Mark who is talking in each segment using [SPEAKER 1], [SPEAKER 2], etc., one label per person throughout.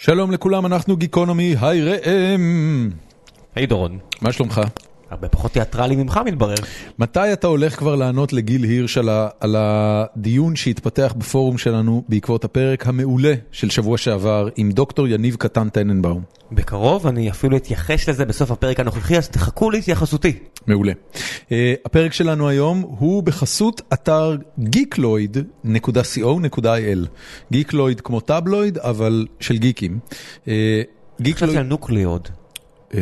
[SPEAKER 1] שלום לכולם, אנחנו גיקונומי, היי ראם.
[SPEAKER 2] היי דורון.
[SPEAKER 1] מה שלומך?
[SPEAKER 2] הרבה פחות תיאטרלי ממך מתברר.
[SPEAKER 1] מתי אתה הולך כבר לענות לגיל הירש על ה- על הדיון שהתפתח בפורום שלנו בעקבות הפרק המעולה של שבוע שעבר עם דוקטור יניב קטן טננבאום?
[SPEAKER 2] בקרוב אני אפילו אתייחס לזה בסוף הפרק הנוכחי, אז תחכו להתייחסותי.
[SPEAKER 1] מעולה. Uh, הפרק שלנו היום הוא בחסות אתר geekloid.co.il. geekloid כמו טאבלויד, אבל של גיקים. Uh,
[SPEAKER 2] חשבתי
[SPEAKER 1] geekloid...
[SPEAKER 2] על נוקלי עוד,
[SPEAKER 1] Uh,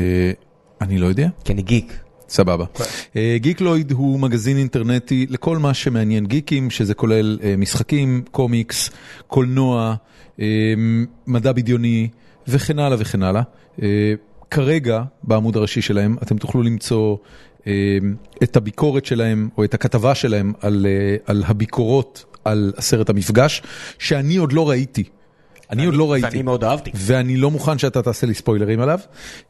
[SPEAKER 1] אני לא יודע.
[SPEAKER 2] כי אני גיק.
[SPEAKER 1] סבבה. אה, גיקלויד הוא מגזין אינטרנטי לכל מה שמעניין גיקים, שזה כולל אה, משחקים, קומיקס, קולנוע, אה, מדע בדיוני וכן הלאה וכן הלאה. אה, כרגע, בעמוד הראשי שלהם, אתם תוכלו למצוא אה, את הביקורת שלהם או את הכתבה שלהם על, אה, על הביקורות על הסרט המפגש, שאני עוד לא ראיתי. אני עוד לא ראיתי.
[SPEAKER 2] ואני מאוד אהבתי.
[SPEAKER 1] ואני לא מוכן שאתה תעשה לי ספוילרים עליו.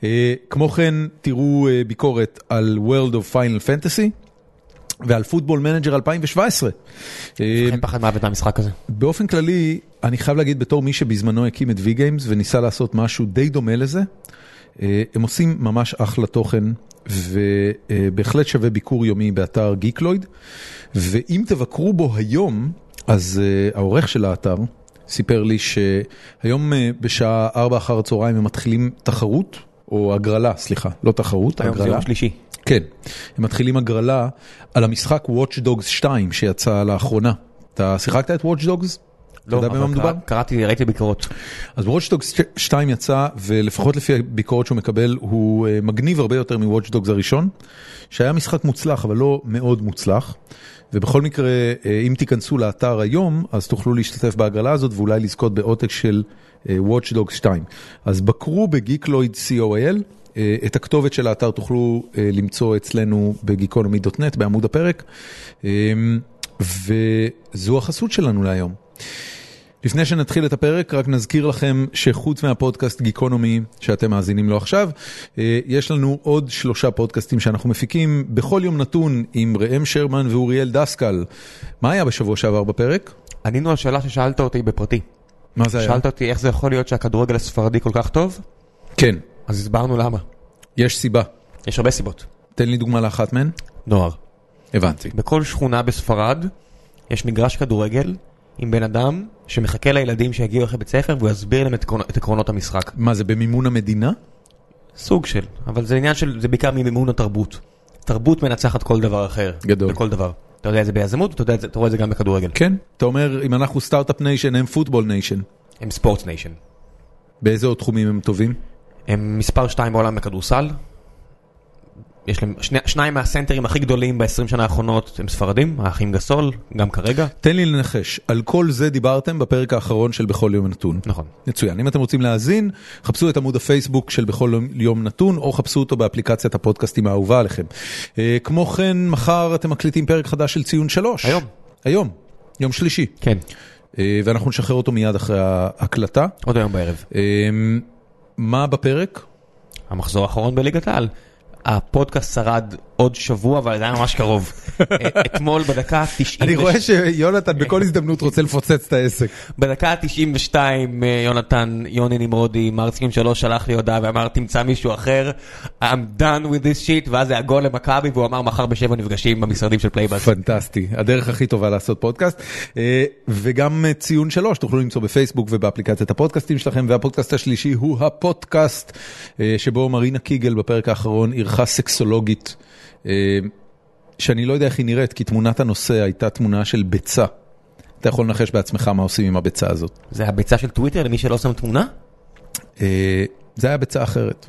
[SPEAKER 1] אה, כמו כן, תראו אה, ביקורת על World of Final Fantasy ועל פוטבול מנג'ר 2017. אה,
[SPEAKER 2] אין פחד מוות מהמשחק הזה.
[SPEAKER 1] באופן כללי, אני חייב להגיד בתור מי שבזמנו הקים את V-Games וניסה לעשות משהו די דומה לזה, אה, הם עושים ממש אחלה תוכן, ובהחלט שווה ביקור יומי באתר גיקלויד, ואם תבקרו בו היום, אז אה, העורך של האתר סיפר לי שהיום אה, בשעה 4 אחר הצהריים הם מתחילים תחרות, או הגרלה, סליחה, לא תחרות,
[SPEAKER 2] היום זה
[SPEAKER 1] הגרלה.
[SPEAKER 2] יום שלישי.
[SPEAKER 1] כן, הם מתחילים הגרלה על המשחק Watch Dogs 2 שיצא לאחרונה. אתה שיחקת את Watch Dogs?
[SPEAKER 2] לא,
[SPEAKER 1] אתה יודע במה
[SPEAKER 2] אבל
[SPEAKER 1] מדובר?
[SPEAKER 2] קרא- קראתי, ראיתי ביקורות.
[SPEAKER 1] אז Watch Dogs 2 יצא, ולפחות לפי הביקורת שהוא מקבל, הוא אה, מגניב הרבה יותר מ-Watch Dogs הראשון, שהיה משחק מוצלח, אבל לא מאוד מוצלח. ובכל מקרה, אה, אם תיכנסו לאתר היום, אז תוכלו להשתתף בהגרלה הזאת ואולי לזכות בעותק של אה, Watch Dogs 2. אז בקרו בגיקלויד co.il. אה, את הכתובת של האתר תוכלו אה, למצוא אצלנו בגיקונומי.נט בעמוד הפרק. אה, וזו החסות שלנו להיום. לפני שנתחיל את הפרק, רק נזכיר לכם שחוץ מהפודקאסט גיקונומי שאתם מאזינים לו עכשיו, אה, יש לנו עוד שלושה פודקאסטים שאנחנו מפיקים בכל יום נתון עם ראם שרמן ואוריאל דסקל. מה היה בשבוע שעבר בפרק?
[SPEAKER 2] ענינו על שאלה ששאלת אותי בפרטי.
[SPEAKER 1] מה זה היה?
[SPEAKER 2] שאלת אותי איך זה יכול להיות שהכדורגל הספרדי כל כך טוב,
[SPEAKER 1] כן,
[SPEAKER 2] אז הסברנו למה.
[SPEAKER 1] יש סיבה.
[SPEAKER 2] יש הרבה סיבות.
[SPEAKER 1] תן לי דוגמה לאחת מהן.
[SPEAKER 2] נוער.
[SPEAKER 1] הבנתי.
[SPEAKER 2] בכל שכונה בספרד יש מגרש כדורגל עם בן אדם שמחכה לילדים שיגיעו אחרי בית ספר והוא יסביר להם את עקרונות- את עקרונות המשחק.
[SPEAKER 1] מה זה, במימון המדינה?
[SPEAKER 2] סוג של, אבל זה עניין של, זה בעיקר ממימון התרבות. תרבות מנצחת כל דבר אחר.
[SPEAKER 1] גדול.
[SPEAKER 2] בכל דבר. אתה יודע את זה ביזמות, אתה, יודע, את זה- אתה רואה את זה גם בכדורגל.
[SPEAKER 1] כן. אתה אומר, אם אנחנו סטארט-אפ ניישן, הם פוטבול ניישן.
[SPEAKER 2] הם ספורט ניישן.
[SPEAKER 1] באיזה עוד תחומים הם טובים?
[SPEAKER 2] הם מספר 2 בעולם בכדורסל. יש להם, שני, שניים מהסנטרים הכי גדולים ב-20 שנה האחרונות הם ספרדים, האחים גסול, גם כרגע.
[SPEAKER 1] תן לי לנחש, על כל זה דיברתם בפרק האחרון של בכל יום נתון.
[SPEAKER 2] נכון.
[SPEAKER 1] מצוין. אם אתם רוצים להאזין, חפשו את עמוד הפייסבוק של בכל יום- יום נתון, או חפשו אותו באפליקציית הפודקאסטים האהובה עליכם. אה, כמו כן, מחר אתם מקליטים פרק חדש של ציון שלוש.
[SPEAKER 2] היום.
[SPEAKER 1] היום, יום שלישי.
[SPEAKER 2] כן.
[SPEAKER 1] אה, ואנחנו נשחרר אותו מיד אחרי ההקלטה.
[SPEAKER 2] עוד היום בערב.
[SPEAKER 1] אה, מה בפרק?
[SPEAKER 2] המחזור האחרון בליגת העל. הפודקאסט שרד עוד שבוע, אבל עדיין ממש קרוב. אה, אתמול בדקה ה-90.
[SPEAKER 1] אני רואה שיונתן בכל הזדמנות רוצה לפוצץ את העסק.
[SPEAKER 2] בדקה ה-92 יונתן, יוני נמרודי, מרציקים שלוש שלח לי הודעה ואמר תמצא מישהו אחר, I'm done with this shit, ואז זה הגול למכבי והוא אמר מחר בשבע נפגשים במשרדים של פלייבאס.
[SPEAKER 1] פנטסטי, הדרך הכי טובה לעשות פודקאסט. אה, וגם אה, ציון שלוש תוכלו למצוא בפייסבוק ובאפליקציית הפודקאסטים שלכם, והפודקאסט השלישי הוא הפודקאסט אה, שבו מרינה קיגל בפרק האחרון אירחה סקסולוגית, אה, שאני לא יודע איך היא נראית, כי תמונת הנושא הייתה תמונה של ביצה. אתה יכול לנחש בעצמך מה עושים עם הביצה הזאת.
[SPEAKER 2] זה הביצה של טוויטר למי שלא שם תמונה?
[SPEAKER 1] אה, זה היה ביצה אחרת.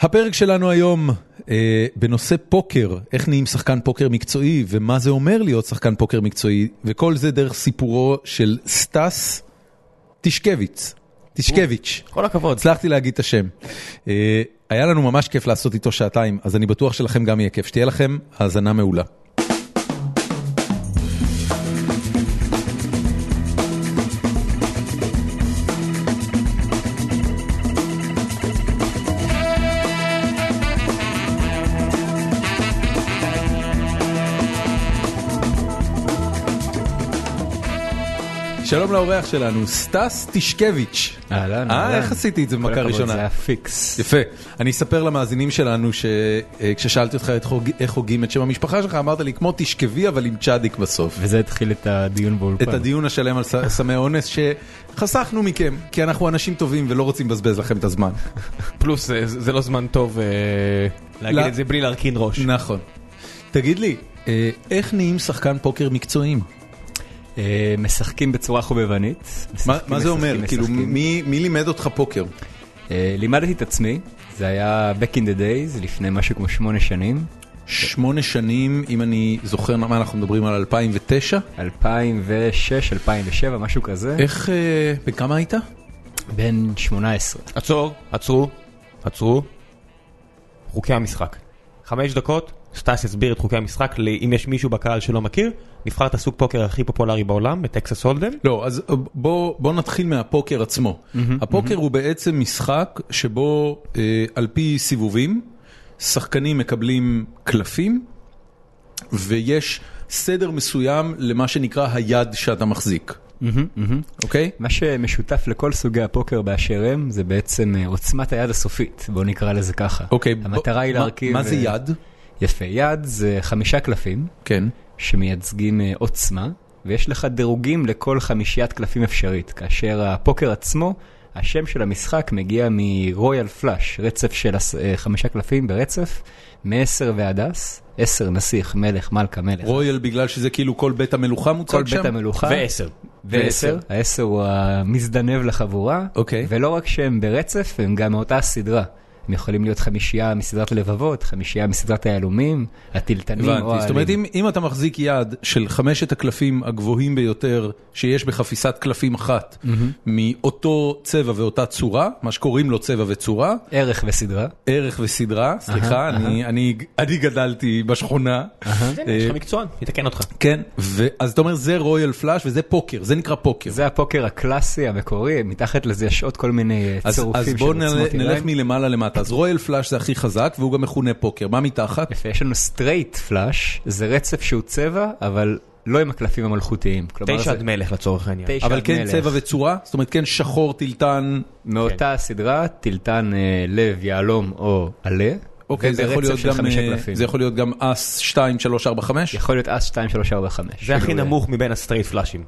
[SPEAKER 1] הפרק שלנו היום אה, בנושא פוקר, איך נהיים שחקן פוקר מקצועי ומה זה אומר להיות שחקן פוקר מקצועי, וכל זה דרך סיפורו של סטס טישקביץ. טישקביץ'.
[SPEAKER 2] כל הכבוד.
[SPEAKER 1] הצלחתי להגיד את השם. אה, היה לנו ממש כיף לעשות איתו שעתיים, אז אני בטוח שלכם גם יהיה כיף. שתהיה לכם האזנה מעולה. שלום לאורח שלנו, סטס טישקביץ'.
[SPEAKER 3] אהלן,
[SPEAKER 1] אה,
[SPEAKER 3] אהלן.
[SPEAKER 1] איך עשיתי את זה
[SPEAKER 3] כל
[SPEAKER 1] במכה
[SPEAKER 3] הכבוד,
[SPEAKER 1] ראשונה?
[SPEAKER 3] זה היה פיקס.
[SPEAKER 1] יפה. אני אספר למאזינים שלנו שכששאלתי אותך את חוג- איך הוגים את שם המשפחה שלך, אמרת לי כמו תשכבי אבל עם צ'אדיק בסוף.
[SPEAKER 3] וזה התחיל את הדיון באולפן.
[SPEAKER 1] את הדיון השלם על ס- סמי אונס שחסכנו מכם, כי אנחנו אנשים טובים ולא רוצים לבזבז לכם את הזמן.
[SPEAKER 2] פלוס אה, זה זה לא זמן טוב אה,
[SPEAKER 1] לא.
[SPEAKER 2] להגיד את זה בלי להרכין ראש.
[SPEAKER 1] נכון. תגיד לי, אה, איך נהיים שחקן פוקר מקצועיים?
[SPEAKER 3] אה, משחקים בצורה חובבנית.
[SPEAKER 1] מה-
[SPEAKER 3] משחקים,
[SPEAKER 1] מה זה
[SPEAKER 3] משחקים,
[SPEAKER 1] אומר? כאילו,
[SPEAKER 3] משחקים.
[SPEAKER 1] מי מי לימד אותך פוקר?
[SPEAKER 3] אה, לימדתי את עצמי, זה היה back in the days, לפני משהו כמו שמונה שנים.
[SPEAKER 1] שמונה שנים, אם אני זוכר מה אנחנו מדברים על 2009,
[SPEAKER 3] 2006, 2007, משהו כזה.
[SPEAKER 1] איך, אה, בן כמה היית?
[SPEAKER 3] בן 18.
[SPEAKER 2] עצור, עצרו, עצרו. חוקי המשחק. חמש דקות, סטס יסביר את חוקי המשחק, ל- אם יש מישהו בקהל שלא מכיר, נבחר את הסוג פוקר הכי פופולרי בעולם, בטקסס הולדם.
[SPEAKER 1] לא, אז בוא, בוא נתחיל מהפוקר עצמו. הפוקר הוא בעצם משחק שבו אה, על פי סיבובים, שחקנים מקבלים קלפים, ויש סדר מסוים למה שנקרא היד שאתה מחזיק, אוקיי?
[SPEAKER 3] מה שמשותף לכל סוגי הפוקר באשר הם, זה בעצם אה, עוצמת היד הסופית, בואו נקרא לזה ככה.
[SPEAKER 1] אוקיי,
[SPEAKER 3] המטרה היא
[SPEAKER 1] מה-
[SPEAKER 3] להרכיב...
[SPEAKER 1] מה זה
[SPEAKER 3] אה,
[SPEAKER 1] יד?
[SPEAKER 3] יפה, יד זה חמישה קלפים.
[SPEAKER 1] כן.
[SPEAKER 3] שמייצגים אה, עוצמה, ויש לך דירוגים לכל חמישיית קלפים אפשרית, כאשר הפוקר עצמו, השם של המשחק מגיע מרויאל פלאש, רצף של הס- אה, חמישה קלפים ברצף, מעשר ועד אס, עשר נסיך, מלך, מלכה, מלך.
[SPEAKER 1] רויאל בגלל שזה כאילו כל בית המלוכה מוצג
[SPEAKER 3] כל
[SPEAKER 1] שם?
[SPEAKER 3] בית המלוכה,
[SPEAKER 2] ועשר.
[SPEAKER 3] ועשר,
[SPEAKER 1] ועשר.
[SPEAKER 3] העשר הוא המזדנב לחבורה,
[SPEAKER 1] אוקיי.
[SPEAKER 3] ולא רק שהם ברצף, הם גם מאותה הסדרה. הם יכולים להיות חמישייה מסדרת הלבבות, חמישייה מסדרת היהלומים, הטילטנים או
[SPEAKER 1] הבנתי, זאת אומרת
[SPEAKER 3] העלים.
[SPEAKER 1] אם, אם אתה מחזיק יד של חמשת הקלפים הגבוהים ביותר שיש בחפיסת קלפים אחת מאותו צבע ואותה צורה, מה שקוראים לו צבע וצורה,
[SPEAKER 3] ערך וסדרה.
[SPEAKER 1] ערך וסדרה, סליחה, אני, אני, אני גדלתי בשכונה, אה,
[SPEAKER 2] יש לך מקצוען, אה, יתקן אותך.
[SPEAKER 1] כן, ו, אז אתה אומר זה רויאל פלאש וזה פוקר, זה נקרא פוקר.
[SPEAKER 3] זה הפוקר הקלאסי המקורי, מתחת לזה יש עוד כל מיני אה,
[SPEAKER 1] אז,
[SPEAKER 3] צירופים
[SPEAKER 1] אז
[SPEAKER 3] של
[SPEAKER 1] בואו
[SPEAKER 3] עוצמות
[SPEAKER 1] נלך, נלך
[SPEAKER 3] ידיים.
[SPEAKER 1] מלמעלה למטה, אז רויאל פלאש זה הכי חזק והוא גם מכונה פוקר, מה מתחת?
[SPEAKER 3] יפה, יש לנו סטרייט פלאש, זה רצף שהוא צבע, אבל לא עם הקלפים המלכותיים. כלומר,
[SPEAKER 2] תשע
[SPEAKER 3] זה
[SPEAKER 2] עד מלך לצורך העניין.
[SPEAKER 3] תשע
[SPEAKER 1] אבל
[SPEAKER 3] עד
[SPEAKER 1] כן
[SPEAKER 3] מלך.
[SPEAKER 1] צבע כן. וצורה, זאת אומרת כן שחור, טילטן,
[SPEAKER 3] מאותה הסדרה, טילטן אה, לב, יהלום או עלה.
[SPEAKER 1] אוקיי, זה יכול,
[SPEAKER 3] וברצף
[SPEAKER 1] להיות
[SPEAKER 3] של
[SPEAKER 1] גם,
[SPEAKER 3] חמישה
[SPEAKER 1] אה,
[SPEAKER 3] קלפים.
[SPEAKER 1] זה יכול להיות גם אס 2, 3, 4, 5?
[SPEAKER 3] יכול להיות אס 2, 3, 4, 5.
[SPEAKER 2] זה הכי נמוך מבין הסטרייט פלאשים.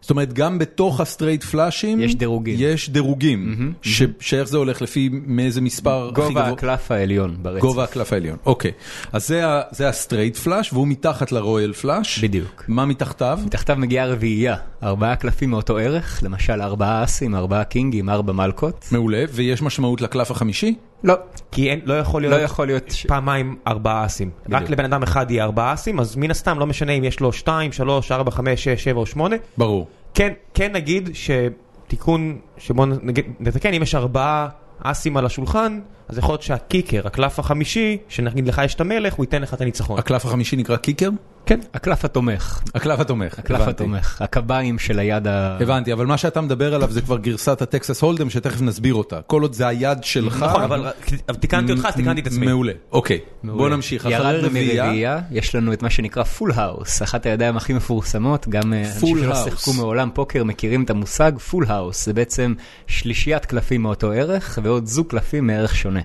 [SPEAKER 1] זאת אומרת, גם בתוך הסטרייט פלאשים,
[SPEAKER 3] יש דירוגים.
[SPEAKER 1] יש דירוגים, ש- שאיך זה הולך לפי מאיזה מספר הכי
[SPEAKER 3] אה, גובה
[SPEAKER 1] גבוה-
[SPEAKER 3] הקלף העליון ברצף.
[SPEAKER 1] גובה הקלף העליון, אוקיי. אז זה ה- זה הסטרייט פלאש, והוא מתחת לרויאל פלאש.
[SPEAKER 3] בדיוק.
[SPEAKER 1] מה מתחתיו?
[SPEAKER 3] מתחתיו מגיעה רביעייה, ארבעה קלפים מאותו ערך, למשל ארבעה אסים, ארבעה קינגים, ארבע מלקות.
[SPEAKER 1] מעולה, ויש משמעות לקלף החמישי?
[SPEAKER 3] לא,
[SPEAKER 2] כי אין, לא יכול
[SPEAKER 3] לא
[SPEAKER 2] להיות
[SPEAKER 3] יכול להיות... ש-
[SPEAKER 2] פעמיים ארבעה אסים. רק לבן אדם אחד יהיה ארבעה אסים, אז מן הסתם לא משנה אם יש לו שתיים, שלוש, ארבע, חמש, שש, שבע או שמונה.
[SPEAKER 1] ברור.
[SPEAKER 2] כן, כן נגיד שתיקון, שבוא נגיד, נתקן, אם יש ארבעה אסים על השולחן, אז יכול להיות שהקיקר, הקלף החמישי, שנגיד לך יש את המלך, הוא ייתן לך את הניצחון.
[SPEAKER 1] הקלף החמישי נקרא קיקר?
[SPEAKER 3] כן, הקלף התומך.
[SPEAKER 1] הקלף התומך.
[SPEAKER 3] הקלף
[SPEAKER 1] הבנתי.
[SPEAKER 3] התומך, הקביים של היד ה...
[SPEAKER 1] הבנתי, אבל מה שאתה מדבר עליו זה כבר גרסת הטקסס הולדם שתכף נסביר אותה. כל עוד זה היד שלך...
[SPEAKER 2] נכון, אבל אבל תיקנתי אותך, אז תיקנתי את עצמי.
[SPEAKER 1] מעולה, אוקיי.
[SPEAKER 3] מעולה.
[SPEAKER 1] בוא נמשיך. אחרי
[SPEAKER 3] ירדנו
[SPEAKER 1] רביעייה,
[SPEAKER 3] מרביעייה, יש לנו את מה שנקרא פול האוס, אחת הידיים הכי מפורסמות, גם אה, אנשים
[SPEAKER 1] Full
[SPEAKER 3] שלא
[SPEAKER 1] house.
[SPEAKER 3] שיחקו מעולם פוקר מכירים את המושג פול האוס, זה בעצם שלישיית קלפים מאותו ערך ועוד זוג קלפים מערך שונה.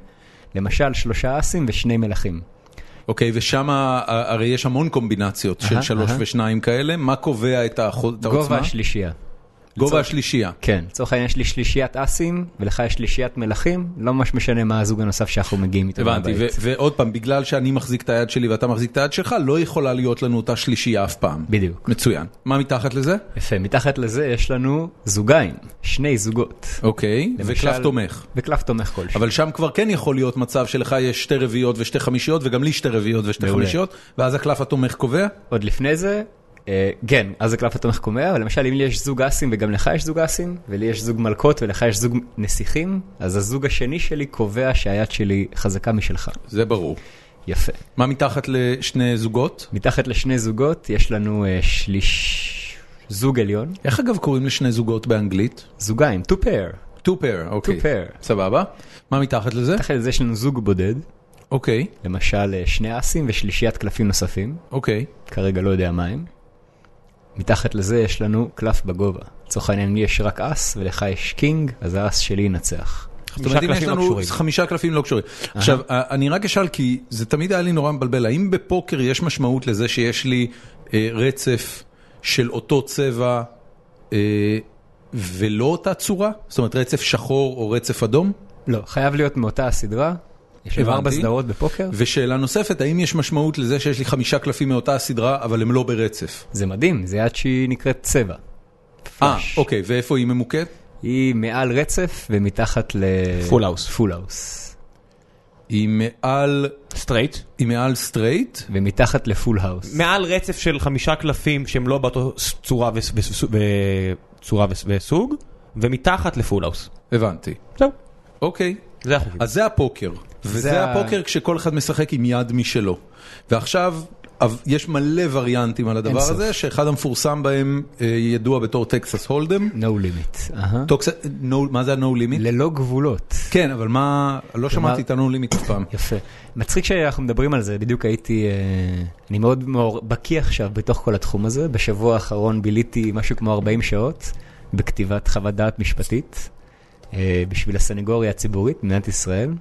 [SPEAKER 3] למשל שלושה אסים ושני מלכים.
[SPEAKER 1] אוקיי, ושם ה- הרי יש המון קומבינציות של
[SPEAKER 3] אהה,
[SPEAKER 1] שלוש
[SPEAKER 3] אהה.
[SPEAKER 1] ושניים כאלה, מה קובע את האחוז- את
[SPEAKER 3] גובה
[SPEAKER 1] העוצמה?
[SPEAKER 3] השלישייה.
[SPEAKER 1] גובה השלישייה.
[SPEAKER 3] כן, לצורך העניין יש לי שלישיית אסים ולך יש שלישיית מלכים, לא ממש משנה מה הזוג הנוסף שאנחנו מגיעים איתו
[SPEAKER 1] הבנתי, ו-
[SPEAKER 3] מהבית.
[SPEAKER 1] ועוד פעם, בגלל שאני מחזיק את היד שלי ואתה מחזיק את היד שלך, לא יכולה להיות לנו אותה שלישייה אף פעם.
[SPEAKER 3] בדיוק.
[SPEAKER 1] מצוין. מה מתחת לזה?
[SPEAKER 3] יפה, מתחת לזה יש לנו זוגיים, שני זוגות.
[SPEAKER 1] אוקיי,
[SPEAKER 3] למשל-
[SPEAKER 1] וקלף תומך.
[SPEAKER 3] וקלף תומך כלשהו.
[SPEAKER 1] אבל שם כבר כן יכול להיות מצב שלך יש שתי רביעיות ושתי חמישיות, וגם לי שתי רביעיות ושתי
[SPEAKER 3] מעולה.
[SPEAKER 1] חמישיות, ואז הקלף התומך קובע?
[SPEAKER 3] עוד לפני זה, אה, כן, אז הקלף התומך קומע, אבל למשל אם לי יש זוג אסים וגם לך יש זוג אסים, ולי יש זוג מלכות ולך יש זוג נסיכים, אז הזוג השני שלי קובע שהיד שלי חזקה משלך.
[SPEAKER 1] זה ברור.
[SPEAKER 3] יפה.
[SPEAKER 1] מה מתחת לשני זוגות?
[SPEAKER 3] מתחת לשני זוגות יש לנו אה, שליש... זוג עליון,
[SPEAKER 1] איך אגב קוראים לשני זוגות באנגלית?
[SPEAKER 3] זוגיים, two pair.
[SPEAKER 1] two pair, אוקיי.
[SPEAKER 3] pair.
[SPEAKER 1] סבבה. מה מתחת לזה?
[SPEAKER 3] מתחת לזה יש לנו זוג בודד,
[SPEAKER 1] אוקיי,
[SPEAKER 3] למשל אה, שני אסים ושלישיית קלפים נוספים,
[SPEAKER 1] אוקיי.
[SPEAKER 3] כרגע לא יודע מה הם. מתחת לזה יש לנו קלף בגובה. לצורך העניין לי יש רק אס ולך יש קינג, אז האס שלי ינצח.
[SPEAKER 1] זאת אומרת, אם יש
[SPEAKER 2] קלפים לא
[SPEAKER 1] לנו
[SPEAKER 2] קשורים.
[SPEAKER 1] חמישה קלפים לא קשורים. עכשיו, אה, אני רק אשאל, כי זה תמיד היה לי נורא מבלבל, האם בפוקר יש משמעות לזה שיש לי אה, רצף של אותו צבע אה, ולא אותה צורה? זאת אומרת, רצף שחור או רצף אדום?
[SPEAKER 3] לא, חייב להיות מאותה הסדרה. יש לנו ארבע
[SPEAKER 1] הבנתי.
[SPEAKER 3] סדרות בפוקר,
[SPEAKER 1] ושאלה נוספת, האם יש משמעות לזה שיש לי חמישה קלפים מאותה הסדרה, אבל הם לא ברצף?
[SPEAKER 3] זה מדהים, זה יד שהיא נקראת צבע.
[SPEAKER 1] אה,
[SPEAKER 3] פלאש.
[SPEAKER 1] אוקיי, ואיפה היא ממוקדת?
[SPEAKER 3] היא מעל רצף ומתחת ל...
[SPEAKER 2] Full house.
[SPEAKER 3] פול האוס.
[SPEAKER 1] היא מעל,
[SPEAKER 2] סטרייט.
[SPEAKER 1] היא מעל סטרייט?
[SPEAKER 3] ומתחת לפול האוס.
[SPEAKER 2] מעל רצף של חמישה קלפים שהם לא באותו ס- צורה וס- וס- ו- צורה וס- וסוג, ומתחת לפול האוס.
[SPEAKER 1] הבנתי.
[SPEAKER 2] זהו,
[SPEAKER 1] אוקיי.
[SPEAKER 2] זה החוקים.
[SPEAKER 1] אז זה הפוקר, וזה
[SPEAKER 3] זה ה-
[SPEAKER 1] הפוקר כשכל אחד משחק עם יד משלו. ועכשיו, אב- יש מלא וריאנטים על הדבר
[SPEAKER 3] אין סוף.
[SPEAKER 1] הזה, שאחד המפורסם בהם אה, ידוע בתור טקסס הולדם.
[SPEAKER 3] No limit. אהה.
[SPEAKER 1] טוקס- no- מה זה ה-No Limit?
[SPEAKER 3] ללא גבולות.
[SPEAKER 1] כן, אבל מה, לא שמעתי את ה-No Limit אף פעם.
[SPEAKER 3] יפה. מצחיק שאנחנו מדברים על זה, בדיוק הייתי, אה, אני מאוד מאור- בקיא עכשיו בתוך כל התחום הזה. בשבוע האחרון ביליתי משהו כמו 40 שעות בכתיבת חוות דעת משפטית אה, בשביל הסנגוריה הציבורית במדינת ישראל.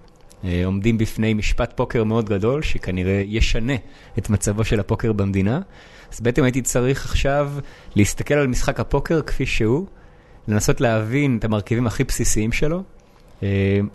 [SPEAKER 3] אה, עומדים בפני משפט פוקר מאוד גדול, שכנראה ישנה את מצבו של הפוקר במדינה. אז בעצם הייתי צריך עכשיו להסתכל על משחק הפוקר כפי שהוא, לנסות להבין את המרכיבים הכי בסיסיים שלו. אה,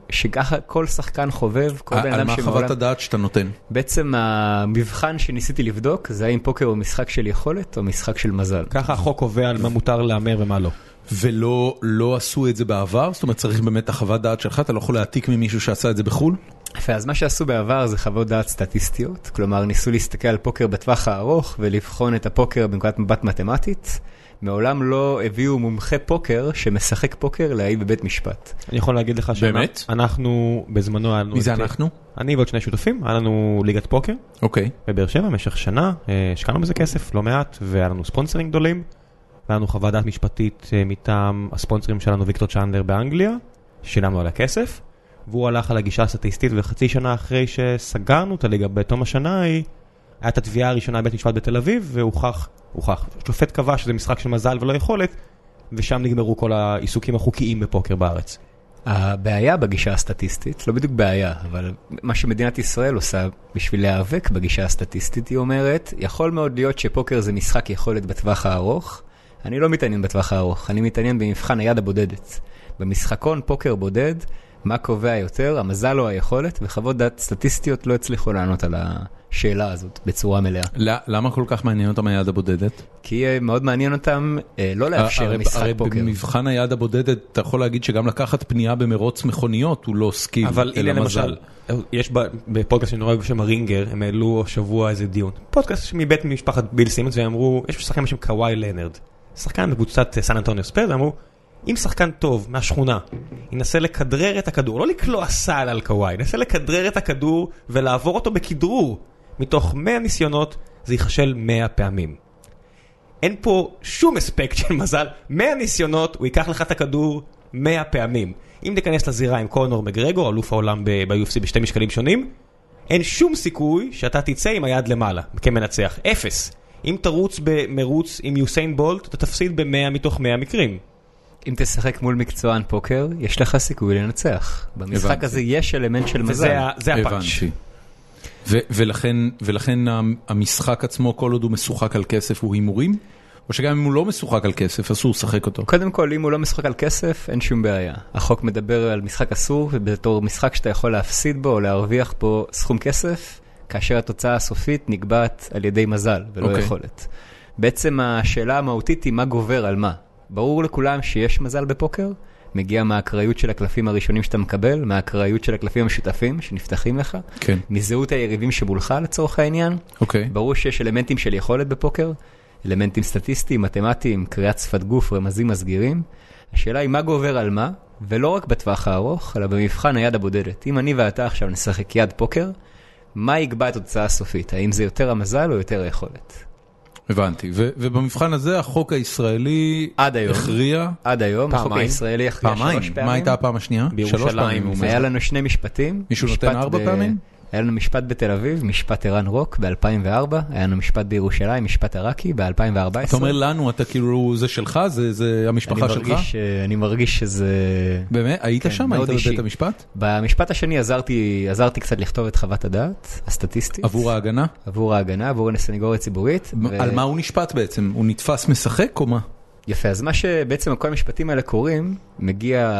[SPEAKER 3] שככה כל שחקן חובב, כל בן
[SPEAKER 1] על
[SPEAKER 3] אדם
[SPEAKER 1] מה חוות
[SPEAKER 3] שמעולם-
[SPEAKER 1] הדעת שאתה נותן.
[SPEAKER 3] בעצם המבחן שניסיתי לבדוק זה האם פוקר הוא משחק של יכולת או משחק של מזל.
[SPEAKER 2] ככה החוק קובע על מה מותר להמר ומה לא.
[SPEAKER 1] ולא לא עשו את זה בעבר? זאת אומרת, צריך באמת את החוות דעת שלך, אתה לא יכול להעתיק ממישהו שעשה את זה בחו"ל?
[SPEAKER 3] יפה, אז מה שעשו בעבר זה חוות דעת סטטיסטיות, כלומר ניסו להסתכל על פוקר בטווח הארוך ולבחון את הפוקר בנקודת מבט מתמטית. מעולם לא הביאו מומחה פוקר שמשחק פוקר להעיד בבית משפט.
[SPEAKER 2] אני יכול להגיד לך שאנחנו-
[SPEAKER 1] באמת?
[SPEAKER 2] אנחנו בזמנו היה לנו...
[SPEAKER 1] מי זה
[SPEAKER 2] את-
[SPEAKER 1] אנחנו?
[SPEAKER 2] אני ועוד שני שותפים, היה לנו ליגת פוקר
[SPEAKER 1] אוקיי.
[SPEAKER 2] בבאר שבע במשך שנה, אה, השקענו בזה כסף לא מעט, והיה לנו ספונסרים גדולים, והיה לנו חוות דעת משפטית אה, מטעם הספונסרים שלנו ויקטור צ'אנדלר באנגליה, שילמנו עליה כסף, והוא הלך על הגישה הסטטיסטית, וחצי שנה אחרי שסגרנו את הליגה בתום השנה ההיא, הייתה את התביעה הראשונה בבית משפט בתל אביב, והוכח, הוכח, שופט קבע שזה משחק של מזל ולא יכולת, ושם נגמרו כל העיסוקים החוקיים בפוקר בארץ.
[SPEAKER 3] הבעיה בגישה הסטטיסטית, לא בדיוק בעיה, אבל מה שמדינת ישראל עושה בשביל להיאבק בגישה הסטטיסטית, היא אומרת, יכול מאוד להיות שפוקר זה משחק יכולת בטווח הארוך. אני לא מתעניין בטווח הארוך, אני מתעניין במבחן היד הבודדת. במשחקון פוקר בודד, מה קובע יותר, המזל או היכולת, וחוות דעת סטטיסטיות לא הצליחו לענות על השאלה הזאת בצורה מלאה.
[SPEAKER 1] למה כל כך מעניין אותם היד הבודדת?
[SPEAKER 3] כי אה, מאוד מעניין אותם אה, לא לאפשר
[SPEAKER 1] הרי-
[SPEAKER 3] משחק פוקר.
[SPEAKER 1] הרי במבחן היד הבודדת אתה יכול להגיד שגם לקחת פנייה במרוץ מכוניות הוא לא סקי,
[SPEAKER 2] אבל הנה
[SPEAKER 1] אלא
[SPEAKER 2] למשל,
[SPEAKER 1] מזל.
[SPEAKER 2] יש ב- בפודקאסט שנורא אוהב בשם הרינגר, הם העלו השבוע איזה דיון. פודקאסט מבית משפחת ביל סימנס, והם אמרו, יש שחקן בשם קוואי לנרד. שחקן בקבוצת אה, סן אנטוניו ספיירס, אמרו, אם שחקן טוב מהשכונה ינסה לכדרר את הכדור, לא לקלוע סל על קוואי, ינסה לכדרר את הכדור ולעבור אותו בכדרור. מתוך 100 ניסיונות זה ייחשל 100 פעמים. אין פה שום אספקט של מזל. 100 ניסיונות, הוא ייקח לך את הכדור 100 פעמים. אם תיכנס לזירה עם קונור מגרגו, אלוף העולם ב- ב-UFC בשתי משקלים שונים, אין שום סיכוי שאתה תצא עם היד למעלה כמנצח. אפס. אם תרוץ במרוץ עם יוסיין בולט, אתה תפסיד ב-100 מתוך 100 מקרים.
[SPEAKER 3] אם תשחק מול מקצוען פוקר, יש לך סיכוי לנצח. במשחק
[SPEAKER 1] הבנתי.
[SPEAKER 3] הזה יש אלמנט של מזל.
[SPEAKER 2] וזה ה- זה הפאנץ'.
[SPEAKER 1] הבנתי. ו- ולכן, ולכן המ- המשחק עצמו, כל עוד הוא משוחק על כסף, הוא הימורים? או שגם אם הוא לא משוחק על כסף, אסור לשחק אותו.
[SPEAKER 3] קודם כל, אם הוא לא משחק על כסף, אין שום בעיה. החוק מדבר על משחק אסור, ובתור משחק שאתה יכול להפסיד בו או להרוויח בו סכום כסף, כאשר התוצאה הסופית נקבעת על ידי מזל ולא
[SPEAKER 1] אוקיי.
[SPEAKER 3] יכולת. בעצם השאלה המהותית היא מה גובר על מה. ברור לכולם שיש מזל בפוקר, מגיע מהאקראיות של הקלפים הראשונים שאתה מקבל, מהאקראיות של הקלפים המשותפים שנפתחים לך,
[SPEAKER 1] כן.
[SPEAKER 3] מזהות היריבים שמולך לצורך העניין,
[SPEAKER 1] אוקיי.
[SPEAKER 3] ברור שיש אלמנטים של יכולת בפוקר, אלמנטים סטטיסטיים, מתמטיים, קריאת שפת גוף, רמזים מסגירים. השאלה היא מה גובר על מה, ולא רק בטווח הארוך, אלא במבחן היד הבודדת. אם אני ואתה עכשיו נשחק יד פוקר, מה יקבע את התוצאה הסופית? האם זה יותר המזל או יותר היכולת?
[SPEAKER 1] הבנתי. ו- ובמבחן הזה החוק הישראלי
[SPEAKER 3] עד היום.
[SPEAKER 1] הכריע
[SPEAKER 3] עד היום, החוק
[SPEAKER 2] פעמיים.
[SPEAKER 3] הישראלי הכריע שלוש
[SPEAKER 1] פעמיים.
[SPEAKER 3] פעמים.
[SPEAKER 1] מה הייתה הפעם השנייה?
[SPEAKER 2] בירושלים.
[SPEAKER 1] שלוש פעמים. הוא אומר.
[SPEAKER 3] היה לנו שני משפטים.
[SPEAKER 1] מישהו
[SPEAKER 3] משפט
[SPEAKER 1] נותן ארבע
[SPEAKER 3] ב-
[SPEAKER 1] פעמים?
[SPEAKER 3] היה לנו משפט בתל אביב, משפט ערן רוק ב-2004, היה לנו משפט בירושלים, משפט עראקי ב-2014.
[SPEAKER 1] אתה אומר לנו, אתה כאילו, זה שלך? זה, זה המשפחה
[SPEAKER 3] אני
[SPEAKER 1] שלך?
[SPEAKER 3] מרגיש, אה, אני מרגיש שזה...
[SPEAKER 1] באמת? היית
[SPEAKER 3] כן,
[SPEAKER 1] שם? היית
[SPEAKER 3] מאוד אישי.
[SPEAKER 1] בבית המשפט?
[SPEAKER 3] במשפט השני עזרתי, עזרתי קצת לכתוב את חוות הדעת הסטטיסטית.
[SPEAKER 1] עבור ההגנה?
[SPEAKER 3] עבור ההגנה, עבור הסנגוריה הציבורית. ו-
[SPEAKER 1] על מה הוא נשפט בעצם? הוא נתפס משחק או מה?
[SPEAKER 3] יפה, אז מה שבעצם כל המשפטים האלה קורים, מגיע,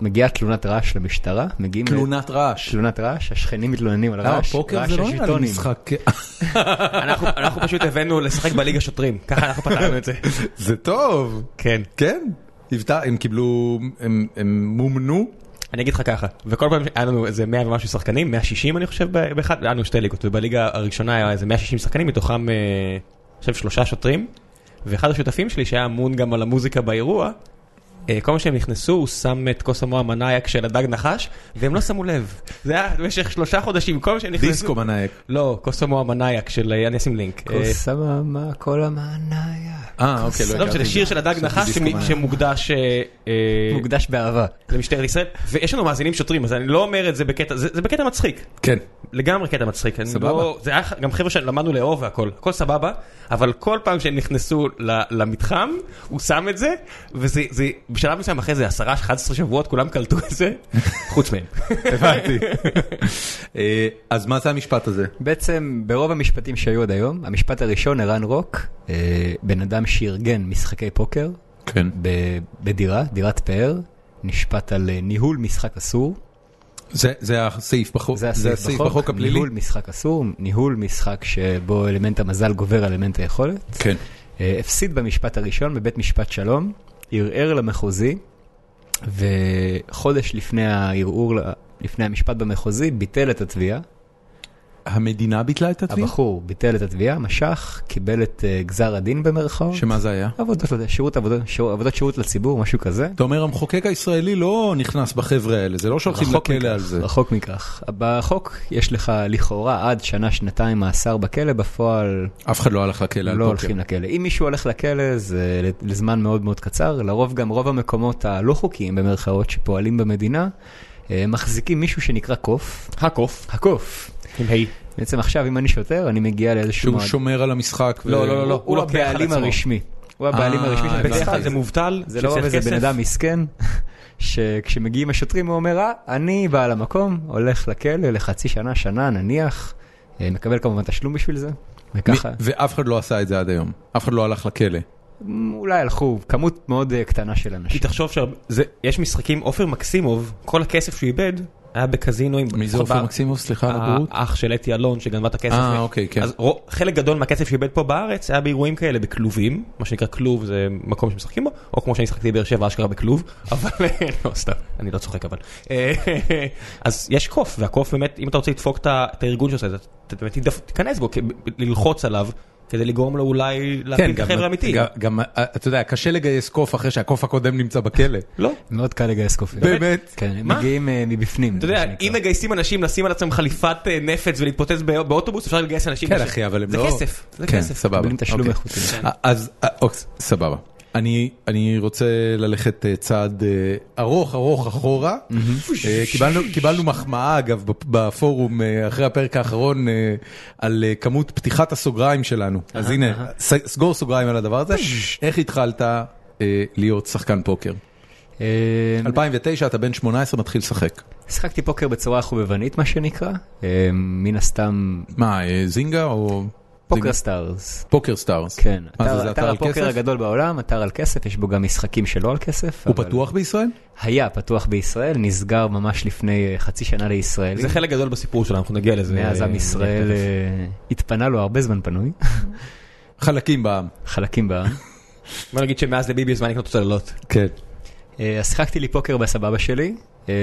[SPEAKER 3] מגיעה תלונת רעש למשטרה, מגיעים...
[SPEAKER 1] תלונת רעש.
[SPEAKER 3] תלונת רעש, השכנים מתלוננים על
[SPEAKER 1] למה
[SPEAKER 3] רעש,
[SPEAKER 1] פוקר
[SPEAKER 3] רעש
[SPEAKER 1] זה לא נראה לי
[SPEAKER 3] השלטונים.
[SPEAKER 1] משחק?
[SPEAKER 2] אנחנו אנחנו פשוט הבאנו לשחק בליגה שוטרים, ככה אנחנו פתחנו את זה.
[SPEAKER 1] זה טוב.
[SPEAKER 2] כן.
[SPEAKER 1] כן. היוותה- הם קיבלו, הם- הם מומנו.
[SPEAKER 2] אני אגיד לך ככה, וכל פעם היה לנו איזה 100 ומשהו שחקנים, 160 אני חושב, ב- באחד, היה לנו שתי ליגות, ובליגה הראשונה היה איזה 160 שחקנים, מתוכם, אה, אני חושב, שלושה שוטרים, ואחד השותפים שלי שהיה אמון גם על המוזיקה באירוע, אה, כל מה שהם נכנסו, הוא שם את כוס המוח מנאייק של הדג נחש, והם לא שמו לב. זה היה במשך שלושה חודשים, כל מה שהם נכנסו...
[SPEAKER 1] דיסקו מנהג.
[SPEAKER 2] לא, כוס המוח מנאייק של, אה, אני אשים לינק. אה,
[SPEAKER 3] כוס המאמה, כל המעניה.
[SPEAKER 1] אה, אוקיי, לא
[SPEAKER 2] לא משנה,
[SPEAKER 1] הכרתי.
[SPEAKER 2] שיר של הדג
[SPEAKER 1] חשבתי
[SPEAKER 2] נחש
[SPEAKER 1] דיסקו מנאייק.
[SPEAKER 2] שמוקדש... אה, אה,
[SPEAKER 3] מוקדש באהבה.
[SPEAKER 2] למשטרת ישראל, ויש לנו מאזינים שוטרים, אז אני לא אומר את זה בקטע, זה, זה בקטע מצחיק,
[SPEAKER 1] כן.
[SPEAKER 2] לגמרי קטע מצחיק. אני
[SPEAKER 1] סבבה.
[SPEAKER 2] לא, זה היה גם חבר'ה שלמדנו לאהוב והכל, הכל סבבה, אבל כל פעם שהם נכנסו ל, למתחם, הוא שם את זה, וזה זה, בשלב מסוים אחרי זה 10-11 שבועות כולם קלטו את זה, חוץ מהם.
[SPEAKER 1] הבנתי. אה, אז מה זה המשפט הזה?
[SPEAKER 3] בעצם ברוב המשפטים שהיו עד היום, המשפט הראשון, ערן רוק, אה, בן אדם שארגן משחקי פוקר
[SPEAKER 1] כן.
[SPEAKER 3] ב- בדירה, דירת פאר, נשפט על אה, ניהול משחק אסור.
[SPEAKER 1] זה הסעיף בחוק
[SPEAKER 3] זה הסעיף בחוק,
[SPEAKER 1] הפלילי?
[SPEAKER 3] ניהול משחק אסור, ניהול משחק שבו אלמנט המזל גובר על אלמנט היכולת.
[SPEAKER 1] כן.
[SPEAKER 3] אה, הפסיד במשפט הראשון בבית משפט שלום, ערער למחוזי, וחודש לפני הערעור, ל- לפני המשפט במחוזי, ביטל את התביעה.
[SPEAKER 1] המדינה ביטלה את התביעה?
[SPEAKER 3] הבחור ביטל את התביעה, משך, קיבל את אה, גזר הדין במרכאות.
[SPEAKER 1] שמה זה היה?
[SPEAKER 3] עבודות, לד- שירות עבודות, שירות, עבודות שירות לציבור, משהו כזה.
[SPEAKER 1] אתה אומר המחוקק הישראלי לא נכנס בחבר'ה האלה, זה לא שהולכים
[SPEAKER 3] רחוק
[SPEAKER 1] לכלא
[SPEAKER 3] מכך,
[SPEAKER 1] על זה.
[SPEAKER 3] רחוק מכך. בחוק יש לך לכאורה עד שנה, שנתיים מאסר בכלא, בפועל
[SPEAKER 1] אף אחד לא הלך לכלא על
[SPEAKER 3] לא
[SPEAKER 1] פוקר.
[SPEAKER 3] הולכים לכלא. אם מישהו הולך לכלא זה לזמן מאוד מאוד קצר, לרוב גם רוב המקומות הלא חוקיים במרכאות שפועלים במדינה, אה, מחזיקים מישהו שנקרא קוף.
[SPEAKER 2] הקוף,
[SPEAKER 3] הקוף.
[SPEAKER 2] עם היי.
[SPEAKER 3] בעצם עכשיו אם אני שוטר אני מגיע לאיזשהו...
[SPEAKER 1] שהוא
[SPEAKER 3] מועד-
[SPEAKER 1] שומר על המשחק. ו-
[SPEAKER 2] לא, לא, לא, לא.
[SPEAKER 3] הוא
[SPEAKER 2] הוא לוקח על
[SPEAKER 3] הבעלים
[SPEAKER 2] עצמו.
[SPEAKER 3] הרשמי. הוא הבעלים
[SPEAKER 1] אה,
[SPEAKER 3] הרשמי של
[SPEAKER 1] הבנתי.
[SPEAKER 2] בדרך
[SPEAKER 3] המשחק.
[SPEAKER 2] כלל זה מובטל,
[SPEAKER 3] זה לא
[SPEAKER 2] שצריך
[SPEAKER 3] איזה
[SPEAKER 2] כסף.
[SPEAKER 3] בן אדם מסכן, שכשמגיעים השוטרים הוא אומר, אה, אני בעל המקום, הולך לכלא לחצי שנה, שנה נניח, אה, מקבל כמובן תשלום בשביל זה, וככה.
[SPEAKER 1] מ- ואף אחד לא עשה את זה עד היום. אף אחד לא הלך לכלא.
[SPEAKER 3] אולי הלכו, כמות מאוד אה, קטנה של
[SPEAKER 2] כי
[SPEAKER 3] אנשים.
[SPEAKER 2] תחשוב שיש משחקים, עופר מקסימוב, כל הכסף שהוא איבד, היה בקזינו עם...
[SPEAKER 1] מי זה עופר מקסימוב? סליחה על
[SPEAKER 2] אה,
[SPEAKER 1] הבריאות.
[SPEAKER 2] האח של אתי אלון שגנבה את הכסף.
[SPEAKER 1] אה, אוקיי, כן.
[SPEAKER 2] אז רוא- חלק גדול מהכסף שאיבד פה בארץ היה באירועים כאלה, בכלובים, מה שנקרא כלוב זה מקום שמשחקים בו, או כמו שאני שחקתי בבאר שבע אשכרה בכלוב, אבל לא סתם, אני לא צוחק אבל. אה, אז יש קוף, והקוף באמת, אם אתה רוצה לדפוק את ה- את הארגון שעושה את זה, אתה באמת תדפ- תיכנס בו, כ- ללחוץ עליו, כדי לגרום לו אולי להפיל את החבר'ה האמיתי.
[SPEAKER 1] כן, גם- גם, אה, אתה יודע, קשה לגייס קוף אחרי שהקוף הקודם נמצא בכלא.
[SPEAKER 2] לא.
[SPEAKER 3] מאוד קל לגייס קופים.
[SPEAKER 1] באמת?
[SPEAKER 3] כן, הם
[SPEAKER 2] מה?
[SPEAKER 3] מגיעים אה, מבפנים.
[SPEAKER 2] אתה יודע,
[SPEAKER 3] מה שנקרא.
[SPEAKER 2] אם מגייסים אנשים לשים על עצמם חליפת אה, נפץ ולהתפוצץ בא- באוטובוס, אפשר לגייס אנשים.
[SPEAKER 1] כן,
[SPEAKER 2] לשם.
[SPEAKER 1] אחי, אבל הם
[SPEAKER 2] זה
[SPEAKER 1] לא...
[SPEAKER 2] כסף, זה
[SPEAKER 1] כן,
[SPEAKER 2] כסף.
[SPEAKER 1] סבבה.
[SPEAKER 3] מקבלים תשלום
[SPEAKER 1] אוקיי.
[SPEAKER 3] איכותי.
[SPEAKER 1] אה, אז, אה, אוקיי, סבבה. אני, אני רוצה ללכת אה, צעד אה, ארוך ארוך אחורה. אה, קיבלנו, קיבלנו מחמאה אגב בפ- בפורום אה, אחרי הפרק האחרון אה, על אה, כמות פתיחת הסוגריים שלנו. אז הנה, ס- סגור סוגריים על הדבר הזה. איך התחלת אה, להיות שחקן פוקר?
[SPEAKER 3] אה,
[SPEAKER 1] 2009 אתה בן 18 מתחיל לשחק.
[SPEAKER 3] שיחקתי פוקר בצורה חובבנית מה שנקרא, אה, מן הסתם
[SPEAKER 1] מה, אה, זינגה או...
[SPEAKER 3] פוקר
[SPEAKER 1] זינגה?
[SPEAKER 3] סטארס.
[SPEAKER 1] פוקר סטארס.
[SPEAKER 3] כן,
[SPEAKER 1] מה
[SPEAKER 3] אתר,
[SPEAKER 1] זה, זה
[SPEAKER 3] אתר
[SPEAKER 1] אתר על
[SPEAKER 3] הפוקר
[SPEAKER 1] כסף?
[SPEAKER 3] הגדול בעולם, אתר על כסף, יש בו גם משחקים שלא על כסף.
[SPEAKER 1] הוא
[SPEAKER 3] אבל-
[SPEAKER 1] פתוח בישראל?
[SPEAKER 3] היה פתוח בישראל, נסגר ממש לפני אה, חצי שנה לישראלים.
[SPEAKER 2] זה חלק גדול בסיפור שלנו, אנחנו נגיע לזה.
[SPEAKER 3] מאז עם
[SPEAKER 2] אה,
[SPEAKER 3] ישראל אה, התפנה לו הרבה זמן פנוי,
[SPEAKER 1] חלקים בעם.
[SPEAKER 3] חלקים בעם.
[SPEAKER 2] בוא נגיד שמאז לביבי יש זמן לקנות צוללות.
[SPEAKER 1] כן.
[SPEAKER 3] אה, אז שיחקתי לי פוקר בסבבה שלי. אה,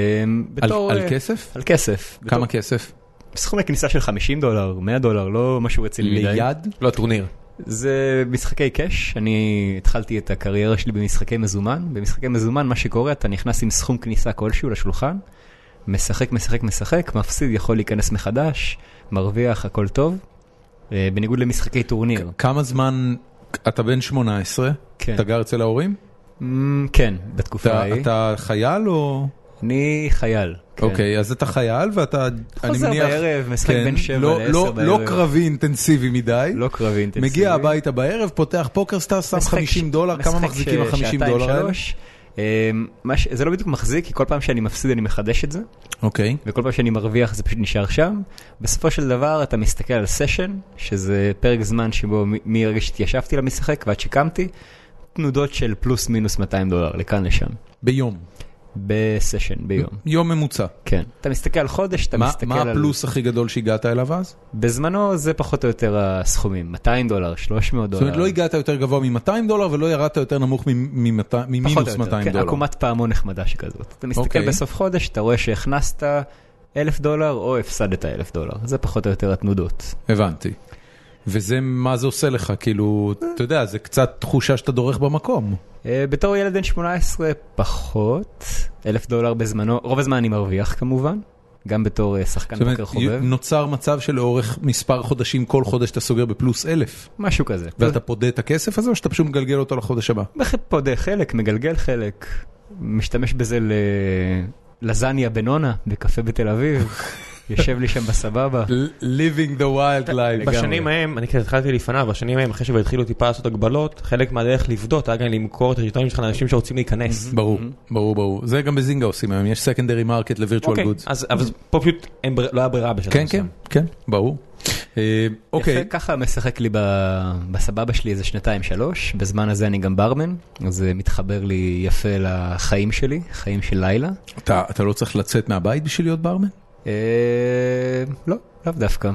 [SPEAKER 1] על
[SPEAKER 3] בתור,
[SPEAKER 1] על
[SPEAKER 3] אה,
[SPEAKER 1] כסף?
[SPEAKER 3] על כסף.
[SPEAKER 1] כמה כסף?
[SPEAKER 3] סכומי כניסה של 50 דולר, 100 דולר, לא משהו רציני מדי.
[SPEAKER 1] ליד?
[SPEAKER 2] לא, טורניר.
[SPEAKER 3] זה משחקי קאש, אני התחלתי את הקריירה שלי במשחקי מזומן. במשחקי מזומן מה שקורה, אתה נכנס עם סכום כניסה כלשהו לשולחן, משחק, משחק, משחק, מפסיד, יכול להיכנס מחדש, מרוויח, הכל טוב. אה, בניגוד למשחקי טורניר.
[SPEAKER 1] כמה זמן, אתה בן 18,
[SPEAKER 3] כן.
[SPEAKER 1] אתה גר אצל ההורים?
[SPEAKER 3] Mm, כן, בתקופה
[SPEAKER 1] אתה,
[SPEAKER 3] ההיא.
[SPEAKER 1] אתה חייל או...
[SPEAKER 3] אני חייל. כן.
[SPEAKER 1] אוקיי, אז אתה חייל ואתה, אני
[SPEAKER 3] חוזר
[SPEAKER 1] מניח,
[SPEAKER 3] בערב, משחק
[SPEAKER 1] כן,
[SPEAKER 3] בין שבע
[SPEAKER 1] לא-
[SPEAKER 3] לעשר
[SPEAKER 1] לא- לא
[SPEAKER 3] בערב.
[SPEAKER 1] קרבי אינטנסיבי מדי,
[SPEAKER 3] לא קרבי אינטנסיבי.
[SPEAKER 1] מגיע הביתה בערב, פותח פוקר סטארס, שם
[SPEAKER 3] משחק
[SPEAKER 1] 50 דולר, כמה
[SPEAKER 3] משחק
[SPEAKER 1] מחזיקים
[SPEAKER 3] ש-
[SPEAKER 1] ה-50
[SPEAKER 3] שעתיים,
[SPEAKER 1] דולר האלה?
[SPEAKER 3] שלוש. אמ, מה ש- זה לא בדיוק מחזיק, כי כל פעם שאני מפסיד אני מחדש את זה,
[SPEAKER 1] אוקיי,
[SPEAKER 3] וכל פעם שאני מרוויח זה פשוט נשאר שם. בסופו של דבר אתה מסתכל על סשן, שזה פרק זמן שבו מ- מרגע שהתיישבתי למשחק ועד שקמתי, תנודות של פלוס מינוס 200 דולר לכאן לשם,
[SPEAKER 1] ביום,
[SPEAKER 3] בסשן ביום.
[SPEAKER 1] יום ממוצע.
[SPEAKER 3] כן. אתה מסתכל על חודש, אתה
[SPEAKER 1] מה-
[SPEAKER 3] מסתכל
[SPEAKER 1] מה
[SPEAKER 3] על...
[SPEAKER 1] הפלוס הכי גדול שהגעת אליו אז?
[SPEAKER 3] בזמנו זה פחות או יותר הסכומים, 200 דולר,
[SPEAKER 1] זאת
[SPEAKER 3] 300 דולר.
[SPEAKER 1] אומרת, לא הגעת יותר גבוה מ-200 דולר ולא ירדת יותר נמוך מ- מ- מ-
[SPEAKER 3] פחות או
[SPEAKER 1] ממינוס
[SPEAKER 3] יותר,
[SPEAKER 1] 200
[SPEAKER 3] כן,
[SPEAKER 1] דולר.
[SPEAKER 3] עקומת פעמון נחמדה שכזאת. אתה מסתכל
[SPEAKER 1] אוקיי.
[SPEAKER 3] בסוף חודש, אתה רואה שהכנסת אלף דולר או הפסדת אלף דולר. זה פחות או יותר התנודות.
[SPEAKER 1] הבנתי. וזה מה זה עושה לך, כאילו, אתה יודע, זה קצת תחושה שאתה דורך במקום.
[SPEAKER 3] אה, בתור ילד בן 18 פחות, אלף דולר בזמנו, רוב הזמן אני מרוויח כמובן, גם בתור אה, שחקן
[SPEAKER 1] זאת אומרת,
[SPEAKER 3] בוקר חובב,
[SPEAKER 1] נוצר מצב שלאורך מספר חודשים, כל חודש אתה סוגר בפלוס אלף.
[SPEAKER 3] משהו כזה.
[SPEAKER 1] ואתה פודה את הכסף הזה, או שאתה פשוט מגלגל אותו לחודש הבא?
[SPEAKER 3] בכ- פודה חלק, מגלגל חלק, משתמש בזה ל... לזניה בנונה בקפה בתל אביב, יושב לי שם בסבבה.
[SPEAKER 1] לא, living the wild life.
[SPEAKER 2] בשנים ההם, אני קצת התחלתי לפניו, בשנים ההם, אחרי שכבר התחילו טיפה לעשות הגבלות, חלק מהדרך לבדות היה גם למכור את הריטונים שלך לאנשים שרוצים להיכנס.
[SPEAKER 1] ברור, ברור, ברור. זה גם בזינגה עושים היום, יש סקנדרי מרקט לווירטואל
[SPEAKER 2] אוקיי,
[SPEAKER 1] גודס.
[SPEAKER 2] אז אבל פה פשוט אין בר- לא היה ברירה בשלב
[SPEAKER 1] כן, כן,
[SPEAKER 2] מסוים.
[SPEAKER 1] כן, ברור. אה,
[SPEAKER 3] אוקיי.
[SPEAKER 1] אוקיי,
[SPEAKER 3] יפה, ככה משחק לי ב... בסבבה שלי איזה שנתיים שלוש, בזמן הזה אני גם ברמן, אז זה מתחבר לי יפה לחיים שלי, חיים של לילה.
[SPEAKER 1] אתה אתה לא צריך לצאת מהבית בשביל להיות ברמן?
[SPEAKER 3] אה... לא, לאו דווקא.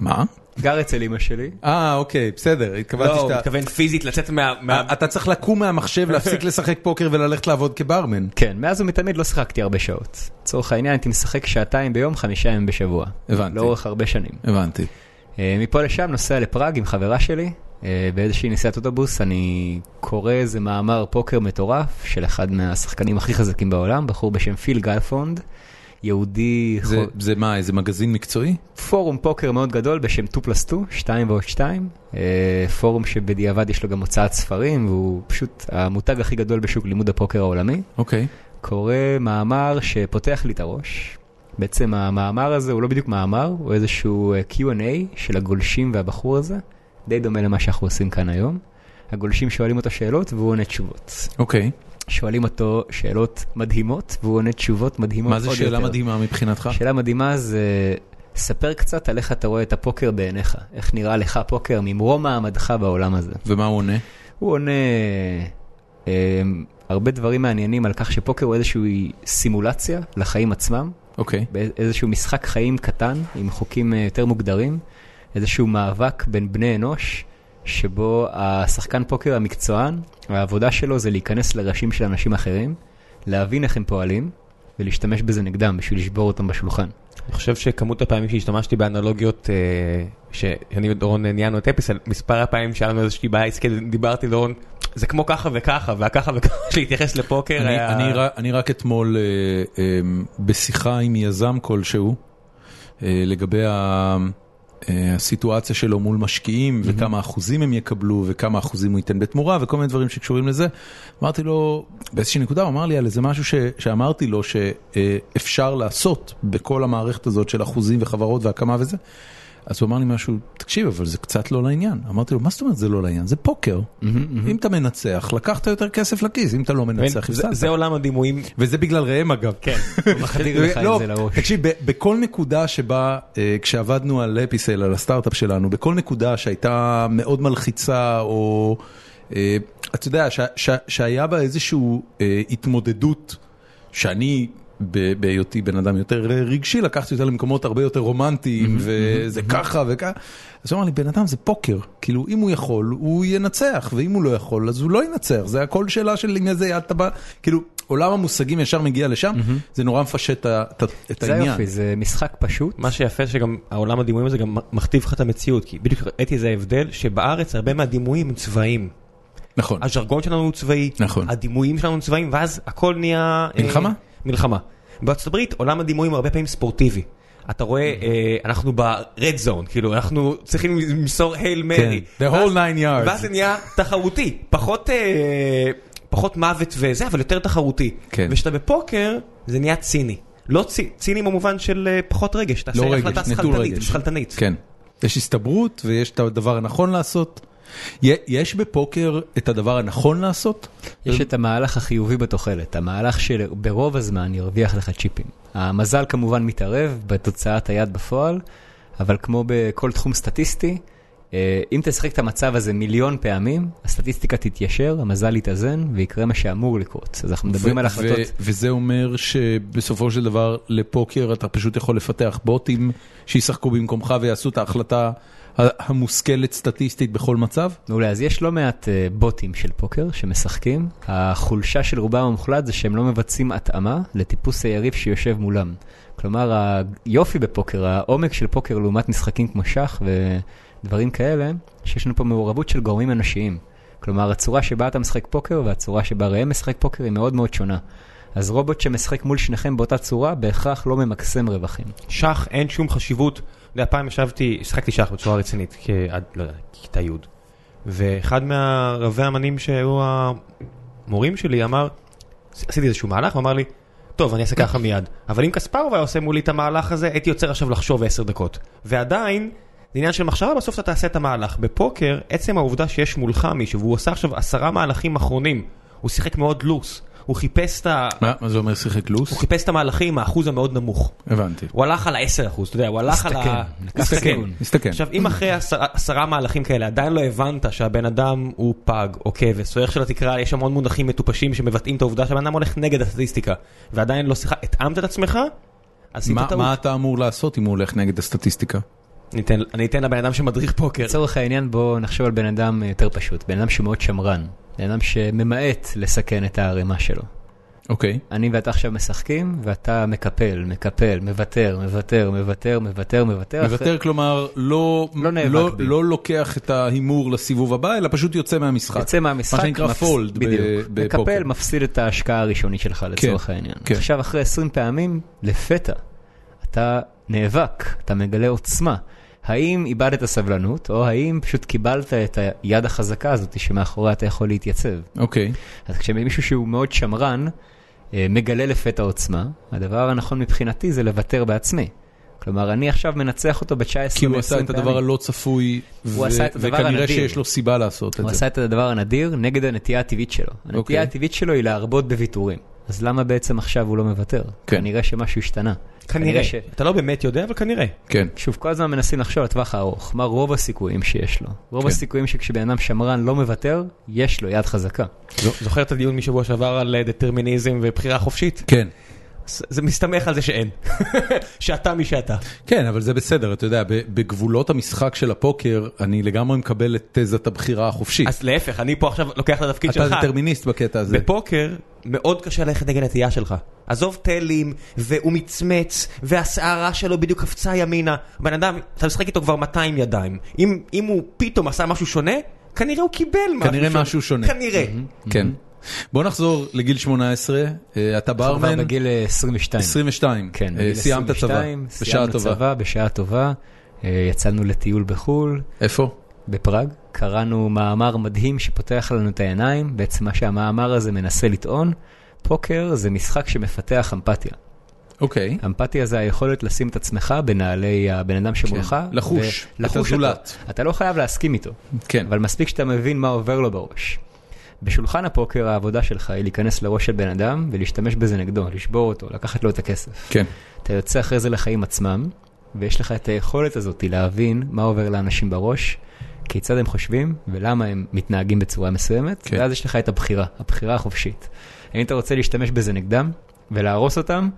[SPEAKER 1] מה?
[SPEAKER 3] גר אצל אמא שלי.
[SPEAKER 1] אה, אוקיי, בסדר, התכוונתי
[SPEAKER 2] לא, הוא
[SPEAKER 1] שאתה...
[SPEAKER 2] מתכוון פיזית לצאת מה... מה-
[SPEAKER 1] אתה צריך לקום מהמחשב, להפסיק לשחק פוקר וללכת לעבוד כברמן.
[SPEAKER 3] כן, מאז ומתמיד לא שחקתי הרבה שעות. לצורך העניין הייתי משחק שעתיים ביום, חמישה ימים בשבוע.
[SPEAKER 1] הבנתי.
[SPEAKER 3] לאורך הרבה שנים.
[SPEAKER 1] הבנתי.
[SPEAKER 3] אה, מפה לשם נוסע לפראג עם חברה שלי, אה, באיזושהי נסיעת אוטובוס אני קורא איזה מאמר פוקר מטורף של אחד מהשחקנים הכי חזקים בעולם, בחור בשם פיל גלפונד, יהודי,
[SPEAKER 1] זה-
[SPEAKER 3] חו-
[SPEAKER 1] זה מה, איזה מגזין מקצועי?
[SPEAKER 3] פורום פוקר מאוד גדול בשם 2 פלוס 2, 2 ועוד 2, אה, פורום שבדיעבד יש לו גם הוצאת ספרים, והוא פשוט המותג הכי גדול בשוק לימוד הפוקר העולמי.
[SPEAKER 1] אוקיי.
[SPEAKER 3] קורא מאמר שפותח לי את הראש. בעצם המאמר הזה הוא לא בדיוק מאמר, הוא איזשהו אה, Q&A של הגולשים והבחור הזה, די דומה למה שאנחנו עושים כאן היום. הגולשים שואלים אותו שאלות והוא עונה תשובות.
[SPEAKER 1] אוקיי.
[SPEAKER 3] שואלים אותו שאלות מדהימות והוא עונה תשובות מדהימות
[SPEAKER 1] מה זה
[SPEAKER 3] עוד
[SPEAKER 1] שאלה
[SPEAKER 3] יותר.
[SPEAKER 1] מדהימה מבחינתך?
[SPEAKER 3] שאלה מדהימה זה, ספר קצת על איך אתה רואה את הפוקר בעיניך, איך נראה לך פוקר ממרום מעמדך בעולם הזה.
[SPEAKER 1] ומה הוא עונה?
[SPEAKER 3] הוא עונה אה, הרבה דברים מעניינים על כך שפוקר הוא איזושהי סימולציה לחיים עצמם,
[SPEAKER 1] אוקיי.
[SPEAKER 3] איזשהו משחק חיים קטן עם חוקים אה, יותר מוגדרים, איזשהו מאבק בין בני אנוש, שבו השחקן פוקר המקצוען, העבודה שלו זה להיכנס לראשים של אנשים אחרים, להבין איך הם פועלים. ולהשתמש בזה נגדם בשביל לשבור אותם בשולחן.
[SPEAKER 2] אני חושב שכמות הפעמים שהשתמשתי באנלוגיות, אה, שאני ודורון ניהלנו את אפיס, על מספר הפעמים שהיה לנו איזושהי בעיה עסקית, דיברתי עם דורון, זה כמו ככה וככה, והככה וככה שהתייחס לפוקר
[SPEAKER 1] אני-
[SPEAKER 2] היה...
[SPEAKER 1] אני ר- אני רק אתמול אה, אה, בשיחה עם יזם כלשהו, אה, לגבי ה- אה, הסיטואציה שלו מול משקיעים, וכמה אחוזים הם יקבלו, וכמה אחוזים הוא ייתן בתמורה, וכל מיני דברים שקשורים לזה. אמרתי לו, באיזושהי נקודה הוא אמר לי על איזה משהו ש- שאמרתי לו שאפשר לעשות בכל המערכת הזאת של אחוזים וחברות והקמה וזה. אז הוא אמר לי משהו, תקשיב, אבל זה קצת לא לעניין. אמרתי לו, מה זאת אומרת זה לא לעניין? זה פוקר. אם אתה מנצח, לקחת יותר כסף לכיס, אם אתה לא
[SPEAKER 2] מבין?
[SPEAKER 1] מנצח,
[SPEAKER 2] זה- זה
[SPEAKER 1] הפסדת.
[SPEAKER 2] עולם הדימויים.
[SPEAKER 1] וזה בגלל ראם אגב.
[SPEAKER 2] כן.
[SPEAKER 3] מחדיר לך
[SPEAKER 1] לא,
[SPEAKER 3] את זה לראש.
[SPEAKER 1] תקשיב, ב- בכל נקודה שבה, אה, כשעבדנו על אפיסל, על הסטארט-אפ שלנו, בכל נקודה שהייתה מאוד מלחיצה, או אה, אתה יודע, ש- ש- שהיה בה איזושהי התמודדות, שאני... ב- בהיותי בן אדם יותר אה, רגשי, לקחתי אותה למקומות הרבה יותר רומנטיים, וזה ככה וככה. אז הוא אמר לי, בן אדם זה פוקר, כאילו אם הוא יכול, הוא ינצח, ואם הוא לא יכול, אז הוא לא ינצח, זה הכל שאלה של עם איזה יד אתה בא, כאילו עולם המושגים ישר מגיע לשם, זה נורא מפשט את ה- את ה- את
[SPEAKER 3] זה
[SPEAKER 1] העניין.
[SPEAKER 3] יופי, זה משחק פשוט.
[SPEAKER 2] מה שיפה שגם העולם הדימויים הזה גם מכתיב לך את המציאות, כי בדיוק ראיתי איזה הבדל, שבארץ הרבה מהדימויים הם צבאיים.
[SPEAKER 1] נכון.
[SPEAKER 2] הז'רגון שלנו הוא צבאי,
[SPEAKER 1] נכון.
[SPEAKER 2] הדימויים שלנו הם צבאיים, ואז הכל נהיה... אה,
[SPEAKER 1] מלחמה?
[SPEAKER 2] מלחמה. בארצות הברית עולם הדימויים הרבה פעמים ספורטיבי. אתה רואה, אה, אנחנו ב-red zone, כאילו, אנחנו צריכים למסור הייל מרי.
[SPEAKER 1] the whole כן, nine yards.
[SPEAKER 2] ואז זה נהיה תחרותי, פחות... אה, פחות מוות וזה, אבל יותר תחרותי.
[SPEAKER 1] כן.
[SPEAKER 2] וכשאתה בפוקר, זה נהיה ציני. לא צי- ציני במובן של אה, פחות רגש, תעשה
[SPEAKER 1] לא
[SPEAKER 2] החלטה
[SPEAKER 1] רגש, נטול
[SPEAKER 2] שכלתנית,
[SPEAKER 1] רגש.
[SPEAKER 2] שכלתנית.
[SPEAKER 1] כן. יש הסתברות ויש את הדבר הנכון לעשות. י- יש בפוקר את הדבר הנכון לעשות?
[SPEAKER 3] יש את המהלך החיובי בתוחלת, המהלך שברוב הזמן ירוויח לך צ'יפים. המזל כמובן מתערב בתוצאת היד בפועל, אבל כמו בכל תחום סטטיסטי, אה, אם תשחק את המצב הזה מיליון פעמים, הסטטיסטיקה תתיישר, המזל יתאזן ויקרה מה שאמור לקרות. אז אנחנו מדברים על החלטות.
[SPEAKER 1] ו- וזה אומר שבסופו של דבר לפוקר אתה פשוט יכול לפתח בוטים שישחקו במקומך ויעשו את ההחלטה ה- המושכלת סטטיסטית בכל מצב?
[SPEAKER 3] מעולה, אז יש לא מעט אה, בוטים של פוקר שמשחקים. החולשה של רובם המוחלט זה שהם לא מבצעים התאמה לטיפוס היריב שיושב מולם. כלומר, היופי בפוקר, העומק של פוקר לעומת משחקים כמו שח ודברים כאלה, שיש לנו פה מעורבות של גורמים אנושיים. כלומר, הצורה שבה אתה משחק פוקר והצורה שבה ראם משחק פוקר היא מאוד מאוד שונה. אז רובוט שמשחק מול שניכם באותה צורה, בהכרח לא ממקסם רווחים.
[SPEAKER 2] שח אין שום חשיבות. אתה יודע, פעם ישבתי, השחקתי שח בצורה רצינית, כ- עד, לא יודע, כיתה י', ואחד מהרבי אמנים שהיו המורים שלי אמר, עשיתי איזשהו מהלך, הוא אמר לי, טוב, אני אעשה ככה מיד. אבל אם קספרוב היה עושה מולי את המהלך הזה, הייתי יוצר עכשיו לחשוב עשר דקות. ועדיין, זה עניין של מחשבה, בסוף אתה תעשה את המהלך. בפוקר, עצם העובדה שיש מולך מישהו, והוא עשה עכשיו עשרה מהלכים אחרונים, הוא שיחק מאוד לוס, הוא חיפש את, ה...
[SPEAKER 1] מה, מה זה אומר שיחק לוס?
[SPEAKER 2] הוא
[SPEAKER 3] אוקיי.
[SPEAKER 2] חיפש את המהלכים, האחוז המאוד נמוך.
[SPEAKER 1] הבנתי.
[SPEAKER 2] הוא הלך על ה-10%, אתה יודע, הוא הלך על ה...
[SPEAKER 3] הסתכן, לקח
[SPEAKER 2] הסתכן.
[SPEAKER 3] סיכון.
[SPEAKER 1] מסתכן.
[SPEAKER 2] עכשיו, אם אחרי עשרה- עשרה מהלכים כאלה עדיין לא הבנת שהבן אדם הוא פג או כבש, או איך שלא תקרא, יש המון מונחים מטופשים שמבטאים את העובדה שהבן אדם הולך נגד הסטטיסטיקה, ועדיין לא שיחה, התאמת את עצמך? אז עשית
[SPEAKER 1] מה, מה
[SPEAKER 2] טעות.
[SPEAKER 1] אתה אמור לעשות אם הוא הולך נגד הסטטיסטיקה?
[SPEAKER 2] אני אתן- אני אתן לבן אדם שמדריך
[SPEAKER 1] כן.
[SPEAKER 2] פוקר.
[SPEAKER 3] לצורך העניין בואו נחשוב על בן אדם אה, יותר פשוט, בן אדם שהוא מאוד שמרן, בן אדם שממעט לסכן את הערימה שלו.
[SPEAKER 1] אוקיי.
[SPEAKER 3] אני ואתה עכשיו משחקים, ואתה מקפל, מקפל, מוותר, מוותר, מוותר, מוותר, מוותר.
[SPEAKER 1] מוותר, כלומר, לא,
[SPEAKER 3] לא נאבק
[SPEAKER 1] לא,
[SPEAKER 3] בי.
[SPEAKER 1] לא לוקח את ההימור לסיבוב הבא, אלא פשוט יוצא מהמשחק.
[SPEAKER 3] יוצא מהמשחק,
[SPEAKER 1] מה שנקרא
[SPEAKER 3] מפס-
[SPEAKER 1] פולד
[SPEAKER 3] בדיוק.
[SPEAKER 1] בפוקר.
[SPEAKER 3] מקפל, מפסיד את ההשקעה הראשונית שלך לצורך העניין.
[SPEAKER 1] כן.
[SPEAKER 3] עכשיו, אחרי 20 פעמים, לפתע, אתה נאבק, אתה מגלה עוצמה. האם איבדת סבלנות, או האם פשוט קיבלת את היד החזקה הזאת שמאחוריה אתה יכול להתייצב?
[SPEAKER 1] אוקיי.
[SPEAKER 3] אז כשמישהו שהוא מאוד שמרן, אה, מגלה לפתע עוצמה, הדבר הנכון מבחינתי זה לוותר בעצמי. כלומר, אני עכשיו מנצח אותו ב-19
[SPEAKER 1] כי הוא
[SPEAKER 3] ו-
[SPEAKER 1] עשה
[SPEAKER 3] 20
[SPEAKER 1] את הדבר
[SPEAKER 3] פעמים.
[SPEAKER 1] הלא צפוי,
[SPEAKER 3] הוא עשה את הדבר
[SPEAKER 1] וכנראה
[SPEAKER 3] הנדיר.
[SPEAKER 1] שיש לו סיבה לעשות את
[SPEAKER 3] הוא
[SPEAKER 1] זה.
[SPEAKER 3] עשה את הדבר הנדיר נגד הנטייה הטבעית שלו.
[SPEAKER 1] אוקיי.
[SPEAKER 3] הנטייה הטבעית שלו היא להרבות בוויתורים. אז למה בעצם עכשיו הוא לא מוותר?
[SPEAKER 1] כן.
[SPEAKER 3] כנראה שמשהו השתנה.
[SPEAKER 2] כנראה.
[SPEAKER 3] ש-
[SPEAKER 2] אתה לא באמת יודע, אבל כנראה.
[SPEAKER 1] כן.
[SPEAKER 3] שוב, כל הזמן מנסים לחשוב לטווח הארוך, מה רוב הסיכויים שיש לו. רוב
[SPEAKER 1] כן.
[SPEAKER 3] הסיכויים שכשבן אדם שמרן לא מוותר, יש לו יד חזקה.
[SPEAKER 2] ז- זוכר את הדיון משבוע שעבר על אה, דטרמיניזם ובחירה חופשית?
[SPEAKER 1] כן.
[SPEAKER 2] אז זה מסתמך על זה שאין. שאתה מי שאתה.
[SPEAKER 1] כן, אבל זה בסדר, אתה יודע, ב- בגבולות המשחק של הפוקר, אני לגמרי מקבל את תזת הבחירה החופשית.
[SPEAKER 2] אז להפך, אני פה עכשיו לוקח את התפקיד
[SPEAKER 1] אתה
[SPEAKER 2] שלך.
[SPEAKER 1] דטרמיניסט בקטע הזה.
[SPEAKER 2] בפוקר מאוד קשה ללכת נגד הנטייה שלך. עזוב תלים, והוא מצמץ, והשערה שלו בדיוק קפצה ימינה. בן אדם, אתה משחק איתו כבר 200 ידיים. אם, אם הוא פתאום עשה משהו שונה, כנראה הוא קיבל משהו
[SPEAKER 1] כנראה משהו שונה.
[SPEAKER 2] כנראה.
[SPEAKER 1] כן. בוא נחזור לגיל 18, אה, אתה
[SPEAKER 3] אנחנו כבר
[SPEAKER 1] ברמן,
[SPEAKER 3] בגיל אה, 22.
[SPEAKER 1] 22,
[SPEAKER 3] כן,
[SPEAKER 1] אה,
[SPEAKER 3] בגיל
[SPEAKER 1] סיימת צבא,
[SPEAKER 3] 22,
[SPEAKER 1] בשעה
[SPEAKER 3] סיימנו
[SPEAKER 1] טובה.
[SPEAKER 3] צבא, בשעה טובה. אה, יצאנו לטיול בחו"ל,
[SPEAKER 1] איפה?
[SPEAKER 3] בפראג. קראנו מאמר מדהים שפותח לנו את העיניים. בעצם מה שהמאמר הזה מנסה לטעון, פוקר זה משחק שמפתח אמפתיה.
[SPEAKER 1] אוקיי.
[SPEAKER 3] אמפתיה זה היכולת לשים את עצמך בנעלי הבן אדם שמולך.
[SPEAKER 1] כן, לחוש, את
[SPEAKER 3] ולחוש אותו.
[SPEAKER 1] הזולת.
[SPEAKER 3] אתה לא חייב להסכים איתו.
[SPEAKER 1] כן.
[SPEAKER 3] אבל מספיק שאתה מבין מה עובר לו בראש. בשולחן הפוקר העבודה שלך היא להיכנס לראש של בן אדם ולהשתמש בזה נגדו, לשבור אותו, לקחת לו את הכסף.
[SPEAKER 1] כן.
[SPEAKER 3] אתה יוצא אחרי זה לחיים עצמם, ויש לך את היכולת הזאת להבין מה עובר לאנשים בראש, כיצד הם חושבים ולמה הם מתנהגים בצורה מסוימת,
[SPEAKER 1] כן.
[SPEAKER 3] כן. ואז יש לך את הבחירה, הבחירה החופשית. האם אתה רוצה להשתמש בזה נגדם ולהרוס אותם,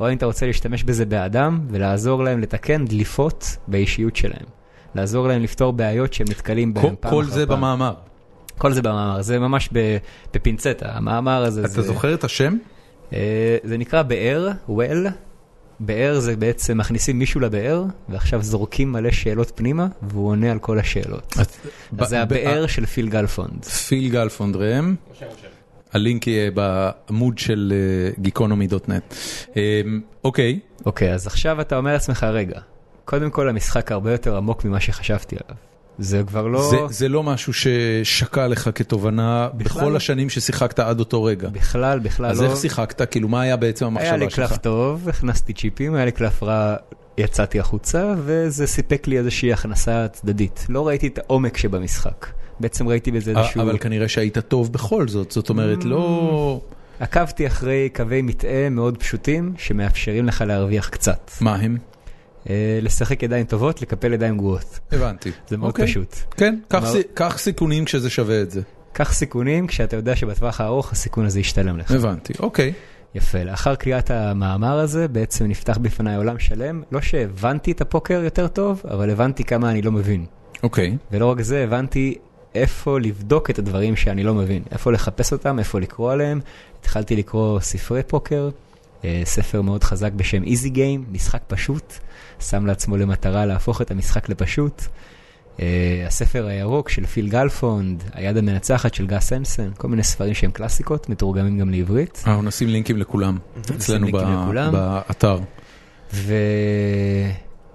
[SPEAKER 3] או האם אתה רוצה להשתמש בזה בעדם ולעזור להם לתקן דליפות באישיות שלהם. לעזור להם לפתור בעיות שהם נתקלים
[SPEAKER 1] כל-
[SPEAKER 3] בהן פעם
[SPEAKER 1] כל
[SPEAKER 3] אחר
[SPEAKER 1] זה
[SPEAKER 3] פעם.
[SPEAKER 1] במאמר.
[SPEAKER 3] כל זה במאמר, זה ממש ב- בפינצטה, המאמר הזה.
[SPEAKER 1] אתה
[SPEAKER 3] זה...
[SPEAKER 1] זוכר את השם?
[SPEAKER 3] אה, זה נקרא באר, well. באר זה בעצם מכניסים מישהו לבאר, ועכשיו זורקים מלא שאלות פנימה, והוא עונה על כל השאלות.
[SPEAKER 1] ב-
[SPEAKER 3] אז זה
[SPEAKER 1] ב-
[SPEAKER 3] הבאר של פיל גלפונד.
[SPEAKER 1] פיל גלפונד ראם. הלינק יהיה בעמוד של אה, גיקונומי.נט. אוקיי,
[SPEAKER 3] אוקיי, אז עכשיו אתה אומר לעצמך, רגע, קודם כל המשחק הרבה יותר עמוק ממה שחשבתי עליו. זה כבר לא...
[SPEAKER 1] זה, זה לא משהו ששקע לך כתובנה
[SPEAKER 3] בכלל
[SPEAKER 1] בכל
[SPEAKER 3] לא.
[SPEAKER 1] השנים ששיחקת עד אותו רגע.
[SPEAKER 3] בכלל, בכלל
[SPEAKER 1] אז
[SPEAKER 3] לא...
[SPEAKER 1] איך שיחקת? כאילו, מה היה בעצם
[SPEAKER 3] היה לי
[SPEAKER 1] המחשבה
[SPEAKER 3] קלף
[SPEAKER 1] שלך?
[SPEAKER 3] טוב, הכנסתי צ'יפים, היה לי קלף רע, יצאתי החוצה, וזה סיפק לי איזושהי הכנסה צדדית. לא ראיתי את העומק שבמשחק. בעצם ראיתי בזה
[SPEAKER 1] א-
[SPEAKER 3] איזשהו...
[SPEAKER 1] אה, אבל כנראה שהיית טוב בכל זאת, זאת אומרת, לא...
[SPEAKER 3] Mm. עקבתי אחרי קווי מטעה מאוד פשוטים, שמאפשרים לך להרוויח קצת.
[SPEAKER 1] מה הם?
[SPEAKER 3] אה, לשחק ידיים טובות, לקפל ידיים גרועות.
[SPEAKER 1] הבנתי.
[SPEAKER 3] זה מאוד
[SPEAKER 1] אוקיי.
[SPEAKER 3] פשוט.
[SPEAKER 1] כן, קח
[SPEAKER 3] אבל-
[SPEAKER 1] סי- קח סיכונים כשזה שווה את זה.
[SPEAKER 3] קח סיכונים כשאתה יודע שבטווח הארוך הסיכון הזה ישתלם לך.
[SPEAKER 1] הבנתי, אוקיי.
[SPEAKER 3] יפה, לאחר קריאת המאמר הזה בעצם נפתח בפניי עולם שלם, לא שהבנתי את הפוקר יותר טוב, אבל הבנתי כמה אני לא מבין.
[SPEAKER 1] אוקיי.
[SPEAKER 3] ולא רק זה, הבנתי איפה לבדוק את הדברים שאני לא מבין, איפה לחפש אותם, איפה לקרוא עליהם. התחלתי לקרוא ספרי פוקר, אה, ספר מאוד חזק בשם איזי גיים, משחק פשוט, שם לעצמו למטרה להפוך את המשחק לפשוט. אה, הספר הירוק של פיל גלפונד, היד המנצחת של גס אמסן, כל מיני ספרים שהם קלאסיקות, מתורגמים גם לעברית.
[SPEAKER 1] אנחנו אה, נשים לינקים לכולם, אצלנו
[SPEAKER 3] נשים לינקים
[SPEAKER 1] ב-
[SPEAKER 3] לכולם.
[SPEAKER 1] באתר.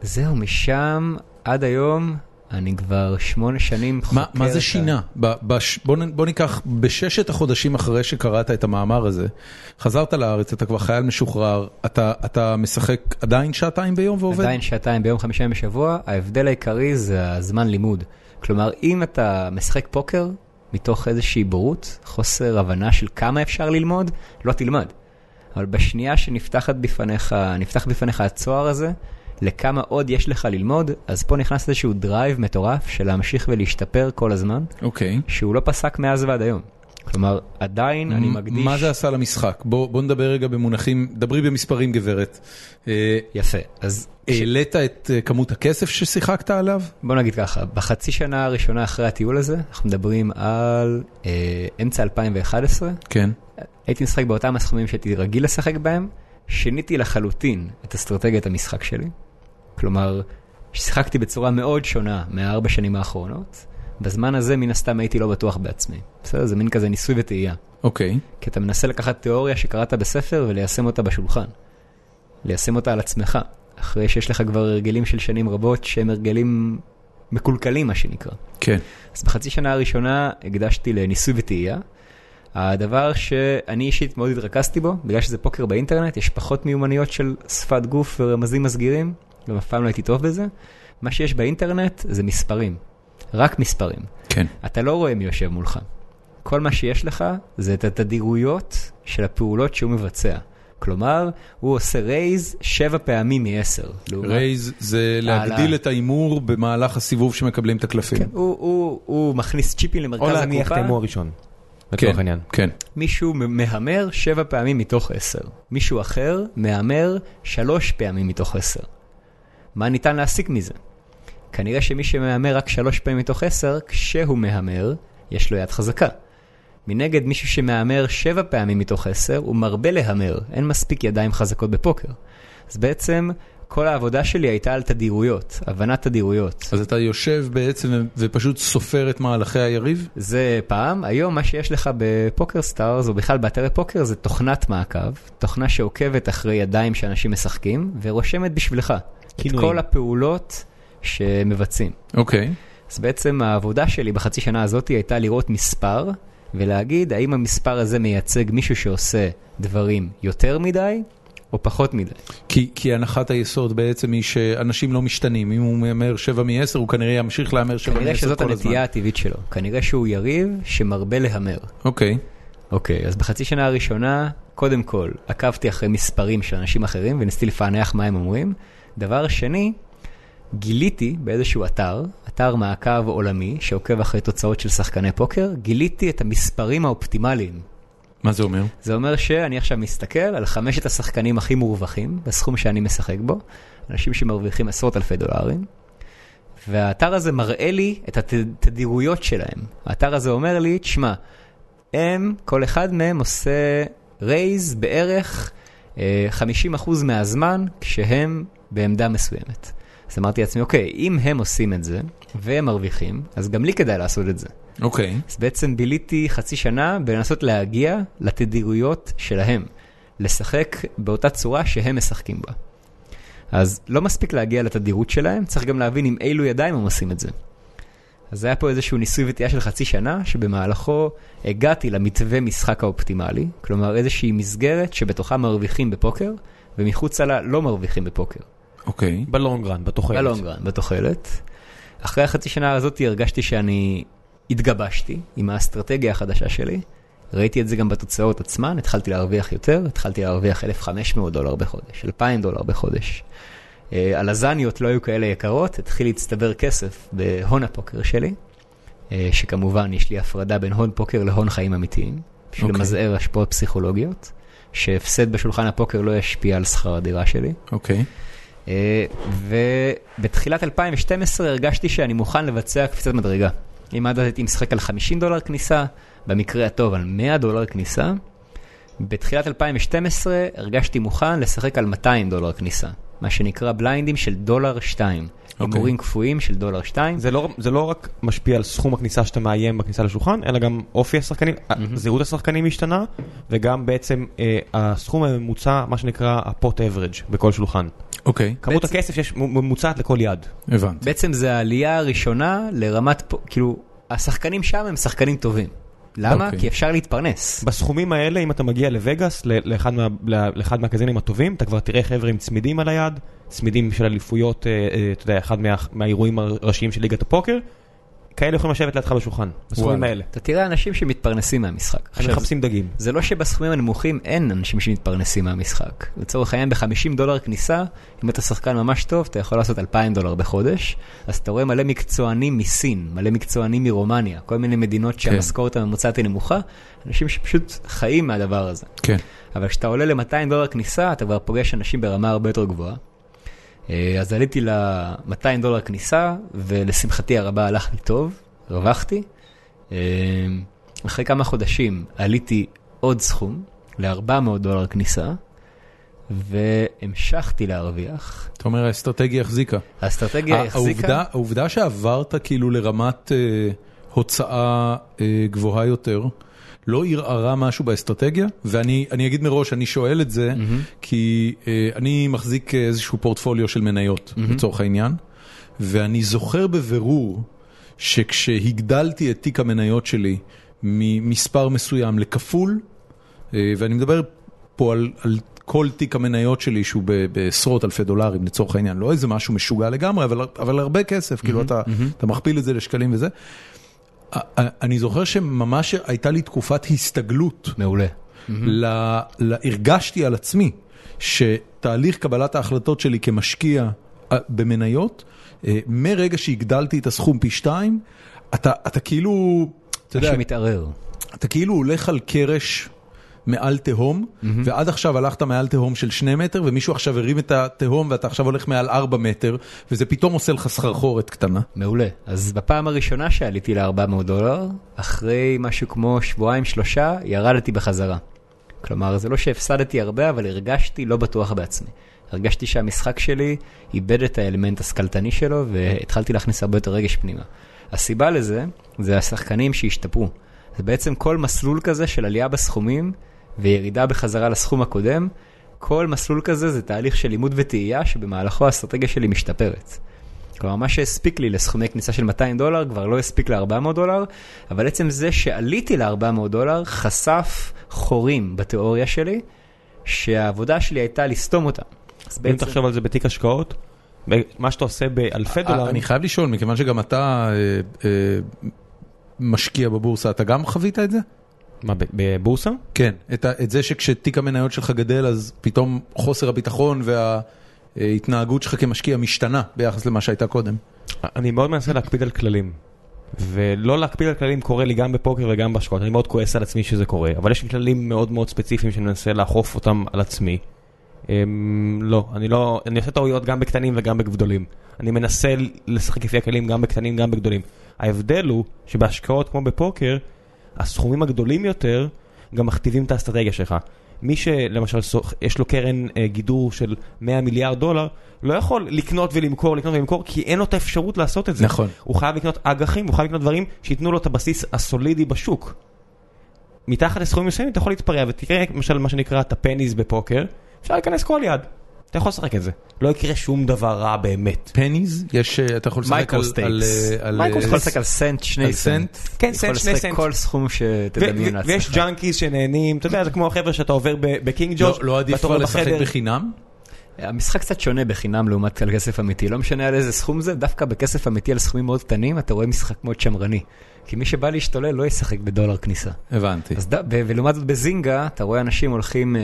[SPEAKER 3] וזהו, משם עד היום, אני כבר שמונה שנים חוקר
[SPEAKER 1] מה- מה
[SPEAKER 3] את
[SPEAKER 1] זה
[SPEAKER 3] ה-
[SPEAKER 1] שינה? ב- בש- בוא נ- בוא ניקח, בששת החודשים אחרי שקראת את המאמר הזה, חזרת לארץ, אתה כבר חייל משוחרר, אתה אתה משחק עדיין שעתיים ביום ועובד?
[SPEAKER 3] עדיין שעתיים ביום חמישה ימים בשבוע, ההבדל העיקרי זה הזמן לימוד. כלומר, אם אתה משחק פוקר מתוך איזושהי בורות, חוסר הבנה של כמה אפשר ללמוד, לא תלמד. אבל בשנייה שנפתח בפניך, נפתח בפניך הצוהר הזה, לכמה עוד יש לך ללמוד, אז פה נכנס איזשהו דרייב מטורף של להמשיך ולהשתפר כל הזמן,
[SPEAKER 1] אוקיי.
[SPEAKER 3] שהוא לא פסק מאז ועד היום. כלומר, עדיין אני
[SPEAKER 1] מ-
[SPEAKER 3] מקדיש...
[SPEAKER 1] מה זה עשה למשחק? בוא בוא נדבר רגע במונחים, דברי במספרים גברת. אה,
[SPEAKER 3] יפה. אז
[SPEAKER 1] העלית את אה, כמות הכסף ששיחקת עליו?
[SPEAKER 3] בוא נגיד ככה, בחצי שנה הראשונה אחרי הטיול הזה, אנחנו מדברים על אה, אמצע 2011,
[SPEAKER 1] כן.
[SPEAKER 3] הייתי משחק באותם הסכומים שהייתי רגיל לשחק בהם, שיניתי לחלוטין את אסטרטגיית המשחק שלי. כלומר, שיחקתי בצורה מאוד שונה מהארבע שנים האחרונות, בזמן הזה מן הסתם הייתי לא בטוח בעצמי. בסדר? זה מין כזה ניסוי וטעייה.
[SPEAKER 1] אוקיי.
[SPEAKER 3] כי אתה מנסה לקחת תיאוריה שקראת בספר וליישם אותה בשולחן. ליישם אותה על עצמך, אחרי שיש לך כבר הרגלים של שנים רבות שהם הרגלים מקולקלים, מה שנקרא.
[SPEAKER 1] כן.
[SPEAKER 3] אז בחצי שנה הראשונה הקדשתי לניסוי וטעייה. הדבר שאני אישית מאוד התרכזתי בו, בגלל שזה פוקר באינטרנט, יש פחות מיומנויות של שפת גוף ורמזים מסגירים, גם אף פעם לא הייתי טוב בזה. מה שיש באינטרנט זה מספרים, רק מספרים.
[SPEAKER 1] כן.
[SPEAKER 3] אתה לא רואה מי יושב מולך. כל מה שיש לך זה את התדירויות של הפעולות שהוא מבצע. כלומר, הוא עושה רייז שבע פעמים מעשר. לעומת-
[SPEAKER 1] רייז זה להגדיל
[SPEAKER 3] העלאה.
[SPEAKER 1] את ההימור במהלך הסיבוב שמקבלים את הקלפים.
[SPEAKER 3] כן, הוא, הוא, הוא מכניס צ'יפים
[SPEAKER 2] או
[SPEAKER 3] למרכז
[SPEAKER 2] להניח את
[SPEAKER 3] הקופה,
[SPEAKER 2] ההימור הראשון. לצורך העניין.
[SPEAKER 1] כן.
[SPEAKER 3] מישהו מהמר שבע פעמים מתוך עשר. מישהו אחר מהמר שלוש פעמים מתוך עשר. מה ניתן להסיק מזה? כנראה שמי שמהמר רק שלוש פעמים מתוך עשר, כשהוא מהמר, יש לו יד חזקה. מנגד, מישהו שמהמר שבע פעמים מתוך עשר, הוא מרבה להמר, אין מספיק ידיים חזקות בפוקר. אז בעצם, כל העבודה שלי הייתה על תדירויות, הבנת תדירויות.
[SPEAKER 1] אז אתה יושב בעצם ו- ופשוט סופר את מהלכי היריב?
[SPEAKER 3] זה פעם, היום מה שיש לך בפוקר סטארס, או בכלל באתרי פוקר, זה תוכנת מעקב, תוכנה שעוקבת אחרי ידיים שאנשים משחקים, ורושמת בשבילך את
[SPEAKER 2] כינויים.
[SPEAKER 3] כל הפעולות שמבצעים.
[SPEAKER 1] אוקיי.
[SPEAKER 3] אז בעצם העבודה שלי בחצי שנה הזאת הייתה לראות מספר, ולהגיד האם המספר הזה מייצג מישהו שעושה דברים יותר מדי, או פחות מדי.
[SPEAKER 1] כי, כי הנחת היסוד בעצם היא שאנשים לא משתנים. אם הוא מהמר 7 מ-10, הוא כנראה ימשיך להמר 7 מ-10 כל הזמן.
[SPEAKER 3] כנראה שזאת הנטייה הטבעית שלו, כנראה שהוא יריב שמרבה להמר.
[SPEAKER 1] אוקיי.
[SPEAKER 3] אוקיי, אז בחצי שנה הראשונה, קודם כל, עקבתי אחרי מספרים של אנשים אחרים וניסיתי לפענח מה הם אומרים. דבר שני, גיליתי באיזשהו אתר, אתר מעקב עולמי שעוקב אחרי תוצאות של שחקני פוקר, גיליתי את המספרים האופטימליים.
[SPEAKER 1] מה זה אומר?
[SPEAKER 3] זה אומר שאני עכשיו מסתכל על חמשת השחקנים הכי מורווחים בסכום שאני משחק בו, אנשים שמרוויחים עשרות אלפי דולרים, והאתר הזה מראה לי את התדירויות שלהם. האתר הזה אומר לי, תשמע, הם, כל אחד מהם עושה רייז בערך אה, 50% מהזמן כשהם בעמדה מסוימת. אז אמרתי לעצמי, אוקיי, אם הם עושים את זה והם מרוויחים, אז גם לי כדאי לעשות את זה.
[SPEAKER 1] אוקיי.
[SPEAKER 3] אז בעצם ביליתי חצי שנה בלנסות להגיע לתדירויות שלהם, לשחק באותה צורה שהם משחקים בה. אז לא מספיק להגיע לתדירות שלהם, צריך גם להבין עם אילו ידיים הם עושים את זה. אז היה פה איזשהו ניסוי וטעייה של חצי שנה, שבמהלכו הגעתי למתווה משחק האופטימלי, כלומר איזושהי מסגרת שבתוכה מרוויחים בפוקר, ומחוצה לה לא מרוויחים בפוקר.
[SPEAKER 1] אוקיי.
[SPEAKER 2] בלונגרן, בתוחלת.
[SPEAKER 3] בלונגרן, בתוחלת. אחרי החצי שנה הזאת הרגשתי שאני התגבשתי עם האסטרטגיה החדשה שלי. ראיתי את זה גם בתוצאות עצמן, התחלתי להרוויח יותר, התחלתי להרוויח 1,500 דולר בחודש, 2,000 דולר בחודש. אה, הלזניות לא היו כאלה יקרות, התחיל להצטבר כסף בהון הפוקר שלי, אה, שכמובן יש לי הפרדה בין הון פוקר להון חיים אמיתיים, בשביל
[SPEAKER 1] אוקיי.
[SPEAKER 3] למזער השפעות פסיכולוגיות, שהפסד בשולחן הפוקר לא ישפיע על שכר הדירה שלי.
[SPEAKER 1] אוקיי.
[SPEAKER 3] אה, ובתחילת 2012 הרגשתי שאני מוכן לבצע קפיצת מדרגה. אם עד אז הייתי משחק על 50 דולר כניסה, במקרה הטוב על 100 דולר כניסה, בתחילת 2012 הרגשתי מוכן לשחק על 200 דולר כניסה, מה שנקרא בליינדים של דולר 2,
[SPEAKER 1] אוקיי.
[SPEAKER 3] הימורים קפואים של דולר 2.
[SPEAKER 2] זה לא, זה לא רק משפיע על סכום הכניסה שאתה מאיים בכניסה לשולחן, אלא גם אופי השחקנים, mm-hmm. זהות השחקנים השתנה, וגם בעצם אה, הסכום הממוצע, מה שנקרא הפוט אברג' בכל שולחן.
[SPEAKER 1] אוקיי,
[SPEAKER 2] כמות
[SPEAKER 3] בעצם-
[SPEAKER 2] הכסף שיש מ- ממוצעת לכל יד.
[SPEAKER 1] הבנתי.
[SPEAKER 3] בעצם זה העלייה הראשונה לרמת, פו- כאילו, השחקנים שם הם שחקנים טובים. למה?
[SPEAKER 1] אוקיי.
[SPEAKER 3] כי אפשר להתפרנס.
[SPEAKER 2] בסכומים האלה, אם אתה מגיע לווגאס, ל- לאחד, מה, ל- לאחד מהקזינים הטובים, אתה כבר תראה חבר'ה עם צמידים על היד, צמידים של אליפויות, אה, אה, אתה יודע, אחד מה, מהאירועים הראשיים של ליגת הפוקר, כאלה יכולים לשבת לידך בשולחן, בסכומים
[SPEAKER 1] וואלה.
[SPEAKER 2] האלה.
[SPEAKER 3] אתה תראה אנשים שמתפרנסים מהמשחק.
[SPEAKER 2] הם
[SPEAKER 3] עכשיו,
[SPEAKER 2] מחפשים דגים.
[SPEAKER 3] זה לא שבסכומים הנמוכים אין אנשים שמתפרנסים מהמשחק. לצורך העניין ב-50 דולר כניסה, אם אתה שחקן ממש טוב, אתה יכול לעשות 2,000 דולר בחודש. אז אתה רואה מלא מקצוענים מסין, מלא מקצוענים מרומניה, כל מיני מדינות שהמשכורת הממוצעת היא נמוכה, אנשים שפשוט חיים מהדבר הזה.
[SPEAKER 1] כן.
[SPEAKER 3] אבל כשאתה עולה ל-200 דולר כניסה, אתה כבר פוגש אנשים ברמה הרבה יותר גבוהה. אה, אז עליתי ל-200 דולר כניסה, ולשמחתי הרבה הלך לי טוב, הרווחתי. אה, אחרי כמה חודשים עליתי עוד סכום, ל-400 דולר כניסה, והמשכתי להרוויח.
[SPEAKER 1] אתה אומר האסטרטגיה החזיקה.
[SPEAKER 3] האסטרטגיה
[SPEAKER 1] ה-
[SPEAKER 3] החזיקה...
[SPEAKER 1] העובדה- העובדה שעברת כאילו לרמת אה, הוצאה אה, גבוהה יותר, לא ערערה משהו באסטרטגיה? ואני אני אגיד מראש, אני שואל את זה, כי אה, אני מחזיק איזשהו פורטפוליו של מניות, לצורך העניין, ואני זוכר בבירור שכשהגדלתי את תיק המניות שלי ממספר מסוים לכפול, אה, ואני מדבר פה על, על כל תיק המניות שלי שהוא ב, בעשרות אלפי דולרים לצורך העניין, לא איזה משהו משוגע לגמרי, אבל, אבל הרבה כסף, כאילו אתה, אתה מכפיל את זה לשקלים וזה. א- א- אני זוכר שממש הייתה לי תקופת הסתגלות,
[SPEAKER 3] מעולה.
[SPEAKER 1] ל, ל, הרגשתי על עצמי שתהליך קבלת ההחלטות שלי כמשקיע אה, במניות, אה, מרגע שהגדלתי את הסכום פי שתיים, אתה, אתה כאילו, אתה יודע,
[SPEAKER 3] משהו מתערער.
[SPEAKER 1] אתה כאילו הולך על קרש מעל תהום, ועד עכשיו הלכת מעל תהום של שני מטר, ומישהו עכשיו הרים את התהום ואתה עכשיו הולך מעל ארבע מטר, וזה פתאום עושה לך סחרחורת קטנה.
[SPEAKER 3] מעולה. אז בפעם הראשונה שעליתי ל-400 דולר, אחרי משהו כמו שבועיים שלושה, ירדתי בחזרה. כלומר, זה לא שהפסדתי הרבה, אבל הרגשתי לא בטוח בעצמי. הרגשתי שהמשחק שלי איבד את האלמנט השכלתני שלו, והתחלתי להכניס הרבה יותר רגש פנימה. הסיבה לזה, זה השחקנים שהשתפרו. זה בעצם כל מסלול כזה של עלייה בסכומים, וירידה בחזרה לסכום הקודם, כל מסלול כזה זה תהליך של לימוד וטעייה, שבמהלכו האסטרטגיה שלי משתפרת. כלומר, מה שהספיק לי לסכומי כניסה של 200 דולר כבר לא הספיק ל-400 דולר, אבל עצם זה שעליתי ל-400 דולר חשף חורים בתיאוריה שלי, שהעבודה שלי הייתה לסתום אותם. אז
[SPEAKER 2] אם
[SPEAKER 3] בעצם,
[SPEAKER 2] תחשוב על זה בתיק השקעות, ב- מה שאתה עושה באלפי
[SPEAKER 1] אה,
[SPEAKER 2] דולרים,
[SPEAKER 1] אני חייב לשאול, מכיוון שגם אתה אה, אה, משקיע בבורסה, אתה גם חווית את זה?
[SPEAKER 2] מה, ב- בבורסה?
[SPEAKER 1] כן. את, ה- את זה שכשתיק המניות שלך גדל, אז פתאום חוסר הביטחון וההתנהגות שלך כמשקיע משתנה ביחס למה שהייתה קודם.
[SPEAKER 2] אני מאוד מנסה להקפיד על כללים. ולא להקפיד על כללים קורה לי גם בפוקר וגם בהשקעות, אני מאוד כועס על עצמי שזה קורה, אבל יש לי כללים מאוד מאוד ספציפיים שאני מנסה לאכוף אותם על עצמי. אמ, לא, אני לא, אני עושה טעויות גם בקטנים וגם בגדולים. אני מנסה לשחק לפי הכלים גם בקטנים גם בגדולים. ההבדל הוא שבהשקעות כמו בפוקר, הסכומים הגדולים יותר גם מכתיבים את האסטרטגיה שלך. מי שלמשל סוח- יש לו קרן אה, גידור של 100 מיליארד דולר, לא יכול לקנות ולמכור, לקנות ולמכור, כי אין לו את האפשרות לעשות את זה.
[SPEAKER 1] נכון.
[SPEAKER 2] הוא חייב לקנות אג"חים, הוא חייב לקנות דברים שייתנו לו את הבסיס הסולידי בשוק. מתחת לסכומים מסוימים אתה יכול להתפרע, ותראה למשל מה שנקרא את הפניז בפוקר, אפשר להיכנס כל יד. אתה יכול לשחק את זה. לא יקרה שום דבר רע באמת.
[SPEAKER 1] פניז, יש, אה, אתה יכול לשחק על...
[SPEAKER 3] מייקרוסטייקס.
[SPEAKER 1] על, אה, על,
[SPEAKER 3] מייקרוס
[SPEAKER 1] אה,
[SPEAKER 3] יכול לשחק על סנט, שני
[SPEAKER 1] על
[SPEAKER 3] סנט.
[SPEAKER 1] סנט.
[SPEAKER 2] כן,
[SPEAKER 3] יכול
[SPEAKER 2] סנט, שני
[SPEAKER 3] לשחק
[SPEAKER 2] סנט.
[SPEAKER 3] כל סכום שתדמיין
[SPEAKER 2] ו- ו- ויש
[SPEAKER 3] לעצמך.
[SPEAKER 2] ג'אנקיז שנהנים, אתה יודע, זה כמו החבר'ה שאתה עובר ב- בקינג
[SPEAKER 1] לא-
[SPEAKER 2] ג'ורג'
[SPEAKER 1] לא עדיף
[SPEAKER 2] ואתה
[SPEAKER 1] כבר
[SPEAKER 2] עובר
[SPEAKER 1] לשחק
[SPEAKER 2] בחדר.
[SPEAKER 1] בחינם?
[SPEAKER 3] המשחק קצת שונה בחינם לעומת על כסף אמיתי, לא משנה על איזה סכום זה, דווקא בכסף אמיתי על סכומים מאוד קטנים אתה רואה משחק מאוד שמרני. כי מי שבא להשתולל לא ישחק בדולר כניסה.
[SPEAKER 1] הבנתי.
[SPEAKER 3] אז ד... ו- ולעומת זאת בזינגה, אתה רואה אנשים הולכים... אה,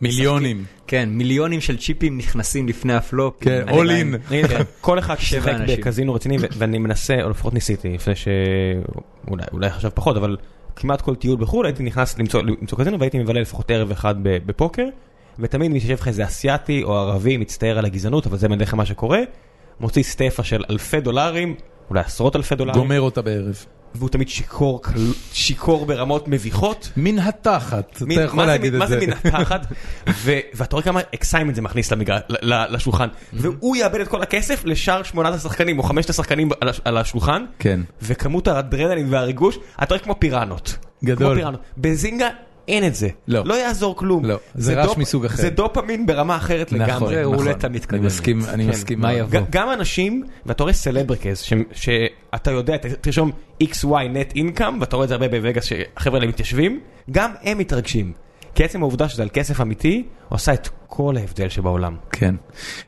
[SPEAKER 1] מיליונים.
[SPEAKER 3] כן, מיליונים של צ'יפים נכנסים לפני הפלופ.
[SPEAKER 1] כן,
[SPEAKER 3] אני
[SPEAKER 1] all
[SPEAKER 3] עדיין-
[SPEAKER 1] in.
[SPEAKER 2] אני אגיד לך, כל אחד
[SPEAKER 3] שבע
[SPEAKER 2] ששיחק
[SPEAKER 3] אנשים.
[SPEAKER 2] בקזינו רציני, ו- ואני מנסה, או לפחות ניסיתי, לפני ש... אולי- אולי עכשיו פחות, אבל כמעט כל טיול בחו"ל הייתי נכנס למצוא למצוא קזינו והייתי מבלה לפחות ערב אחד ב- בפוקר, ותמיד מי שיושב לך איזה אסיאתי או ערבי מצטער על הגזענות, אבל זה בדרך כלל מה שקורה, מוציא סטפה של אלפי דולרים, אולי עשרות אלפי דולרים,
[SPEAKER 1] גומר אותה בערב.
[SPEAKER 2] והוא תמיד שיכור, כל- שיכור ברמות מביכות.
[SPEAKER 1] מן התחת, אתה
[SPEAKER 2] מין-
[SPEAKER 1] יכול
[SPEAKER 2] מה זה
[SPEAKER 1] להגיד
[SPEAKER 2] מין-
[SPEAKER 1] את
[SPEAKER 2] מה
[SPEAKER 1] זה.
[SPEAKER 2] זה מן התחת? ו- ואתה רואה כמה אקסיימנט זה מכניס למגרש- ל- ל- לשולחן. והוא יאבד את כל הכסף לשאר שמונת השחקנים או חמשת השחקנים על הש- על השולחן.
[SPEAKER 1] כן.
[SPEAKER 2] וכמות האדרנלין והריגוש, אתה רואה כמו פיראנות.
[SPEAKER 1] גדול.
[SPEAKER 2] כמו פיראנות. בזינגה אין את זה.
[SPEAKER 1] לא.
[SPEAKER 2] לא יעזור כלום.
[SPEAKER 1] לא, זה רעש מסוג אחר.
[SPEAKER 2] זה דופמין ברמה אחרת
[SPEAKER 1] נכון,
[SPEAKER 2] לגמרי.
[SPEAKER 3] זה
[SPEAKER 1] נכון.
[SPEAKER 3] רולטה מתקדמת.
[SPEAKER 1] אני מסכים, אני
[SPEAKER 2] כן.
[SPEAKER 1] מסכים.
[SPEAKER 3] מה
[SPEAKER 1] מאוד.
[SPEAKER 3] יבוא?
[SPEAKER 2] ג- גם אנשים, ואתה רואה סלברקז, ש- שאתה יודע, ת- תרשום XY net income, ואתה רואה את זה הרבה בווגאס, שהחבר'ה האלה מתיישבים, גם הם מתרגשים. כי עצם העובדה שזה על כסף אמיתי, עושה את כל ההבדל שבעולם.
[SPEAKER 1] כן.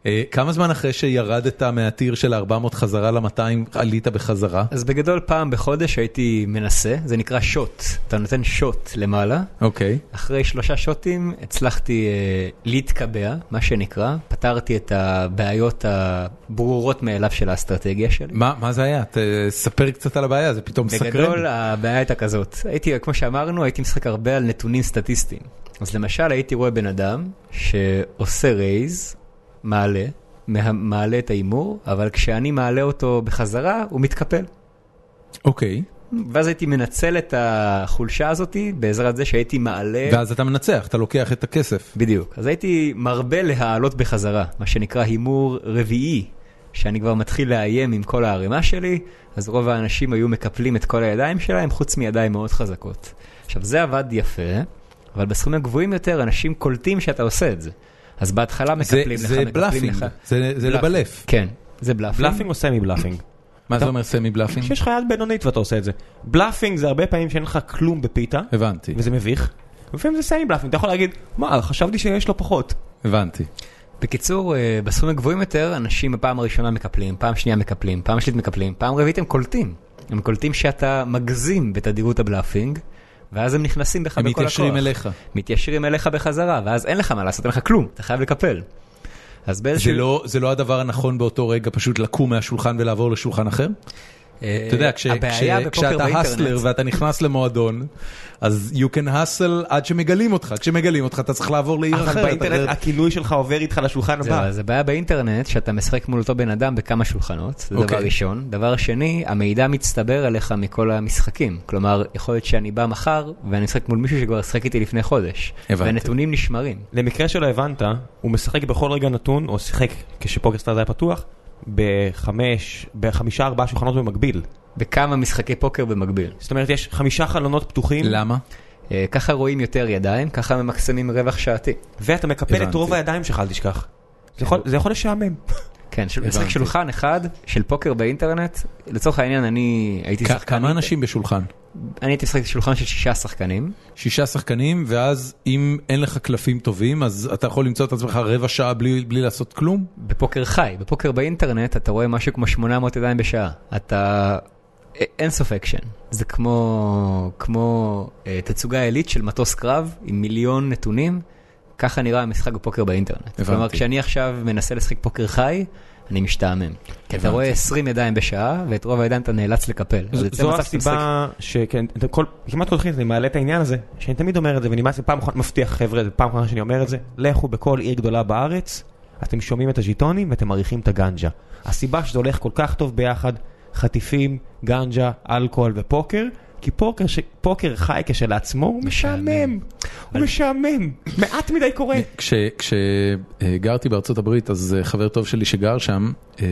[SPEAKER 1] אה, כמה זמן אחרי שירדת מהטיר של ה-400 חזרה ל-200 עלית בחזרה?
[SPEAKER 3] אז בגדול פעם בחודש הייתי מנסה, זה נקרא שוט. אתה נותן שוט למעלה,
[SPEAKER 1] אוקיי.
[SPEAKER 3] אחרי שלושה שוטים הצלחתי אה, להתקבע, מה שנקרא, פתרתי את הבעיות הברורות מאליו של האסטרטגיה שלי.
[SPEAKER 1] מה מה זה היה? ת- ספר קצת על הבעיה, זה פתאום
[SPEAKER 3] בגדול
[SPEAKER 1] סקרן.
[SPEAKER 3] הבעיה הייתה כזאת, הייתי, כמו שאמרנו, הייתי משחק הרבה על נתונים סטטיסטיים. אז למשל הייתי רואה בן אדם שעושה רייז, מעלה, מה- מעלה את ההימור, אבל כשאני מעלה אותו בחזרה, הוא מתקפל.
[SPEAKER 1] אוקיי.
[SPEAKER 3] ואז הייתי מנצל את החולשה הזאתי בעזרת זה שהייתי מעלה...
[SPEAKER 2] אה,
[SPEAKER 1] ואז אתה מנצח, אתה לוקח את הכסף.
[SPEAKER 3] בדיוק. אז הייתי מרבה להעלות בחזרה, מה שנקרא הימור רביעי, שאני כבר מתחיל לאיים עם כל הערימה שלי, אז רוב האנשים היו מקפלים את כל הידיים שלהם, חוץ מידיים מאוד חזקות. עכשיו, זה עבד יפה, אבל בסכומים גבוהים יותר, אנשים קולטים שאתה עושה את זה. אז בהתחלה
[SPEAKER 1] זה
[SPEAKER 3] מקפלים לך,
[SPEAKER 1] זה
[SPEAKER 3] מקפלים
[SPEAKER 1] בלאפינג,
[SPEAKER 3] לך.
[SPEAKER 1] זה- זה לבלף.
[SPEAKER 3] כן, זה בלאפינג.
[SPEAKER 2] בלאפינג או סמי בלאפינג?
[SPEAKER 1] מה זה אומר סמי בלאפינג?
[SPEAKER 2] שיש לך יד בינונית ואתה עושה את זה. בלאפינג זה הרבה פעמים שאין לך כלום בפיתה,
[SPEAKER 1] הבנתי,
[SPEAKER 2] וזה מביך. ולפעמים זה סמי בלאפינג, אתה יכול להגיד, מה, חשבתי שיש לו פחות.
[SPEAKER 1] הבנתי.
[SPEAKER 3] בקיצור, אה, בסכומים הגבוהים יותר, אנשים בפעם הראשונה מקפלים, פעם שנייה מקפלים, פעם שלישית מקפלים, פעם רביעית הם קולטים. הם קולטים שאתה מגזים בתדירות הבלאפינג, ואז הם נכנסים בך
[SPEAKER 1] הם
[SPEAKER 3] בכל הכוח.
[SPEAKER 1] מתיישרים אליך.
[SPEAKER 3] מתיישרים אליך בחזרה, ואז אין לך מה לעשות, אין לך כלום, אתה חייב לקפל. אז באיזשהו...
[SPEAKER 1] זה לא- זה לא הדבר הנכון באותו רגע פשוט לקום מהשולחן ולעבור לשולחן אחר?
[SPEAKER 3] אה,
[SPEAKER 1] אתה יודע, כש-
[SPEAKER 3] הבעיה
[SPEAKER 1] כש-
[SPEAKER 3] בפוקר
[SPEAKER 1] כשאתה
[SPEAKER 3] באינטרנט-
[SPEAKER 1] הסלר ואתה נכנס למועדון, אז you can hustle עד שמגלים אותך. כשמגלים אותך אתה צריך לעבור לעיר אחרת.
[SPEAKER 2] אבל באינטרנט
[SPEAKER 1] אחרת-
[SPEAKER 2] הכינוי שלך עובר איתך לשולחן
[SPEAKER 3] זהו,
[SPEAKER 2] הבא.
[SPEAKER 3] אז הבעיה באינטרנט, שאתה משחק מול אותו בן אדם בכמה שולחנות, זה
[SPEAKER 1] אוקיי.
[SPEAKER 3] דבר ראשון. דבר שני, המידע מצטבר עליך מכל המשחקים. כלומר, יכול להיות שאני בא מחר, ואני משחק מול מישהו שכבר שחק איתי לפני חודש.
[SPEAKER 1] הבנתי.
[SPEAKER 3] והנתונים נשמרים.
[SPEAKER 2] למקרה שלא הבנת, הוא משחק בכל רגע נתון, או שיחק כשפוקרסטארט היה פתוח, בחמש, בחמישה ארבעה שולחנות במקביל.
[SPEAKER 3] בכמה משחקי פוקר במקביל.
[SPEAKER 2] זאת אומרת, יש חמישה חלונות פתוחים,
[SPEAKER 1] למה?
[SPEAKER 3] אה, ככה רואים יותר ידיים, ככה ממקסמים רווח שעתי.
[SPEAKER 2] ואתה מקפל את
[SPEAKER 1] הבנתי.
[SPEAKER 2] רוב הידיים שלך, אל תשכח. זה יכול- זה יכול לשעמם.
[SPEAKER 3] כן, של-
[SPEAKER 1] הבנתי.
[SPEAKER 3] משחק שולחן אחד של פוקר באינטרנט. לצורך העניין, אני הייתי
[SPEAKER 1] כ-
[SPEAKER 3] שחקן...
[SPEAKER 1] כמה אנשים בשולחן?
[SPEAKER 3] אני הייתי משחק שולחן של שישה שחקנים.
[SPEAKER 1] שישה שחקנים, ואז אם אין לך קלפים טובים, אז אתה יכול למצוא את עצמך רבע שעה בלי, בלי לעשות כלום?
[SPEAKER 3] בפוקר חי, בפוקר באינטרנט אתה רואה משהו כמו 800 ידיים בשעה. אתה... א- אין סוף אקשן. זה כמו, כמו אה, תצוגה עילית של מטוס קרב עם מיליון נתונים, ככה נראה המשחק בפוקר באינטרנט.
[SPEAKER 1] הבנתי.
[SPEAKER 3] כלומר, כשאני עכשיו מנסה לשחק פוקר חי, אני משתעמם. כי אתה רואה 20 ידיים בשעה, ואת רוב הידיים אתה נאלץ לקפל. אז
[SPEAKER 2] ז-
[SPEAKER 3] יוצא
[SPEAKER 2] זו
[SPEAKER 3] מצב שאתה משחק-
[SPEAKER 2] הסיבה שכן, אתה כל- כמעט כל תוכנית אני מעלה את העניין הזה, שאני תמיד אומר את זה, ונמאס לי פעם אחת מבטיח חבר'ה, זה פעם אחרונה שאני אומר את זה, לכו בכל עיר גדולה בארץ, אתם שומעים את הז'יטונים ואתם מריחים את הגנג'ה. הסיבה שזה הולך כל כך טוב ביחד, חטיפים, גנג'ה, אלכוהול ופוקר, כי פוקר, ש... פוקר חי כשלעצמו, הוא משעמם, הוא משעמם, מעט מדי קורה.
[SPEAKER 1] כשגרתי בארצות הברית, אז אה, חבר טוב שלי שגר שם, אה,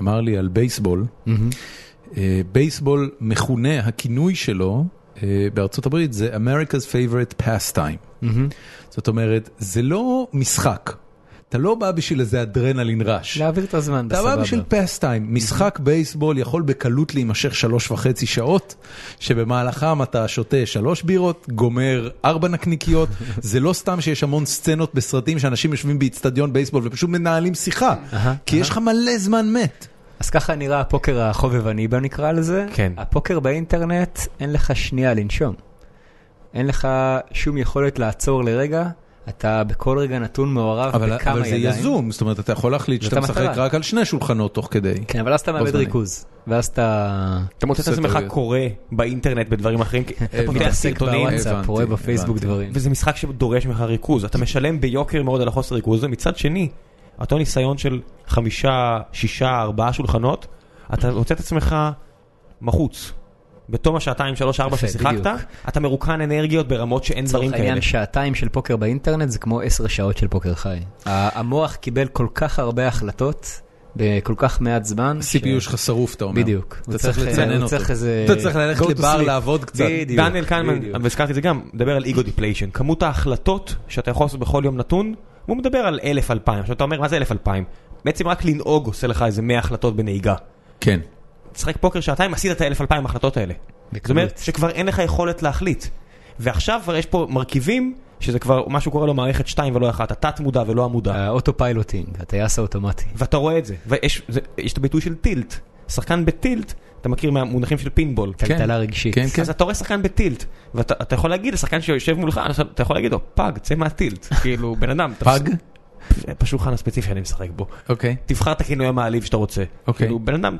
[SPEAKER 1] אמר לי על בייסבול. אה, בייסבול מכונה, הכינוי שלו אה, בארצות הברית זה America's favorite pastime. זאת אומרת, זה לא משחק. אתה לא בא בשביל איזה אדרנלין רש.
[SPEAKER 3] להעביר את הזמן
[SPEAKER 1] אתה
[SPEAKER 3] בסבבה.
[SPEAKER 1] בא בשביל פסטיים, משחק בייסבול יכול בקלות להימשך שלוש וחצי שעות, שבמהלכם אתה שותה שלוש בירות, גומר ארבע נקניקיות, זה לא סתם שיש המון סצנות בסרטים שאנשים יושבים באיצטדיון בייסבול ופשוט מנהלים שיחה,
[SPEAKER 3] אהה,
[SPEAKER 1] כי יש לך מלא זמן מת.
[SPEAKER 3] אז ככה נראה הפוקר החובבני, בוא נקרא לזה.
[SPEAKER 2] כן.
[SPEAKER 3] הפוקר באינטרנט, אין לך שנייה לנשום. אין לך שום יכולת לעצור לרגע, אתה בכל רגע נתון מעורב
[SPEAKER 1] אבל,
[SPEAKER 3] בכמה
[SPEAKER 1] אבל זה
[SPEAKER 3] ידיים.
[SPEAKER 1] יזום, זאת אומרת אתה יכול להחליט שאתה
[SPEAKER 3] זאת
[SPEAKER 1] משחק
[SPEAKER 3] המטרה.
[SPEAKER 1] רק על שני שולחנות תוך כדי.
[SPEAKER 3] כן, אבל אז אתה מאבד
[SPEAKER 1] זמני.
[SPEAKER 3] ריכוז, ואז אתה
[SPEAKER 2] אתה מוצא את עצמך
[SPEAKER 1] בסדר.
[SPEAKER 2] קורא באינטרנט בדברים אחרים, כי
[SPEAKER 3] אה,
[SPEAKER 2] אתה פותח
[SPEAKER 3] מתעסק
[SPEAKER 2] סרטונים,
[SPEAKER 3] בוואטסאפ,
[SPEAKER 1] הבנתי,
[SPEAKER 3] רואה בפייסבוק
[SPEAKER 1] הבנתי.
[SPEAKER 3] דברים.
[SPEAKER 2] וזה משחק שדורש ממך ריכוז, אתה משלם ביוקר מאוד על החוסר ריכוז, ומצד שני, אותו ניסיון של חמישה, שישה, ארבעה שולחנות, אתה מוצא את עצמך מחוץ. בתום השעתיים, שלוש, ארבע
[SPEAKER 3] יפה,
[SPEAKER 2] ששיחקת,
[SPEAKER 3] בדיוק.
[SPEAKER 2] אתה מרוקן אנרגיות ברמות שאין דברים
[SPEAKER 3] לצורך
[SPEAKER 2] כאלה.
[SPEAKER 3] העניין שעתיים של פוקר באינטרנט זה כמו עשר שעות של פוקר חי. ה- המוח קיבל כל כך הרבה החלטות בכל כך מעט זמן. ש-
[SPEAKER 1] ה-CPU שלך שרוף אתה אומר.
[SPEAKER 3] בדיוק.
[SPEAKER 1] אתה צריך לצנן
[SPEAKER 3] הוא
[SPEAKER 1] אותו.
[SPEAKER 3] צריך איזה...
[SPEAKER 1] אתה צריך ללכת
[SPEAKER 3] go to
[SPEAKER 1] לבר
[SPEAKER 3] sleep.
[SPEAKER 1] לעבוד קצת.
[SPEAKER 3] בדיוק.
[SPEAKER 2] דניאל קנמן,
[SPEAKER 3] בדיוק.
[SPEAKER 2] והזכרתי את זה גם, מדבר על איגו דיפליישן, כמות ההחלטות שאתה יכול לעשות בכל יום נתון, הוא מדבר על אלף אלפיים, עכשיו אתה אומר מה זה אלף אלפיים? בעצם רק לנהוג עושה לך איזה מאה החלטות בנהיגה.
[SPEAKER 1] כן.
[SPEAKER 2] תשחק פוקר שעתיים, עשית את האלף אלפיים ההחלטות האלה.
[SPEAKER 3] בקלות.
[SPEAKER 2] זאת אומרת שכבר אין לך יכולת להחליט. ועכשיו כבר יש פה מרכיבים, שזה כבר מה שהוא קורא לו מערכת שתיים ולא אחת, התת מודע ולא המודע.
[SPEAKER 3] האוטופיילוטינג, אה, הטייס האוטומטי.
[SPEAKER 2] ואתה רואה את זה, ויש זה- יש את הביטוי של טילט. שחקן בטילט, אתה מכיר מהמונחים של פינבול.
[SPEAKER 1] כן.
[SPEAKER 3] טלטלה רגשית.
[SPEAKER 1] כן, כן.
[SPEAKER 2] אז אתה רואה שחקן בטילט, ואתה אתה יכול להגיד לשחקן שיושב מולך, אתה- אתה יכול להגיד לו, פג, צא מהטילט. כאילו, בן אדם, אתה-
[SPEAKER 1] פג?
[SPEAKER 2] פשוט חן הספציפי שאני משחק בו.
[SPEAKER 1] אוקיי.
[SPEAKER 2] תבחר את הכינוי המעליב שאתה רוצה.
[SPEAKER 1] אוקיי.
[SPEAKER 2] כאילו, בן אדם,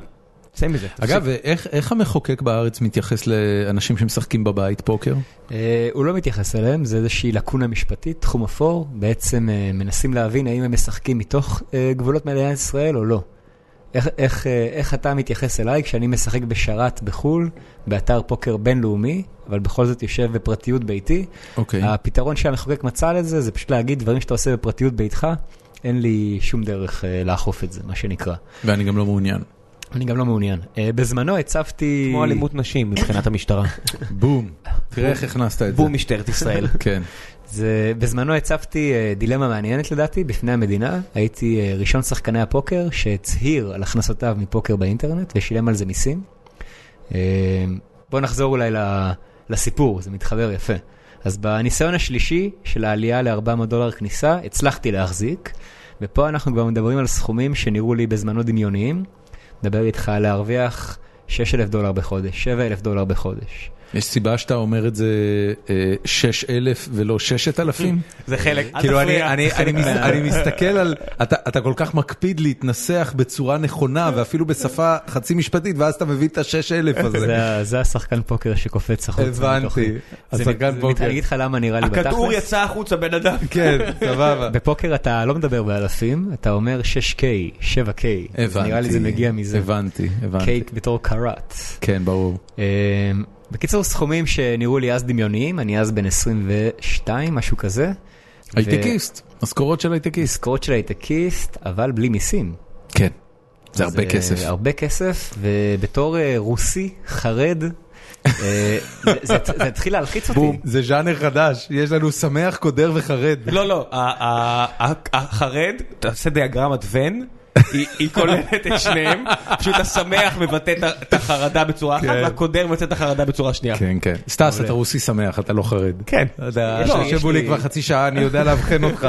[SPEAKER 2] צא מזה.
[SPEAKER 1] אגב, איך, איך המחוקק בארץ מתייחס לאנשים שמשחקים בבית פוקר?
[SPEAKER 3] אה, הוא לא מתייחס אליהם, זה איזושהי לקונה משפטית, תחום אפור, בעצם אה, מנסים להבין האם הם משחקים מתוך אה, גבולות מדינת ישראל או לא. איך, איך, אה, איך אתה מתייחס אליי כשאני משחק בשרת בחו"ל, באתר פוקר בינלאומי, אבל בכל זאת יושב בפרטיות ביתי?
[SPEAKER 1] אוקיי.
[SPEAKER 3] הפתרון שהמחוקק מצא לזה זה פשוט להגיד דברים שאתה עושה בפרטיות ביתך, אין לי שום דרך אה, לאכוף את זה, מה שנקרא.
[SPEAKER 1] ואני גם לא מעוניין.
[SPEAKER 3] אני גם לא מעוניין. אה, בזמנו הצבתי...
[SPEAKER 1] אה,
[SPEAKER 2] כמו אלימות נשים מבחינת המשטרה.
[SPEAKER 1] בום. תראה איך הכנסת את זה.
[SPEAKER 2] בום משטרת ישראל.
[SPEAKER 1] כן.
[SPEAKER 3] זה, בזמנו הצבתי אה, דילמה מעניינת לדעתי בפני המדינה. הייתי אה, ראשון שחקני הפוקר שהצהיר על הכנסותיו מפוקר באינטרנט ושילם על זה מיסים. אה, בואו נחזור אולי ל- לסיפור, זה מתחבר יפה. אז בניסיון השלישי של העלייה ל-400 דולר כניסה, הצלחתי להחזיק, ופה אנחנו כבר מדברים על סכומים שנראו לי בזמנו דמיוניים. מדבר איתך על להרוויח 6,000 דולר בחודש, 7,000 דולר בחודש.
[SPEAKER 1] יש סיבה שאתה אומר את זה אה, 6,000 ולא 6,000?
[SPEAKER 2] זה חלק, אל
[SPEAKER 1] כאילו אני,
[SPEAKER 2] תפריע.
[SPEAKER 1] אני, אני, מס, אני מסתכל על, אתה, אתה כל כך מקפיד להתנסח בצורה נכונה ואפילו בשפה חצי משפטית ואז אתה מביא את השש אלף הזה.
[SPEAKER 3] זה ה- זה השחקן פוקר שקופץ החוצה.
[SPEAKER 1] הבנתי.
[SPEAKER 3] מתוכי. זה
[SPEAKER 1] השחקן
[SPEAKER 3] מת-
[SPEAKER 1] פוקר.
[SPEAKER 3] אני אגיד לך למה נראה לי
[SPEAKER 2] הכדור
[SPEAKER 3] בתכלס.
[SPEAKER 2] יצא החוצה, בן אדם.
[SPEAKER 1] כן, סבבה.
[SPEAKER 3] בפוקר אתה לא מדבר באלפים, אתה אומר 6K, 7K. אז
[SPEAKER 1] הבנתי.
[SPEAKER 3] נראה לי זה מגיע מזה.
[SPEAKER 1] הבנתי, הבנתי.
[SPEAKER 3] קייק בתור קראט.
[SPEAKER 1] כן, ברור.
[SPEAKER 3] אמ, בקיצור, סכומים שנראו לי אז דמיוניים, אני אז בן 22, משהו כזה.
[SPEAKER 1] הייטקיסט, משכורות של הייטקיסט.
[SPEAKER 3] משכורות של הייטקיסט, אבל בלי מיסים.
[SPEAKER 1] כן. זה הרבה
[SPEAKER 3] אז,
[SPEAKER 1] כסף.
[SPEAKER 3] אה, הרבה כסף, ובתור אה, רוסי, חרד, אה, זה- זה זה התחיל להלחיץ אותי.
[SPEAKER 1] בום. זה ז'אנר חדש, יש לנו שמח, קודר וחרד.
[SPEAKER 2] לא, לא, ה- ה- ה- החרד, תעשה דיאגרמת ון. היא- היא כוללת את שניהם, פשוט השמח מבטא את ה- את החרדה בצורה אחת,
[SPEAKER 1] כן.
[SPEAKER 2] והקודר מבטא את החרדה בצורה שנייה.
[SPEAKER 1] כן, כן. סטס, אתה רוסי שמח, אתה לא חרד.
[SPEAKER 2] כן.
[SPEAKER 1] אתה
[SPEAKER 3] לא,
[SPEAKER 2] יש לי,
[SPEAKER 1] יושב
[SPEAKER 2] יש
[SPEAKER 1] מולי
[SPEAKER 2] לי.
[SPEAKER 1] כבר חצי שעה, אני יודע לאבחן אותך.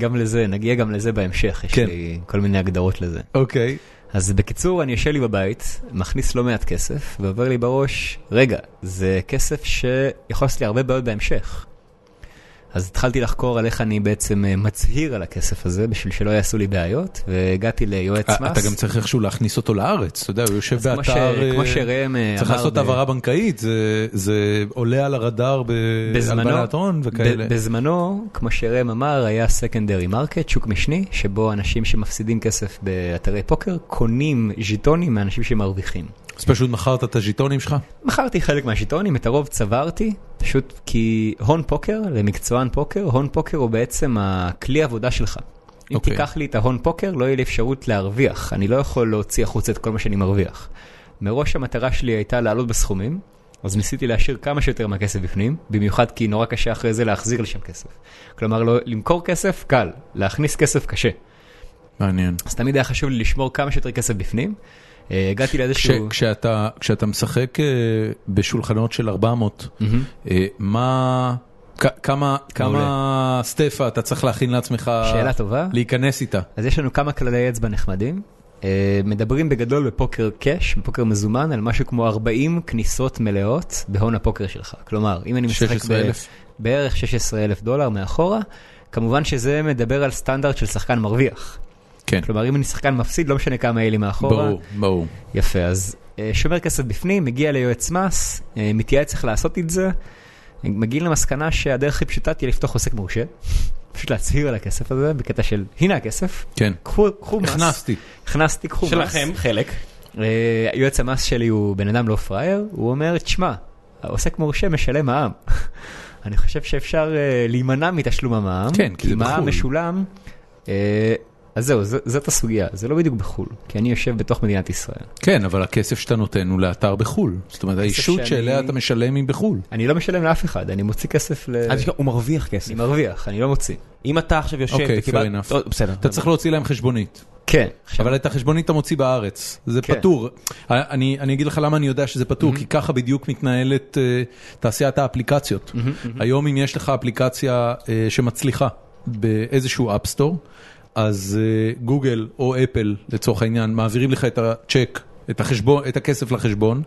[SPEAKER 3] גם לזה, נגיע גם לזה בהמשך, יש
[SPEAKER 1] כן.
[SPEAKER 3] לי כל מיני הגדרות לזה.
[SPEAKER 1] אוקיי.
[SPEAKER 3] אז בקיצור, אני יושב לי בבית, מכניס לא מעט כסף, ועובר לי בראש, רגע, זה כסף שיכול לעשות לי הרבה בעיות בהמשך. אז התחלתי לחקור על איך אני בעצם אה, מצהיר על הכסף הזה, בשביל שלא יעשו לי בעיות, והגעתי ליועץ מס.
[SPEAKER 1] אה, אתה גם צריך איכשהו להכניס אותו לארץ, אתה יודע, הוא יושב
[SPEAKER 3] אז כמו ש-
[SPEAKER 1] באתר...
[SPEAKER 3] כמו
[SPEAKER 1] אה,
[SPEAKER 3] שראם אה, אמר...
[SPEAKER 1] צריך לעשות
[SPEAKER 3] ב-
[SPEAKER 1] העברה בנקאית, זה- זה עולה על הרדאר
[SPEAKER 3] בזמנו,
[SPEAKER 1] בהלבנת הון וכאלה.
[SPEAKER 3] ב- בזמנו, כמו שראם אמר, היה סקנדרי מרקט, שוק משני, שבו אנשים שמפסידים כסף באתרי פוקר קונים ז'יטונים מאנשים שמרוויחים.
[SPEAKER 1] אז פשוט מכרת את הז'יטונים שלך?
[SPEAKER 3] מכרתי חלק מהז'יטונים, את הרוב צברתי, פשוט כי הון פוקר, למקצוען פוקר, הון פוקר הוא בעצם הכלי עבודה שלך. אם okay.
[SPEAKER 1] אוקיי.
[SPEAKER 3] תיקח לי את ההון פוקר, לא יהיה לי אפשרות להרוויח. אני לא יכול להוציא החוצה את כל מה שאני מרוויח. מראש המטרה שלי הייתה לעלות בסכומים, אז ניסיתי להשאיר כמה שיותר מהכסף בפנים, במיוחד כי נורא קשה אחרי זה להחזיר לשם כסף. כלומר, לא, למכור כסף קל, להכניס כסף קשה.
[SPEAKER 1] מעניין.
[SPEAKER 3] אז תמיד היה חשוב לי לשמור כמה שיותר כסף בפנים. אה, הגעתי לאיזשהו...
[SPEAKER 1] כש- כשאתה, כשאתה משחק אה, בשולחנות של 400,
[SPEAKER 3] מהמם.
[SPEAKER 1] אה, מה, כ- כמה, כמה סטפה אתה צריך להכין לעצמך
[SPEAKER 3] שאלה טובה.
[SPEAKER 1] להיכנס איתה?
[SPEAKER 3] אז יש לנו כמה כללי אצבע נחמדים. אה, מדברים בגדול בפוקר קאש, בפוקר מזומן, על משהו כמו 40 כניסות מלאות בהון הפוקר שלך. כלומר, אם אני משחק
[SPEAKER 1] 16,000.
[SPEAKER 3] ב- בערך 16 אלף דולר מאחורה, כמובן שזה מדבר על סטנדרט של שחקן מרוויח.
[SPEAKER 1] כן,
[SPEAKER 3] כלומר, אם אני שחקן מפסיד, לא משנה כמה יהיה לי מאחורה.
[SPEAKER 1] ברור, ברור.
[SPEAKER 3] יפה, אז אה, שומר כסף בפנים, מגיע ליועץ מס, אה, מתייעץ איך לעשות את זה, מגיעים למסקנה שהדרך הכי פשוטה תהיה לפתוח עוסק מורשה, פשוט להצהיר על הכסף הזה, בקטע של הנה הכסף,
[SPEAKER 1] כן.
[SPEAKER 3] קחו, קחו מס.
[SPEAKER 1] הכנסתי.
[SPEAKER 3] הכנסתי, קחו
[SPEAKER 2] שלכם,
[SPEAKER 3] מס.
[SPEAKER 2] חלק.
[SPEAKER 3] אה, יועץ המס שלי הוא בן אדם לא פראייר, הוא אומר, תשמע, העוסק מורשה משלם מע"מ. אני חושב שאפשר אה, להימנע מתשלום המע"מ,
[SPEAKER 1] כן, כי זה בחו"ל.
[SPEAKER 3] מע"מ משולם. אה, אז זהו, ז- זאת הסוגיה, זה לא בדיוק בחו"ל, כי אני יושב בתוך מדינת ישראל.
[SPEAKER 1] כן, אבל הכסף שאתה נותן הוא לאתר בחו"ל. זאת אומרת, הישות
[SPEAKER 3] שאני-
[SPEAKER 1] שאליה אתה משלם היא בחו"ל.
[SPEAKER 3] אני לא משלם לאף אחד, אני מוציא כסף ל...
[SPEAKER 1] אה.
[SPEAKER 2] אל תשכח, אה, הוא מרוויח
[SPEAKER 3] אני
[SPEAKER 2] כסף.
[SPEAKER 3] מרוויח, אני לא מוציא.
[SPEAKER 2] אם אתה עכשיו יושב
[SPEAKER 1] אוקיי,
[SPEAKER 2] וקיבלת-
[SPEAKER 1] fair enough.
[SPEAKER 2] טוב, בסדר.
[SPEAKER 1] אתה צריך להוציא להם חשבונית.
[SPEAKER 3] כן. עכשיו,
[SPEAKER 1] אבל את החשבונית אתה מוציא בארץ, זה
[SPEAKER 3] כן.
[SPEAKER 1] פטור. אני, אני אגיד לך למה אני יודע שזה פטור, כי ככה בדיוק מתנהלת אה, תעשיית האפליקציות. היום אם יש לך אפליקציה אה, שמצליחה באיזשהו אפסטור, אז אה, גוגל או אפל לצורך העניין מעבירים לך את הצ'ק. את, החשבון, את הכסף לחשבון,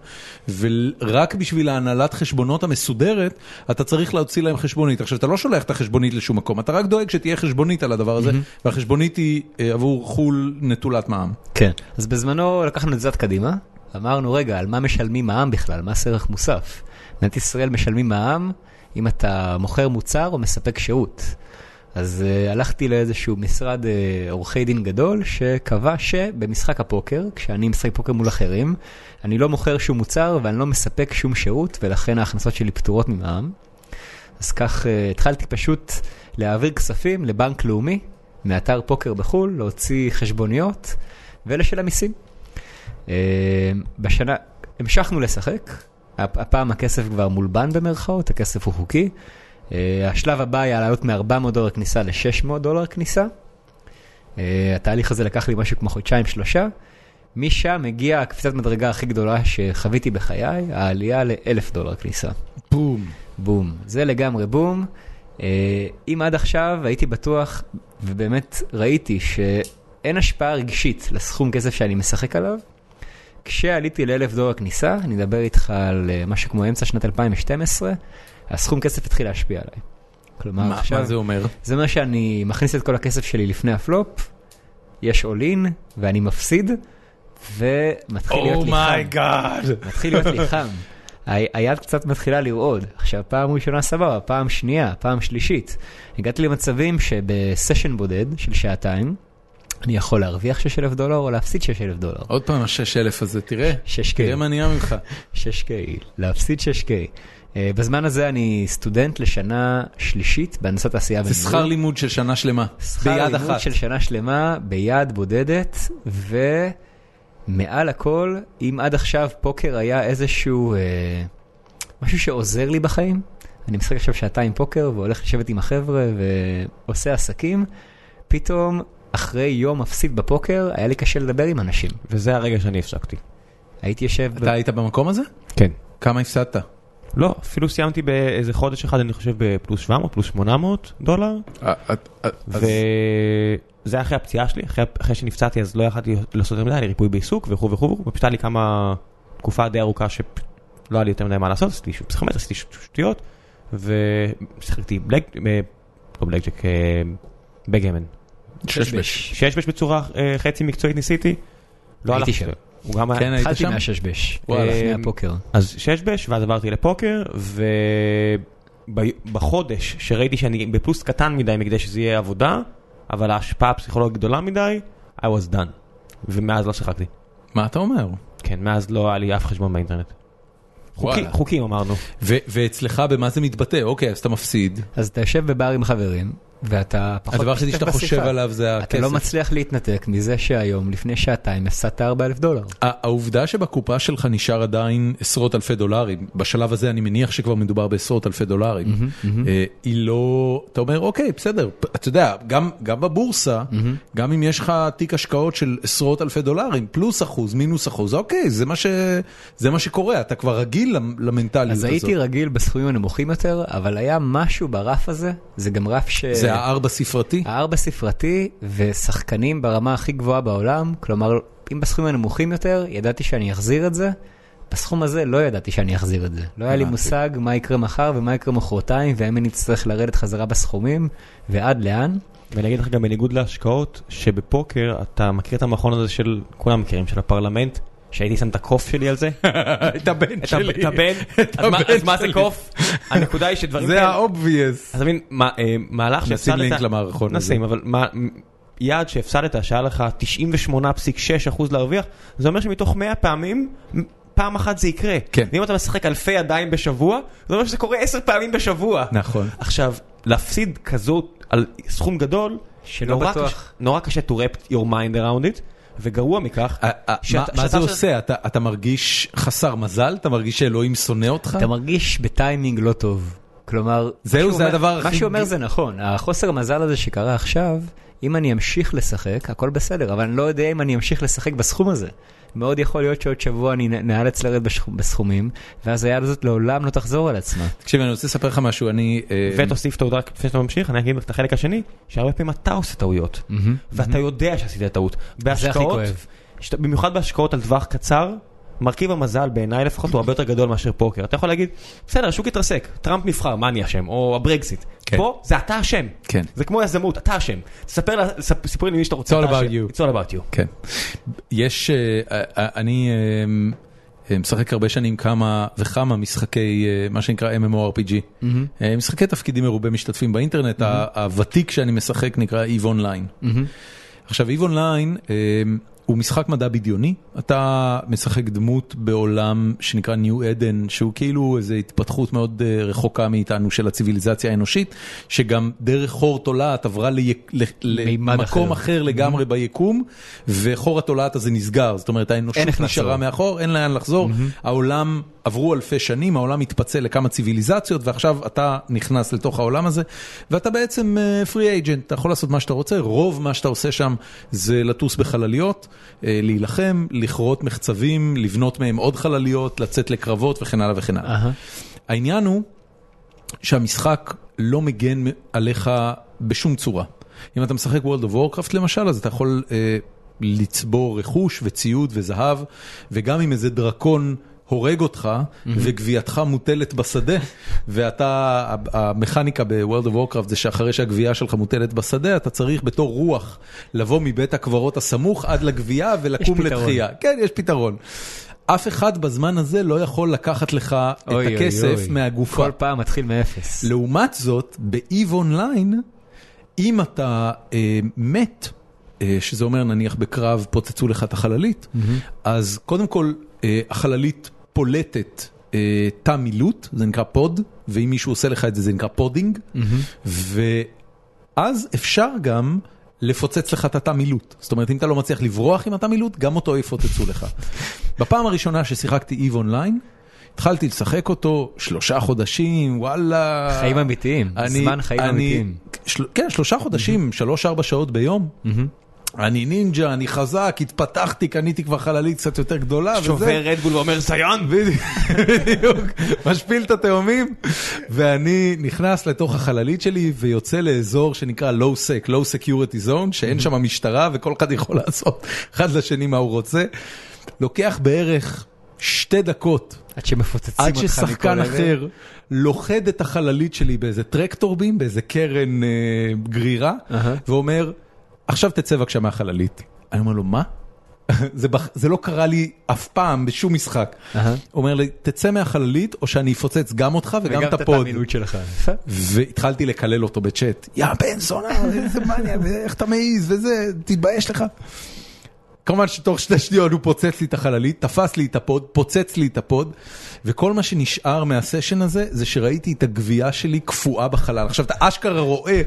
[SPEAKER 1] ורק בשביל ההנהלת חשבונות המסודרת, אתה צריך להוציא להם חשבונית. עכשיו, אתה לא שולח את החשבונית לשום מקום, אתה רק דואג שתהיה חשבונית על הדבר הזה, והחשבונית היא אה, עבור חו"ל נטולת מע"מ.
[SPEAKER 3] כן. אז בזמנו לקחנו את זה עד קדימה, אמרנו, רגע, על מה משלמים מע"מ בכלל? מס ערך מוסף. במדינת ישראל משלמים מע"מ אם אתה מוכר מוצר או מספק שירות. אז uh, הלכתי לאיזשהו משרד uh, עורכי דין גדול, שקבע שבמשחק הפוקר, כשאני משחק פוקר מול אחרים, אני לא מוכר שום מוצר ואני לא מספק שום שירות, ולכן ההכנסות שלי פטורות ממע"מ. אז כך אה, התחלתי פשוט להעביר כספים לבנק לאומי, מאתר פוקר בחו"ל, להוציא חשבוניות ולשלם מיסים. אה, בשנה, המשכנו לשחק, הפ- הפעם הכסף כבר מולבן במרכאות, הכסף הוא חוקי. אה, השלב הבא היה לעלות מ-400 דולר כניסה ל-600 דולר כניסה. אה, התהליך הזה לקח לי משהו כמו חודשיים-שלושה. משם הגיעה הקפיצת מדרגה הכי גדולה שחוויתי בחיי, העלייה ל-1,000 דולר כניסה.
[SPEAKER 1] בום.
[SPEAKER 3] בום. זה לגמרי בום. אה, אם עד עכשיו הייתי בטוח, ובאמת ראיתי שאין השפעה רגשית לסכום כסף שאני משחק עליו, כשעליתי לאלף דולר כניסה, אני אדבר איתך על אה, משהו כמו אמצע שנת 2012, הסכום כסף התחיל להשפיע עליי. כלומר,
[SPEAKER 1] מה,
[SPEAKER 3] עכשיו...
[SPEAKER 1] מה זה אומר?
[SPEAKER 3] זה אומר שאני מכניס את כל הכסף שלי לפני הפלופ, יש אולין, ואני מפסיד, ומתחיל
[SPEAKER 2] Oh
[SPEAKER 3] להיות
[SPEAKER 1] Oh
[SPEAKER 3] לי חם. מתחיל להיות לי חם. ה- היד קצת מתחילה לרעוד. עכשיו, פעם ראשונה סבבה, פעם שנייה, פעם שלישית. הגעתי למצבים שבסשן בודד של שעתיים, אני יכול להרוויח 6,000 דולר או להפסיד 6,000 דולר.
[SPEAKER 1] עוד פעם השש אלף הזה, תראה.
[SPEAKER 3] 6K.
[SPEAKER 1] תראה מה נהיה ממך.
[SPEAKER 3] 6K, להפסיד 6K. אה, בזמן הזה אני סטודנט לשנה שלישית בהנדסת תעשייה
[SPEAKER 1] זה
[SPEAKER 3] וניהול.
[SPEAKER 1] שכר לימוד של שנה שלמה.
[SPEAKER 3] לא- שכר
[SPEAKER 1] ביד
[SPEAKER 3] לימוד
[SPEAKER 1] אחת.
[SPEAKER 3] של שנה שלמה, ביד בודדת, ומעל הכל, אם עד עכשיו פוקר היה איזשהו אה, משהו שעוזר לי בחיים, אני משחק עכשיו שעתיים פוקר והולך לשבת עם החבר'ה ועושה עסקים, פתאום אחרי יום מפסיד בפוקר, היה לי קשה לדבר עם אנשים.
[SPEAKER 2] וזה הרגע שאני הפסקתי.
[SPEAKER 3] הייתי יושב... ב-
[SPEAKER 1] אתה היית במקום הזה?
[SPEAKER 2] כן.
[SPEAKER 1] כמה הפסדת?
[SPEAKER 2] לא, אפילו סיימתי באיזה חודש אחד, אני חושב, בפלוס 700, פלוס 800 דולר. וזה היה אחרי הפציעה שלי, אחרי, אחרי שנפצעתי אז לא יכלתי לעשות יותר מדי, היה לי ריפוי בעיסוק וכו' וכו', ופשוט היה לי כמה תקופה די ארוכה שלא היה לי יותר מדי מה לעשות, עשיתי שוב פסיכומטר, עשיתי ש- שטויות, ושיחקתי בלק, אה, לא בלקג'ק, אה, בגמן.
[SPEAKER 1] ששבש.
[SPEAKER 2] ששבש בצורה אה, חצי מקצועית ניסיתי, לא
[SPEAKER 3] הייתי
[SPEAKER 2] הלכתי.
[SPEAKER 3] שם.
[SPEAKER 2] הוא גם היה-
[SPEAKER 1] כן, היית
[SPEAKER 3] התחלתי אה,
[SPEAKER 1] שם?
[SPEAKER 3] מהששבש,
[SPEAKER 1] וואלה.
[SPEAKER 3] לפני הפוקר.
[SPEAKER 2] אז ששבש, ואז עברתי לפוקר, ובחודש שראיתי שאני בפלוס קטן מדי מכדי שזה יהיה עבודה, אבל ההשפעה הפסיכולוגית גדולה מדי, I was done. ומאז לא שיחקתי.
[SPEAKER 1] מה אתה אומר?
[SPEAKER 2] כן, מאז לא היה לי אף חשבון באינטרנט. חוקים,
[SPEAKER 1] וואלה.
[SPEAKER 2] חוקים אמרנו.
[SPEAKER 3] נכון.
[SPEAKER 1] ו- ואצלך במה זה מתבטא? אוקיי, אז אתה מפסיד.
[SPEAKER 3] אז אתה יושב בבר עם חברים, ואתה פחות
[SPEAKER 1] הדבר השני
[SPEAKER 3] משתתף
[SPEAKER 1] שאתה חושב
[SPEAKER 3] בשיחה.
[SPEAKER 1] עליו זה
[SPEAKER 3] אתה לא
[SPEAKER 1] הכסף.
[SPEAKER 3] מצליח להתנתק מזה שהיום, לפני שעתיים, הפסדת 4,000 דולר.
[SPEAKER 1] ה- העובדה שבקופה שלך נשאר עדיין עשרות אלפי דולרים, בשלב הזה אני מניח שכבר מדובר בעשרות אלפי דולרים, אה, היא לא, אתה אומר, אוקיי, בסדר, פ- אתה יודע, גם, גם בבורסה, גם אם יש לך תיק השקעות של עשרות אלפי דולרים, פלוס אחוז, מינוס אחוז, אוקיי, זה מה, ש, זה מה שקורה, אתה כבר רגיל למ- למנטליות
[SPEAKER 3] אז
[SPEAKER 1] הזאת.
[SPEAKER 3] הייתי רגיל בסכומים הנמוכים יותר, אבל היה משהו ברף הזה, זה גם רף ש...
[SPEAKER 1] זה הארבע ספרתי?
[SPEAKER 3] הארבע ספרתי ושחקנים ברמה הכי גבוהה בעולם, כלומר, אם בסכומים הנמוכים יותר, ידעתי שאני אחזיר את זה, בסכום הזה לא ידעתי שאני אחזיר את זה. לא היה לי
[SPEAKER 1] הבנתי.
[SPEAKER 3] מושג מה יקרה מחר ומה יקרה מחרתיים, והאם אני אצטרך לרדת חזרה בסכומים, ועד לאן.
[SPEAKER 2] ואני אגיד לך גם בניגוד להשקעות, שבפוקר אתה מכיר את המכון הזה של, כולם מכירים, של הפרלמנט, שהייתי שם את הקוף שלי על זה?
[SPEAKER 1] את הבן
[SPEAKER 2] את ה- את הבן? אז מה- אז מה זה קוף? הנקודה היא שדברים
[SPEAKER 1] זה ה-obvious.
[SPEAKER 2] אז אתה מבין, מה, אה, מהלך
[SPEAKER 1] נשים
[SPEAKER 2] שהפסדת...
[SPEAKER 1] לינק למערכון הזה.
[SPEAKER 2] נשים, אבל מה, יעד שהפסדת, שהיה לך 98.6% להרוויח, זה אומר שמתוך 100 פעמים, פעם אחת זה יקרה.
[SPEAKER 1] כן.
[SPEAKER 2] ואם אתה משחק אלפי ידיים בשבוע, זה אומר שזה קורה 10 פעמים בשבוע.
[SPEAKER 1] נכון.
[SPEAKER 2] עכשיו, להפסיד כזו על סכום גדול,
[SPEAKER 3] שלא
[SPEAKER 2] נורא
[SPEAKER 3] בטוח.
[SPEAKER 2] קשה- נורא קשה to wrap your mind around it, וגרוע מכך,
[SPEAKER 1] אה, אה, מה-
[SPEAKER 2] שאתה-
[SPEAKER 1] מה זה
[SPEAKER 2] שאתה-
[SPEAKER 1] עושה? אתה- אתה מרגיש חסר מזל? אתה מרגיש שאלוהים שונא אותך?
[SPEAKER 3] אתה מרגיש בטיימינג לא טוב. כלומר,
[SPEAKER 1] זהו,
[SPEAKER 3] מה שהוא
[SPEAKER 1] זה
[SPEAKER 3] אומר-
[SPEAKER 1] הדבר
[SPEAKER 3] מה
[SPEAKER 1] הכי-
[SPEAKER 3] שהוא אומר זה נכון, החוסר המזל הזה שקרה עכשיו, אם אני אמשיך לשחק, הכל בסדר, אבל אני לא יודע אם אני אמשיך לשחק בסכום הזה. מאוד יכול להיות שעוד שבוע אני נ- נאלץ לרדת בשכ- בסכומים, ואז היד הזאת לעולם לא תחזור על עצמה.
[SPEAKER 1] תקשיב, אני רוצה לספר לך משהו, אני... אה,
[SPEAKER 2] ותוסיף תעודה לפני שאתה ממשיך, אני אגיד את החלק השני, שהרבה פעמים אתה עושה טעויות, ואתה יודע שעשית טעות. בהשקעות,
[SPEAKER 3] כואב.
[SPEAKER 2] שאתה- במיוחד בהשקעות על טווח קצר, מרכיב המזל בעיניי לפחות הוא הרבה יותר גדול מאשר פוקר. אתה יכול להגיד, בסדר, השוק יתרסק, טראמפ נבחר, מה אני אשם? או הברקזיט.
[SPEAKER 1] כן.
[SPEAKER 2] פה זה אתה אשם.
[SPEAKER 1] כן.
[SPEAKER 2] זה כמו יזמות, אתה אשם. תספר לה- ספ- סיפורים למי שאתה רוצה,
[SPEAKER 1] It's all
[SPEAKER 2] אתה
[SPEAKER 1] about
[SPEAKER 2] אשם.
[SPEAKER 1] you.
[SPEAKER 2] It's all about you.
[SPEAKER 1] כן. יש, אה, אה, אה, אני אה, אה, משחק הרבה שנים כמה וכמה משחקי, אה, מה שנקרא MMORPG.
[SPEAKER 3] Mm-hmm.
[SPEAKER 1] אה, משחקי תפקידים מרובי משתתפים באינטרנט, ה- הוותיק שאני משחק נקרא EVE Online.
[SPEAKER 3] Mm-hmm.
[SPEAKER 1] עכשיו, EVE Online אה, הוא משחק מדע בדיוני, אתה משחק דמות בעולם שנקרא ניו עדן, שהוא כאילו איזו התפתחות מאוד אה, רחוקה מאיתנו של הציוויליזציה האנושית, שגם דרך חור תולעת עברה ליק- ל-
[SPEAKER 3] מימד
[SPEAKER 1] למקום
[SPEAKER 3] אחר.
[SPEAKER 1] אחר. אחר לגמרי ביקום, וחור התולעת הזה נסגר, זאת אומרת
[SPEAKER 3] אין
[SPEAKER 1] האנושות
[SPEAKER 3] איך
[SPEAKER 1] נשארה
[SPEAKER 3] לחזור.
[SPEAKER 1] מאחור, אין לאן לחזור, העולם עברו אלפי שנים, העולם התפצל לכמה ציוויליזציות, ועכשיו אתה נכנס לתוך העולם הזה, ואתה בעצם פרי אייג'נט, אתה יכול לעשות מה שאתה רוצה, רוב מה שאתה עושה שם זה לטוס בחלליות, אה, להילחם, לכרות מחצבים, לבנות מהם עוד חלליות, לצאת לקרבות וכן הלאה וכן הלאה.
[SPEAKER 3] אהה.
[SPEAKER 1] העניין הוא שהמשחק לא מגן עליך בשום צורה. אם אתה משחק World of Warcraft למשל, אז אתה יכול אה, לצבור רכוש וציוד וזהב, וגם אם איזה דרקון הורג אותך, וגווייתך מוטלת בשדה, ואתה, ה- המכניקה ב-World of Warcraft זה שאחרי שהגווייה שלך מוטלת בשדה, אתה צריך בתור רוח לבוא מבית הקברות הסמוך עד לגווייה ולקום
[SPEAKER 3] פתרון.
[SPEAKER 1] לתחייה. כן, יש פתרון. אף אחד בזמן הזה לא יכול לקחת לך את
[SPEAKER 3] אוי, אוי,
[SPEAKER 1] הכסף
[SPEAKER 3] אוי.
[SPEAKER 1] מהגופה.
[SPEAKER 3] כל פעם מתחיל מאפס.
[SPEAKER 1] לעומת זאת, באיב אונליין, אם אתה אה, מת, אה, שזה אומר נניח בקרב פוצצו לך את החללית,
[SPEAKER 3] Mm-hmm.
[SPEAKER 1] אז קודם כל אה, החללית פולטת. אה, תא מילוט, זה נקרא פוד, ואם מישהו עושה לך את זה, זה נקרא פודינג,
[SPEAKER 3] Mm-hmm.
[SPEAKER 1] ואז אפשר גם לפוצץ לך את התא מילוט. זאת אומרת, אם אתה לא מצליח לברוח עם התא מילוט, גם אותו יפוצצו לך. בפעם הראשונה ששיחקתי איב אונליין, התחלתי לשחק אותו שלושה חודשים, וואלה.
[SPEAKER 3] חיים אמיתיים, זמן חיים אמיתיים.
[SPEAKER 1] של, כן, שלושה חודשים, שלוש-ארבע שעות ביום. אני נינג'ה, אני חזק, התפתחתי, קניתי כבר חללית קצת יותר גדולה. וזה.
[SPEAKER 2] שובר רדבול ואומר זיון.
[SPEAKER 1] בדיוק, בדיוק, משפיל את התאומים, ואני נכנס לתוך החללית שלי ויוצא לאזור שנקרא low sec, low security zone, שאין שם משטרה וכל אחד יכול לעשות אחד לשני מה הוא רוצה. לוקח בערך שתי דקות
[SPEAKER 3] עד שמפוצצים
[SPEAKER 1] עד
[SPEAKER 3] אותך מכל
[SPEAKER 1] ששחקן
[SPEAKER 3] עבר.
[SPEAKER 1] אחר לוכד את החללית שלי באיזה טרקטור בים, באיזה קרן אה, גרירה,
[SPEAKER 3] אהה.
[SPEAKER 1] ואומר, עכשיו תצא בבקשה מהחללית. אני אומר לו, מה? זה, בח... זה לא קרה לי אף פעם בשום משחק.
[SPEAKER 3] אהה.
[SPEAKER 1] אומר לי, תצא מהחללית או שאני אפוצץ גם אותך וגם את הפוד.
[SPEAKER 3] התאמינות שלך. יפה.
[SPEAKER 1] והתחלתי לקלל אותו בצ'אט, יא בן זונה, איזה מניה, ואיך אתה מעז וזה, תתבייש לך. כמובן שתוך שתי שניות הוא פוצץ לי את החללית, תפס לי את הפוד, פוצץ לי את הפוד, וכל מה שנשאר מהסשן הזה, זה שראיתי את הגווייה שלי קפואה בחלל. עכשיו, אתה אשכרה רואה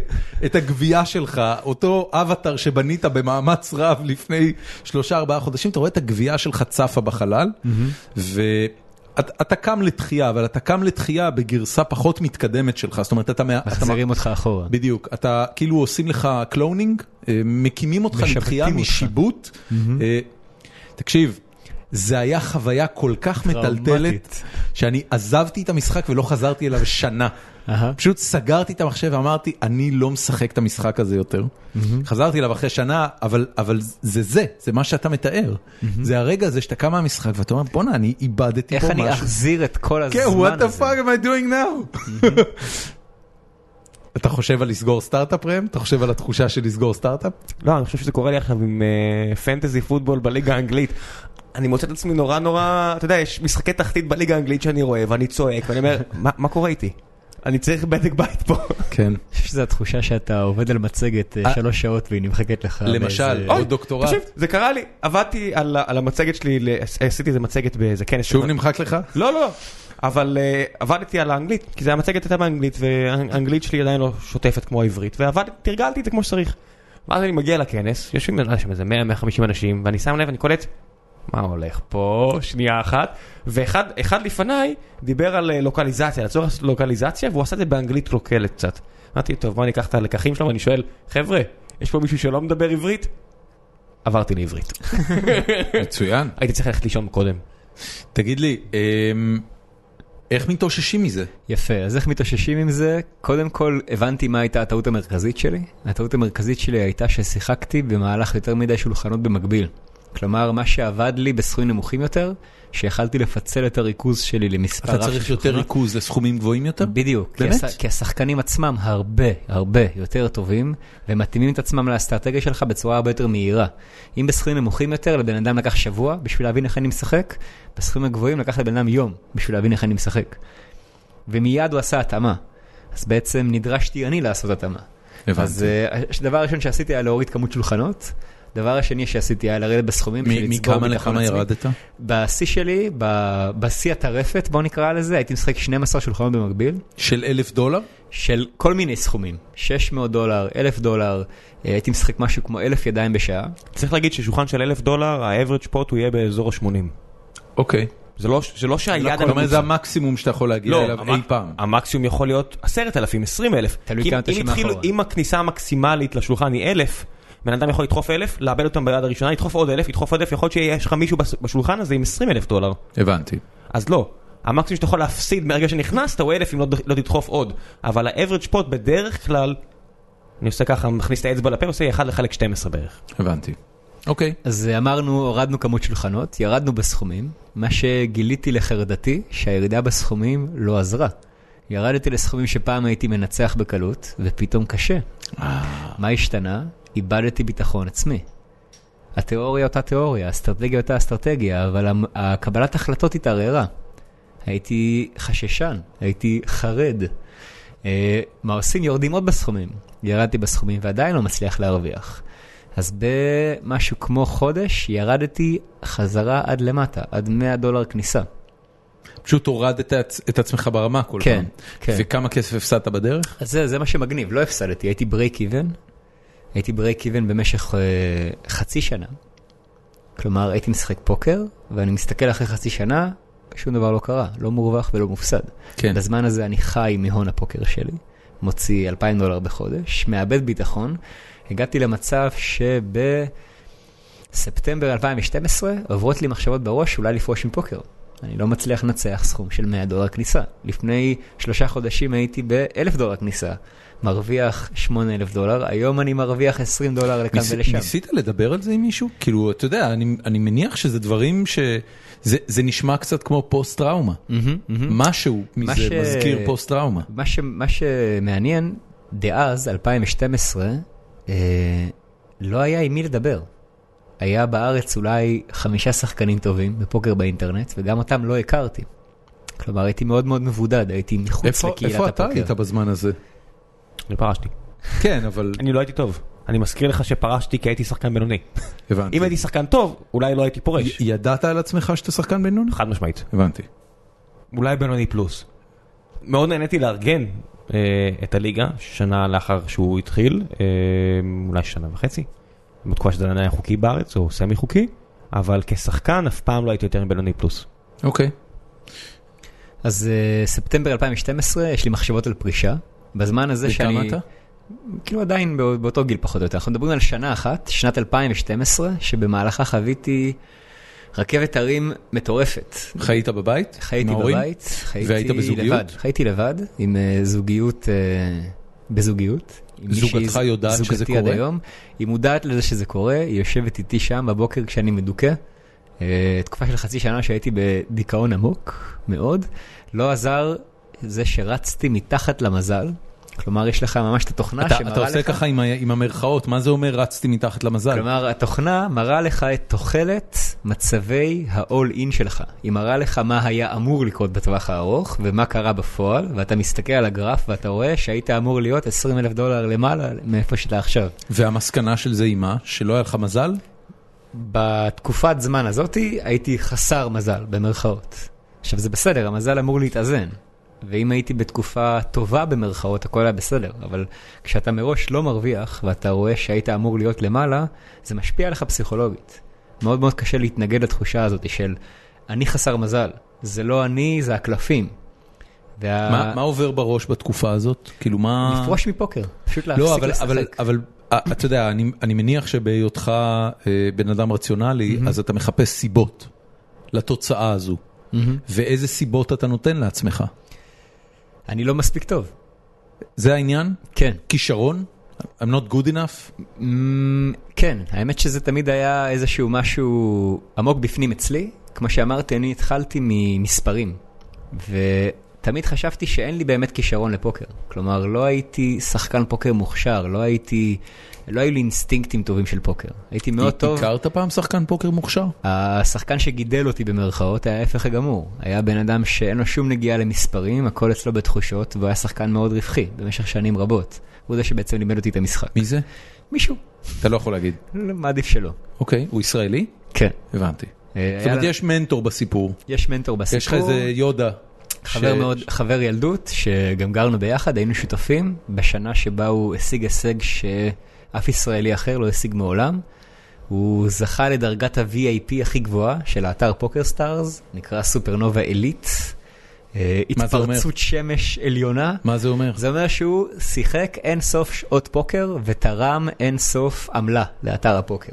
[SPEAKER 1] את הגווייה שלך, אותו אבטר שבנית במאמץ רב לפני שלושה, ארבעה חודשים, אתה רואה את הגווייה שלך צפה בחלל, ואתה קם לתחייה, אבל אתה קם לתחייה בגרסה פחות מתקדמת שלך, זאת אומרת, אתה... מה- אתה-
[SPEAKER 3] מחזירים אותך אחורה.
[SPEAKER 1] בדיוק, אתה כאילו עושים לך קלונינג, אה, מקימים אותך
[SPEAKER 3] משבטים
[SPEAKER 1] לתחייה
[SPEAKER 3] אותך.
[SPEAKER 1] משיבוט. אה, תקשיב, זה היה חוויה כל כך מטלטלת,
[SPEAKER 3] טראומטית.
[SPEAKER 1] שאני עזבתי את המשחק ולא חזרתי אליו שנה.
[SPEAKER 3] אהה.
[SPEAKER 1] פשוט סגרתי את המחשב ואמרתי, אני לא משחק את המשחק הזה יותר. חזרתי אליו אחרי שנה, אבל, אבל זה זה, זה מה שאתה מתאר. זה הרגע הזה שאתה קם מהמשחק ואתה אומר, בואנה, אני איבדתי
[SPEAKER 3] איך
[SPEAKER 1] פה
[SPEAKER 3] אני
[SPEAKER 1] משהו.
[SPEAKER 3] אחזיר את כל הזמן
[SPEAKER 1] כן,
[SPEAKER 3] הזה?
[SPEAKER 1] what the fuck am I doing now? אתה חושב על לסגור סטארט-אפ ראם? אתה חושב על התחושה של לסגור סטארט-אפ?
[SPEAKER 2] לא, אני חושב שזה קורה לי עכשיו עם אה, פנטזי פוטבול בליגה האנגלית. אני מוצא את עצמי נורא נורא, אתה יודע, יש משחקי תחתית בליגה האנגלית שאני רואה, ואני צועק, ואני אומר, "מה- מה קורה איתי? אני צריך בדק בית פה.
[SPEAKER 1] כן.
[SPEAKER 3] אני חושב שזו התחושה שאתה עובד על מצגת אה, שלוש שעות והיא נמחקת לך. אה,
[SPEAKER 1] למשל,
[SPEAKER 3] באיזה-
[SPEAKER 1] או לא דוקטורט.
[SPEAKER 2] תקשיב, זה קרה לי, עבדתי על ה- על המצגת שלי, ל- עשיתי איזה מצגת באיזה כנס.
[SPEAKER 1] שוב
[SPEAKER 2] של-
[SPEAKER 1] נמחק לך?
[SPEAKER 2] לא, לא, לא. אבל uh, עבדתי על האנגלית, כי זה המצגת הייתה באנגלית, והאנגלית שלי עדיין לא שוטפת כמו העברית, ועבדתי, תרגלתי את זה כמו שצריך. ואז אני מגיע לכנס, יושבים לא יודע, שם איזה 100-150 אנשים, ואני שם לב, אני קולט, מה הולך פה? שנייה אחת. ואחד אחד לפניי דיבר על אה, לוקליזציה, על הצורך לעשות לוקליזציה, והוא עשה את זה באנגלית קלוקלת קצת. אמרתי, טוב, בוא ניקח את הלקחים שלו, ואני שואל, חבר'ה, יש פה מישהו שלא מדבר עברית? עברתי לעברית.
[SPEAKER 1] מצוין.
[SPEAKER 2] הייתי צריך ללכת לישון קודם.
[SPEAKER 1] תגיד לי, אמ, איך מתאוששים מזה?
[SPEAKER 3] יפה, אז איך מתאוששים עם זה? קודם כל, הבנתי מה הייתה הטעות המרכזית שלי. הטעות המרכזית שלי הייתה ששיחקתי במהלך יותר מדי שולחנות במקביל. כלומר, מה שעבד לי בסכומים נמוכים יותר, שיכלתי לפצל את הריכוז שלי
[SPEAKER 1] אתה
[SPEAKER 3] למספר רב של
[SPEAKER 1] צריך יותר
[SPEAKER 3] שולחנות.
[SPEAKER 1] ריכוז לסכומים גבוהים יותר?
[SPEAKER 3] בדיוק, כי,
[SPEAKER 1] באמת?
[SPEAKER 3] הש... כי השחקנים עצמם הרבה הרבה יותר טובים ומתאימים את עצמם לאסטרטגיה שלך בצורה הרבה יותר מהירה. אם בסכומים נמוכים יותר לבן אדם לקח שבוע בשביל להבין איך אני משחק, בסכומים הגבוהים לקח לבן אדם יום בשביל להבין איך אני משחק. ומיד הוא עשה התאמה, אז בעצם נדרשתי אני לעשות התאמה.
[SPEAKER 1] הבנתי.
[SPEAKER 3] אז אה, הדבר הראשון שעשיתי היה להוריד כמות שולחנות, דבר השני שעשיתי היה לרדת בסכומים בשביל
[SPEAKER 1] מ-
[SPEAKER 3] לצבור
[SPEAKER 1] מכמה
[SPEAKER 3] ביטחון
[SPEAKER 1] לכמה
[SPEAKER 3] עצמי.
[SPEAKER 1] ירדת?
[SPEAKER 3] בשיא שלי, ב- בשיא הטרפת בוא נקרא לזה, הייתי משחק 12 שולחנות במקביל.
[SPEAKER 1] של אלף דולר?
[SPEAKER 3] של כל מיני סכומים, 600 דולר, 1,000 דולר, אה, הייתי משחק משהו כמו 1,000 ידיים בשעה.
[SPEAKER 2] צריך להגיד ששולחן של אלף דולר, ה-average pot הוא יהיה באזור ה-80.
[SPEAKER 1] אוקיי.
[SPEAKER 2] זה לא, זה לא שהיד...
[SPEAKER 1] זאת אומרת, זה המקסימום שאתה יכול להגיע
[SPEAKER 2] לא,
[SPEAKER 1] אליו אי
[SPEAKER 2] המק-
[SPEAKER 1] פעם.
[SPEAKER 2] המקסימום יכול להיות עשרת אלפים, עשרים אלף.
[SPEAKER 3] תלוי
[SPEAKER 2] כי אם-
[SPEAKER 3] כמה אתה
[SPEAKER 2] אם
[SPEAKER 3] שומע
[SPEAKER 2] התחילו-
[SPEAKER 3] אחורה.
[SPEAKER 2] אם הכניסה המקסימלית לשולחן היא אלף, בן אדם יכול לדחוף אלף, לאבד אותם ביד הראשונה, לדחוף עוד אלף, לדחוף עוד אלף, יכול להיות שיש לך מישהו בס- בשולחן הזה עם עשרים אלף דולר.
[SPEAKER 1] הבנתי.
[SPEAKER 2] אז לא. המקסימום שאתה יכול להפסיד מהרגע שנכנסת הוא אלף אם לא, ד- לא תדחוף עוד. אבל ה-average pot בדרך כלל, אני עושה ככה, מכניס את האצבע לפה, עושה 1 לחלק 12 בערך.
[SPEAKER 1] הבנתי. אוקיי.
[SPEAKER 3] אז אה, אמרנו, הורדנו כמות שולחנות, ירדנו בסכומים, מה שגיליתי לחרדתי, שהירידה בסכומים לא עזרה. ירדתי לסכומים שפעם הייתי מנצח בקלות, ופתאום קשה.
[SPEAKER 1] אה.
[SPEAKER 3] מה השתנה? איבדתי ביטחון עצמי. התיאוריה אותה תיאוריה, האסטרטגיה אותה אסטרטגיה, אבל המ- הקבלת החלטות התערערה. הייתי חששן, הייתי חרד. אה, מה עושים? יורדים עוד בסכומים. ירדתי בסכומים ועדיין לא מצליח להרוויח. אז במשהו כמו חודש ירדתי חזרה עד למטה, עד 100 דולר כניסה.
[SPEAKER 1] פשוט הורדת את- את עצמך ברמה כל
[SPEAKER 3] כן,
[SPEAKER 1] פעם.
[SPEAKER 3] כן.
[SPEAKER 1] וכמה כסף הפסדת בדרך?
[SPEAKER 3] אז זה, זה מה שמגניב, לא הפסדתי, הייתי ברייק איבן. הייתי ברייק איבן במשך אה, חצי שנה. כלומר, הייתי משחק פוקר, ואני מסתכל אחרי חצי שנה, שום דבר לא קרה, לא מורווח ולא מופסד.
[SPEAKER 1] כן.
[SPEAKER 3] בזמן הזה אני חי מהון הפוקר שלי, מוציא 2,000 דולר בחודש, מאבד ביטחון. הגעתי למצב שבספטמבר 2012 עוברות לי מחשבות בראש אולי לפרוש מפוקר. אני לא מצליח לנצח סכום של 100 דולר כניסה. לפני שלושה חודשים הייתי ב-1,000 דולר כניסה, מרוויח 8,000 דולר, היום אני מרוויח 20 דולר לכאן
[SPEAKER 1] ניס-
[SPEAKER 3] ולשם.
[SPEAKER 1] ניסית לדבר על זה עם מישהו? כאילו, אתה יודע, אני, אני מניח שזה דברים ש... זה, זה נשמע קצת כמו פוסט-טראומה.
[SPEAKER 3] מהמם, מהמם.
[SPEAKER 1] משהו מזה
[SPEAKER 3] Mm-hmm. מה ש-
[SPEAKER 1] מזכיר פוסט-טראומה.
[SPEAKER 3] מה, ש, מה שמעניין, דאז, 2012, אה, לא היה עם מי לדבר. היה בארץ אולי חמישה שחקנים טובים בפוקר באינטרנט, וגם אותם לא הכרתי. כלומר, הייתי מאוד מאוד מבודד, הייתי מחוץ
[SPEAKER 1] איפה,
[SPEAKER 3] לקהילת
[SPEAKER 1] איפה
[SPEAKER 3] הפוקר.
[SPEAKER 1] אתה היית בזמן הזה?
[SPEAKER 2] אני פרשתי.
[SPEAKER 1] כן, אבל
[SPEAKER 2] אני לא הייתי טוב. אני מזכיר לך שפרשתי כי הייתי שחקן בינוני.
[SPEAKER 1] הבנתי.
[SPEAKER 2] אם הייתי שחקן טוב, אולי לא הייתי פורש.
[SPEAKER 1] י- ידעת על עצמך שאתה שחקן בינוני?
[SPEAKER 2] חד משמעית.
[SPEAKER 1] הבנתי.
[SPEAKER 2] אולי בינוני פלוס. מאוד נהניתי לארגן אה, את הליגה, שנה לאחר שהוא התחיל, אה, אולי שנה וחצי, בתקופה שזה עדיין היה חוקי בארץ, או סמי חוקי, אבל כשחקן אף פעם לא הייתי יותר מבינוני פלוס.
[SPEAKER 1] אוקיי.
[SPEAKER 3] אז אה, ספטמבר 2012, יש לי מחשבות על פרישה. בזמן הזה שאני...
[SPEAKER 1] וכמה אתה?
[SPEAKER 3] כאילו עדיין בא- באותו גיל פחות או יותר. אנחנו מדברים על שנה אחת, שנת 2012, שבמהלכה חוויתי רכבת הרים מטורפת.
[SPEAKER 1] חיית בבית?
[SPEAKER 3] חייתי
[SPEAKER 1] עם ההורים?
[SPEAKER 3] בבית, חייתי
[SPEAKER 1] והיית בזוגיות?
[SPEAKER 3] לבד, חייתי לבד, עם אה, זוגיות, אה, בזוגיות. עם מישהי-
[SPEAKER 1] זוגתך יודעת שזה
[SPEAKER 3] זוגתי
[SPEAKER 1] קורה?
[SPEAKER 3] עד היום. היא מודעת לזה שזה קורה, היא יושבת איתי שם בבוקר כשאני מדוכא. אה, תקופה של חצי שנה שהייתי בדיכאון עמוק מאוד. לא עזר זה שרצתי מתחת למזל. כלומר, יש לך ממש את התוכנה
[SPEAKER 1] אתה
[SPEAKER 3] שמראה לך...
[SPEAKER 1] אתה עושה ככה עם ה- עם המרכאות, מה זה אומר רצתי מתחת למזל?
[SPEAKER 3] כלומר, התוכנה מראה לך את תוחלת מצבי ה-all-in שלך. היא מראה לך מה היה אמור לקרות בטווח הארוך ומה קרה בפועל, ואתה מסתכל על הגרף ואתה רואה שהיית אמור להיות 20 אלף דולר למעלה מאיפה שאתה עכשיו.
[SPEAKER 1] והמסקנה של זה היא מה? שלא היה לך מזל?
[SPEAKER 3] אה- בתקופת זמן הזאתי הייתי חסר מזל, במרכאות. עכשיו זה בסדר, המזל אמור להתאזן. ואם הייתי בתקופה טובה במרכאות, הכל היה בסדר. אבל כשאתה מראש לא מרוויח, ואתה רואה שהיית אמור להיות למעלה, זה משפיע עליך פסיכולוגית. מאוד מאוד קשה להתנגד לתחושה הזאת של אני חסר מזל. זה לא אני, זה הקלפים. וה...
[SPEAKER 1] מה מה עובר בראש בתקופה הזאת? כאילו מה...
[SPEAKER 3] לפרוש מפוקר, פשוט להפסיק
[SPEAKER 1] לא, אבל,
[SPEAKER 3] לשחק.
[SPEAKER 1] אבל, אבל אה, אתה יודע, אני, אני מניח שבהיותך אה, בן אדם רציונלי, אז אתה מחפש סיבות לתוצאה הזו. ואיזה סיבות אתה נותן לעצמך?
[SPEAKER 3] אני לא מספיק טוב.
[SPEAKER 1] זה העניין?
[SPEAKER 3] כן.
[SPEAKER 1] כישרון? I'm not good enough?
[SPEAKER 3] אמ, כן, האמת שזה תמיד היה איזשהו משהו עמוק בפנים אצלי. כמו שאמרתי, אני התחלתי ממספרים, ותמיד חשבתי שאין לי באמת כישרון לפוקר. כלומר, לא הייתי שחקן פוקר מוכשר, לא הייתי, לא היו לי אינסטינקטים טובים של פוקר. הייתי מאוד לא טוב.
[SPEAKER 1] הכרת פעם שחקן פוקר מוכשר?
[SPEAKER 3] השחקן שגידל אותי במרכאות היה ההפך הגמור. היה בן אדם שאין לו שום נגיעה למספרים, הכל אצלו בתחושות, והוא היה שחקן מאוד רווחי במשך שנים רבות. הוא זה שבעצם לימד אותי את המשחק.
[SPEAKER 1] מי זה?
[SPEAKER 3] מישהו,
[SPEAKER 1] אתה לא יכול להגיד.
[SPEAKER 3] לא, מעדיף שלא.
[SPEAKER 1] אוקיי, הוא ישראלי?
[SPEAKER 3] כן.
[SPEAKER 1] הבנתי.
[SPEAKER 3] אה,
[SPEAKER 1] זאת אומרת,
[SPEAKER 3] היה-
[SPEAKER 1] יש מנטור בסיפור.
[SPEAKER 3] יש מנטור בסיפור.
[SPEAKER 1] יש לך איזה יודה.
[SPEAKER 3] חבר
[SPEAKER 1] ש-
[SPEAKER 3] מאוד, חבר ילדות, שגם גרנו ביחד, היינו שותפים, בשנה שבה הוא השיג הישג שאף ישראלי אחר לא השיג מעולם. הוא זכה לדרגת ה-VIP הכי גבוהה של האתר פוקר סטארס, נקרא סופרנובה עילית. אה,
[SPEAKER 1] מה זה אומר?
[SPEAKER 3] התפרצות שמש עליונה.
[SPEAKER 1] מה זה אומר?
[SPEAKER 3] זה אומר שהוא שיחק אין סוף שעות פוקר ותרם אין סוף עמלה לאתר הפוקר.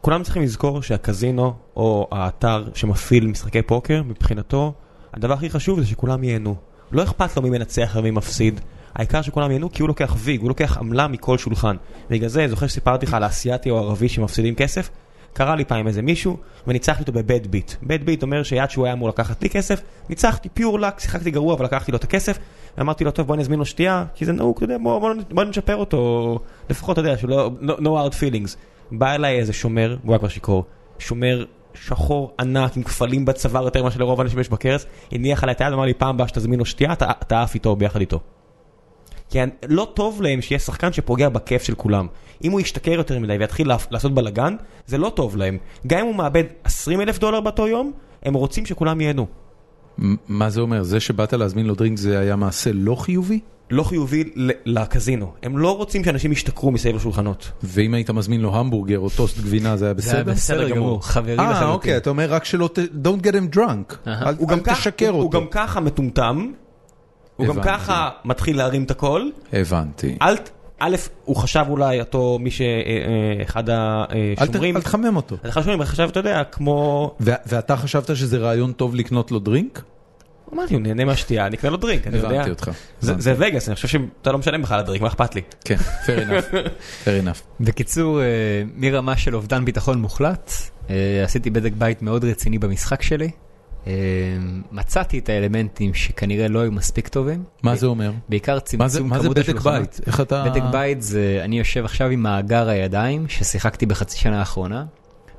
[SPEAKER 2] כולם צריכים לזכור שהקזינו, או האתר שמפעיל משחקי פוקר, מבחינתו, הדבר הכי חשוב זה שכולם ייהנו. לא אכפת לו מי מנצח ומי מפסיד. העיקר שכולם ייהנו כי הוא לוקח ויג, הוא לוקח עמלה מכל שולחן. בגלל זה, זוכר שסיפרתי לך על האסייתי או הערבי שמפסידים כסף? קרה לי פעם איזה מישהו, וניצחתי אותו בבד ביט. בד ביט אומר שיד שהוא היה אמור לקחת לי כסף, ניצחתי פיור לק, שיחקתי גרוע אבל לקחתי לו את הכסף, ואמרתי לו, טוב בוא נזמין לו שתייה, כי זה נהוג, אתה יודע, בוא, בוא, בוא נשפר אותו, לפחות אתה יודע, שלא, no, no hard feelings. בא אליי איזה שומר, הוא היה כבר שיכור, שומר שחור ענק עם כפלים בצוואר יותר ממה שלרוב האנשים יש בכרס, הניח עליי את היד, אמר לי, פעם הבאה שתזמין לו שתייה, אתה- אתה עף איתו ביחד איתו. כי אני- לא טוב להם שיהיה שחקן שפוגע בכיף של כולם. אם הוא ישתכר יותר מדי ויתחיל לעפ- לעשות בלאגן, זה לא טוב להם. גם אם הוא מאבד 20 אלף דולר באותו יום, הם רוצים שכולם ייהנו.
[SPEAKER 1] מ- מה זה אומר? זה שבאת להזמין לו דרינק זה היה מעשה לא חיובי?
[SPEAKER 2] לא חיובי ל- לקזינו. הם לא רוצים שאנשים ישתכרו מסביב לשולחנות.
[SPEAKER 1] ואם היית מזמין לו המבורגר או טוסט גבינה זה היה
[SPEAKER 3] זה היה
[SPEAKER 1] בסדר?
[SPEAKER 3] בסדר
[SPEAKER 2] בסדר גמור.
[SPEAKER 3] גמור, חברי
[SPEAKER 1] אה,
[SPEAKER 3] לחלוטין.
[SPEAKER 1] אוקיי, אתה אומר רק שלא, ת- don't get him drunk,
[SPEAKER 3] אהה.
[SPEAKER 1] אל
[SPEAKER 2] הוא
[SPEAKER 1] אל
[SPEAKER 2] גם כך-
[SPEAKER 1] תשקר
[SPEAKER 2] הוא-
[SPEAKER 1] אותו.
[SPEAKER 2] הוא גם ככה מטומטם, הוא גם
[SPEAKER 1] הבנתי.
[SPEAKER 2] ככה מתחיל להרים את הכל.
[SPEAKER 1] הבנתי.
[SPEAKER 2] אל ת- א', הוא חשב אולי אותו מי ש... אה, אה, אחד
[SPEAKER 1] אל ת-
[SPEAKER 2] השומרים.
[SPEAKER 1] אל תחמם אותו.
[SPEAKER 2] אז אחד השומרים חשב, אתה יודע, כמו...
[SPEAKER 1] ו- ואתה חשבת שזה רעיון טוב לקנות לו דרינק?
[SPEAKER 2] אמרתי, הוא נהנה מהשתייה, אני אקנה לו דרינק, אני יודע.
[SPEAKER 1] הבנתי אותך.
[SPEAKER 2] זה
[SPEAKER 1] הבנתי.
[SPEAKER 2] זה וגאס, אני חושב שאתה לא משלם בכלל על הדרינק, מה אכפת לי?
[SPEAKER 1] כן, fair enough, fair enough.
[SPEAKER 3] בקיצור, אה, מרמה של אובדן ביטחון מוחלט, אה, עשיתי בדק בית מאוד רציני במשחק שלי. אה, מצאתי את האלמנטים שכנראה לא היו מספיק טובים,
[SPEAKER 1] מה זה אומר?
[SPEAKER 3] בעיקר
[SPEAKER 1] מה זה-
[SPEAKER 3] צמצום
[SPEAKER 1] מה זה
[SPEAKER 3] כמות
[SPEAKER 1] בדק
[SPEAKER 3] השולחנות.
[SPEAKER 1] בית? אה. איך אתה...
[SPEAKER 3] בדק בית זה, אני יושב עכשיו עם מאגר הידיים ששיחקתי בחצי שנה האחרונה,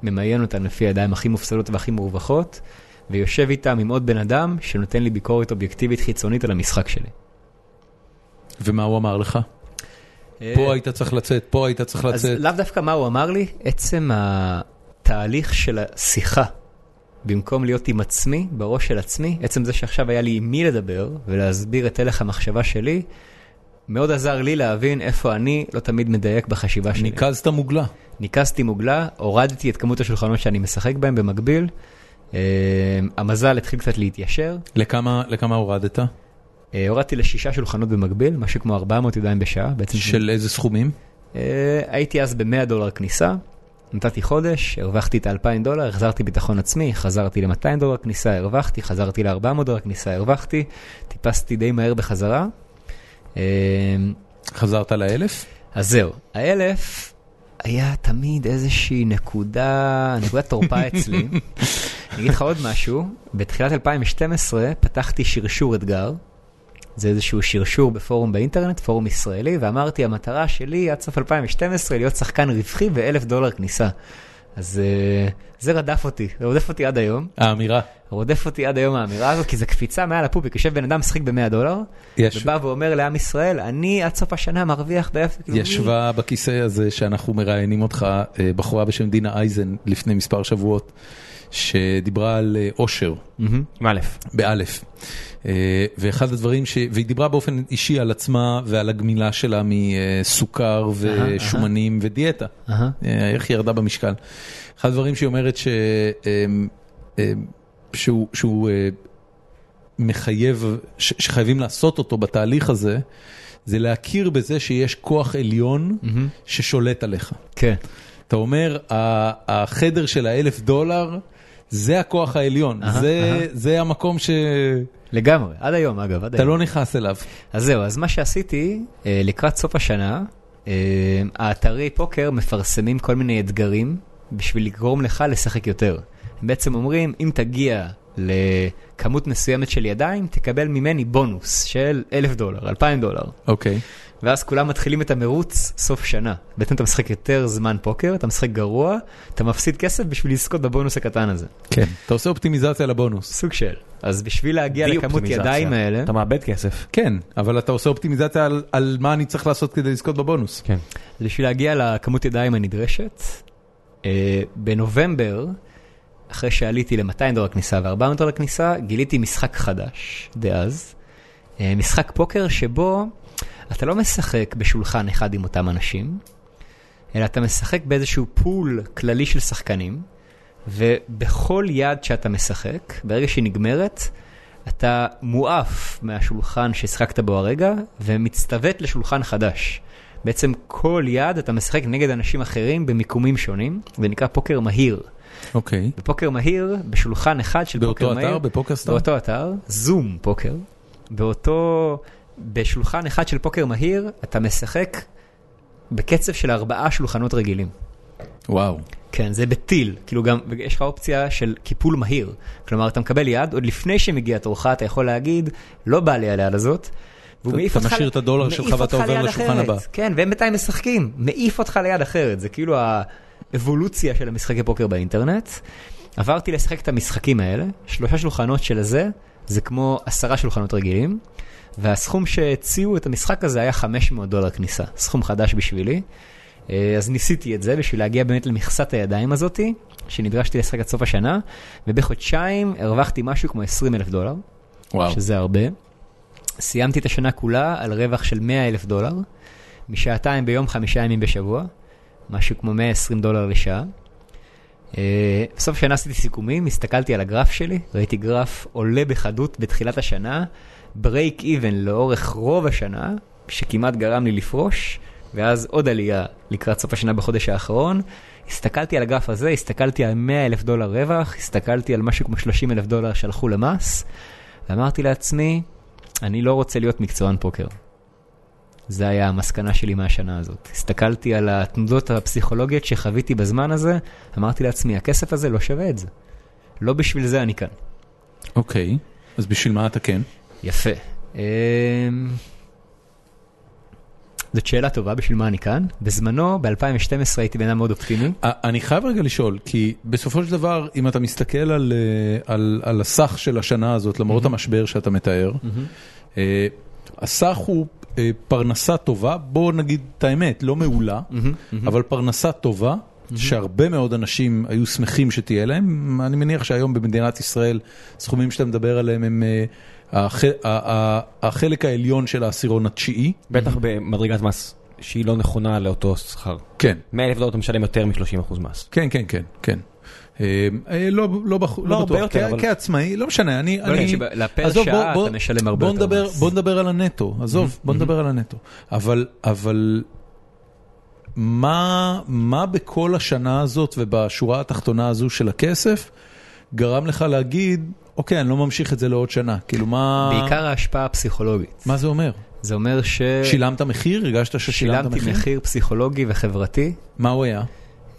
[SPEAKER 3] ממיין אותן לפי הידיים הכי מופסדות והכי מורווחות, ויושב איתם עם עוד בן אדם שנותן לי ביקורת אובייקטיבית חיצונית על המשחק שלי.
[SPEAKER 2] אה.
[SPEAKER 1] ומה הוא אמר לך?
[SPEAKER 3] Uh,
[SPEAKER 1] פה היית צריך לצאת, פה היית צריך
[SPEAKER 3] אז
[SPEAKER 1] לצאת.
[SPEAKER 3] לאו דווקא מה הוא אמר לי, עצם התהליך של השיחה, במקום להיות עם עצמי, בראש של עצמי, עצם זה שעכשיו היה לי עם מי לדבר ולהסביר את הלך המחשבה שלי, מאוד עזר לי להבין איפה אני לא תמיד מדייק בחשיבה שלי.
[SPEAKER 1] ניקזת מוגלה.
[SPEAKER 3] ניקזתי מוגלה, הורדתי את כמות השולחנות שאני משחק בהם במקביל, אה, המזל התחיל קצת להתיישר,
[SPEAKER 1] לכמה לכמה הורדת?
[SPEAKER 3] אה, הורדתי לשישה שולחנות במקביל, משהו כמו 400 ידיים בשעה, בעצם
[SPEAKER 1] של איזה סכומים?
[SPEAKER 3] אה, הייתי אז ב-100 דולר כניסה, נתתי חודש, הרווחתי את ה-2,000 דולר, החזרתי ביטחון עצמי, חזרתי ל-200 דולר כניסה, הרווחתי, חזרתי ל-400 דולר כניסה, הרווחתי, טיפסתי די מהר בחזרה. אה,
[SPEAKER 1] חזרת לאלף?
[SPEAKER 3] אז זהו, האלף היה תמיד איזושהי נקודה, נקודת תורפה אצלי. אני אגיד לך עוד משהו, בתחילת 2012 פתחתי שרשור אתגר. זה איזשהו שרשור בפורום באינטרנט, פורום ישראלי, ואמרתי, המטרה שלי עד סוף 2012 להיות שחקן רווחי ואלף דולר כניסה. אז אה, זה רדף אותי, זה רודף אותי עד היום.
[SPEAKER 1] האמירה.
[SPEAKER 3] רודף אותי עד היום האמירה הזאת, כי זה קפיצה מעל הפופיק, יושב בן אדם משחק ב-100 דולר,
[SPEAKER 1] יש-
[SPEAKER 3] ובא ואומר לעם ישראל, אני עד סוף השנה מרוויח באפס.
[SPEAKER 1] ישבה בכיסא הזה שאנחנו מראיינים אותך, אה, בחורה בשם דינה אייזן לפני מספר שבועות, שדיברה על אה, אושר.
[SPEAKER 2] עם א',
[SPEAKER 1] באלף. אה, ואחד הדברים ש... והיא דיברה באופן אישי על עצמה ועל הגמילה שלה מסוכר
[SPEAKER 3] אהה,
[SPEAKER 1] ושומנים ודיאטה.
[SPEAKER 3] אהה.
[SPEAKER 1] אה, איך היא ירדה במשקל. אחד הדברים שהיא אומרת ש... אה, אה, שהוא... שהוא אה, מחייב, ש, שחייבים לעשות אותו בתהליך הזה, זה להכיר בזה שיש כוח עליון ששולט עליך.
[SPEAKER 3] כן.
[SPEAKER 1] אתה אומר, ה- החדר של האלף דולר, זה הכוח העליון,
[SPEAKER 3] אהה,
[SPEAKER 1] זה, זה המקום שאתה
[SPEAKER 3] לגמרי, עד היום אגב, עד היום.
[SPEAKER 1] לא נכנס אליו.
[SPEAKER 3] אז זהו, אז מה שעשיתי, אה, לקראת סוף השנה, אה, האתרי פוקר מפרסמים כל מיני אתגרים בשביל לגרום לך לשחק יותר. הם בעצם אומרים, אם תגיע לכמות מסוימת של ידיים, תקבל ממני בונוס של 1,000 דולר, 2,000 דולר.
[SPEAKER 1] אוקיי.
[SPEAKER 3] ואז כולם מתחילים את המרוץ סוף שנה. בעצם אתה משחק יותר זמן פוקר, אתה משחק גרוע, אתה מפסיד כסף בשביל לזכות בבונוס הקטן הזה.
[SPEAKER 1] כן. אתה עושה אופטימיזציה לבונוס.
[SPEAKER 3] סוג של. אז בשביל להגיע
[SPEAKER 2] די
[SPEAKER 3] לכמות
[SPEAKER 2] אופטימיזציה.
[SPEAKER 3] ידיים האלה,
[SPEAKER 2] אתה מאבד כסף.
[SPEAKER 1] כן, אבל אתה עושה אופטימיזציה על, על מה אני צריך לעשות כדי לזכות בבונוס.
[SPEAKER 2] כן.
[SPEAKER 3] אז בשביל להגיע לכמות ידיים הנדרשת, אה, בנובמבר, אחרי שעליתי ל-200 דולר כניסה ו-400 דולר כניסה, גיליתי משחק חדש דאז. אה, משחק פוקר שבו אתה לא משחק בשולחן אחד עם אותם אנשים, אלא אתה משחק באיזשהו פול כללי של שחקנים, ובכל יד שאתה משחק, ברגע שהיא נגמרת, אתה מועף מהשולחן ששיחקת בו הרגע, ומצטוות לשולחן חדש. בעצם כל יד אתה משחק נגד אנשים אחרים במיקומים שונים, זה נקרא פוקר מהיר.
[SPEAKER 1] אוקיי.
[SPEAKER 3] בפוקר מהיר, בשולחן אחד של
[SPEAKER 1] באותו
[SPEAKER 3] פוקר
[SPEAKER 1] אתר?
[SPEAKER 3] מהיר.
[SPEAKER 1] בפוקר סטאר?
[SPEAKER 3] באותו אתר, זום פוקר. באותו, בשולחן אחד של פוקר מהיר, אתה משחק בקצב של ארבעה שולחנות רגילים.
[SPEAKER 1] וואו.
[SPEAKER 3] כן, זה בטיל, כאילו גם, ויש לך אופציה של קיפול מהיר. כלומר, אתה מקבל יד, עוד לפני שמגיע תורך, אתה יכול להגיד, לא בא לי על היד הזאת. והוא
[SPEAKER 1] אתה-
[SPEAKER 3] מעיף
[SPEAKER 1] אתה
[SPEAKER 3] אותך
[SPEAKER 1] משאיר
[SPEAKER 3] ל-
[SPEAKER 1] את הדולר
[SPEAKER 3] מעיף
[SPEAKER 1] שלך ואתה
[SPEAKER 3] אותך
[SPEAKER 1] עובר
[SPEAKER 3] ליד
[SPEAKER 1] לשולחן
[SPEAKER 3] אחרת.
[SPEAKER 1] הבא.
[SPEAKER 3] כן, והם בינתיים משחקים, מעיף אותך ליד אחרת, זה כאילו האבולוציה של המשחקי פוקר באינטרנט. עברתי לשחק את המשחקים האלה, שלושה שולחנות של זה, זה כמו עשרה שולחנות רגילים, והסכום שהציעו את המשחק הזה היה 500 דולר כניסה, סכום חדש בשבילי. אה, אז ניסיתי את זה בשביל להגיע באמת למכסת הידיים הזאתי, שנדרשתי לשחק עד סוף השנה, ובחודשיים הרווחתי משהו כמו 20 אלף דולר.
[SPEAKER 1] וואו.
[SPEAKER 3] שזה הרבה. סיימתי את השנה כולה על רווח של 100 אלף דולר, משעתיים ביום, חמישה ימים בשבוע, משהו כמו 120 דולר לשעה. אה, בסוף השנה עשיתי סיכומים, הסתכלתי על הגרף שלי, ראיתי גרף עולה בחדות בתחילת השנה, break even לאורך רוב השנה, שכמעט גרם לי לפרוש, ואז עוד עלייה לקראת סוף השנה בחודש האחרון. הסתכלתי על הגרף הזה, הסתכלתי על 100 אלף דולר רווח, הסתכלתי על משהו כמו 30 אלף דולר שהלכו למס, ואמרתי לעצמי, אני לא רוצה להיות מקצוען פוקר. זה היה המסקנה שלי מהשנה הזאת. הסתכלתי על התנודות הפסיכולוגיות שחוויתי בזמן הזה, אמרתי לעצמי, הכסף הזה לא שווה את זה. לא בשביל זה אני כאן.
[SPEAKER 1] אוקיי. אז בשביל מה אתה כן?
[SPEAKER 3] יפה. אמ, זאת שאלה טובה, בשביל מה אני כאן? בזמנו, ב-2012 הייתי בן אדם מאוד אופטימי.
[SPEAKER 1] א- אני חייב רגע לשאול, כי בסופו של דבר, אם אתה מסתכל על, אה, על, על הסך של השנה הזאת, למרות המשבר שאתה מתאר, אה, הסך הוא אה, פרנסה טובה, בוא נגיד את האמת, לא מעולה, אבל פרנסה טובה, שהרבה מאוד אנשים היו שמחים שתהיה להם. אני מניח שהיום במדינת ישראל, סכומים שאתה מדבר עליהם הם אה, הח- ה- ה- החלק העליון של העשירון התשיעי.
[SPEAKER 2] בטח במדרגת מס שהיא לא נכונה לאותו שכר.
[SPEAKER 1] כן.
[SPEAKER 2] 100 אלף דולר אתה משלם יותר מ-30% מס.
[SPEAKER 1] כן, כן, כן, כן. אה, אה, לא, לא, בח... לא,
[SPEAKER 2] הרבה
[SPEAKER 1] בטוח,
[SPEAKER 2] יותר,
[SPEAKER 1] כ-
[SPEAKER 2] אבל-
[SPEAKER 1] כעצמאי, לא משנה, אני...
[SPEAKER 3] כן,
[SPEAKER 1] אני...
[SPEAKER 3] שלפר
[SPEAKER 1] עזוב,
[SPEAKER 3] שעה אתה משלם הרבה
[SPEAKER 1] בוא
[SPEAKER 3] יותר Mm-hmm,
[SPEAKER 1] נדבר,
[SPEAKER 3] מס.
[SPEAKER 1] בוא נדבר על הנטו, עזוב, בוא נדבר על הנטו. אבל, אבל מה, מה בכל השנה הזאת ובשורה התחתונה הזו של הכסף גרם לך להגיד, אוקיי, אני לא ממשיך את זה לעוד שנה? כאילו, מה,
[SPEAKER 3] בעיקר ההשפעה הפסיכולוגית.
[SPEAKER 1] מה זה אומר?
[SPEAKER 3] זה אומר ש...
[SPEAKER 1] שילמת מחיר? הרגשת ששילמת
[SPEAKER 3] שילמתי
[SPEAKER 1] מחיר?
[SPEAKER 3] מחיר פסיכולוגי וחברתי.
[SPEAKER 1] מה הוא היה?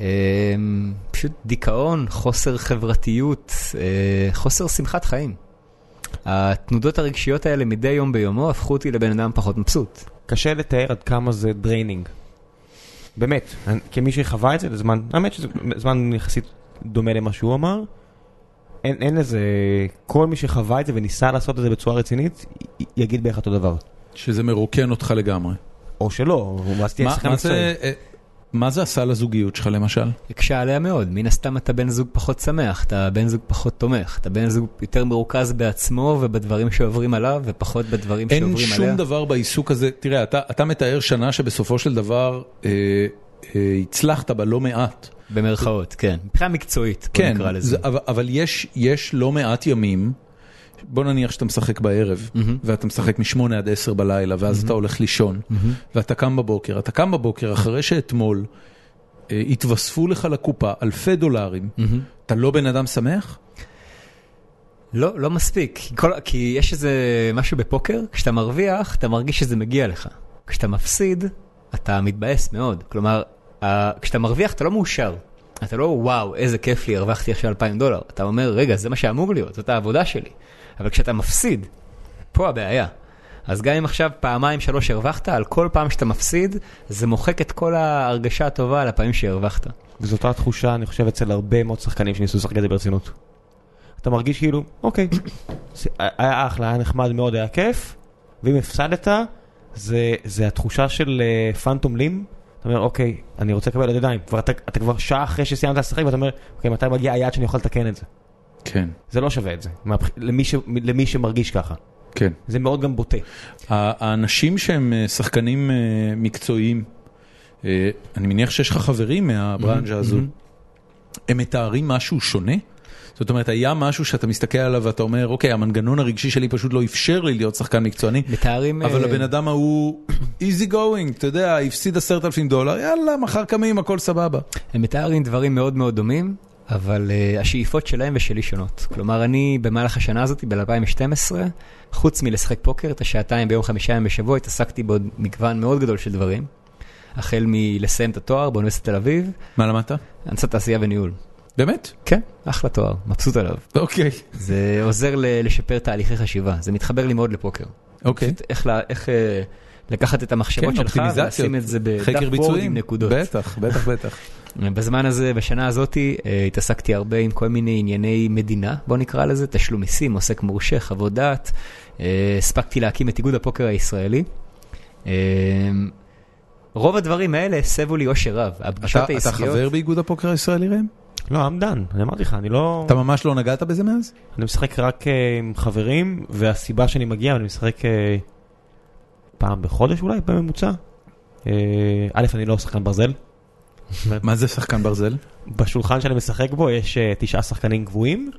[SPEAKER 3] אמ, פשוט דיכאון, חוסר חברתיות, אה, חוסר שמחת חיים. התנודות הרגשיות האלה מדי יום ביומו הפכו אותי לבן אדם פחות מבסוט.
[SPEAKER 2] קשה לתאר עד כמה זה דריינינג. באמת, אני- כמי שחווה את זה לזמן, האמת שזה זמן יחסית דומה למה שהוא אמר. אין, אין לזה, כל מי שחווה את זה וניסה לעשות את זה בצורה רצינית, י- יגיד בערך אותו דבר.
[SPEAKER 1] שזה מרוקן אותך לגמרי.
[SPEAKER 2] או שלא, ואז תהיה
[SPEAKER 1] מה,
[SPEAKER 2] שחקן
[SPEAKER 1] מה,
[SPEAKER 2] מקצועי.
[SPEAKER 1] זה, אה, מה זה עשה לזוגיות שלך למשל?
[SPEAKER 3] הקשה עליה מאוד, מן הסתם אתה בן זוג פחות שמח, אתה בן זוג פחות תומך, אתה בן זוג יותר מרוכז בעצמו ובדברים שעוברים עליו ופחות בדברים שעוברים
[SPEAKER 1] אין
[SPEAKER 3] עליה.
[SPEAKER 1] שום דבר בעיסוק הזה, תראה, אתה, אתה מתאר שנה שבסופו של דבר אה, אה, הצלחת בה לא מעט. כן,
[SPEAKER 3] במרכאות, כן. מבחינה מקצועית, בוא נקרא לזה.
[SPEAKER 1] זה, אבל, אבל יש, יש לא מעט ימים, בוא נניח שאתה משחק בערב, mm-hmm. ואתה משחק משמונה עד עשר בלילה, ואז mm-hmm. אתה הולך לישון, mm-hmm. ואתה קם בבוקר. אתה קם בבוקר אחרי שאתמול אה, התווספו לך לקופה אלפי דולרים, mm-hmm. אתה לא בן אדם שמח?
[SPEAKER 3] לא, לא מספיק. כי כל, כי יש איזה משהו בפוקר, כשאתה מרוויח, אתה מרגיש שזה מגיע לך. כשאתה מפסיד, אתה מתבאס מאוד. כלומר, ה- כשאתה מרוויח, אתה לא מאושר. אתה לא, וואו, איזה כיף לי, הרווחתי עכשיו 2,000 דולר. אתה אומר, רגע, זה מה שאמור להיות, זאת העבודה שלי. אבל כשאתה מפסיד, פה הבעיה. אז גם אם עכשיו פעמיים שלוש הרווחת, על כל פעם שאתה מפסיד, זה מוחק את כל ההרגשה הטובה על הפעמים שהרווחת.
[SPEAKER 2] וזו אותה תחושה, אני חושב, אצל הרבה מאוד שחקנים שניסו לשחק את זה ברצינות. אתה מרגיש כאילו, אוקיי, זה היה אחלה, היה נחמד מאוד, היה כיף, ואם הפסדת, זה, זה התחושה של אה, פנטום לים. אתה אומר, אוקיי, אני רוצה לקבל עוד ידיים. כבר, אתה, אתה כבר שעה אחרי שסיימת לשחק, ואתה אומר, אוקיי, מתי מגיע היעד שאני אוכל לתקן את זה?
[SPEAKER 1] כן,
[SPEAKER 2] זה לא שווה את זה, מהבח- למי, ש, למי שמרגיש ככה.
[SPEAKER 1] כן.
[SPEAKER 2] זה מאוד גם בוטה.
[SPEAKER 1] ה- האנשים שהם אה, שחקנים אה, מקצועיים, אה, אני מניח שיש לך חברים מהברנז'ה הזו, הם מתארים משהו שונה? זאת אומרת, היה משהו שאתה מסתכל עליו ואתה אומר, אוקיי, המנגנון הרגשי שלי פשוט לא אפשר לי להיות שחקן מקצועני,
[SPEAKER 3] מתארים...
[SPEAKER 1] אבל
[SPEAKER 3] אה,
[SPEAKER 1] הבן אדם ההוא easy going, אתה יודע, הפסיד עשרת אלפים דולר, יאללה, מחר קמים, הכל סבבה.
[SPEAKER 3] הם מתארים דברים מאוד מאוד דומים, אבל uh, השאיפות שלהם ושלי שונות. כלומר, אני במהלך השנה הזאת, ב-2012, חוץ מלשחק פוקר, את השעתיים ביום חמישה ימים בשבוע, התעסקתי בעוד מגוון מאוד גדול של דברים. החל מלסיים את התואר באוניברסיטת תל אביב,
[SPEAKER 1] מה למדת?
[SPEAKER 3] הנדסת תעשייה וניהול.
[SPEAKER 1] באמת?
[SPEAKER 3] כן, אחלה תואר, מבסוט עליו.
[SPEAKER 1] אוקיי.
[SPEAKER 3] זה עוזר ל- לשפר תהליכי חשיבה, זה מתחבר לי מאוד לפוקר.
[SPEAKER 1] אוקיי.
[SPEAKER 3] פשוט איך, לה, איך אה, לקחת את המחשבות
[SPEAKER 1] כן,
[SPEAKER 3] שלך
[SPEAKER 1] אופטימיזציות,
[SPEAKER 3] ולשים את זה
[SPEAKER 1] חקר
[SPEAKER 3] בדאפבורד
[SPEAKER 1] ביצועים,
[SPEAKER 3] אה, עם נקודות.
[SPEAKER 1] בטח, בטח, בטח.
[SPEAKER 3] בזמן הזה, בשנה הזאתי, אה, התעסקתי הרבה עם כל מיני ענייני מדינה, בוא נקרא לזה, תשלום מיסים, עוסק מורשה, חוות דעת. אה, הספקתי להקים את איגוד הפוקר הישראלי. אה, רוב הדברים האלה הסבו לי אושר רב. הפגישות
[SPEAKER 1] אתה אתה
[SPEAKER 3] העסקיות...
[SPEAKER 1] חבר באיגוד הפוקר הישראלי ראם?
[SPEAKER 2] לא, עמדן, אני אמרתי לך, אני לא...
[SPEAKER 1] אתה ממש לא נגעת בזה מאז?
[SPEAKER 2] אני משחק רק אה, עם חברים, והסיבה שאני מגיע, אני משחק אה, פעם בחודש אולי, בממוצע. אה, א', אני לא שחקן ברזל.
[SPEAKER 1] מה זה שחקן ברזל?
[SPEAKER 2] בשולחן שאני משחק בו יש אה, תשעה שחקנים קבועים,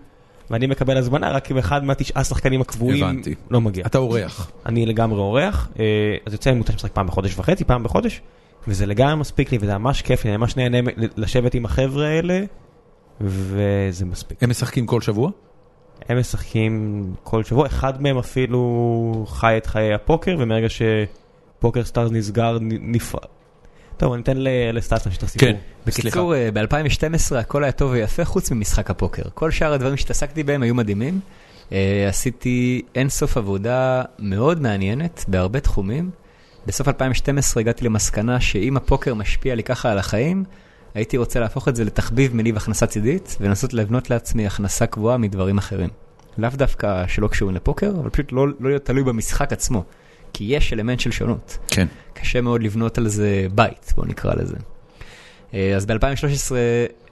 [SPEAKER 2] ואני מקבל הזמנה רק אם אחד מהתשעה שחקנים הקבועים
[SPEAKER 1] הבנתי.
[SPEAKER 2] לא מגיע.
[SPEAKER 1] אתה אורח.
[SPEAKER 2] אני לגמרי אורח, אה, אז יוצא ממוצע שמשחק פעם בחודש וחצי, פעם בחודש, וזה לגמרי מספיק לי, וזה ממש כיף לי, אני ממש נהנה מ- לשבת עם החבר'ה האלה, וזה מספיק.
[SPEAKER 1] הם משחקים כל שבוע?
[SPEAKER 2] הם משחקים כל שבוע, אחד מהם אפילו חי את חיי הפוקר, ומרגע שפוקר סטארס נסגר, נ- נפרד. טוב, אני אתן ל- לסטארס להמשיך את הסיפור.
[SPEAKER 1] כן,
[SPEAKER 3] בקיצור, אה, ב-2012 הכל היה טוב ויפה חוץ ממשחק הפוקר. כל שאר הדברים שהתעסקתי בהם היו מדהימים. אה, עשיתי אינסוף עבודה מאוד מעניינת בהרבה תחומים. בסוף 2012 הגעתי למסקנה שאם הפוקר משפיע לי ככה על החיים, הייתי רוצה להפוך את זה לתחביב מניב הכנסה צידית, ולנסות לבנות לעצמי הכנסה קבועה מדברים אחרים. לאו דווקא שלא קשורים לפוקר, אבל פשוט לא, לא להיות תלוי במשחק עצמו. כי יש אלמנט של שונות.
[SPEAKER 1] כן.
[SPEAKER 3] קשה מאוד לבנות על זה בית, בואו נקרא לזה. אה, אז ב-2013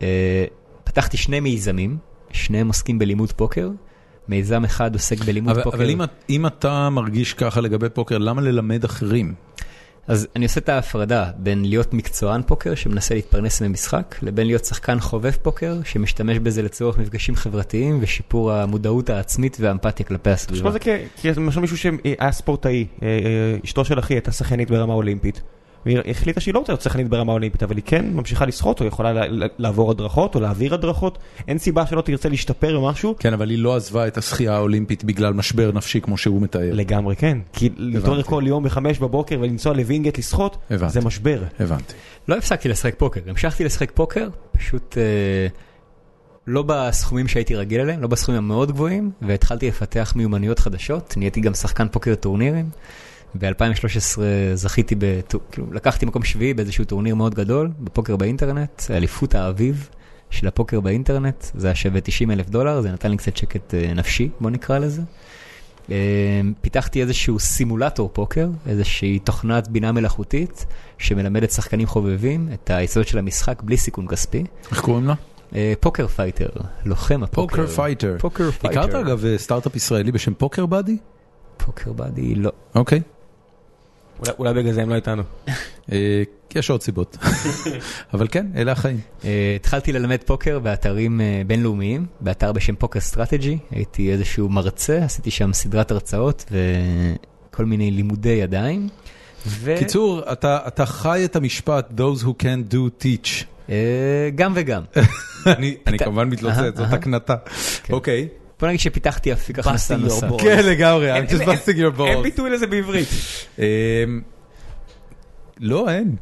[SPEAKER 3] אה, פתחתי שני מיזמים, שניהם עוסקים בלימוד פוקר. מיזם אחד עוסק בלימוד
[SPEAKER 1] אבל,
[SPEAKER 3] פוקר.
[SPEAKER 1] אבל אם, את- אם אתה מרגיש ככה לגבי פוקר, למה ללמד אחרים?
[SPEAKER 3] אז אני עושה את ההפרדה בין להיות מקצוען פוקר שמנסה להתפרנס ממשחק, לבין להיות שחקן חובב פוקר שמשתמש בזה לצורך מפגשים חברתיים ושיפור המודעות העצמית והאמפתיה כלפי
[SPEAKER 2] תחשוב
[SPEAKER 3] הסביבה.
[SPEAKER 2] על זה כ- כמשל מישהו שהיה ספורטאי, אה, אה, אשתו של אחי הייתה שחיינית ברמה אולימפית. והיא החליטה שהיא לא רוצה להיות שחקנית ברמה אולימפית, אבל היא כן ממשיכה לשחות, או יכולה לה- לה- לעבור הדרכות, או להעביר הדרכות. אין סיבה שלא תרצה להשתפר במשהו.
[SPEAKER 1] כן, אבל היא לא עזבה את השחייה האולימפית בגלל משבר נפשי כמו שהוא מתאר.
[SPEAKER 2] לגמרי כן. כי להתעורר כל יום בחמש בבוקר ולנסוע לווינגייט לשחות,
[SPEAKER 1] הבנתי.
[SPEAKER 2] זה משבר.
[SPEAKER 1] הבנתי.
[SPEAKER 3] לא הפסקתי לשחק פוקר, המשכתי לשחק פוקר, פשוט אה, לא בסכומים שהייתי רגיל אליהם, לא בסכומים המאוד גבוהים, והתחלתי לפתח מיומנויות חדשות, נהייתי גם שחקן פוקר טורנירים. ב-2013 זכיתי, בטו, כאילו לקחתי מקום שביעי באיזשהו טורניר מאוד גדול, בפוקר באינטרנט, אליפות האביב של הפוקר באינטרנט, זה היה שווה 90 אלף דולר, זה נתן לי קצת שקט אה, נפשי, בוא נקרא לזה. אה, פיתחתי איזשהו סימולטור פוקר, איזושהי תוכנת בינה מלאכותית שמלמדת שחקנים חובבים את היסוד של המשחק בלי סיכון כספי.
[SPEAKER 1] איך קוראים לה?
[SPEAKER 3] אה, פוקר פייטר, לוחם הפוקר.
[SPEAKER 1] פוקר פייטר.
[SPEAKER 3] פוקר פייטר.
[SPEAKER 1] הכרת אגב אה, סטארט-אפ ישראלי בשם פוקר באדי?
[SPEAKER 3] פוקר באדי, לא.
[SPEAKER 1] אוקיי.
[SPEAKER 4] אולי- אולי בגלל זה הם לא איתנו.
[SPEAKER 1] אה, יש עוד סיבות. אבל כן, אלה החיים.
[SPEAKER 3] אה, התחלתי ללמד פוקר באתרים אה, בינלאומיים, באתר בשם פוקר סטרטג'י, הייתי איזשהו מרצה, עשיתי שם סדרת הרצאות וכל מיני לימודי ידיים. ו...
[SPEAKER 1] קיצור, אתה אתה חי את המשפט those who can do teach.
[SPEAKER 3] אה, גם וגם.
[SPEAKER 1] אני אני
[SPEAKER 3] אתה-
[SPEAKER 1] כמובן
[SPEAKER 3] אהה,
[SPEAKER 1] מתלוצץ, זאת
[SPEAKER 3] אהה.
[SPEAKER 1] הקנטה. אוקיי.
[SPEAKER 3] בוא נגיד שפיתחתי אפיק הכנסה
[SPEAKER 4] your
[SPEAKER 3] נוסף.
[SPEAKER 4] balls.
[SPEAKER 1] כן, לגמרי, כאילו
[SPEAKER 4] אין-
[SPEAKER 1] I'm just
[SPEAKER 4] אין-
[SPEAKER 1] busting your
[SPEAKER 4] אין
[SPEAKER 1] balls.
[SPEAKER 4] ביטוי לזה בעברית.
[SPEAKER 1] אמ, לא, אין.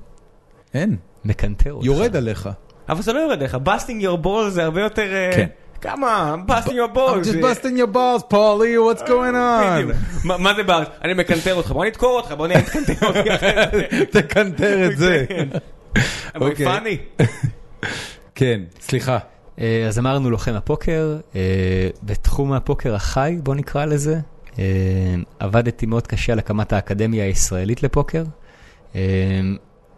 [SPEAKER 1] אין.
[SPEAKER 3] מקנטר אותך.
[SPEAKER 1] יורד עליך.
[SPEAKER 2] אבל זה לא יורד לך, בסטינג יור בול זה הרבה יותר... אה,
[SPEAKER 1] כן.
[SPEAKER 2] כמה? בסטינג יור בול.
[SPEAKER 1] I'm just busting your balls, Polly, what's going on?
[SPEAKER 2] אה, מה זה בארץ? אני מקנטר אותך, בוא נדקור אותך, בוא נהיה תקנטר אותי אחרת.
[SPEAKER 1] תקנטר את זה.
[SPEAKER 2] כן. אבל
[SPEAKER 1] אוקיי.
[SPEAKER 2] פאני.
[SPEAKER 1] כן, סליחה.
[SPEAKER 3] אה, אז אמרנו לוחם הפוקר, אה, בתחום הפוקר החי, בוא נקרא לזה, אה, עבדתי מאוד קשה על הקמת האקדמיה הישראלית לפוקר, אה,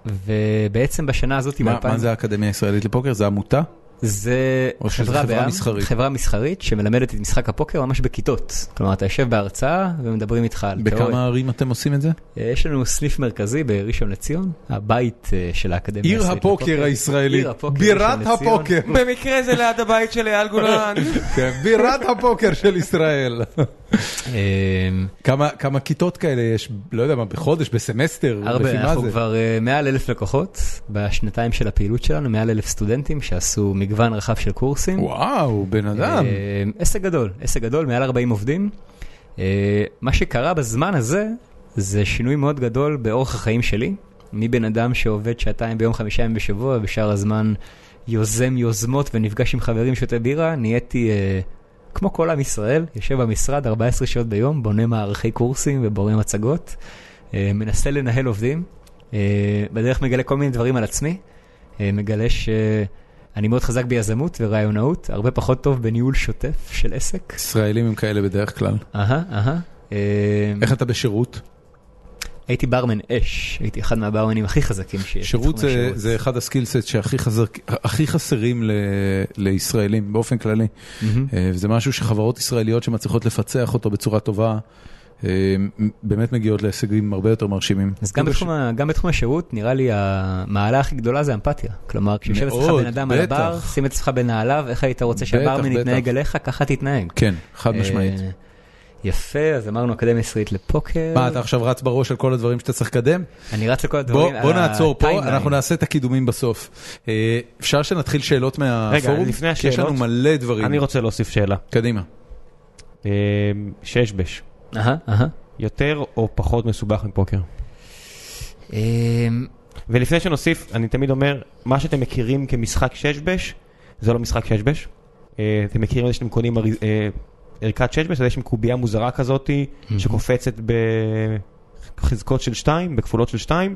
[SPEAKER 3] ובעצם בשנה הזאת,
[SPEAKER 1] מה
[SPEAKER 3] ב-2000
[SPEAKER 1] מה זה האקדמיה הישראלית לפוקר? זה עמותה?
[SPEAKER 3] זה
[SPEAKER 1] או שזה
[SPEAKER 3] חברה
[SPEAKER 1] חברה
[SPEAKER 3] בע"מ,
[SPEAKER 1] מסחרית?
[SPEAKER 3] חברה מסחרית שמלמדת את משחק הפוקר ממש בכיתות. כלומר, אתה יושב בהרצאה ומדברים איתך על תיאוריה.
[SPEAKER 1] בכמה ערים אתם עושים את זה?
[SPEAKER 3] אה, יש לנו סניף מרכזי בראשון לציון, הבית אה, של האקדמיה
[SPEAKER 1] עיר
[SPEAKER 3] הישראלית
[SPEAKER 1] הפוקר
[SPEAKER 3] לפוקר.
[SPEAKER 1] הישראלית.
[SPEAKER 3] עיר הפוקר,
[SPEAKER 1] בירת
[SPEAKER 3] ראשון לציון.
[SPEAKER 1] הפוקר.
[SPEAKER 2] במקרה זה ליד הבית של אייל גולן.
[SPEAKER 1] כן, בירת הפוקר של ישראל.
[SPEAKER 3] אה,
[SPEAKER 1] כמה כמה כיתות כאלה יש, לא יודע מה, בחודש, בסמסטר,
[SPEAKER 3] הרבה,
[SPEAKER 1] לפי מה
[SPEAKER 3] אנחנו
[SPEAKER 1] זה?
[SPEAKER 3] כבר אה, מעל אלף לקוחות בשנתיים של הפעילות שלנו, מעל אלף סטודנטים שעשו מגוון רחב של קורסים.
[SPEAKER 1] וואו, בן אדם.
[SPEAKER 3] אה, עסק גדול, עסק גדול, מעל 40 עובדים. אה, מה שקרה בזמן הזה, זה שינוי מאוד גדול באורח החיים שלי, מבן אדם שעובד שעתיים ביום, חמישה ימים בשבוע, ובשאר הזמן יוזם יוזמות ונפגש עם חברים שותה בירה, נהייתי... אה, כמו כל עם ישראל, יושב במשרד 14 שעות ביום, בונה מערכי קורסים ובורא מצגות, אה, מנסה לנהל עובדים, אה, בדרך מגלה כל מיני דברים על עצמי, אה, מגלה שאני מאוד חזק ביזמות ורעיונאות, הרבה פחות טוב בניהול שוטף של עסק.
[SPEAKER 1] ישראלים הם כאלה בדרך כלל.
[SPEAKER 3] אהה, אהה. אה,
[SPEAKER 1] איך אתה בשירות?
[SPEAKER 3] הייתי ברמן אש, הייתי אחד מהברמנים הכי חזקים שיש.
[SPEAKER 1] שירות
[SPEAKER 3] בתחום
[SPEAKER 1] זה,
[SPEAKER 3] השירות.
[SPEAKER 1] זה אחד הסקילסט שהכי חזר, הכי חסרים ל, לישראלים באופן כללי.
[SPEAKER 3] מהמם.
[SPEAKER 1] אה, וזה משהו שחברות ישראליות שמצליחות לפצח אותו בצורה טובה, אה, באמת מגיעות להישגים הרבה יותר מרשימים.
[SPEAKER 3] אז גם בתחום, ה, גם בתחום השירות, נראה לי המעלה הכי גדולה זה אמפתיה. כלומר, כשיושב אצלך
[SPEAKER 1] מאוד,
[SPEAKER 3] בן אדם על
[SPEAKER 1] בטח.
[SPEAKER 3] הבר, שים אצלך בנעליו, איך היית רוצה שהברמן
[SPEAKER 1] בטח.
[SPEAKER 3] יתנהג אליך, ככה תתנהג.
[SPEAKER 1] כן, חד משמעית.
[SPEAKER 3] אה, יפה, אז אמרנו אקדמיה ישראלית לפוקר.
[SPEAKER 1] מה, אתה עכשיו רץ בראש על כל הדברים שאתה צריך לקדם?
[SPEAKER 3] אני רץ לכל
[SPEAKER 1] בוא,
[SPEAKER 3] הדברים.
[SPEAKER 1] בוא
[SPEAKER 3] על
[SPEAKER 1] נעצור פה,
[SPEAKER 3] הטיימליין.
[SPEAKER 1] אנחנו נעשה את הקידומים בסוף. אה, אפשר שנתחיל שאלות מהפורום?
[SPEAKER 2] לפני
[SPEAKER 1] כי יש לנו
[SPEAKER 2] השאלות,
[SPEAKER 1] מלא דברים.
[SPEAKER 2] אני רוצה להוסיף שאלה.
[SPEAKER 1] קדימה.
[SPEAKER 2] אה, ששבש,
[SPEAKER 3] אהה, אהה.
[SPEAKER 2] יותר או פחות מסובך מפוקר?
[SPEAKER 3] אמ,
[SPEAKER 2] ולפני שנוסיף, אני תמיד אומר, מה שאתם מכירים כמשחק ששבש, זה לא משחק ששבש. אה, אתם מכירים את זה שאתם קונים אריז- אה, ערכת ששבש, אז יש שם קובייה מוזרה כזאתי, שקופצת בחזקות של 2, בכפולות של 2.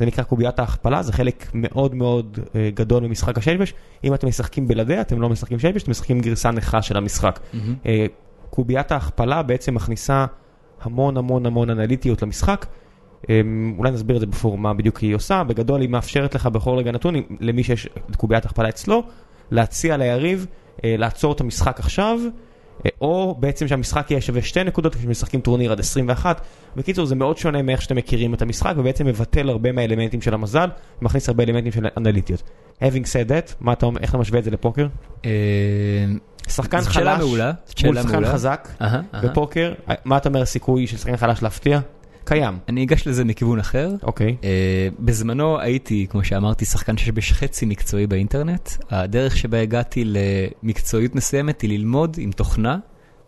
[SPEAKER 2] זה נקרא קוביית ההכפלה, זה חלק מאוד מאוד אה, גדול ממשחק הששבש. אם אתם משחקים בלעדיה, אתם לא משחקים ששבש, אתם משחקים גרסה נכה של המשחק. אה, קוביית ההכפלה בעצם מכניסה המון המון המון אנליטיות למשחק. אמ, אולי נסביר את זה בפורום מה בדיוק היא עושה. בגדול היא מאפשרת לך בכל רגע נתון, אם- למי שיש את קוביית הכפלה אצלו, להציע ליריב אה, לעצור את המשחק עכשיו, אה, או בעצם שהמשחק יהיה שווה שתי נקודות כשמשחקים טורניר עד 21. בקיצור, זה מאוד שונה מאיך שאתם מכירים את המשחק, ובעצם מבטל הרבה מהאלמנטים של המזל, ומכניס הרבה אלמנטים של אנליטיות. Having said that, מה אתה אומר, איך אתה משווה את זה לפוקר?
[SPEAKER 3] אה,
[SPEAKER 2] שחקן
[SPEAKER 3] זאת
[SPEAKER 2] חלש
[SPEAKER 3] שאלה מעולה, זאת
[SPEAKER 2] מול
[SPEAKER 3] שאלה
[SPEAKER 2] שחקן
[SPEAKER 3] מעולה.
[SPEAKER 2] חזק
[SPEAKER 3] אהה, אהה.
[SPEAKER 2] בפוקר, מה אתה אומר הסיכוי של שחקן חלש להפתיע? קיים.
[SPEAKER 3] אני אגש לזה מכיוון אחר.
[SPEAKER 2] אוקיי.
[SPEAKER 3] אה, בזמנו הייתי, כמו שאמרתי, שחקן שיש חצי מקצועי באינטרנט. הדרך שבה הגעתי למקצועיות מסוימת היא ללמוד עם תוכנה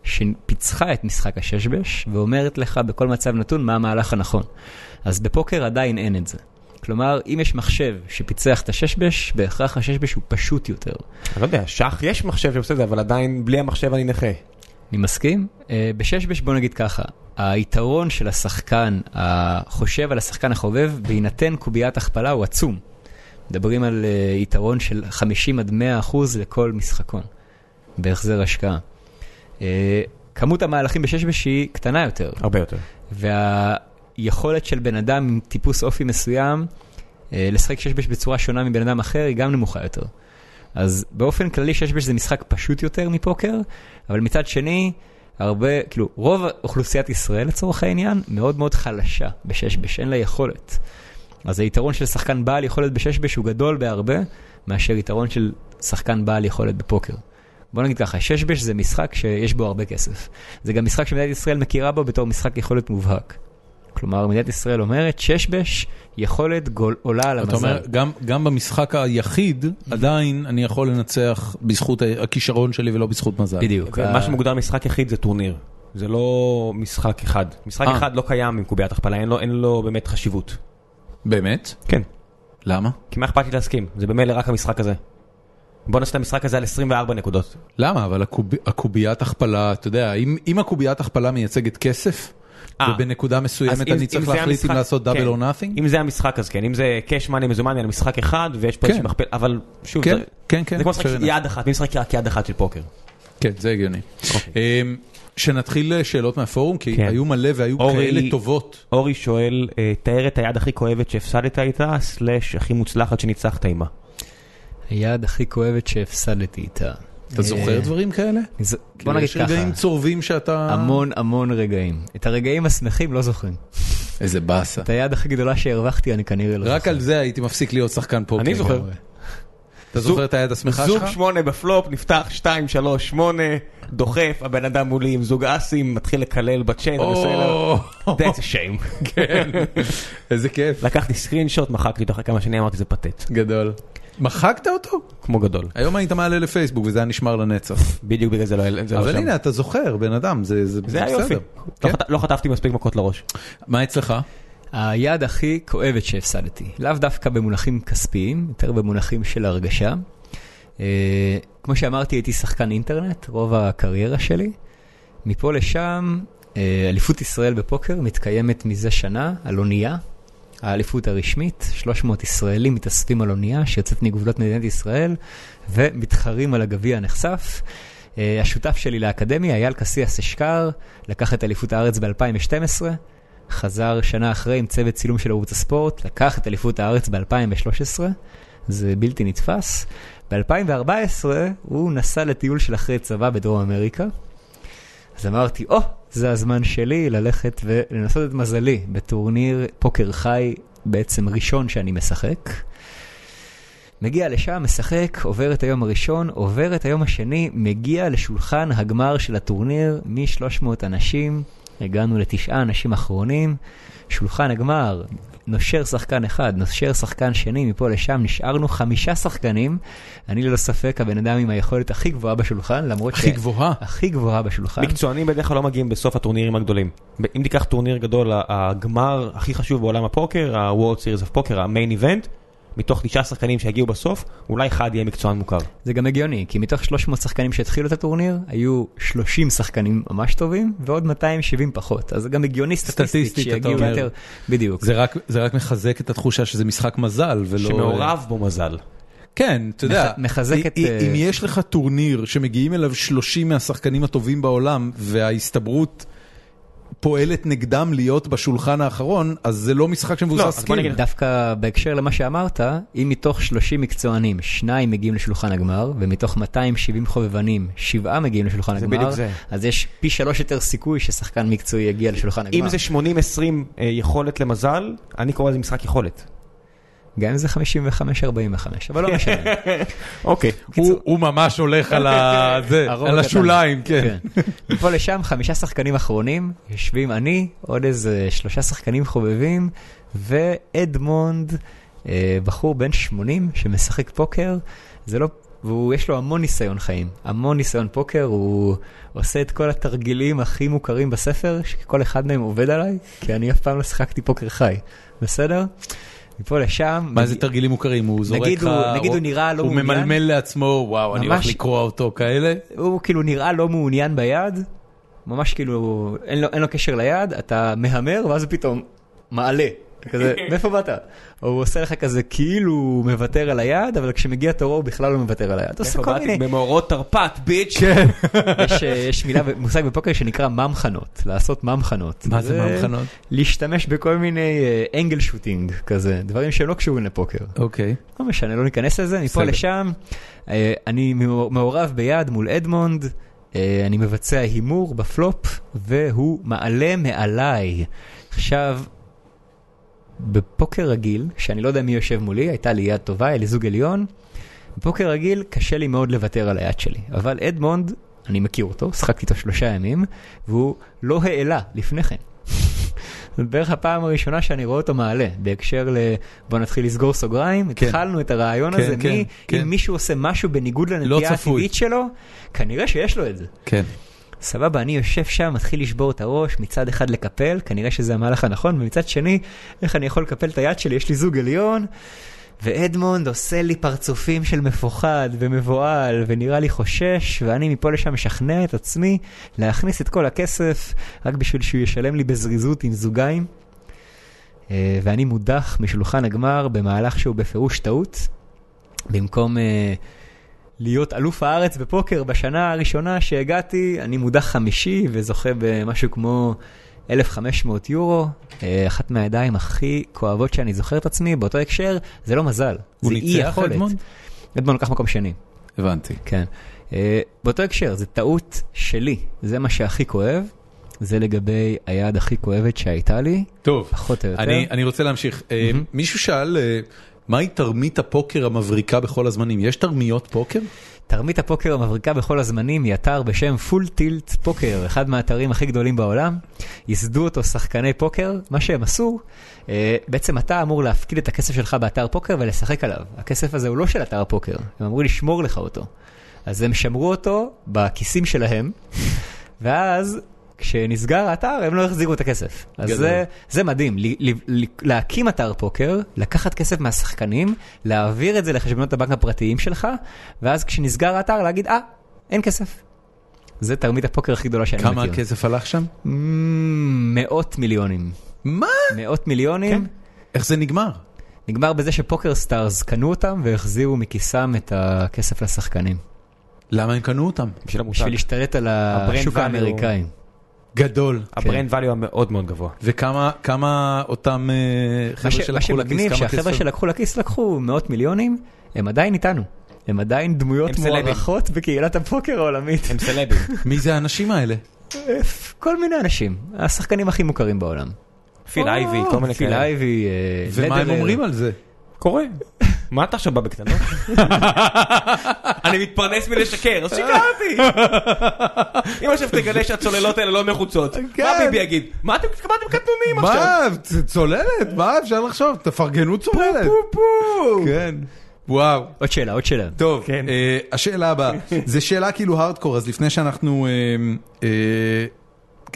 [SPEAKER 3] שפיצחה את משחק הששבש, ואומרת לך בכל מצב נתון מה המהלך הנכון. אז בפוקר עדיין אין את זה. כלומר, אם יש מחשב שפיצח את הששבש, בהכרח הששבש הוא פשוט יותר.
[SPEAKER 2] אני לא יודע, שח יש מחשב שעושה את זה, אבל עדיין בלי המחשב אני נכה.
[SPEAKER 3] אני מסכים. אה, בששבש בוא נגיד ככה, היתרון של השחקן החושב על השחקן החובב בהינתן קוביית הכפלה הוא עצום. מדברים על אה, יתרון של 50 עד 100 אחוז לכל משחקון בהחזר השקעה. אה, כמות המהלכים בששבש היא קטנה יותר.
[SPEAKER 2] הרבה יותר.
[SPEAKER 3] והיכולת של בן אדם עם טיפוס אופי מסוים אה, לשחק ששבש בצורה שונה מבן אדם אחר היא גם נמוכה יותר. אז באופן כללי ששבש זה משחק פשוט יותר מפוקר, אבל מצד שני, הרבה, כאילו, רוב אוכלוסיית ישראל לצורך העניין מאוד מאוד חלשה בששבש, אין לה יכולת. אז היתרון של שחקן בעל יכולת בששבש הוא גדול בהרבה מאשר יתרון של שחקן בעל יכולת בפוקר. בוא נגיד ככה, ששבש זה משחק שיש בו הרבה כסף. זה גם משחק שמדינת ישראל מכירה בו בתור משחק יכולת מובהק. כלומר, מדינת ישראל אומרת, ששבש יכולת גול, עולה על
[SPEAKER 1] אתה
[SPEAKER 3] המזל.
[SPEAKER 1] אומר, גם, גם במשחק היחיד,
[SPEAKER 2] Mm-hmm.
[SPEAKER 1] עדיין אני יכול לנצח בזכות ה- הכישרון שלי ולא בזכות מזל.
[SPEAKER 3] בדיוק.
[SPEAKER 2] מה שמוגדר משחק יחיד זה טורניר. זה לא משחק אחד. משחק
[SPEAKER 1] אה.
[SPEAKER 2] אחד לא קיים עם קוביית הכפלה, אין לו- אין לו באמת חשיבות.
[SPEAKER 1] באמת?
[SPEAKER 2] כן.
[SPEAKER 1] למה?
[SPEAKER 2] כי מה אכפת לי להסכים? זה במילא רק המשחק הזה. בוא נעשה את המשחק הזה על 24 נקודות.
[SPEAKER 1] למה? אבל הקוב... הקוביית הכפלה, אתה יודע, אם, אם הקוביית הכפלה מייצגת כסף,
[SPEAKER 2] אה.
[SPEAKER 1] ובנקודה
[SPEAKER 2] אז
[SPEAKER 1] מסוימת
[SPEAKER 2] אם-
[SPEAKER 1] אני
[SPEAKER 2] אם
[SPEAKER 1] צריך
[SPEAKER 2] זה
[SPEAKER 1] להחליט
[SPEAKER 2] המשחק-
[SPEAKER 1] אם לעשות
[SPEAKER 2] כן.
[SPEAKER 1] דאבל או נאפינג?
[SPEAKER 2] אם זה המשחק אז כן, אם זה קאש מאני מזומני על משחק אחד ויש פה
[SPEAKER 1] כן.
[SPEAKER 2] איזשהו מכפל, אבל שוב,
[SPEAKER 1] כן,
[SPEAKER 2] זה-
[SPEAKER 1] כן, כן,
[SPEAKER 2] זה כמו משחק
[SPEAKER 1] fair enough.
[SPEAKER 2] יד אחת, מי משחק רק יד אחת של פוקר.
[SPEAKER 1] כן, זה הגיוני. אמ, שנתחיל אה, שאלות מהפורום, כי
[SPEAKER 2] אוקיי. כן.
[SPEAKER 1] היו מלא והיו
[SPEAKER 2] אורי-
[SPEAKER 1] כאלה טובות.
[SPEAKER 2] אורי שואל, אה, תאר את היד הכי כואבת שהפסדת איתה, סלאש הכי מוצלחת שניצחת עימה.
[SPEAKER 3] היד הכי כואבת שהפסדתי איתה.
[SPEAKER 1] אתה זוכר
[SPEAKER 3] אה,
[SPEAKER 1] דברים כאלה?
[SPEAKER 3] זה- בוא
[SPEAKER 1] כאילו,
[SPEAKER 3] נגיד
[SPEAKER 1] יש רגעים
[SPEAKER 3] ככה,
[SPEAKER 1] צורבים שאתה...
[SPEAKER 3] המון המון רגעים. את הרגעים השמחים לא זוכרים.
[SPEAKER 1] איזה באסה.
[SPEAKER 3] את היד הכי גדולה שהרווחתי אני כנראה לא
[SPEAKER 1] רק
[SPEAKER 3] זוכר.
[SPEAKER 1] על זה הייתי מפסיק להיות שחקן פוקר.
[SPEAKER 2] אני זוכר.
[SPEAKER 1] אתה זוכר את היד השמחה
[SPEAKER 5] זוג
[SPEAKER 1] שלך?
[SPEAKER 5] שמונה בפלופ, נפתח שתיים, שלוש, שמונה, דוחף, הבן אדם מולי עם זוג אסים, מתחיל לקלל בצ'אט,
[SPEAKER 1] או,
[SPEAKER 5] עושה לו, that's a shame.
[SPEAKER 1] כן. איזה כיף.
[SPEAKER 2] לקחתי סקרין שוט, מחקתי אותו אחרי כמה שנים, אמרתי זה פתט.
[SPEAKER 1] גדול. מחקת אותו?
[SPEAKER 2] כמו גדול.
[SPEAKER 1] היום היית מעלה לפייסבוק וזה היה נשמר לנצח.
[SPEAKER 2] בדיוק בגלל זה לא זה לא
[SPEAKER 1] אבל
[SPEAKER 2] שם.
[SPEAKER 1] הנה, אתה זוכר, בן אדם, זה זה
[SPEAKER 2] זה היה יופי.
[SPEAKER 1] בסדר.
[SPEAKER 2] לא
[SPEAKER 1] כן.
[SPEAKER 2] חט- לא חטפתי מספיק מכות לראש.
[SPEAKER 1] מה אצלך?
[SPEAKER 3] היד הכי כואבת שהפסדתי. לאו דווקא במונחים כספיים, יותר במונחים של הרגשה. אה, כמו שאמרתי, הייתי שחקן אינטרנט רוב הקריירה שלי. מפה לשם, אה, אליפות ישראל בפוקר מתקיימת מזה שנה על אונייה. האליפות הרשמית, 300 ישראלים מתאספים על אונייה שיוצאת מגבולות מדינת ישראל ומתחרים על הגביע הנחשף. אה, השותף שלי לאקדמיה, אייל קסיאס אשכר, לקח את אליפות הארץ ב-2012, חזר שנה אחרי עם צוות צילום של ערוץ הספורט, לקח את אליפות הארץ ב-2013, זה בלתי נתפס. ב-2014 הוא נסע לטיול של אחרי צבא בדרום אמריקה. אז אמרתי, או, oh, זה הזמן שלי ללכת ולנסות את מזלי בטורניר פוקר חי, בעצם ראשון שאני משחק. מגיע לשם, משחק, עובר את היום הראשון, עובר את היום השני, מגיע לשולחן הגמר של הטורניר מ-300 אנשים, הגענו לתשעה אנשים אחרונים, שולחן הגמר, נושר שחקן אחד, נושר שחקן שני, מפה לשם נשארנו חמישה שחקנים, אני ללא ספק הבן אדם עם היכולת הכי גבוהה בשולחן, למרות
[SPEAKER 1] הכי גבוהה.
[SPEAKER 3] הכי גבוהה בשולחן.
[SPEAKER 2] מקצוענים בדרך כלל לא מגיעים בסוף הטורנירים הגדולים. ב- אם תיקח טורניר גדול, ה- הגמר הכי חשוב בעולם הפוקר, ה-World Series of Poker, המיין איבנט, מתוך תשעה שחקנים שיגיעו בסוף, אולי אחד יהיה מקצוען מוכר.
[SPEAKER 6] לא-
[SPEAKER 3] זה גם הגיוני, כי מתוך 300 שחקנים שהתחילו את הטורניר, היו 30 שחקנים ממש טובים, ועוד 270 פחות. אז זה גם הגיוני סטטיסטית
[SPEAKER 1] סטטיסטית, אתה
[SPEAKER 3] שיגיעו
[SPEAKER 1] אומר.
[SPEAKER 3] יותר. בדיוק.
[SPEAKER 1] זה רק- זה רק מחזק את התחושה שזה משחק מזל ולא... אה,
[SPEAKER 2] שמעורב בו מזל.
[SPEAKER 1] כן, אתה יודע,
[SPEAKER 3] מח- מחזק את,
[SPEAKER 1] אם-
[SPEAKER 3] אה,
[SPEAKER 1] אם יש לך טורניר שמגיעים אליו 30 מהשחקנים הטובים בעולם, וההסתברות פועלת נגדם להיות בשולחן האחרון, אז זה לא משחק
[SPEAKER 6] לא,
[SPEAKER 1] שמבוסס
[SPEAKER 6] אז בוא
[SPEAKER 1] סקיל.
[SPEAKER 6] נגיד-
[SPEAKER 3] דווקא בהקשר למה שאמרת, אם מתוך 30 מקצוענים, שניים מגיעים לשולחן הגמר, ומתוך 270 חובבנים, שבעה מגיעים לשולחן
[SPEAKER 6] זה
[SPEAKER 3] הגמר,
[SPEAKER 6] בדיוק זה.
[SPEAKER 3] אז יש פי שלוש יותר סיכוי ששחקן מקצועי יגיע לשולחן הגמר.
[SPEAKER 6] אם זה 80-20 אה, יכולת למזל, אני קורא לזה משחק יכולת.
[SPEAKER 3] גם אם זה 55-45, אבל לא משנה.
[SPEAKER 6] אוקיי.
[SPEAKER 1] הוא- הוא ממש הולך על ה- זה,
[SPEAKER 3] הרוב
[SPEAKER 1] על
[SPEAKER 3] הקטן.
[SPEAKER 1] השוליים, כן.
[SPEAKER 3] מפה לשם חמישה שחקנים אחרונים, יושבים אני, עוד איזה שלושה שחקנים חובבים, ואדמונד, אה, בחור בן 80 שמשחק פוקר, זה לא... והוא יש לו המון ניסיון חיים, המון ניסיון פוקר, הוא עושה את כל התרגילים הכי מוכרים בספר, שכל אחד מהם עובד עליי, כי אני אף פעם לא שיחקתי פוקר חי, בסדר? מפה לשם...
[SPEAKER 1] מה זה
[SPEAKER 3] מגיע-
[SPEAKER 1] תרגילים מוכרים? הוא זורק
[SPEAKER 3] נגיד
[SPEAKER 1] לך...
[SPEAKER 3] הוא- נגיד הוא נראה לא
[SPEAKER 1] הוא
[SPEAKER 3] מעוניין?
[SPEAKER 1] ממלמל לעצמו, וואו, אני הולך
[SPEAKER 3] ממש-
[SPEAKER 1] לקרוע אותו כאלה.
[SPEAKER 3] הוא כאילו נראה לא מעוניין ביד, ממש כאילו, אין לו, אין לו קשר ליד, אתה מהמר, ואז הוא פתאום מעלה. כזה, מאיפה באת? או הוא עושה לך כזה כאילו הוא מוותר על היד, אבל כשמגיע תורו הוא בכלל לא מוותר על היד. אתה עושה כל מיני...
[SPEAKER 2] במאורות תרפ"ט, ביץ'.
[SPEAKER 1] כן.
[SPEAKER 3] יש, אה, יש מילה, מושג בפוקר שנקרא ממחנות, לעשות ממחנות.
[SPEAKER 1] מה זה ממחנות?
[SPEAKER 3] להשתמש בכל מיני אנגל שוטינג כזה, דברים שהם לא קשורים לפוקר.
[SPEAKER 1] אוקיי.
[SPEAKER 3] לא משנה, לא ניכנס לזה, מפה
[SPEAKER 1] בסדר.
[SPEAKER 3] לשם. אה, אני מעור- מעורב ביד מול אדמונד, אה, אני מבצע הימור בפלופ, והוא מעלה מעליי. עכשיו, בפוקר רגיל, שאני לא יודע מי יושב מולי, הייתה לי יד טובה, היה לי זוג עליון, בפוקר רגיל קשה לי מאוד לוותר על היד שלי, אבל אדמונד, אני מכיר אותו, שחקתי איתו שלושה ימים, והוא לא העלה לפני כן. זאת בערך הפעם הראשונה שאני רואה אותו מעלה, בהקשר ל... בוא נתחיל לסגור סוגריים,
[SPEAKER 1] כן.
[SPEAKER 3] התחלנו את הרעיון
[SPEAKER 1] כן,
[SPEAKER 3] הזה,
[SPEAKER 1] כן,
[SPEAKER 3] מי,
[SPEAKER 1] כן. לא
[SPEAKER 3] אם מישהו עושה משהו בניגוד לנטייה
[SPEAKER 1] צפוי.
[SPEAKER 3] הטבעית שלו, כנראה שיש לו את זה.
[SPEAKER 1] כן.
[SPEAKER 3] סבבה, אני יושב שם, מתחיל לשבור את הראש, מצד אחד לקפל, כנראה שזה המהלך הנכון, ומצד שני, איך אני יכול לקפל את היד שלי, יש לי זוג עליון, ואדמונד עושה לי פרצופים של מפוחד ומבוהל, ונראה לי חושש, ואני מפה לשם משכנע את עצמי להכניס את כל הכסף, רק בשביל שהוא ישלם לי בזריזות עם זוגיים. אה, ואני מודח משולחן הגמר במהלך שהוא בפירוש טעות. במקום אה, להיות אלוף הארץ בפוקר בשנה הראשונה שהגעתי, אני מודח חמישי וזוכה במשהו כמו 1,500 יורו. אה, אחת מהידיים הכי כואבות שאני זוכר את עצמי, באותו הקשר, זה לא מזל,
[SPEAKER 1] הוא
[SPEAKER 3] זה אי
[SPEAKER 1] ניצח
[SPEAKER 3] יכולת.
[SPEAKER 1] אדמונד?
[SPEAKER 3] אדמונד לקח מקום שני.
[SPEAKER 1] הבנתי.
[SPEAKER 3] כן. אה, באותו הקשר, זה טעות שלי, זה מה שהכי כואב, זה לגבי היד הכי כואבת שהייתה לי,
[SPEAKER 1] טוב,
[SPEAKER 3] פחות או יותר.
[SPEAKER 1] אני, אני רוצה להמשיך. אה, מישהו שאל, אה, מהי תרמית הפוקר המבריקה בכל הזמנים? יש תרמיות פוקר?
[SPEAKER 3] תרמית הפוקר המבריקה בכל הזמנים היא אתר בשם פול טילט פוקר, אחד מהאתרים הכי גדולים בעולם. ייסדו אותו שחקני פוקר, מה שהם עשו, אה, בעצם אתה אמור להפקיד את הכסף שלך באתר פוקר ולשחק עליו. הכסף הזה הוא לא של אתר הפוקר, הם אמרו לשמור לך אותו. אז הם שמרו אותו בכיסים שלהם, ואז כשנסגר האתר הם לא החזירו את הכסף. אז
[SPEAKER 1] גדול.
[SPEAKER 3] זה, זה מדהים, ל, ל, ל, להקים אתר פוקר, לקחת כסף מהשחקנים, להעביר את זה לחשבונות הבנק הפרטיים שלך, ואז כשנסגר האתר להגיד, אה, אין כסף. זה תרמית הפוקר הכי גדולה שאני
[SPEAKER 1] כמה
[SPEAKER 3] מכיר.
[SPEAKER 1] הכסף הלך שם?
[SPEAKER 3] Mm, מאות מיליונים.
[SPEAKER 1] מה?
[SPEAKER 3] מאות
[SPEAKER 1] כן.
[SPEAKER 3] מיליונים.
[SPEAKER 1] איך זה נגמר?
[SPEAKER 3] נגמר בזה שפוקר סטארס קנו אותם והחזירו מכיסם את הכסף לשחקנים.
[SPEAKER 1] למה הם קנו אותם?
[SPEAKER 6] בשביל המושג.
[SPEAKER 3] בשביל להשתלט על השוק
[SPEAKER 6] value.
[SPEAKER 3] האמריקאי.
[SPEAKER 1] גדול.
[SPEAKER 6] הברנד value המאוד מאוד גבוה.
[SPEAKER 1] וכמה כמה אותם אה,
[SPEAKER 3] מה
[SPEAKER 1] חבר'ה
[SPEAKER 3] ש- מה
[SPEAKER 1] שלקחו לכיס,
[SPEAKER 3] שמגניב
[SPEAKER 1] כמה כסף?
[SPEAKER 3] שהחבר'ה שלקחו לכיס לקחו מאות מיליונים, הם עדיין איתנו. הם עדיין דמויות
[SPEAKER 6] הם סלבים.
[SPEAKER 3] מוערכות בקהילת הפוקר העולמית.
[SPEAKER 6] הם סלבים.
[SPEAKER 1] מי זה האנשים האלה?
[SPEAKER 3] כל מיני אנשים, השחקנים הכי מוכרים בעולם.
[SPEAKER 6] פיל אייבי, כל מיני
[SPEAKER 3] פיל
[SPEAKER 6] כאלה.
[SPEAKER 3] אייבי, אה,
[SPEAKER 1] ומה הם
[SPEAKER 3] לדרר.
[SPEAKER 1] אומרים על זה?
[SPEAKER 6] קורה. מה אתה עכשיו בא בקטנות?
[SPEAKER 2] אני מתפרנס מלשקר, אז שיקרתי! אם עכשיו תגלה שהצוללות האלה לא מחוצות,
[SPEAKER 3] כן.
[SPEAKER 2] מה ביבי יגיד? מה אתם קבעתם קטנונים עכשיו?
[SPEAKER 1] מה, צ- צוללת? מה אפשר לחשוב? תפרגנו צוללת. כן. וואו.
[SPEAKER 3] עוד שאלה, עוד שאלה.
[SPEAKER 1] טוב,
[SPEAKER 6] כן.
[SPEAKER 1] אה, השאלה הבאה, זו שאלה כאילו הארדקור, אז לפני שאנחנו, אה, אה,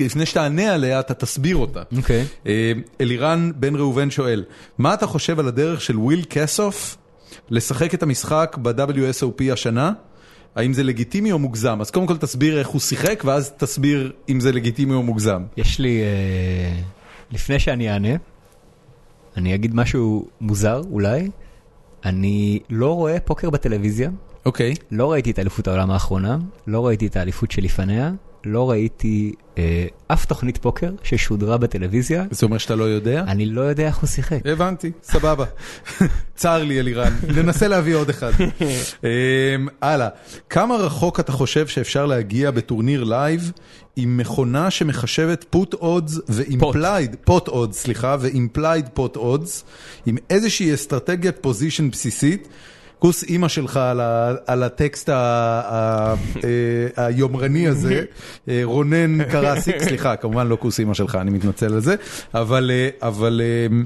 [SPEAKER 1] לפני שתענה עליה, אתה תסביר אותה.
[SPEAKER 3] אוקיי.
[SPEAKER 1] אה, אלירן בן ראובן שואל, מה אתה חושב על הדרך של וויל קסוף לשחק את המשחק ב-WSOP השנה? האם זה לגיטימי או מוגזם? אז קודם כל תסביר איך הוא שיחק, ואז תסביר אם זה לגיטימי או מוגזם.
[SPEAKER 3] יש לי, אה, לפני שאני אענה, אני אגיד משהו מוזר אולי. אני לא רואה פוקר בטלוויזיה,
[SPEAKER 1] אוקיי.
[SPEAKER 3] לא ראיתי את אליפות העולם האחרונה, לא ראיתי את האליפות שלפניה, לא ראיתי אה, אף תוכנית פוקר ששודרה בטלוויזיה.
[SPEAKER 1] זה אומר שאתה לא יודע?
[SPEAKER 3] אני לא יודע איך הוא שיחק.
[SPEAKER 1] הבנתי, סבבה. צר לי אלירן, ננסה להביא עוד אחד. אמ, הלאה, כמה רחוק אתה חושב שאפשר להגיע בטורניר לייב עם מכונה שמחשבת פוט אודס ואימפלייד, פוט אודס, סליחה, ואימפלייד פוט אודס, עם איזושהי אסטרטגיית פוזיישן בסיסית? כוס אימא שלך על, ה, על הטקסט ה, ה, אה, היומרני הזה, אה, רונן קרסיק, סליחה, כמובן לא כוס אימא שלך, אני מתנצל על זה, אבל, אה, אבל אמ,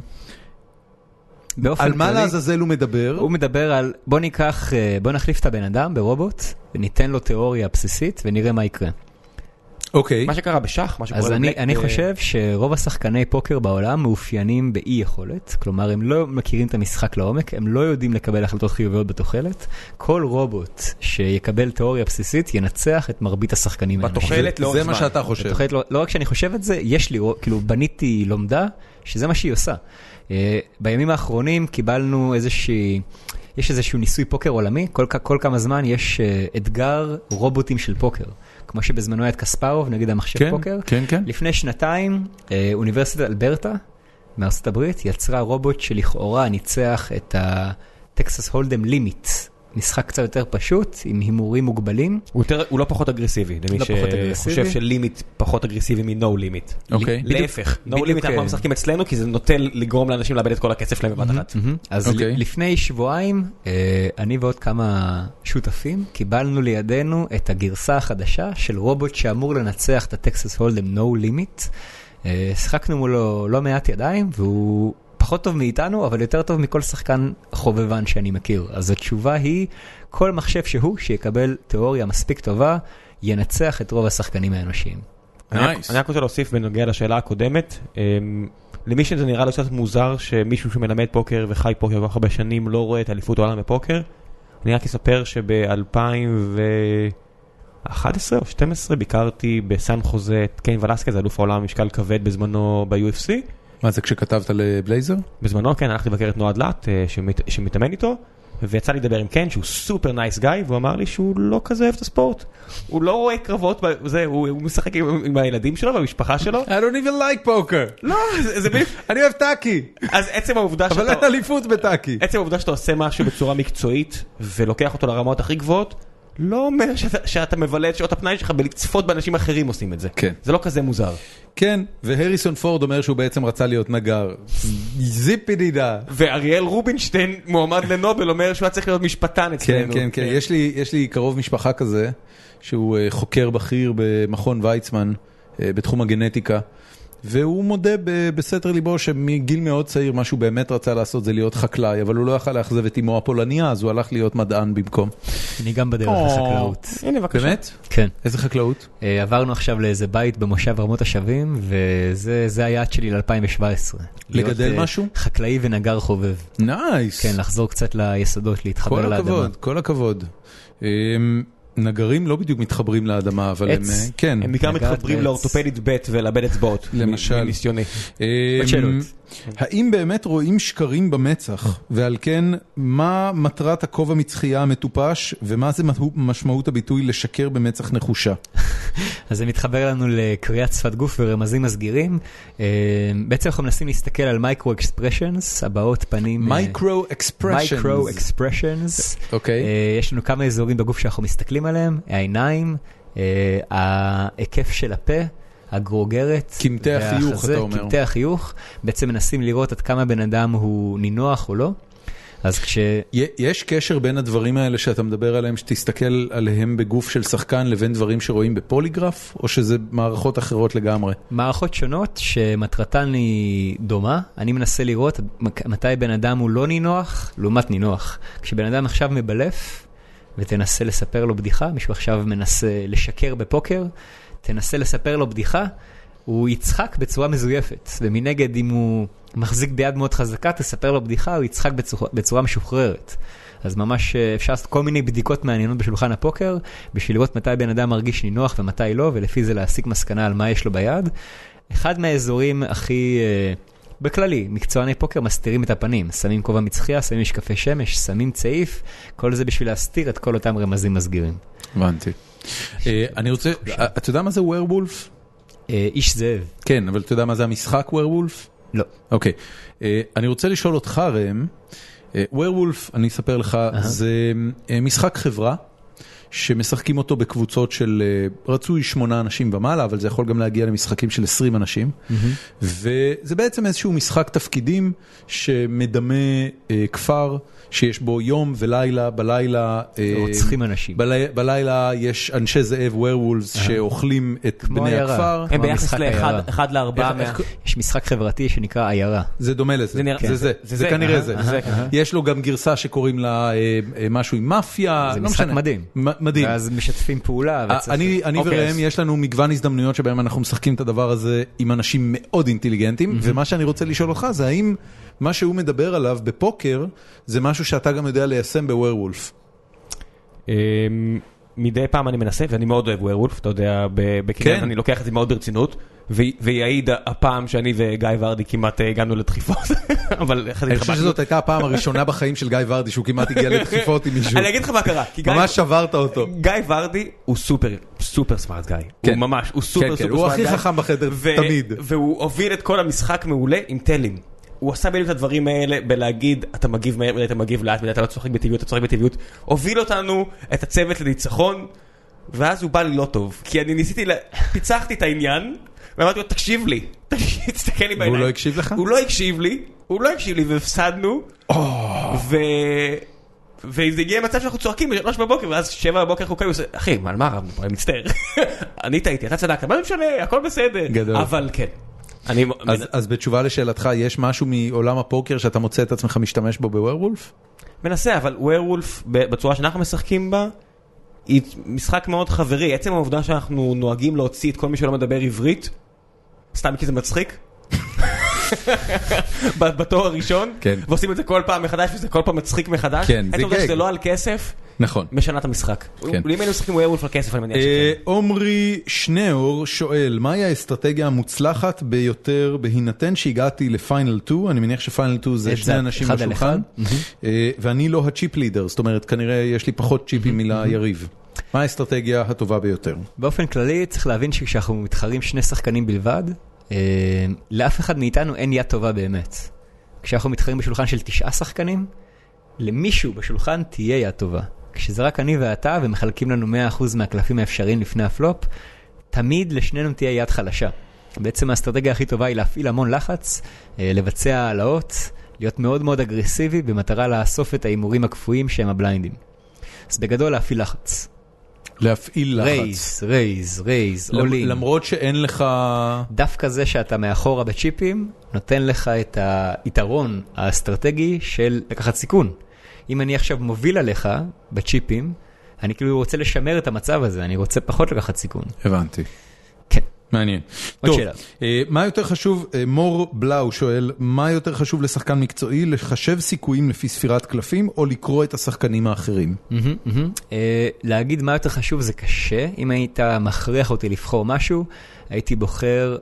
[SPEAKER 3] באופן
[SPEAKER 1] על מה
[SPEAKER 3] כללי-
[SPEAKER 1] לעזאזל הוא מדבר?
[SPEAKER 3] הוא מדבר על בוא ניקח, אה, בוא נחליף את הבן אדם ברובוט, וניתן לו תיאוריה בסיסית ונראה מה יקרה.
[SPEAKER 1] אוקיי.
[SPEAKER 2] מה שקרה בשח, מה שקורה...
[SPEAKER 3] אז אני,
[SPEAKER 2] בבלק,
[SPEAKER 3] אני
[SPEAKER 2] אה,
[SPEAKER 3] חושב שרוב השחקני פוקר בעולם מאופיינים באי יכולת, כלומר הם לא מכירים את המשחק לעומק, הם לא יודעים לקבל החלטות חיוביות בתוחלת. כל רובוט שיקבל תיאוריה בסיסית ינצח את מרבית השחקנים האלה.
[SPEAKER 2] בתוחלת לאורך
[SPEAKER 1] זה
[SPEAKER 2] זמן.
[SPEAKER 1] מה שאתה חושב.
[SPEAKER 3] בתוחלת, לא, לא רק שאני חושב את זה, יש לי, רוא- כאילו בניתי לומדה, שזה מה שהיא עושה. אה, בימים האחרונים קיבלנו איזושהי, יש איזשהו ניסוי פוקר עולמי, כל, כ- כל כמה זמן יש אה, אתגר רובוטים של פוקר. כמו שבזמנו היה את קספרוב נגד המחשב
[SPEAKER 1] כן,
[SPEAKER 3] פוקר.
[SPEAKER 1] כן, כן.
[SPEAKER 3] לפני שנתיים, אה, אוניברסיטת אלברטה מארצות הברית יצרה רובוט שלכאורה ניצח את הטקסס הולדם לימיט. משחק קצת יותר פשוט, עם הימורים מוגבלים.
[SPEAKER 2] הוא יותר- הוא לא פחות אגרסיבי, למי
[SPEAKER 3] לא פחות אגרסיבי.
[SPEAKER 2] שחושב שלימיט פחות אגרסיבי מ-No limit.
[SPEAKER 1] אוקיי.
[SPEAKER 3] בדיוק-
[SPEAKER 2] להפך, No
[SPEAKER 3] בדיוק,
[SPEAKER 2] limit אנחנו לא
[SPEAKER 3] אה,
[SPEAKER 2] משחקים אצלנו כי זה נוטה לגרום לאנשים לאבד את כל הכסף שלהם בבת אחת.
[SPEAKER 3] מהמם. אז okay.
[SPEAKER 1] אוקיי.
[SPEAKER 3] לפני שבועיים, אה, אני ועוד כמה שותפים, קיבלנו לידינו את הגרסה החדשה של רובוט שאמור לנצח את הטקסס הולדם No Limit. אה, שחקנו מולו לא מעט ידיים, והוא פחות טוב מאיתנו, אבל יותר טוב מכל שחקן חובבן שאני מכיר. אז התשובה היא, כל מחשב שהוא שיקבל תיאוריה מספיק טובה, ינצח את רוב השחקנים האנושיים.
[SPEAKER 2] אני רק-
[SPEAKER 1] Nice.
[SPEAKER 2] אני רק רוצה להוסיף בנוגע לשאלה הקודמת, אמ, למי שזה נראה לו קצת מוזר שמישהו שמלמד פוקר וחי פוקר כל כך הרבה שנים לא רואה את אליפות העולם בפוקר, אני רק אספר שב-2011 או 2012 ביקרתי בסן חוזה את קיין ולסקי, זה אלוף העולם משקל כבד בזמנו ב-UFC.
[SPEAKER 1] מה זה כשכתבת לבלייזר?
[SPEAKER 2] בזמנו, כן, הלכתי לבקר את נועה דלת, אה, שמת, שמתאמן איתו, ויצא לי לדבר עם קן, שהוא סופר נייס גיא, והוא אמר לי שהוא לא כזה אוהב את הספורט. הוא לא רואה קרבות, ב- זה, הוא, הוא משחק עם, עם הילדים שלו והמשפחה שלו.
[SPEAKER 1] I don't even like poker.
[SPEAKER 2] לא, זה, זה בדיוק,
[SPEAKER 1] אני אוהב טאקי,
[SPEAKER 2] אז עצם העובדה
[SPEAKER 1] אבל
[SPEAKER 2] שאתה...
[SPEAKER 1] אין אליפות בטאקי.
[SPEAKER 2] עצם העובדה שאתה עושה משהו בצורה מקצועית ולוקח אותו לרמות הכי גבוהות, לא אומר שאתה, שאתה מבלה את שעות הפנאי שלך בלצפות באנשים אחרים עושים את זה.
[SPEAKER 1] כן.
[SPEAKER 2] זה לא כזה מוזר.
[SPEAKER 1] כן, והריסון פורד אומר שהוא בעצם רצה להיות נגר. זיפי דידה.
[SPEAKER 2] ואריאל רובינשטיין, מועמד לנובל, אומר שהוא היה צריך להיות משפטן
[SPEAKER 1] כן,
[SPEAKER 2] אצלנו.
[SPEAKER 1] כן, כן. יש לי, יש לי קרוב משפחה כזה, שהוא אה, חוקר בכיר במכון ויצמן, אה, בתחום הגנטיקה, והוא מודה ב- בסתר ליבו שמגיל מאוד צעיר, מה שהוא באמת רצה לעשות זה להיות חקלאי, אבל הוא לא יכל לאכזב את אמו הפולניה, אז הוא הלך להיות מדען במקום.
[SPEAKER 3] אני גם בדרך לחקלאות.
[SPEAKER 2] הנה בבקשה.
[SPEAKER 1] באמת?
[SPEAKER 3] כן.
[SPEAKER 1] איזה חקלאות?
[SPEAKER 3] אה, עברנו עכשיו לאיזה בית במושב רמות השבים, וזה זה היעד שלי ל-2017.
[SPEAKER 1] לגדל משהו?
[SPEAKER 3] אה, חקלאי ונגר חובב.
[SPEAKER 1] נייס.
[SPEAKER 3] כן, לחזור קצת ליסודות, להתחבר
[SPEAKER 1] כל
[SPEAKER 3] לאדמה.
[SPEAKER 1] הכבוד, כל הכבוד. אמ, נגרים לא בדיוק מתחברים לאדמה, אבל הם...
[SPEAKER 3] עץ.
[SPEAKER 1] אה, כן.
[SPEAKER 2] הם בעיקר
[SPEAKER 3] לגעת
[SPEAKER 2] מתחברים
[SPEAKER 3] בעץ.
[SPEAKER 2] לאורתופדית ב' ולאבד אצבעות.
[SPEAKER 1] למשל.
[SPEAKER 2] מניסיוני.
[SPEAKER 1] אמ,
[SPEAKER 3] שאלות.
[SPEAKER 1] האם באמת רואים שקרים במצח, ועל כן, מה מטרת הכובע מצחייה המטופש, ומה זה מהו- משמעות הביטוי לשקר במצח נחושה?
[SPEAKER 3] אז זה מתחבר לנו לקריאת שפת גוף ורמזים מסגירים. אה, בעצם אנחנו מנסים להסתכל על מייקרו אקספרשנס, הבעות פנים... אה,
[SPEAKER 1] מייקרו אקספרשנס.
[SPEAKER 3] מייקרו אקספרשנס.
[SPEAKER 1] אוקיי.
[SPEAKER 3] אה, יש לנו כמה אזורים בגוף שאנחנו מסתכלים עליהם, העיניים, אה, ההיקף של הפה. הגרוגרת,
[SPEAKER 1] קמטי החיוך, אתה
[SPEAKER 3] והחזה,
[SPEAKER 1] אומר.
[SPEAKER 3] קמטי החיוך, בעצם מנסים לראות עד כמה בן אדם הוא נינוח או לא. אז כש...
[SPEAKER 1] י- יש קשר בין הדברים האלה שאתה מדבר עליהם, שתסתכל עליהם בגוף של שחקן, לבין דברים שרואים בפוליגרף, או שזה מערכות אחרות לגמרי?
[SPEAKER 3] מערכות שונות שמטרתן היא דומה, אני מנסה לראות מק- מתי בן אדם הוא לא נינוח לעומת נינוח. כשבן אדם עכשיו מבלף ותנסה לספר לו בדיחה, מישהו עכשיו מנסה לשקר בפוקר, תנסה לספר לו בדיחה, הוא יצחק בצורה מזויפת, ומנגד אם הוא מחזיק ביד מאוד חזקה, תספר לו בדיחה, הוא יצחק בצורה, בצורה משוחררת. אז ממש אה, אפשר לעשות כל מיני בדיקות מעניינות בשולחן הפוקר, בשביל לראות מתי בן אדם מרגיש נינוח ומתי לא, ולפי זה להסיק מסקנה על מה יש לו ביד. אחד מהאזורים הכי, אה, בכללי, מקצועני פוקר מסתירים את הפנים. שמים כובע מצחייה, שמים משקפי שמש, שמים צעיף, כל זה בשביל להסתיר את כל אותם רמזים מסגירים.
[SPEAKER 1] הבנתי. אה, אני רוצה, אתה יודע מה זה ווירבולף?
[SPEAKER 3] אה, איש זאב.
[SPEAKER 1] כן, אבל אתה יודע מה זה המשחק ווירבולף?
[SPEAKER 3] לא.
[SPEAKER 1] אוקיי. אה, אני רוצה לשאול אותך, ראם, ווירבולף, אני אספר לך, זה אה, משחק חברה. שמשחקים אותו בקבוצות של אה, רצוי שמונה אנשים ומעלה, אבל זה יכול גם להגיע למשחקים של 20 אנשים. וזה בעצם איזשהו משחק תפקידים שמדמה אה, כפר שיש בו יום ולילה, בלילה... אה,
[SPEAKER 3] רוצחים אנשים.
[SPEAKER 1] בלי, בלילה יש אנשי זאב ווירולס שאוכלים את בני
[SPEAKER 3] עיירה.
[SPEAKER 1] הכפר.
[SPEAKER 7] הם
[SPEAKER 3] כמו
[SPEAKER 7] ביחס
[SPEAKER 3] המשחק עיירה.
[SPEAKER 7] לאחד לארבעה.
[SPEAKER 1] איך-
[SPEAKER 7] מה-
[SPEAKER 1] איך-
[SPEAKER 3] יש משחק חברתי שנקרא עיירה.
[SPEAKER 1] זה דומה לזה,
[SPEAKER 7] זה נראה-
[SPEAKER 1] זה זה,
[SPEAKER 7] זה
[SPEAKER 1] זה אה,
[SPEAKER 7] זה,
[SPEAKER 1] כנראה
[SPEAKER 7] אהה,
[SPEAKER 1] זה.
[SPEAKER 7] אהה,
[SPEAKER 1] יש לו גם גרסה שקוראים לה אה, אה, משהו עם מאפיה,
[SPEAKER 3] זה
[SPEAKER 1] לא
[SPEAKER 3] משחק
[SPEAKER 1] משנה.
[SPEAKER 3] מדהים.
[SPEAKER 1] מ- מדהים.
[SPEAKER 3] ואז משתפים פעולה.
[SPEAKER 1] אה,
[SPEAKER 3] וצריך-
[SPEAKER 1] אני, אני
[SPEAKER 7] אוקיי,
[SPEAKER 1] וראם,
[SPEAKER 7] אז-
[SPEAKER 1] יש לנו מגוון הזדמנויות שבהם אנחנו משחקים את הדבר הזה עם אנשים מאוד אינטליגנטים, ומה שאני רוצה לשאול אותך זה האם מה שהוא מדבר עליו בפוקר, זה משהו שאתה גם יודע ליישם בווירולף.
[SPEAKER 2] אמ, מדי פעם אני מנסה, ואני מאוד אוהב ווירולף, אתה יודע, ב- בקריית
[SPEAKER 1] כן.
[SPEAKER 2] אני לוקח את זה מאוד ברצינות, ו- ויעיד הפעם שאני וגיא ורדי כמעט אה, הגענו לדחיפות, אבל אחרי זה
[SPEAKER 1] אני חושב
[SPEAKER 2] התחבקנו.
[SPEAKER 1] שזאת הייתה הפעם הראשונה בחיים של גיא ורדי שהוא כמעט הגיע לדחיפות עם מישהו.
[SPEAKER 7] אני אגיד לך מה קרה, כי גיא-
[SPEAKER 1] ממש שברת אותו.
[SPEAKER 2] גיא ורדי הוא סופר, סופר סמארט גיא.
[SPEAKER 1] כן.
[SPEAKER 2] הוא ממש, הוא סופר
[SPEAKER 1] כן,
[SPEAKER 2] סופר
[SPEAKER 1] כן,
[SPEAKER 2] סמארט
[SPEAKER 1] הוא הכי
[SPEAKER 2] גיא.
[SPEAKER 1] חכם בחדר,
[SPEAKER 2] ו-
[SPEAKER 1] תמיד.
[SPEAKER 2] והוא הוביל את כל המשחק מעולה עם טלים. הוא עשה בדיוק את הדברים האלה בלהגיד, אתה מגיב מהר מדי, אתה מגיב לאט מדי, אתה לא צוחק בטבעיות, אתה צוחק בטבעיות. הוביל אותנו, את הצוות לניצחון, ואז הוא בא לי לא טוב. כי אני ניסיתי, לה- פיצחתי את העניין, ואמרתי לו, תקשיב לי, תקשיב, תסתכל לי בעיניים.
[SPEAKER 1] לא הקשיב לך?
[SPEAKER 2] הוא לא הקשיב לי, הוא לא הקשיב לי, והפסדנו. ו... וזה הגיע למצב שאנחנו צועקים בשלוש בבוקר, ואז שבע בבוקר אנחנו קמים, עושה, אחי, מה, על מה רבנו פה? אני מצטער. אני טעיתי, אתה צדקת, מה זה משנה, הכל בסדר.
[SPEAKER 1] גדול.
[SPEAKER 2] אבל כן. אני...
[SPEAKER 1] אז, אז בתשובה לשאלתך, יש משהו מעולם הפוקר שאתה מוצא את עצמך משתמש בו בווירולף?
[SPEAKER 2] מנסה, אבל ווירולף, ב- בצורה שאנחנו משחקים בה, היא משחק מאוד חברי. עצם העובדה שאנחנו נוהגים להוציא את כל מי שלא מדבר עברית, סתם כי זה מצחיק. ב- בתואר הראשון,
[SPEAKER 1] כן.
[SPEAKER 2] ועושים את זה כל פעם מחדש, וזה כל פעם מצחיק מחדש.
[SPEAKER 1] כן, זה
[SPEAKER 2] עצם העובדה
[SPEAKER 1] גג. כן.
[SPEAKER 2] שזה לא על כסף,
[SPEAKER 1] נכון.
[SPEAKER 2] משנה את המשחק. אם היינו משחקים ווירולף על כסף, אני מניח
[SPEAKER 1] אה,
[SPEAKER 2] שכן.
[SPEAKER 1] עומרי שניאור שואל, מהי האסטרטגיה המוצלחת ביותר בהינתן שהגעתי לפיינל 2, אני מניח שפיינל 2 זה
[SPEAKER 3] את
[SPEAKER 1] שני
[SPEAKER 3] זה,
[SPEAKER 1] אנשים
[SPEAKER 3] אחד על
[SPEAKER 1] בשולחן,
[SPEAKER 3] אחד.
[SPEAKER 1] אה, ואני לא הצ'יפ לידר, זאת אומרת, כנראה יש לי פחות צ'יפים מליריב. מה האסטרטגיה הטובה ביותר?
[SPEAKER 3] באופן כללי צריך להבין שכשאנחנו מתחרים שני שחקנים בלבד, אה, לאף אחד מאיתנו אין יד טובה באמת. כשאנחנו מתחרים בשולחן של תשעה שחקנים, למישהו בשולחן תהיה יד טובה. כשזה רק אני ואתה ומחלקים לנו 100% מהקלפים האפשריים לפני הפלופ, תמיד לשנינו תהיה יד חלשה. בעצם האסטרטגיה הכי טובה היא להפעיל המון לחץ, אה, לבצע העלאות, להיות מאוד מאוד אגרסיבי במטרה לאסוף את ההימורים הקפואים שהם הבליינדים. אז בגדול להפעיל לחץ.
[SPEAKER 1] להפעיל לחץ.
[SPEAKER 3] רייז, רייז, רייז, עולים.
[SPEAKER 1] למרות שאין לך...
[SPEAKER 3] דווקא זה שאתה מאחורה בצ'יפים, נותן לך את היתרון האסטרטגי של לקחת סיכון. אם אני עכשיו מוביל עליך בצ'יפים, אני כאילו רוצה לשמר את המצב הזה, אני רוצה פחות לקחת סיכון.
[SPEAKER 1] הבנתי.
[SPEAKER 3] כן.
[SPEAKER 1] מעניין.
[SPEAKER 3] עוד
[SPEAKER 1] טוב,
[SPEAKER 3] שאלה.
[SPEAKER 1] אה, מה יותר חשוב, אה, מור בלאו שואל, מה יותר חשוב לשחקן מקצועי, לחשב סיכויים לפי ספירת קלפים, או לקרוא את השחקנים האחרים?
[SPEAKER 3] מהמם, מהמם. אה, להגיד מה יותר חשוב זה קשה. אם היית מכריח אותי לבחור משהו, הייתי בוחר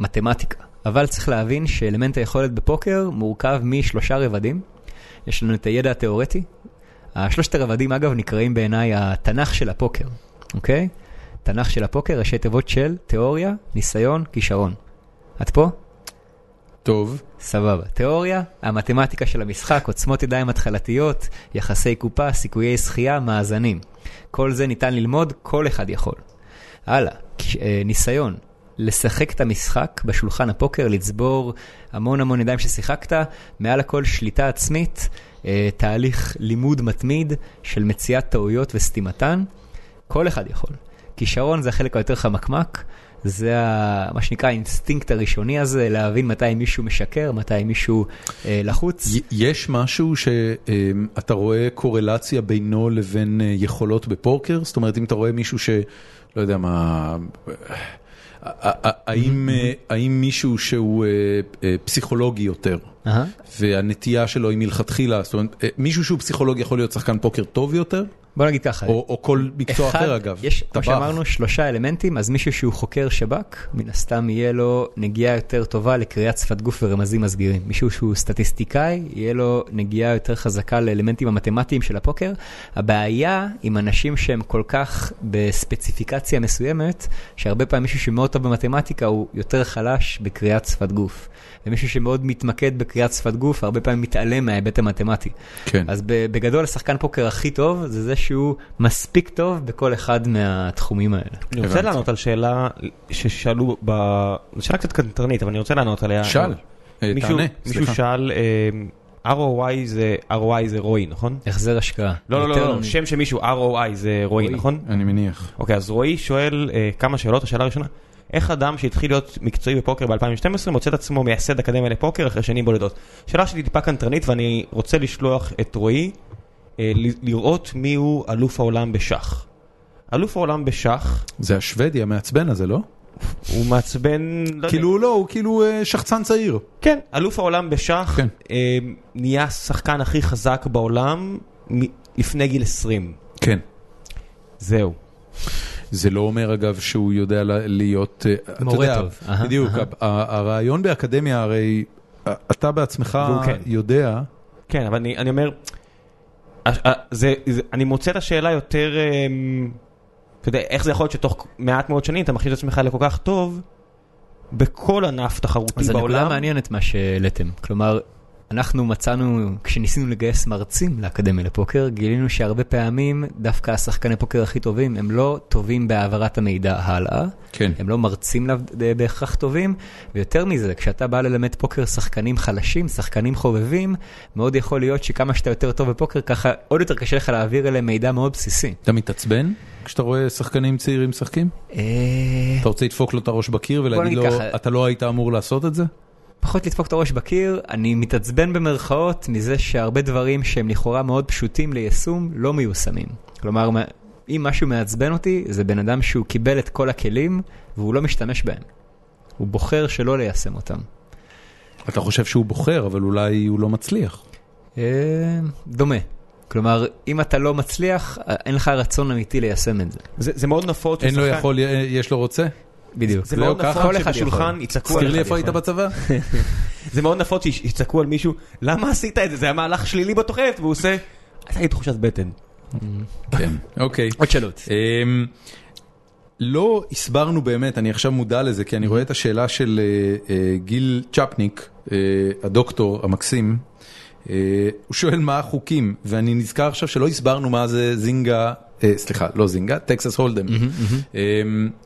[SPEAKER 3] במתמטיקה. אבל צריך להבין שאלמנט היכולת בפוקר מורכב משלושה רבדים. יש לנו את הידע התיאורטי. השלושת הרבדים אגב נקראים בעיניי התנ"ך של הפוקר, אוקיי? תנ"ך של הפוקר, ראשי תיבות של תיאוריה, ניסיון, כישרון. את פה?
[SPEAKER 1] טוב.
[SPEAKER 3] סבבה. תיאוריה, המתמטיקה של המשחק, עוצמות ידיים התחלתיות, יחסי קופה, סיכויי זכייה, מאזנים. כל זה ניתן ללמוד, כל אחד יכול. הלאה, כש- אה, ניסיון. לשחק את המשחק בשולחן הפוקר, לצבור המון המון ידיים ששיחקת, מעל הכל שליטה עצמית, אה, תהליך לימוד מתמיד של מציאת טעויות וסתימתן. כל אחד יכול. כישרון זה החלק היותר חמקמק, זה ה, מה שנקרא האינסטינקט הראשוני הזה, להבין מתי מישהו משקר, מתי מישהו אה, לחוץ.
[SPEAKER 1] י- יש משהו שאתה רואה קורלציה בינו לבין אה, יכולות בפוקר? זאת אומרת, אם אתה רואה מישהו ש... לא יודע מה... אה, אה, האם, אה, האם מישהו שהוא אה, אה, פסיכולוגי יותר,
[SPEAKER 3] אהה.
[SPEAKER 1] והנטייה שלו היא מלכתחילה, זאת אומרת, אה, מישהו שהוא פסיכולוג יכול להיות שחקן פוקר טוב יותר?
[SPEAKER 3] בוא נגיד ככה.
[SPEAKER 1] או, או כל מקצוע
[SPEAKER 3] אחד,
[SPEAKER 1] אחר אגב,
[SPEAKER 3] יש, כמו
[SPEAKER 1] טבח.
[SPEAKER 3] שאמרנו, שלושה אלמנטים, אז מישהו שהוא חוקר שב"כ, מן הסתם יהיה לו נגיעה יותר טובה לקריאת שפת גוף ורמזים מסגירים. מישהו שהוא סטטיסטיקאי, יהיה לו נגיעה יותר חזקה לאלמנטים המתמטיים של הפוקר. הבעיה עם אנשים שהם כל כך בספציפיקציה מסוימת, שהרבה פעמים מישהו שמאוד טוב במתמטיקה הוא יותר חלש בקריאת שפת גוף. ומישהו שמאוד מתמקד בקריאת שפת גוף, הרבה פעמים מתעלם מההיבט המתמטי.
[SPEAKER 1] כן.
[SPEAKER 3] אז ב- בגדול, השחקן פוקר הכי טוב זה זה שהוא מספיק טוב בכל אחד מהתחומים האלה.
[SPEAKER 2] אני רוצה
[SPEAKER 1] הבנתי.
[SPEAKER 2] לענות על שאלה ששאלו, ב... זו שאלה קצת קנטרנית, אבל אני רוצה לענות עליה.
[SPEAKER 1] שאל, אה,
[SPEAKER 2] מישהו-
[SPEAKER 1] תענה,
[SPEAKER 2] מישהו
[SPEAKER 1] סליחה.
[SPEAKER 2] שאל, אה, ROI זה ROI זה רוי, נכון?
[SPEAKER 3] החזר השקעה.
[SPEAKER 2] לא, לא,
[SPEAKER 3] יותר
[SPEAKER 2] לא, לא,
[SPEAKER 3] מ-
[SPEAKER 2] שם של מישהו, ROI זה רוי,
[SPEAKER 3] רועי.
[SPEAKER 2] נכון?
[SPEAKER 1] אני מניח.
[SPEAKER 2] אוקיי, אז רועי שואל אה, כמה שאלות, השאלה הראשונה, איך אדם שהתחיל להיות מקצועי בפוקר ב-2012 מוצא את עצמו מייסד אקדמיה לפוקר אחרי שנים בודדות? שאלה שלי טיפה קנטרנית ואני רוצה לשלוח את רועי אה, ל- לראות מיהו אלוף העולם בשח. אלוף העולם בשח
[SPEAKER 1] זה השוודי המעצבן הזה, לא?
[SPEAKER 2] הוא מעצבן... לא יודע.
[SPEAKER 1] כאילו לא, הוא כאילו אה, שחצן צעיר.
[SPEAKER 2] כן, אלוף העולם בשח
[SPEAKER 1] כן.
[SPEAKER 2] אה, נהיה השחקן הכי חזק בעולם מ- לפני גיל 20.
[SPEAKER 1] כן.
[SPEAKER 2] זהו.
[SPEAKER 1] זה לא אומר אגב שהוא יודע ל- להיות, אה, אתה
[SPEAKER 3] מורה
[SPEAKER 1] יודע,
[SPEAKER 3] טוב. אהה,
[SPEAKER 1] בדיוק,
[SPEAKER 3] אהה.
[SPEAKER 1] ה- ה- הרעיון באקדמיה הרי, אה, אתה בעצמך
[SPEAKER 2] והוא כן.
[SPEAKER 1] יודע,
[SPEAKER 2] כן, אבל אני, אני אומר, הש- ה- זה, זה, אני מוצא את השאלה יותר, אמ, אתה יודע, איך זה יכול להיות שתוך מעט מאוד שנים אתה מחשיב את עצמך לכל כך טוב בכל ענף תחרותי
[SPEAKER 3] אז הנקודה
[SPEAKER 2] בעולם?
[SPEAKER 3] מעניינת מה שהעליתם. כלומר, אנחנו מצאנו, כשניסינו לגייס מרצים לאקדמיה לפוקר, גילינו שהרבה פעמים דווקא השחקני פוקר הכי טובים, הם לא טובים בהעברת המידע הלאה.
[SPEAKER 1] כן.
[SPEAKER 3] הם לא מרצים לאו ד- בהכרח טובים, ויותר מזה, כשאתה בא ללמד פוקר שחקנים חלשים, שחקנים חובבים, מאוד יכול להיות שכמה שאתה יותר טוב בפוקר, ככה עוד יותר קשה לך להעביר אליהם מידע מאוד בסיסי.
[SPEAKER 1] אתה מתעצבן כשאתה רואה שחקנים צעירים משחקים?
[SPEAKER 3] אה,
[SPEAKER 1] אתה רוצה לדפוק לו את הראש בקיר ולהגיד
[SPEAKER 3] נגיד
[SPEAKER 1] לו,
[SPEAKER 3] ככה.
[SPEAKER 1] אתה לא היית אמור לעשות את זה?
[SPEAKER 3] פחות לדפוק את הראש בקיר, אני מתעצבן במרכאות מזה שהרבה דברים שהם לכאורה מאוד פשוטים ליישום לא מיושמים. כלומר, מה- אם משהו מעצבן אותי, זה בן אדם שהוא קיבל את כל הכלים והוא לא משתמש בהם. הוא בוחר שלא ליישם אותם.
[SPEAKER 1] אתה חושב שהוא בוחר, אבל אולי הוא לא מצליח.
[SPEAKER 3] אה, דומה. כלומר, אם אתה לא מצליח, אה, אין לך רצון אמיתי ליישם את זה.
[SPEAKER 2] זה, זה מאוד נפוץ.
[SPEAKER 1] אין לו
[SPEAKER 2] ששחקן-
[SPEAKER 1] יכול, אה, יש לו רוצה?
[SPEAKER 3] בדיוק.
[SPEAKER 2] זה
[SPEAKER 1] לא,
[SPEAKER 2] מאוד
[SPEAKER 1] ככה
[SPEAKER 2] נפוץ
[SPEAKER 3] כל אחד
[SPEAKER 2] שבשולחן
[SPEAKER 3] יכול.
[SPEAKER 2] יצעקו
[SPEAKER 1] תזכיר
[SPEAKER 2] עליך.
[SPEAKER 1] לי איפה היית בצבא?
[SPEAKER 2] זה מאוד נפוץ שיש- שיצעקו על מישהו, למה עשית את זה? זה היה מהלך שלילי בתוכנית, והוא עושה, הייתה לי תחושת בטן.
[SPEAKER 1] כן, אוקיי.
[SPEAKER 3] עוד שאלות.
[SPEAKER 1] אמ, לא הסברנו באמת, אני עכשיו מודע לזה, כי אני רואה את השאלה של אה, אה, גיל צ'פניק, אה, הדוקטור המקסים. אה, הוא שואל מה החוקים, ואני נזכר עכשיו שלא הסברנו מה זה זינגה, אה, סליחה, לא זינגה, טקסס הולדם.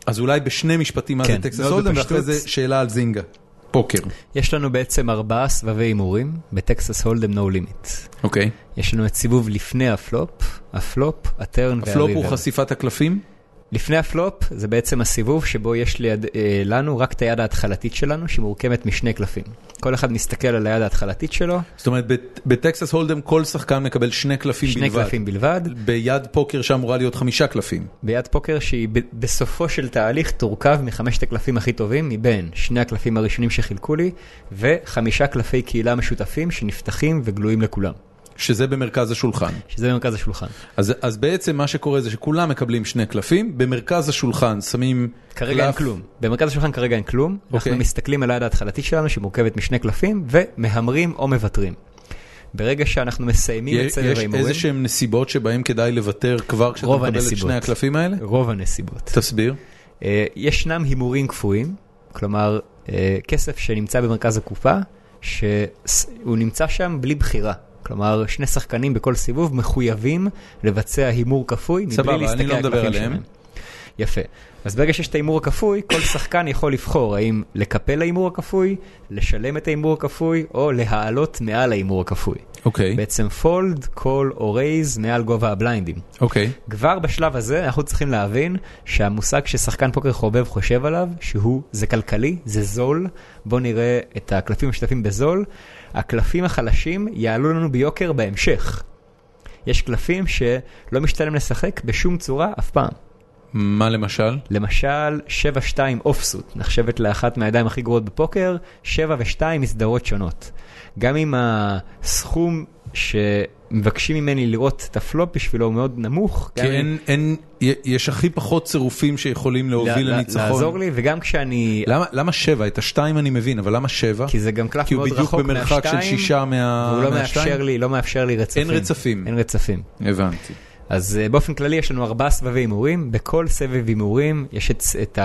[SPEAKER 1] אז אולי בשני משפטים מה זה
[SPEAKER 3] כן,
[SPEAKER 1] טקסס
[SPEAKER 3] מאוד
[SPEAKER 1] הולדם,
[SPEAKER 3] בפשטות.
[SPEAKER 1] ואחרי זה שאלה על זינגה, פוקר.
[SPEAKER 3] יש לנו בעצם ארבעה סבבי הימורים בטקסס הולדם נו לימיט.
[SPEAKER 1] אוקיי.
[SPEAKER 3] יש לנו את סיבוב לפני הפלופ, הפלופ, הטרן והריבר.
[SPEAKER 1] הפלופ הוא חשיפת הקלפים?
[SPEAKER 3] לפני הפלופ זה בעצם הסיבוב שבו יש ליד, אה, לנו רק את היד ההתחלתית שלנו שמורכבת משני קלפים. כל אחד מסתכל על היד ההתחלתית שלו,
[SPEAKER 1] זאת אומרת, בט- בטקסס הולדם כל שחקן מקבל שני קלפים
[SPEAKER 3] שני
[SPEAKER 1] בלבד.
[SPEAKER 3] קלפים בלבד,
[SPEAKER 1] ביד פוקר שאמורה להיות חמישה קלפים.
[SPEAKER 3] ביד פוקר שהיא ב- בסופו של תהליך תורכב מחמשת הקלפים הכי טובים מבין שני הקלפים הראשונים שחילקו לי וחמישה קלפי קהילה משותפים שנפתחים וגלויים לכולם,
[SPEAKER 1] שזה במרכז השולחן.
[SPEAKER 3] שזה במרכז השולחן.
[SPEAKER 1] אז, אז בעצם מה שקורה זה שכולם מקבלים שני קלפים, במרכז השולחן שמים
[SPEAKER 3] כרגע אין כלום. במרכז השולחן כרגע אין כלום,
[SPEAKER 1] אוקיי.
[SPEAKER 3] אנחנו מסתכלים על היד ההתחלתי שלנו שמורכבת משני קלפים ומהמרים או מוותרים. ברגע שאנחנו מסיימים את
[SPEAKER 1] יש,
[SPEAKER 3] סדר
[SPEAKER 1] יש
[SPEAKER 3] ההימורים,
[SPEAKER 1] איזה שהם נסיבות שבהם כדאי לוותר כבר כשאתה
[SPEAKER 3] רוב
[SPEAKER 1] מקבל את
[SPEAKER 3] הנסיבות.
[SPEAKER 1] שני הקלפים האלה?
[SPEAKER 3] רוב הנסיבות.
[SPEAKER 1] תסביר.
[SPEAKER 3] אה, ישנם הימורים קפואים, כלומר אה, כסף שנמצא במרכז הקופה, שהוא נמצא שם בלי בחירה. כלומר, שני שחקנים בכל סיבוב מחויבים לבצע הימור כפוי מבלי
[SPEAKER 1] סבבה,
[SPEAKER 3] להסתכל
[SPEAKER 1] אני לא
[SPEAKER 3] על
[SPEAKER 1] מדבר
[SPEAKER 3] הקלפים
[SPEAKER 1] עליהם.
[SPEAKER 3] שלהם. יפה. אז ברגע שיש את ההימור הכפוי, כל שחקן יכול לבחור האם לקפל ההימור הכפוי, לשלם את ההימור הכפוי, או להעלות מעל ההימור הכפוי.
[SPEAKER 1] אוקיי,
[SPEAKER 3] בעצם פולד, קול או רייז מעל גובה הבליינדים.
[SPEAKER 1] אוקיי.
[SPEAKER 3] כבר בשלב הזה אנחנו צריכים להבין שהמושג ששחקן פוקר חובב חושב עליו, שהוא, זה כלכלי, זה זול, בואו נראה את הקלפים המשותפים בזול, הקלפים החלשים יעלו לנו ביוקר בהמשך. יש קלפים שלא משתלם לשחק בשום צורה אף פעם.
[SPEAKER 1] מה למשל?
[SPEAKER 3] למשל, 7-2 אופסוט נחשבת לאחת מהידיים הכי גרועות בפוקר, 7 ו-2 מסדרות שונות. גם אם הסכום ש... מבקשים ממני לראות את הפלופ בשבילו הוא מאוד נמוך.
[SPEAKER 1] כי
[SPEAKER 3] גם אם-
[SPEAKER 1] אין, אין, יש הכי פחות צירופים שיכולים להוביל
[SPEAKER 3] לה- לה-
[SPEAKER 1] לניצחון.
[SPEAKER 3] לעזור לי, וגם כשאני...
[SPEAKER 1] למה, למה שבע? את השתיים אני מבין, אבל למה שבע?
[SPEAKER 3] כי זה גם קלף
[SPEAKER 1] כי הוא
[SPEAKER 3] מאוד
[SPEAKER 1] בדיוק
[SPEAKER 3] רחוק מהשתיים.
[SPEAKER 1] במרחק של שישה מה...
[SPEAKER 3] והוא לא
[SPEAKER 1] מהשתיים?
[SPEAKER 3] מאפשר לי, לא מאפשר לי רצפים.
[SPEAKER 1] אין רצפים.
[SPEAKER 3] אין רצפים.
[SPEAKER 1] הבנתי.
[SPEAKER 3] אז אה, באופן כללי יש לנו ארבעה סבבי הימורים, בכל סבב הימורים יש את, את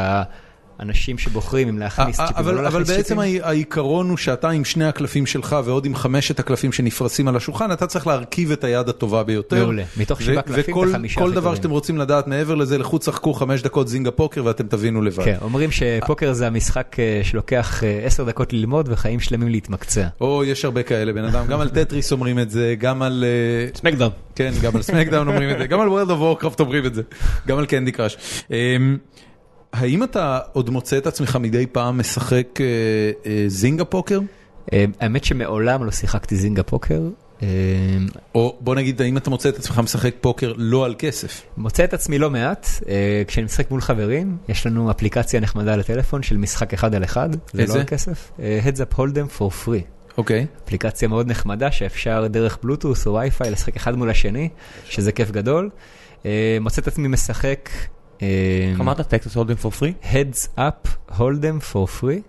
[SPEAKER 3] האנשים שבוחרים אם להכניס
[SPEAKER 1] א- א-
[SPEAKER 3] צ'יפים או
[SPEAKER 1] אה, אבל
[SPEAKER 3] לא
[SPEAKER 1] אבל
[SPEAKER 3] להכניס
[SPEAKER 1] בעצם
[SPEAKER 3] צ'יפים.
[SPEAKER 1] העי- העיקרון הוא שאתה עם שני הקלפים שלך ועוד עם חמשת הקלפים שנפרסים על השולחן, אתה צריך להרכיב את היד הטובה ביותר.
[SPEAKER 3] מעולה. מתוך שבעה
[SPEAKER 1] ו-
[SPEAKER 3] קלפים,
[SPEAKER 1] וכל
[SPEAKER 3] בחמישה
[SPEAKER 1] כל
[SPEAKER 3] הכי
[SPEAKER 1] דבר
[SPEAKER 3] טובים.
[SPEAKER 1] שאתם רוצים לדעת מעבר לזה, לכו תשחקו חמש דקות זינגה פוקר ואתם תבינו לבד.
[SPEAKER 3] כן, אומרים שפוקר זה המשחק אה, שלוקח אה, עשר דקות ללמוד וחיים שלמים להתמקצע.
[SPEAKER 1] או, יש הרבה כאלה, בן אדם, גם על טטריס אומרים את זה, גם על... אה,
[SPEAKER 6] סמקדאון.
[SPEAKER 1] כן, גם על סמקדאון אומרים את זה, גם על World of Warcraft אומרים את זה, גם על קנדי קראש. אמ, האם אתה עוד מוצא את עצמך מדי פעם משחק אה, אה, זינגה פוקר?
[SPEAKER 3] אה, האמת שמעולם לא שיחקתי זינגה פוקר. אה,
[SPEAKER 1] או בוא נגיד, האם אתה מוצא את עצמך משחק פוקר לא על כסף?
[SPEAKER 3] מוצא את עצמי לא מעט, אה, כשאני משחק מול חברים, יש לנו אפליקציה נחמדה לטלפון של משחק אחד על אחד, זה
[SPEAKER 1] איזה?
[SPEAKER 3] לא על כסף, אה, Heads up hold them for free.
[SPEAKER 1] אוקיי.
[SPEAKER 3] אפליקציה מאוד נחמדה שאפשר דרך בלוטוס או וי-פיי לשחק אחד מול השני, שזה כיף גדול. אה, מוצא את עצמי משחק אה,
[SPEAKER 6] אמרת טקסס הולדם פור פרי?
[SPEAKER 3] Heads up, hold them for free.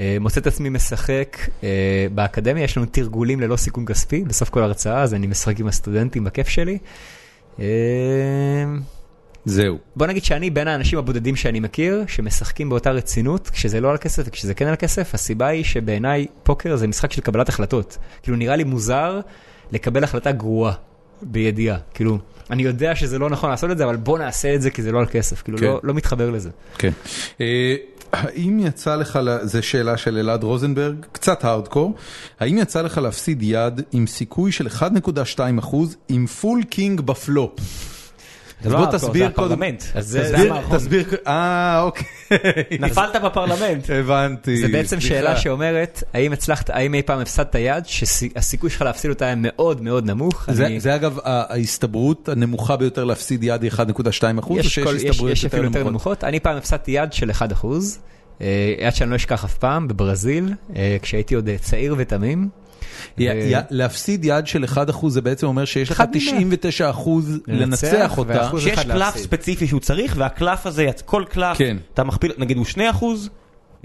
[SPEAKER 3] אה, מוצא את עצמי משחק אה, באקדמיה, יש לנו תרגולים ללא סיכון כספי, בסוף כל הרצאה, אז אני משחק עם הסטודנטים בכיף שלי. אה,
[SPEAKER 1] זהו.
[SPEAKER 3] בוא נגיד שאני בין האנשים הבודדים שאני מכיר, שמשחקים באותה רצינות, כשזה לא על כסף וכשזה כן על כסף, הסיבה היא שבעיניי פוקר זה משחק של קבלת החלטות. כאילו נראה לי מוזר לקבל החלטה גרועה, בידיעה. כאילו, אני יודע שזה לא נכון לעשות את זה, אבל בוא נעשה את זה כי זה לא על כסף. כאילו,
[SPEAKER 1] כן.
[SPEAKER 3] לא, לא מתחבר לזה.
[SPEAKER 1] כן. אה, האם יצא לך, לה- זו שאלה של אלעד רוזנברג, קצת הארדקור, האם יצא לך להפסיד יד עם סיכוי של 1.2% עם פול קינג בפלופ?
[SPEAKER 6] זה לא
[SPEAKER 2] אה,
[SPEAKER 1] בוא
[SPEAKER 6] הארדקור,
[SPEAKER 1] תסביר
[SPEAKER 6] זה
[SPEAKER 1] קודם-
[SPEAKER 6] הפרלמנט.
[SPEAKER 3] אז זה, זה
[SPEAKER 1] תסביר,
[SPEAKER 3] המערכון.
[SPEAKER 1] תסביר, אה אוקיי,
[SPEAKER 6] נפלת בפרלמנט.
[SPEAKER 1] הבנתי.
[SPEAKER 3] זה בעצם
[SPEAKER 1] סליחה.
[SPEAKER 3] שאלה שאומרת, האם הצלחת, האם אי פעם הפסדת יד, שהסיכוי שלך להפסיד אותה היה מאוד מאוד נמוך.
[SPEAKER 1] זה,
[SPEAKER 3] אני-
[SPEAKER 1] זה אגב ה- ההסתברות הנמוכה ביותר להפסיד יד היא 1.2 אחוז, או
[SPEAKER 3] יש,
[SPEAKER 1] שיש
[SPEAKER 3] כל, יש,
[SPEAKER 1] הסתברויות
[SPEAKER 3] יש
[SPEAKER 1] יותר
[SPEAKER 3] אפילו יותר
[SPEAKER 1] נמוכות?
[SPEAKER 3] נמוכות. אני פעם הפסדתי יד של 1%, אה, יד שאני לא אשכח אף פעם, בברזיל, אה, כשהייתי עוד אה, צעיר ותמים.
[SPEAKER 1] י- י- להפסיד יד של 1 אחוז זה בעצם אומר שיש לך
[SPEAKER 3] אה. אחד מ-
[SPEAKER 1] 99 אחוז לנצח
[SPEAKER 3] לנצח,
[SPEAKER 1] אותה.
[SPEAKER 3] ואחוז-
[SPEAKER 6] שיש
[SPEAKER 3] אחד
[SPEAKER 6] קלף
[SPEAKER 3] להפסיד.
[SPEAKER 6] ספציפי שהוא צריך, והקלף הזה, יצ- כל קלף,
[SPEAKER 1] כן.
[SPEAKER 6] אתה מכפיל, נגיד הוא 2 אחוז,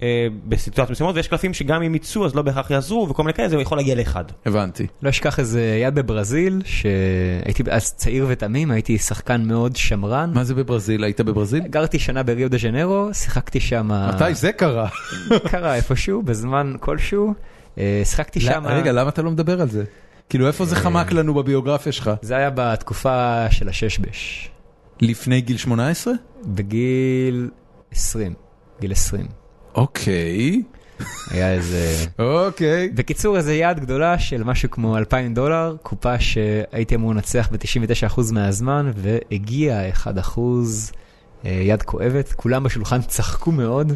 [SPEAKER 6] אה, בסיטואציות מסוימות, ויש קלפים שגם אם יצאו אז לא בהכרח יעזרו, וכל מיני כאלה, זה יכול להגיע לאחד.
[SPEAKER 1] הבנתי.
[SPEAKER 3] לא אשכח איזה יד בברזיל, שהייתי אז צעיר ותמים, הייתי שחקן מאוד שמרן.
[SPEAKER 1] מה זה בברזיל? היית בברזיל?
[SPEAKER 3] גרתי שנה בריו דה ז'נרו, שיחקתי שם, אה,
[SPEAKER 1] מתי זה קרה?
[SPEAKER 3] קרה איפשהו, בזמן כלשהו, אה, שיחקתי שם,
[SPEAKER 1] רגע, למה אתה לא מדבר על זה? כאילו איפה
[SPEAKER 3] אה.
[SPEAKER 1] זה חמק לנו בביוגרפיה שלך?
[SPEAKER 3] זה היה בתקופה של הששבש,
[SPEAKER 1] לפני גיל 18?
[SPEAKER 3] בגיל 20, גיל 20,
[SPEAKER 1] אוקיי,
[SPEAKER 3] היה איזה...
[SPEAKER 1] אוקיי.
[SPEAKER 3] בקיצור, איזה יעד גדולה של משהו כמו 2,000 דולר, קופה שהייתי אמור לנצח ב-99% מהזמן, והגיע 1% אה, יד כואבת, כולם בשולחן צחקו מאוד,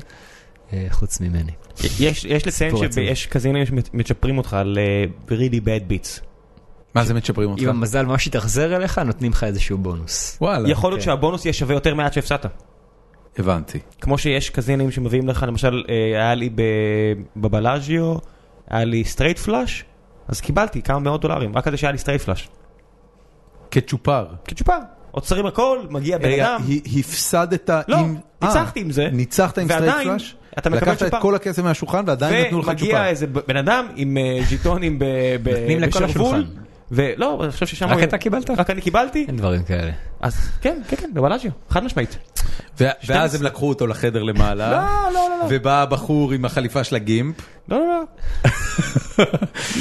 [SPEAKER 3] אה, חוץ ממני.
[SPEAKER 6] יש יש לציין
[SPEAKER 3] סיפור עצוב.
[SPEAKER 6] שיש קזינו שמצ'פרים אותך על אה, really bad bits.
[SPEAKER 1] מה זה מצ'פרים אותך?
[SPEAKER 3] אם המזל ממש יתאכזר אליך, נותנים לך איזשהו בונוס.
[SPEAKER 1] וואלה,
[SPEAKER 6] יכול להיות
[SPEAKER 3] כן.
[SPEAKER 6] שהבונוס יהיה שווה יותר מעט שהפסדת.
[SPEAKER 1] הבנתי.
[SPEAKER 6] כמו שיש קזינים שמביאים לך, למשל, אה, היה לי ב- בבלאז'יו, היה לי סטרייט פלאש, אז קיבלתי כמה מאות דולרים, רק כזה שהיה לי סטרייט פלאש.
[SPEAKER 1] כצ'ופר.
[SPEAKER 6] כצ'ופר, עוצרים הכל,
[SPEAKER 3] אה,
[SPEAKER 6] מגיע בן
[SPEAKER 1] רגע,
[SPEAKER 6] אדם.
[SPEAKER 1] ה- הפסדת
[SPEAKER 6] לא,
[SPEAKER 1] עם...
[SPEAKER 6] ניצחתי
[SPEAKER 1] אה,
[SPEAKER 6] עם זה.
[SPEAKER 1] ניצחת עם סטרייט
[SPEAKER 6] ועדיין,
[SPEAKER 1] פלאש?
[SPEAKER 6] אתה מקבל
[SPEAKER 1] לקחת
[SPEAKER 6] צ'ופר.
[SPEAKER 1] את כל הכסף מהשולחן ועדיין נתנו לך
[SPEAKER 6] ומגיע
[SPEAKER 1] צ'ופר.
[SPEAKER 6] איזה בן אדם עם אה, ז'יטונים ב- ב-
[SPEAKER 3] נותנים לכל
[SPEAKER 6] בשרוול.
[SPEAKER 3] השולחן.
[SPEAKER 6] ולא, אני חושב ששם...
[SPEAKER 3] רק
[SPEAKER 6] הוא-
[SPEAKER 3] אתה קיבלת?
[SPEAKER 6] רק אני קיבלתי.
[SPEAKER 3] אין דברים כאלה.
[SPEAKER 6] אז כן, כן, כן, בבלאג'יו, חד משמעית.
[SPEAKER 1] ו- ואז הם לקחו אותו לחדר למעלה,
[SPEAKER 6] לא, לא, לא,
[SPEAKER 1] ובא הבחור עם החליפה של הגימפ.
[SPEAKER 6] לא, לא,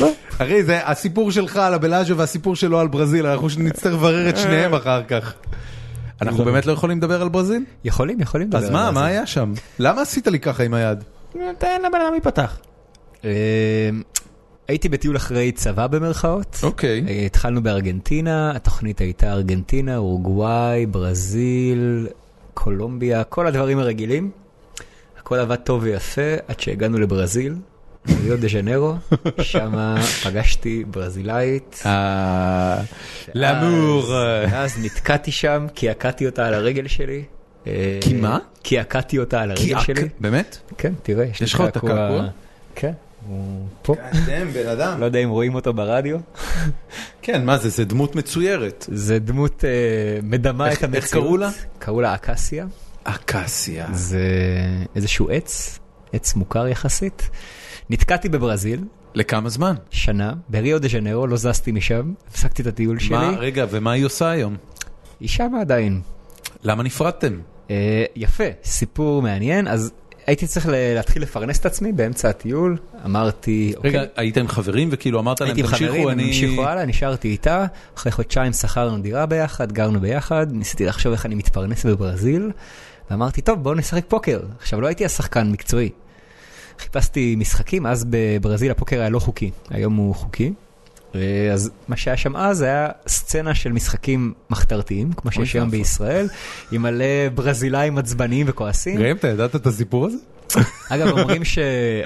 [SPEAKER 6] לא.
[SPEAKER 1] אחי, זה הסיפור שלך על הבלאז'ו והסיפור שלו על ברזיל, אנחנו נצטרך לברר את שניהם אחר כך. אנחנו באמת לא יכולים לדבר על ברזיל?
[SPEAKER 3] יכולים, יכולים לדבר
[SPEAKER 1] אז
[SPEAKER 3] על
[SPEAKER 1] מה,
[SPEAKER 3] זה.
[SPEAKER 1] מה היה שם? למה עשית לי ככה עם היד?
[SPEAKER 6] לא. תן לבן אדם להיפתח.
[SPEAKER 3] אה, הייתי בטיול אחרי צבא במרכאות.
[SPEAKER 1] אוקיי.
[SPEAKER 3] אה, התחלנו בארגנטינה, התוכנית הייתה ארגנטינה, אורוגוואי, ברזיל, קולומביה, כל הדברים הרגילים. הכל עבד טוב ויפה עד שהגענו לברזיל, ריו דה ז'נרו, שם פגשתי ברזילאית.
[SPEAKER 1] אה, לאמור.
[SPEAKER 3] אז- אז נתקעתי שם, קעקעתי אותה על הרגל שלי. אה,
[SPEAKER 1] כי מה?
[SPEAKER 3] קעקעתי אותה על הרגל
[SPEAKER 1] קיאק.
[SPEAKER 3] שלי.
[SPEAKER 1] באמת?
[SPEAKER 3] כן, תראה, יש לי
[SPEAKER 1] יש לך עוד את הקעקוע?
[SPEAKER 3] כן, הוא פה.
[SPEAKER 1] אתם בן אדם.
[SPEAKER 3] לא יודע אם רואים אותו ברדיו.
[SPEAKER 1] כן, מה זה, זה דמות מצוירת.
[SPEAKER 3] זה דמות אה, מדמה
[SPEAKER 1] איך-
[SPEAKER 3] את המציאות.
[SPEAKER 1] איך קראו לה? אה.
[SPEAKER 3] קראו לה אקסיה.
[SPEAKER 1] אקסיה.
[SPEAKER 3] זה איזשהו עץ, עץ מוכר יחסית. נתקעתי בברזיל
[SPEAKER 1] לכמה זמן?
[SPEAKER 3] שנה, בריו דה ז'נרו, לא זזתי משם, הפסקתי את הטיול שלי.
[SPEAKER 1] מה, רגע, ומה היא עושה היום?
[SPEAKER 3] היא שמה עדיין.
[SPEAKER 1] למה נפרדתם?
[SPEAKER 3] אה, יפה, סיפור מעניין, אז הייתי צריך ל- להתחיל לפרנס את עצמי באמצע הטיול, אמרתי,
[SPEAKER 1] רגע,
[SPEAKER 3] אוקיי,
[SPEAKER 1] הייתם חברים וכאילו אמרת להם,
[SPEAKER 3] הייתי עם חברים,
[SPEAKER 1] תמשיכו,
[SPEAKER 3] הם
[SPEAKER 1] אני...
[SPEAKER 3] המשיכו הלאה, נשארתי איתה, אחרי חודשיים שכרנו דירה ביחד, גרנו ביחד, ניסיתי לחשוב איך אני מתפרנס בברזיל, ואמרתי, טוב, בואו נשחק פוקר. עכשיו, לא הייתי השחקן מקצועי. חיפשתי משחקים, אז בברזיל הפוקר היה לא חוקי, היום הוא חוקי. אה, אז מה שהיה שם אז היה סצנה של משחקים מחתרתיים, כמו שיש היום
[SPEAKER 1] ואבוי.
[SPEAKER 3] בישראל, עם מלא ברזילאים עצבניים וכועסים.
[SPEAKER 1] ראם, אתה ידעת את הסיפור הזה?
[SPEAKER 3] אגב, אומרים, ש...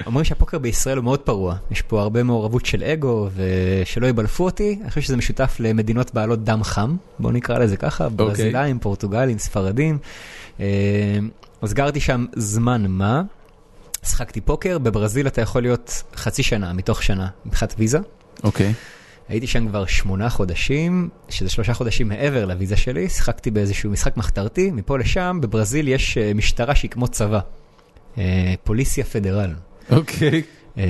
[SPEAKER 3] אומרים שהפוקר בישראל הוא מאוד פרוע. יש פה הרבה מעורבות של אגו, ושלא יבלפו אותי. אני חושב שזה משותף למדינות בעלות דם חם, בואו נקרא לזה ככה, ברזילאים, פורטוגלים, ספרדים. אה, אז גרתי שם זמן מה, שחקתי פוקר, בברזיל אתה יכול להיות חצי שנה מתוך שנה, מבחינת ויזה.
[SPEAKER 1] אוקיי.
[SPEAKER 3] הייתי שם כבר שמונה חודשים, שזה שלושה חודשים מעבר לוויזה שלי, שיחקתי באיזשהו משחק מחתרתי, מפה לשם, בברזיל יש אה, משטרה שהיא כמו צבא, אה, פוליסיה פדרל.
[SPEAKER 1] אוקיי.
[SPEAKER 3] אה,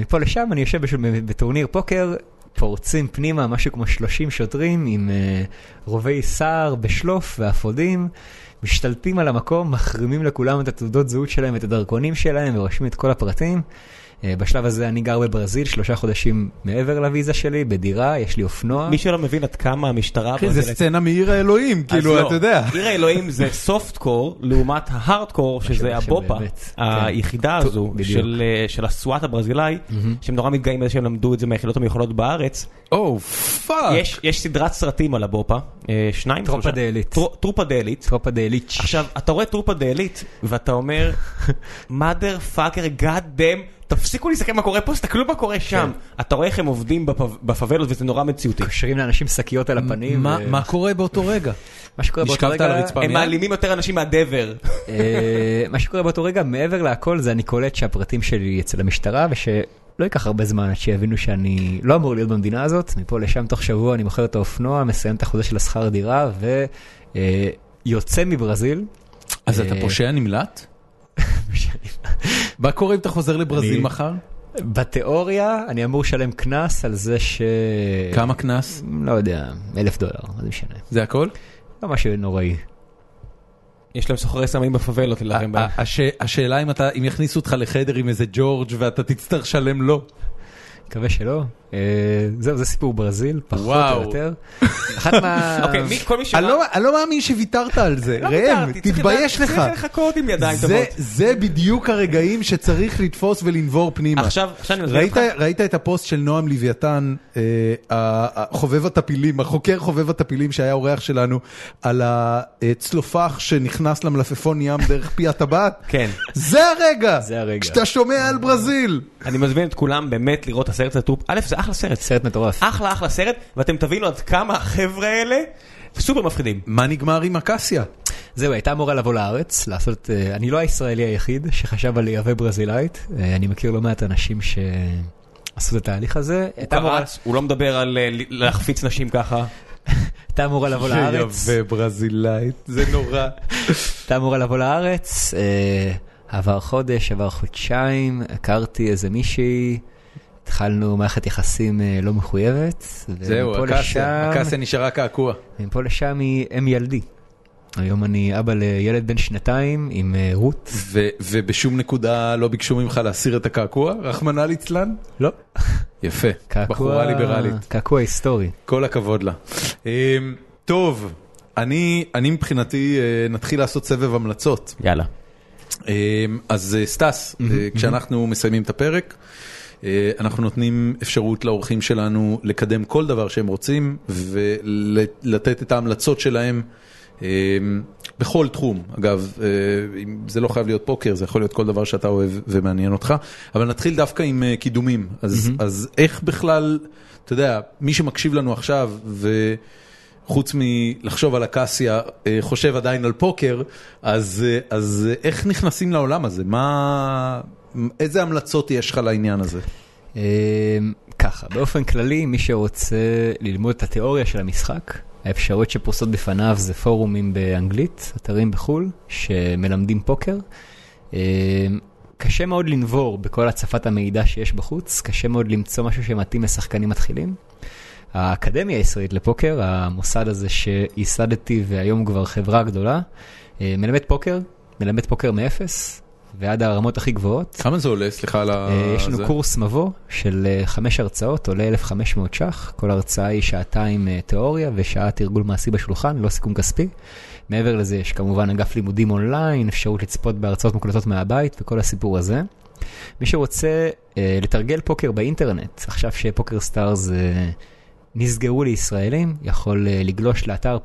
[SPEAKER 3] מפה לשם אני יושב בשביל, בטורניר פוקר, פורצים פנימה משהו כמו 30 שוטרים עם אה, רובי סער בשלוף ואפודים, משתלטים על המקום, מחרימים לכולם את התעודות זהות שלהם, את הדרכונים שלהם, ורושמים את כל הפרטים. אה, בשלב הזה אני גר בברזיל, שלושה חודשים מעבר לוויזה שלי, בדירה, יש לי אופנוע.
[SPEAKER 6] מי שלא מבין עד כמה המשטרה...
[SPEAKER 1] אחי, כן, זה
[SPEAKER 6] ברזילאית-
[SPEAKER 1] סצנה מעיר האלוהים,
[SPEAKER 6] אז
[SPEAKER 1] כאילו,
[SPEAKER 6] לא.
[SPEAKER 1] אתה יודע.
[SPEAKER 6] עיר האלוהים זה סופט קור לעומת ההארד קור שזה
[SPEAKER 3] שבאמת,
[SPEAKER 6] הבופה,
[SPEAKER 3] כן.
[SPEAKER 6] היחידה הזו
[SPEAKER 3] בדיוק.
[SPEAKER 6] של, אה, של הסוואט הברזילאי, שהם נורא מתגאים בזה שהם למדו את זה מהיחידות המיוחדות בארץ.
[SPEAKER 1] או פאק.
[SPEAKER 6] יש- יש סדרת סרטים על הבופה, אה, שניים,
[SPEAKER 3] טרופה
[SPEAKER 6] שלושה.
[SPEAKER 3] דה עילית.
[SPEAKER 6] טרו- טרופה דה עילית.
[SPEAKER 3] טרופה דה ליץ'.
[SPEAKER 6] עכשיו, אתה רואה טרופה דה עילית, ואתה אומר, mother fucker, god damn, תפסיקו להסתכל מה קורה פה, תסתכלו מה
[SPEAKER 1] כן.
[SPEAKER 6] קורה שם. אתה רואה איך הם עובדים בפב- בפאבלות וזה נורא מציאותי.
[SPEAKER 3] קושרים לאנשים שקיות על הפנים.
[SPEAKER 1] מה-
[SPEAKER 3] ו-
[SPEAKER 1] מה קורה באותו רגע?
[SPEAKER 3] מה שקורה באותו
[SPEAKER 1] נשכבת
[SPEAKER 3] רגע...
[SPEAKER 1] על הרצפה.
[SPEAKER 6] הם
[SPEAKER 1] מיד?
[SPEAKER 6] מעלימים יותר אנשים מהדבר.
[SPEAKER 3] אה, מה שקורה באותו רגע, מעבר להכל, זה אני קולט שהפרטים שלי אצל המשטרה, ושלא ייקח הרבה זמן עד שיבינו שאני לא אמור להיות במדינה הזאת. מפה לשם תוך שבוע אני מוכר את האופנוע, מסיים את החוזה של השכר דירה, ויוצא מברזיל.
[SPEAKER 1] אז אתה
[SPEAKER 3] אה,
[SPEAKER 1] פושע נמלט? מה קורה אם אתה חוזר לברזיל
[SPEAKER 3] אני-
[SPEAKER 1] מחר?
[SPEAKER 3] בתיאוריה, אני אמור לשלם קנס על זה ש...
[SPEAKER 1] כמה קנס?
[SPEAKER 3] לא יודע, אלף דולר, מה זה משנה.
[SPEAKER 1] זה הכל?
[SPEAKER 3] לא משהו נוראי.
[SPEAKER 6] יש להם סוחרי סמים בפאבלות להילחם בהם.
[SPEAKER 1] ה- הש- השאלה אם אתה- אם יכניסו אותך לחדר עם איזה ג'ורג' ואתה תצטרך לשלם לו.
[SPEAKER 3] מקווה שלא. אה, זהו, זה סיפור ברזיל, פחות
[SPEAKER 1] וואו.
[SPEAKER 3] או יותר. אחת מה...
[SPEAKER 6] אוקיי, מי- כל מי שראה...
[SPEAKER 1] אני לא- אני לא מאמין שוויתרת על זה,
[SPEAKER 6] לא
[SPEAKER 1] ראם,
[SPEAKER 6] ויתרתי, צריך
[SPEAKER 1] תתבייש
[SPEAKER 6] לדעת-
[SPEAKER 1] לך.
[SPEAKER 6] צריך לחכות עם ידיים
[SPEAKER 1] זה-
[SPEAKER 6] טובות.
[SPEAKER 1] זה בדיוק הרגעים שצריך לתפוס ולנבור פנימה.
[SPEAKER 6] עכשיו, עכשיו אני מזמין
[SPEAKER 1] ראית,
[SPEAKER 6] אותך.
[SPEAKER 1] ראית את הפוסט של נועם לוויתן, אה, ה- ה- חובב הטפילים, החוקר חובב הטפילים שהיה אורח שלנו, על הצלופח שנכנס למלפפון ים דרך פי הטבעת?
[SPEAKER 6] כן.
[SPEAKER 1] זה הרגע!
[SPEAKER 3] זה הרגע.
[SPEAKER 1] כשאתה שומע על ברזיל!
[SPEAKER 6] אני מזמין את כולם באמת לראות את הסרט הזה. טרופ- א', זה אחלה סרט.
[SPEAKER 3] סרט מטורף.
[SPEAKER 6] אחלה אחלה סרט, ואתם תבינו עד כמה החבר'ה האלה סופר מפחידים.
[SPEAKER 1] מה נגמר עם אקסיה?
[SPEAKER 3] זהו, הייתה אמורה לבוא לארץ, לעשות... אה, אני לא הישראלי היחיד שחשב על לייבא ברזילאית, אה, אני מכיר לא מעט אנשים שעשו את התהליך הזה.
[SPEAKER 6] הוא
[SPEAKER 3] הייתה אמורה-
[SPEAKER 6] קרץ, הוא לא מדבר על אה, ל- להחפיץ נשים ככה.
[SPEAKER 3] הייתה אמורה לבוא לארץ,
[SPEAKER 1] ברזילאית, זה נורא.
[SPEAKER 3] הייתה אמורה לבוא לארץ, אה, עבר חודש, עבר חודשיים, הכרתי איזה מישהי, התחלנו מערכת יחסים אה, לא מחויבת. ומפה לשם-
[SPEAKER 1] נשארה קעקוע.
[SPEAKER 3] מפה לשם היא אם ילדי. היום אני אבא לילד בן שנתיים עם אה, רות.
[SPEAKER 1] ו- ובשום נקודה לא ביקשו ממך להסיר את הקעקוע, רחמנא ליצלן?
[SPEAKER 3] לא.
[SPEAKER 1] יפה, בחורה ליברלית.
[SPEAKER 3] קעקוע היסטורי.
[SPEAKER 1] כל הכבוד לה. אמ, טוב, אני, אני מבחינתי אה, נתחיל לעשות סבב המלצות.
[SPEAKER 6] יאללה.
[SPEAKER 1] אמ, אז אה, סטס, אה, כשאנחנו מסיימים את הפרק, אה, אנחנו נותנים אפשרות לאורחים שלנו לקדם כל דבר שהם רוצים ולתת את ההמלצות שלהם. אמ, בכל תחום, אגב, אה, אם- זה לא חייב להיות פוקר, זה יכול להיות כל דבר שאתה אוהב ומעניין אותך, אבל נתחיל דווקא עם אה, קידומים, אז, אז איך בכלל, אתה יודע, מי שמקשיב לנו עכשיו ו... חוץ מלחשוב על אקסיה, אה, חושב עדיין על פוקר, אז, אה, אז אה, איך נכנסים לעולם הזה? מה, איזה המלצות יש לך לעניין הזה?
[SPEAKER 3] אמ, ככה, באופן כללי, מי שרוצה ללמוד את התיאוריה של המשחק, האפשרויות שפרוסות בפניו זה פורומים באנגלית, אתרים בחו"ל, שמלמדים פוקר. אמ, קשה מאוד לנבור בכל הצפת המידע שיש בחוץ, קשה מאוד למצוא משהו שמתאים לשחקנים מתחילים. האקדמיה הישראלית לפוקר, המוסד הזה שייסדתי והיום הוא כבר חברה גדולה, אה, מלמד פוקר, מלמד פוקר מאפס ועד הרמות הכי גבוהות.
[SPEAKER 1] כמה זה עולה? סליחה על ה...
[SPEAKER 3] אה, יש
[SPEAKER 1] זה.
[SPEAKER 3] לנו קורס מבוא של אה, חמש הרצאות, עולה 1,500 ש"ח, כל הרצאה היא שעתיים אה, תיאוריה ושעה תרגול מעשי בשולחן, לא סיכום כספי. מעבר לזה יש כמובן אגף לימודים אונליין, אפשרות לצפות בהרצאות מוקלטות מהבית וכל הסיפור הזה. מי שרוצה אה, לתרגל פוקר באינטרנט, עכשיו שפוקר סטארס אה, נסגרו לישראלים, יכול אה, לגלוש לאתר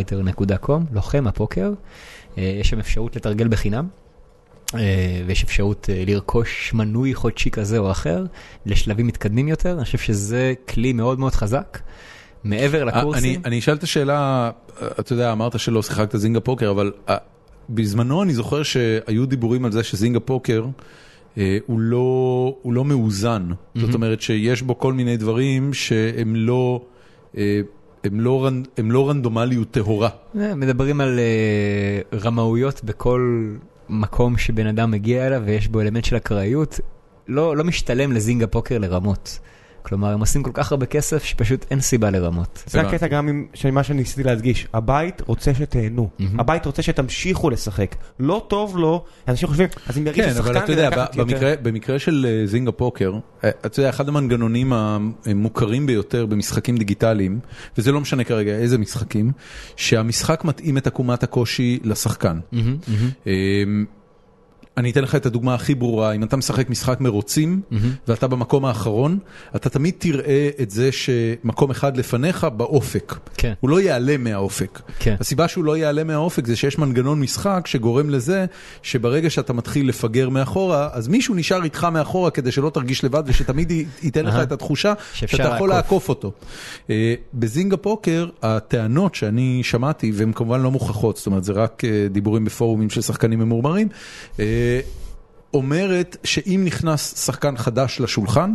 [SPEAKER 3] pokerfighter.com, לוחם הפוקר, אה, יש שם אפשרות לתרגל בחינם. אה, ויש אפשרות אה, לרכוש מנוי חודשי כזה או אחר לשלבים מתקדמים יותר, אני חושב שזה כלי מאוד מאוד חזק. מעבר
[SPEAKER 1] אני,
[SPEAKER 3] לקורסים,
[SPEAKER 1] אה, אני אשאל את השאלה, אה, אתה יודע, אמרת שלא שיחקת זינגה פוקר, אבל אה, בזמנו אני זוכר שהיו דיבורים על זה שזינגה פוקר אה, הוא, לא, הוא לא מאוזן. Mm-hmm. זאת אומרת שיש בו כל מיני דברים שהם לא, אה, הם לא, רנ, הם לא רנדומליות טהורה.
[SPEAKER 3] אה, מדברים על אה, רמאויות בכל מקום שבן אדם מגיע אליו ויש בו אלמנט של אקראיות, לא, לא משתלם לזינגה פוקר לרמות. כלומר, הם עושים כל כך הרבה כסף שפשוט אין סיבה לרמות.
[SPEAKER 6] זה
[SPEAKER 1] הבנתי.
[SPEAKER 6] הקטע גם עם של מה שניסיתי להדגיש, הבית רוצה שתהנו, הבית רוצה שתמשיכו לשחק, לא טוב לו, אנשים חושבים, אז אם ירגיש
[SPEAKER 1] כן, אבל
[SPEAKER 6] ששחקן
[SPEAKER 1] אתה
[SPEAKER 6] כדי
[SPEAKER 1] יודע,
[SPEAKER 6] לקחת
[SPEAKER 1] ב-
[SPEAKER 6] יותר,
[SPEAKER 1] במקרה, במקרה של אה, זינגה פוקר, אה, אתה יודע, אחד המנגנונים המוכרים ביותר במשחקים דיגיטליים, וזה לא משנה כרגע איזה משחקים, שהמשחק מתאים את עקומת הקושי לשחקן. אמ, אני אתן לך את הדוגמה הכי ברורה, אם אתה משחק משחק מרוצים ואתה במקום האחרון, אתה תמיד תראה את זה שמקום אחד לפניך באופק.
[SPEAKER 3] כן.
[SPEAKER 1] הוא לא יעלה מהאופק.
[SPEAKER 3] כן.
[SPEAKER 1] הסיבה שהוא לא יעלה מהאופק זה שיש מנגנון משחק שגורם לזה שברגע שאתה מתחיל לפגר מאחורה, אז מישהו נשאר איתך מאחורה כדי שלא תרגיש לבד ושתמיד י- ייתן לך
[SPEAKER 3] אהה.
[SPEAKER 1] את התחושה
[SPEAKER 3] שאפשר
[SPEAKER 1] שאתה יכול
[SPEAKER 3] לעקוף.
[SPEAKER 1] לעקוף אותו. אה, בזינגה פוקר, הטענות שאני שמעתי, והן כמובן לא מוכחות, זאת אומרת זה רק אה, דיבורים בפורומים של שחקנים ממורמרים, אה, אומרת שאם נכנס שחקן חדש לשולחן,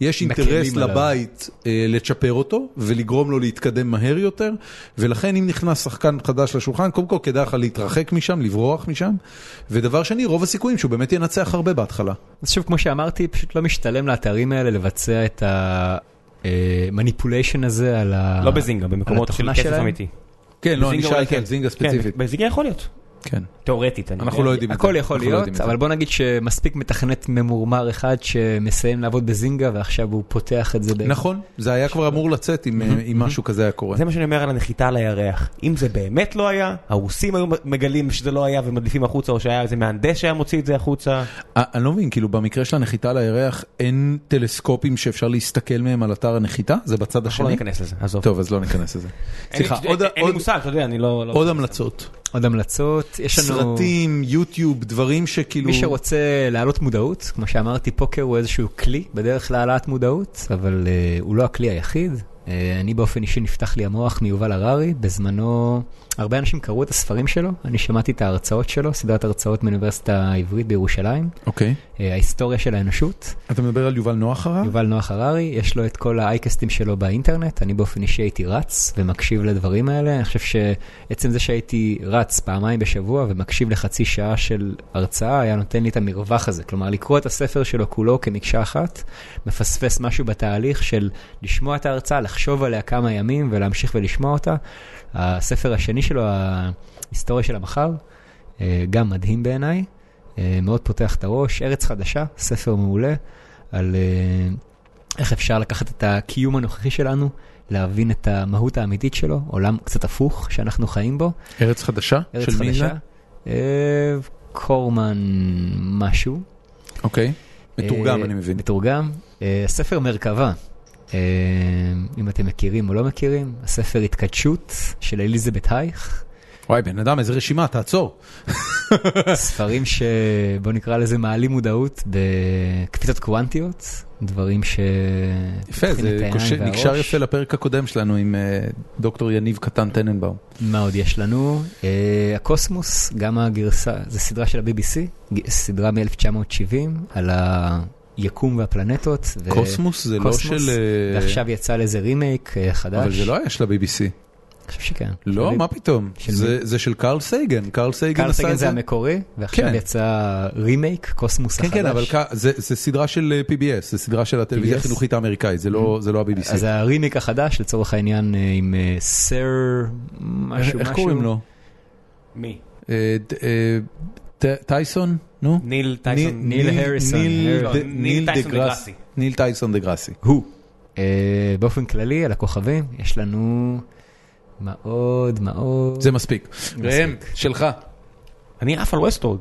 [SPEAKER 1] יש
[SPEAKER 3] מקלים
[SPEAKER 1] אינטרס
[SPEAKER 3] עליו.
[SPEAKER 1] לבית אה, לצ'פר אותו ולגרום לו להתקדם מהר יותר, ולכן אם נכנס שחקן חדש לשולחן, קודם כל כדאי לך להתרחק משם, לברוח משם, ודבר שני, רוב הסיכויים שהוא באמת ינצח הרבה בהתחלה.
[SPEAKER 3] אז שוב, כמו שאמרתי, פשוט לא משתלם לאתרים האלה לבצע את המניפוליישן הזה על ה...
[SPEAKER 6] לא בזינגה,
[SPEAKER 3] אה, על
[SPEAKER 6] במקומות של
[SPEAKER 3] התוכנה
[SPEAKER 6] כסף
[SPEAKER 3] שלהם?
[SPEAKER 6] אמיתי.
[SPEAKER 1] כן, לא, אני
[SPEAKER 6] בזינגה אולי
[SPEAKER 1] שאלתי
[SPEAKER 6] כן.
[SPEAKER 1] על זינגה
[SPEAKER 6] כן,
[SPEAKER 1] ספציפית.
[SPEAKER 6] בזינגה יכול להיות,
[SPEAKER 1] כן,
[SPEAKER 6] תאורטית. אני
[SPEAKER 1] אנחנו לא יודעים את זה.
[SPEAKER 3] הכל
[SPEAKER 1] אנחנו
[SPEAKER 3] יכול
[SPEAKER 1] לא
[SPEAKER 3] להיות,
[SPEAKER 1] יודעים את זה.
[SPEAKER 3] אבל בוא נגיד שמספיק מתכנת ממורמר אחד שמסיים לעבוד בזינגה ועכשיו הוא פותח את זה. ב-
[SPEAKER 1] נכון, זה היה כבר אמור לצאת אם, אה, אם משהו כזה היה קורה.
[SPEAKER 6] זה מה שאני אומר על הנחיתה על הירח. אם זה באמת לא היה, הרוסים היו מגלים שזה לא היה ומדליפים החוצה, או שהיה איזה מהנדס שהיה מוציא את זה החוצה.
[SPEAKER 1] אה, אני לא מבין, כאילו במקרה של הנחיתה על הירח, אין טלסקופים שאפשר להסתכל מהם על אתר הנחיתה? זה בצד
[SPEAKER 6] אנחנו לא
[SPEAKER 1] השני?
[SPEAKER 6] ניכנס לזה, עזוב.
[SPEAKER 1] טוב, אז לא ניכנס לזה.
[SPEAKER 6] אין לי-
[SPEAKER 1] סליחה,
[SPEAKER 6] אין-
[SPEAKER 1] עוד-
[SPEAKER 6] אין לי
[SPEAKER 1] עוד-
[SPEAKER 6] מושג, אתה יודע, אני לא... לא-
[SPEAKER 1] עוד המלצות.
[SPEAKER 3] עוד המלצות, יש לנו...
[SPEAKER 1] סרטים, יוטיוב, דברים שכאילו...
[SPEAKER 3] מי שרוצה להעלות מודעות, כמו שאמרתי, פוקר הוא איזשהו כלי בדרך להעלאת מודעות, אבל uh, הוא לא הכלי היחיד. Uh, אני באופן אישי נפתח לי המוח מיובל הררי, בזמנו הרבה אנשים קראו את הספרים שלו, אני שמעתי את ההרצאות שלו, סדרת הרצאות מאוניברסיטה העברית בירושלים,
[SPEAKER 1] אוקיי.
[SPEAKER 3] uh, ההיסטוריה של האנושות.
[SPEAKER 1] אתה מדבר על יובל נוח הרע?
[SPEAKER 3] יובל נוח הררי, יש לו את כל האייקסטים שלו באינטרנט, אני באופן אישי הייתי רץ ומקשיב לדברים האלה, אני חושב שעצם זה שהייתי רץ פעמיים בשבוע ומקשיב לחצי שעה של הרצאה, היה נותן לי את המרווח הזה, כלומר לקרוא את הספר שלו כולו כמקשה אחת, מפספס משהו בתהליך של לשמוע את ההרצאה, לחשוב עליה כמה ימים ולהמשיך ולשמוע אותה. הספר השני שלו, ההיסטוריה של המחר, אה, גם מדהים בעיניי, אה, מאוד פותח את הראש, ארץ חדשה, ספר מעולה, על אה, איך אפשר לקחת את הקיום הנוכחי שלנו, להבין את המהות האמיתית שלו, עולם קצת הפוך שאנחנו חיים בו,
[SPEAKER 1] ארץ חדשה?
[SPEAKER 3] ארץ
[SPEAKER 1] של מי זה?
[SPEAKER 3] חדשה. אה, קורמן משהו.
[SPEAKER 1] אוקיי. מתורגם,
[SPEAKER 3] אה,
[SPEAKER 1] אני מבין.
[SPEAKER 3] מתורגם. אה, ספר מרכבה, אה, אם אתם מכירים או לא מכירים, הספר התקדשות של אליזבת הייך.
[SPEAKER 1] וואי, בן אדם, איזה רשימה, תעצור.
[SPEAKER 3] ספרים שבוא נקרא לזה מעלים מודעות בקפיצות קוונטיות, דברים ש...
[SPEAKER 1] יפה,
[SPEAKER 3] פותחים את
[SPEAKER 1] זה
[SPEAKER 3] העיניים
[SPEAKER 1] קושר-
[SPEAKER 3] והראש.
[SPEAKER 1] נקשר יפה לפרק הקודם שלנו עם אה, דוקטור יניב קטן טננבאום.
[SPEAKER 3] מה עוד יש לנו? אה, הקוסמוס, גם הגרסה, זו סדרה של ה-BBC, ג- סדרה מ-1970 על היקום והפלנטות. ו-
[SPEAKER 1] קוסמוס זה לא
[SPEAKER 3] קוסמוס,
[SPEAKER 1] של... אה,
[SPEAKER 3] ועכשיו יצא לזה רימייק אה, חדש.
[SPEAKER 1] אבל זה לא היה של ה-BBC.
[SPEAKER 3] אני חושב שכן.
[SPEAKER 1] לא,
[SPEAKER 3] של-
[SPEAKER 1] מה פתאום.
[SPEAKER 3] של
[SPEAKER 1] זה- זה של קרל סייגן. קרל סייגן
[SPEAKER 3] קרל
[SPEAKER 1] עשה
[SPEAKER 3] סגן
[SPEAKER 1] את זה.
[SPEAKER 3] זה המקורי, ועכשיו
[SPEAKER 1] כן.
[SPEAKER 3] יצא רימייק, קוסמוס
[SPEAKER 1] כן,
[SPEAKER 3] החדש.
[SPEAKER 1] כן, אבל כ- זה זה סדרה של אה, PBS, זה סדרה של הטלוויזיה
[SPEAKER 3] PBS?
[SPEAKER 1] החינוכית האמריקאית, זה לא זה לא
[SPEAKER 3] אז
[SPEAKER 1] ה-BBC.
[SPEAKER 3] הרימיק החדש, לצורך העניין, אה, עם אה, סר משהו משהו.
[SPEAKER 1] איך קוראים לו?
[SPEAKER 2] מי?
[SPEAKER 1] אה, ד- אה, ט- טייסון? נו?
[SPEAKER 2] ניל טייסון.
[SPEAKER 3] ניל הריסון.
[SPEAKER 1] ניל
[SPEAKER 3] לא,
[SPEAKER 1] ד-
[SPEAKER 2] ניל
[SPEAKER 1] ניל
[SPEAKER 2] טייסון
[SPEAKER 1] דגרס-
[SPEAKER 2] דגרסי.
[SPEAKER 1] ניל טייסון דה גראסי.
[SPEAKER 3] הוא. אה, באופן כללי, על הכוכבים, יש לנו מה עוד, מה עוד.
[SPEAKER 1] זה מספיק. ראם, שלך.
[SPEAKER 2] אני עף על ווסטורד.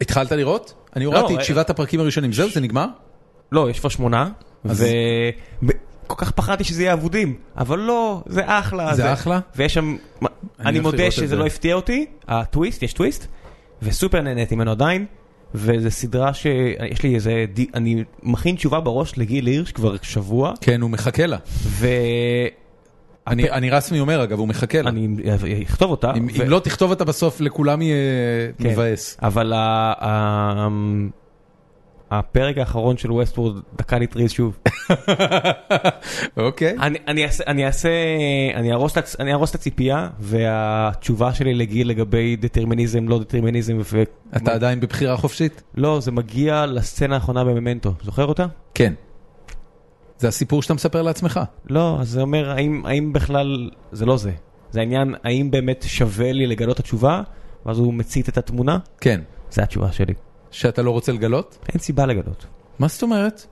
[SPEAKER 1] התחלת לראות? אני הורדתי
[SPEAKER 2] לא,
[SPEAKER 1] את
[SPEAKER 2] אה,
[SPEAKER 1] שבעת הפרקים הראשונים, זהו, זה נגמר?
[SPEAKER 2] לא, יש כבר שמונה,
[SPEAKER 1] אז-
[SPEAKER 2] וכל כך פחדתי שזה יהיה אבודים, אבל לא, זה אחלה.
[SPEAKER 1] זה אחלה?
[SPEAKER 2] ויש שם, מה-
[SPEAKER 1] אני הולך
[SPEAKER 2] אני
[SPEAKER 1] לראות
[SPEAKER 2] מודה
[SPEAKER 1] את זה.
[SPEAKER 2] שזה לא הפתיע אותי, הטוויסט, יש טוויסט, וסופר נהניתי ממנו עדיין, וזו סדרה שיש לי איזה, די- אני מכין תשובה בראש לגיל הירש כבר שבוע,
[SPEAKER 1] כן, הוא מחכה לה.
[SPEAKER 2] ואני
[SPEAKER 1] אני אני רסמי אומר, אגב, הוא מחכה לה.
[SPEAKER 2] אכתוב אותה.
[SPEAKER 1] אם
[SPEAKER 2] ו-
[SPEAKER 1] אם לא תכתוב אותה בסוף, לכולם יהיה
[SPEAKER 2] כן.
[SPEAKER 1] מבאס.
[SPEAKER 2] אבל ה- ה- הפרק האחרון של ווסטוורד דקה לי טריז שוב.
[SPEAKER 1] אוקיי.
[SPEAKER 2] אני- אני אעשה, אני אעשה, אני אהרוס את הצ- אני אהרוס את הציפייה, והתשובה שלי לגיל לגבי דטרמיניזם, לא דטרמיניזם, ו...
[SPEAKER 1] אתה עדיין בבחירה חופשית?
[SPEAKER 2] לא, זה מגיע לסצנה האחרונה בממנטו, זוכר אותה?
[SPEAKER 1] כן. זה הסיפור שאתה מספר לעצמך.
[SPEAKER 2] לא, אז זה אומר, האם, האם בכלל, זה לא זה. זה העניין, האם באמת שווה לי לגלות את התשובה, ואז הוא מצית את התמונה,
[SPEAKER 1] כן.
[SPEAKER 2] זה התשובה שלי.
[SPEAKER 1] שאתה לא רוצה לגלות?
[SPEAKER 2] אין סיבה לגלות,
[SPEAKER 1] מה זאת אומרת?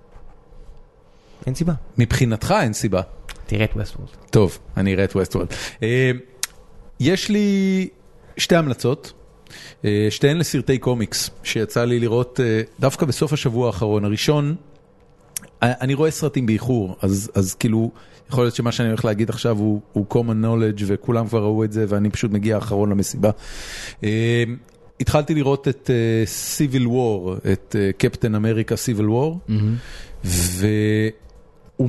[SPEAKER 2] אין סיבה.
[SPEAKER 1] מבחינתך אין סיבה.
[SPEAKER 2] תראה את ווסטוורד.
[SPEAKER 1] טוב, אני אראה את ווסטוורד. אה, יש לי שתי המלצות, אה, שתיהן לסרטי קומיקס, שיצא לי לראות אה, דווקא בסוף השבוע האחרון. הראשון, אה, אני רואה סרטים באיחור, אז, אז כאילו, יכול להיות שמה שאני הולך להגיד עכשיו הוא, הוא common knowledge וכולם כבר ראו את זה ואני פשוט מגיע האחרון למסיבה. אה, התחלתי לראות את אה, Civil War, את אה, קפטן אמריקה Civil War.
[SPEAKER 3] מהמם.
[SPEAKER 1] והוא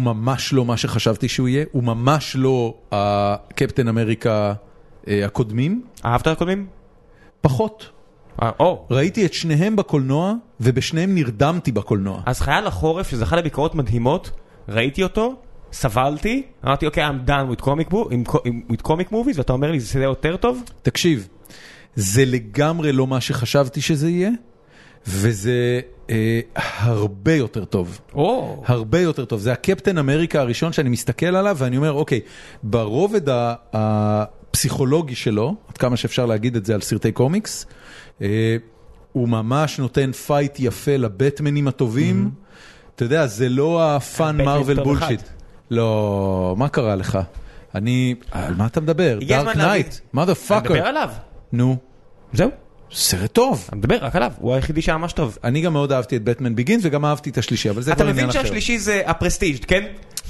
[SPEAKER 1] ממש לא מה שחשבתי שהוא יהיה, הוא ממש לא הקפטן אמריקה אה, הקודמים,
[SPEAKER 2] אהבת את הקודמים?
[SPEAKER 1] פחות.
[SPEAKER 2] אה, או,
[SPEAKER 1] ראיתי את שניהם בקולנוע, ובשניהם נרדמתי בקולנוע.
[SPEAKER 2] אז חייל החורף שזכה לביקורות מדהימות, ראיתי אותו, סבלתי, אמרתי אוקיי, I'm done with comic, bo- עם, co- עם- with comic movies, ואתה אומר לי זה סדר יותר טוב?
[SPEAKER 1] תקשיב, זה לגמרי לא מה שחשבתי שזה יהיה, וזה אה, הרבה יותר טוב.
[SPEAKER 2] או.
[SPEAKER 1] הרבה יותר טוב. זה הקפטן אמריקה הראשון שאני מסתכל עליו ואני אומר, אוקיי, ברובד ה- הפסיכולוגי שלו, עד כמה שאפשר להגיד את זה על סרטי קומיקס, אה, הוא ממש נותן פייט יפה לבטמנים הטובים. אתה יודע, זה לא הפאן
[SPEAKER 2] הבטמן
[SPEAKER 1] מרוויל
[SPEAKER 2] Mm-hmm. טוב אחד.
[SPEAKER 1] בולשיט. לא, מה קרה לך? אני, על מה אתה מדבר?
[SPEAKER 2] הגיע
[SPEAKER 1] דארק
[SPEAKER 2] הזמן להגיד.
[SPEAKER 1] נייט, מה
[SPEAKER 2] אני מדבר
[SPEAKER 1] פאקר?
[SPEAKER 2] עליו.
[SPEAKER 1] נו,
[SPEAKER 2] זהו,
[SPEAKER 1] סרט טוב.
[SPEAKER 2] אני מדבר רק עליו, הוא היחידי שהיה ממש טוב.
[SPEAKER 1] אני גם מאוד אהבתי את בטמן בגינס וגם אהבתי את השלישי, אבל זה
[SPEAKER 2] אתה
[SPEAKER 1] כבר עניין
[SPEAKER 2] מבין
[SPEAKER 1] אחר.
[SPEAKER 2] שהשלישי זה הפרסטיג', כן?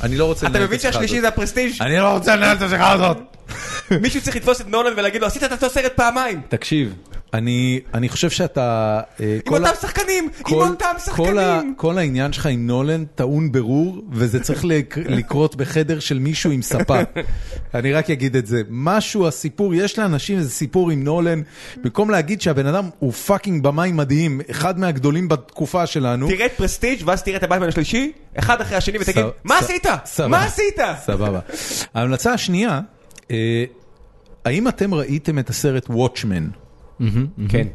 [SPEAKER 1] אני לא רוצה
[SPEAKER 2] אתה
[SPEAKER 1] לנהל את
[SPEAKER 2] מבין
[SPEAKER 1] השיחה הזאת.
[SPEAKER 2] שהשלישי זה הפרסטיג'?
[SPEAKER 1] אני לא רוצה לנהל את השיחה הזאת.
[SPEAKER 2] מישהו צריך לתפוס את נולן ולהגיד לו עשית את אותו סרט פעמיים.
[SPEAKER 1] תקשיב, אני, אני חושב שאתה... אה,
[SPEAKER 2] עם
[SPEAKER 1] כל ה-
[SPEAKER 2] אותם שחקנים! עם
[SPEAKER 1] כל-
[SPEAKER 2] אותם
[SPEAKER 1] כל, ה,
[SPEAKER 2] שחקנים!
[SPEAKER 1] כל העניין שלך עם נולן טעון ברור, וזה צריך לק, לקרות בחדר של מישהו עם ספה. אני רק אגיד את זה. משהו, הסיפור, יש לאנשים איזה סיפור עם נולן, במקום להגיד שהבן אדם הוא פאקינג במאי מדהים, אחד מהגדולים בתקופה שלנו.
[SPEAKER 2] תראה את פרסטיג' ואז תראה את הבטמן השלישי, אחד אחרי השני ותגיד
[SPEAKER 1] סב-
[SPEAKER 2] מה
[SPEAKER 1] סב-
[SPEAKER 2] עשית?
[SPEAKER 1] סבבה.
[SPEAKER 2] מה עשית?
[SPEAKER 1] סבבה. ההמלצה השנייה, אה, האם אתם ראיתם את הסרט וואטשמן?
[SPEAKER 3] מהמם,
[SPEAKER 2] כן.
[SPEAKER 3] מהמם.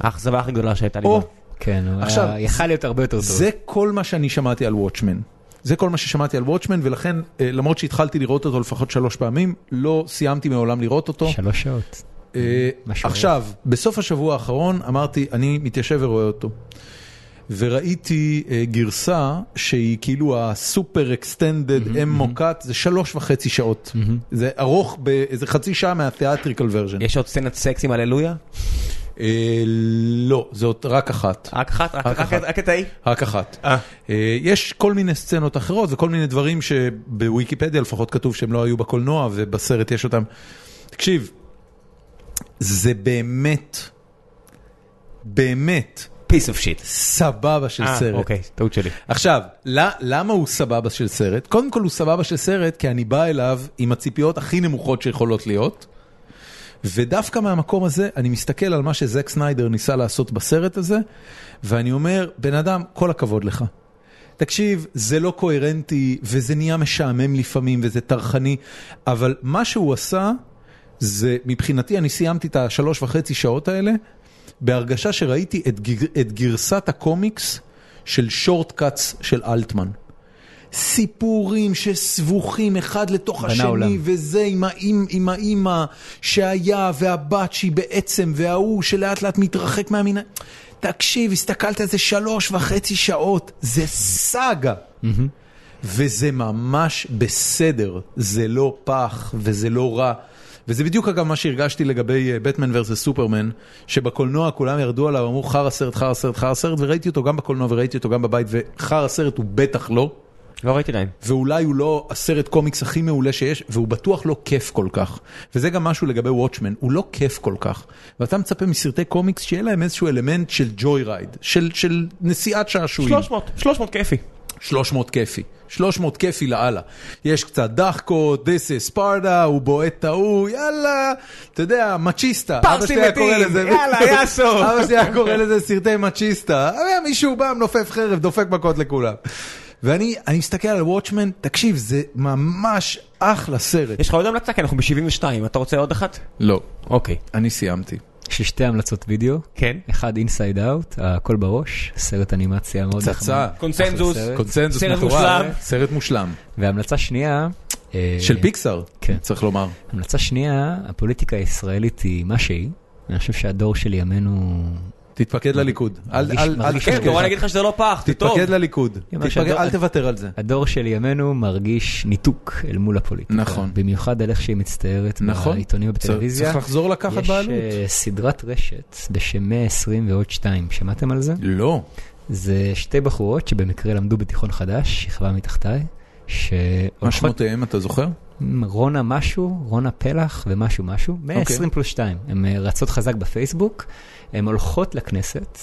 [SPEAKER 2] האכזבה הכי גדולה שהייתה לי.
[SPEAKER 1] או,
[SPEAKER 2] בה.
[SPEAKER 3] כן, הוא
[SPEAKER 1] עכשיו,
[SPEAKER 3] היה- יכל להיות הרבה יותר טוב.
[SPEAKER 1] זה כל מה שאני שמעתי על וואטשמן. זה כל מה ששמעתי על וואטשמן, ולכן, אה, למרות שהתחלתי לראות אותו לפחות שלוש פעמים, לא סיימתי מעולם לראות אותו.
[SPEAKER 3] שלוש שעות.
[SPEAKER 1] אה,
[SPEAKER 3] משהו
[SPEAKER 1] עכשיו, בסוף השבוע האחרון אמרתי, אני מתיישב ורואה אותו. וראיתי אה, גרסה שהיא כאילו הסופר אקסטנדד אם מוקט, זה שלוש וחצי שעות. זה ארוך באיזה חצי שעה מהתיאטריקל ורז'ן.
[SPEAKER 2] יש עוד סצנת סקס עם הללויה?
[SPEAKER 1] לא, זאת רק אחת.
[SPEAKER 2] רק אחת? רק
[SPEAKER 1] רק
[SPEAKER 2] רק-
[SPEAKER 1] אחת.
[SPEAKER 2] רק את ההיא?
[SPEAKER 1] רק אחת.
[SPEAKER 2] אה.
[SPEAKER 1] אה, יש כל מיני סצנות אחרות וכל מיני דברים שבוויקיפדיה לפחות כתוב שהם לא היו בקולנוע ובסרט יש אותם. תקשיב, זה באמת באמת
[SPEAKER 2] piece of shit.
[SPEAKER 1] סבבה של
[SPEAKER 6] אה,
[SPEAKER 1] סרט.
[SPEAKER 6] אוקיי, טעות שלי.
[SPEAKER 1] עכשיו, ל- למה הוא סבבה של סרט? קודם כל הוא סבבה של סרט כי אני בא אליו עם הציפיות הכי נמוכות שיכולות להיות. ודווקא מהמקום הזה אני מסתכל על מה שזק סניידר ניסה לעשות בסרט הזה, ואני אומר, בן אדם, כל הכבוד לך. תקשיב, זה לא קוהרנטי, וזה נהיה משעמם לפעמים, וזה טרחני, אבל מה שהוא עשה, זה מבחינתי, אני סיימתי את השלוש וחצי שעות האלה, בהרגשה שראיתי את, גר, את גרסת הקומיקס של שורט קאץ של אלטמן. סיפורים שסבוכים אחד לתוך
[SPEAKER 3] בנה
[SPEAKER 1] השני,
[SPEAKER 3] עולם.
[SPEAKER 1] וזה עם האמא, עם האמא שהיה, והבת שהיא בעצם, וההוא שלאט לאט מתרחק מהמנהל. תקשיב, הסתכלת על זה שלוש וחצי שעות, זה סאגה. וזה ממש בסדר, זה לא פח וזה לא רע. וזה בדיוק אגב מה שהרגשתי לגבי אה, בטמן ורסס סופרמן, שבקולנוע כולם ירדו עליו, אמרו חרא סרט, חרא סרט, חרא סרט, וראיתי אותו גם בקולנוע וראיתי אותו גם בבית, וחרא סרט הוא בטח לא.
[SPEAKER 6] לא ראיתי עדיין.
[SPEAKER 1] ואולי הוא לא הסרט קומיקס הכי מעולה שיש, והוא בטוח לא כיף כל כך. וזה גם משהו לגבי וואטשמן, הוא לא כיף כל כך. ואתה מצפה מסרטי קומיקס שיהיה להם איזשהו אלמנט של ג'וי רייד, של, של נסיעת שעשועים.
[SPEAKER 6] 300, 300 כיפי.
[SPEAKER 1] 300 כיפי, 300 כיפי לאללה. יש קצת דחקות, this is ספרדה, הוא בועט את ההוא, יאללה, אתה יודע, מצ'יסטה. אבא
[SPEAKER 6] פרסים
[SPEAKER 1] שלי היה קורא
[SPEAKER 6] מתים,
[SPEAKER 1] לזה-
[SPEAKER 6] יאללה, יאסו.
[SPEAKER 1] אבא שלי היה קורא לזה סרטי מצ'יסטה. היה מישהו בא, מנופף חרב, דופק מכות לכולם. ואני אני מסתכל על וואטשמן, תקשיב, זה ממש אחלה סרט.
[SPEAKER 6] יש לך עוד המלצה?
[SPEAKER 2] כן,
[SPEAKER 6] כי אנחנו ב-72, אתה רוצה עוד אחת?
[SPEAKER 1] לא,
[SPEAKER 6] אוקיי.
[SPEAKER 1] אני סיימתי.
[SPEAKER 3] יש לי שתי המלצות וידאו,
[SPEAKER 6] כן.
[SPEAKER 3] אחד אינסייד אאוט, הכל בראש, סרט אנימציה מאוד
[SPEAKER 1] פצצה,
[SPEAKER 6] קונצנזוס.
[SPEAKER 3] אחלה סרט.
[SPEAKER 1] קונצנזוס
[SPEAKER 6] אה, סרט
[SPEAKER 1] מטורף.
[SPEAKER 6] מושלם.
[SPEAKER 1] סרט מושלם.
[SPEAKER 3] והמלצה שנייה... אה,
[SPEAKER 1] של פיקסאר,
[SPEAKER 3] כן.
[SPEAKER 1] צריך לומר.
[SPEAKER 3] המלצה שנייה, הפוליטיקה הישראלית היא מה שהיא. אני חושב שהדור של ימינו...
[SPEAKER 1] תתפקד לליכוד. אל-
[SPEAKER 3] מרגיש-
[SPEAKER 1] אל- אל
[SPEAKER 3] מרגיש
[SPEAKER 1] תשכח.
[SPEAKER 2] כן,
[SPEAKER 3] כן,
[SPEAKER 2] גורל יגיד לך שזה לא פח, זה טוב.
[SPEAKER 1] תתפקד לליכוד,
[SPEAKER 3] מה
[SPEAKER 1] תתפקד-
[SPEAKER 3] שהדור-
[SPEAKER 1] אל תוותר על זה.
[SPEAKER 3] הדור של ימינו מרגיש ניתוק אל מול הפוליטיקה.
[SPEAKER 1] נכון.
[SPEAKER 3] במיוחד על איך שהיא מצטיירת
[SPEAKER 1] נכון.
[SPEAKER 3] בעיתונים ובטלוויזיה.
[SPEAKER 1] צריך לחזור לקחת
[SPEAKER 3] יש
[SPEAKER 1] בעלות.
[SPEAKER 3] אה, סדרת רשת בשם 120 ועוד 2, שמעתם על זה?
[SPEAKER 1] לא.
[SPEAKER 3] זה שתי בחורות שבמקרה למדו בתיכון חדש, שכבה מתחתיי,
[SPEAKER 1] מה
[SPEAKER 3] שהולכות
[SPEAKER 1] שמותיהם אתה זוכר?
[SPEAKER 3] רונה משהו, רונה פלח ומשהו משהו,
[SPEAKER 1] אוקיי.
[SPEAKER 3] 120 פלוס 2. הן אה, רצות חזק בפייסבוק, הן הולכות לכנסת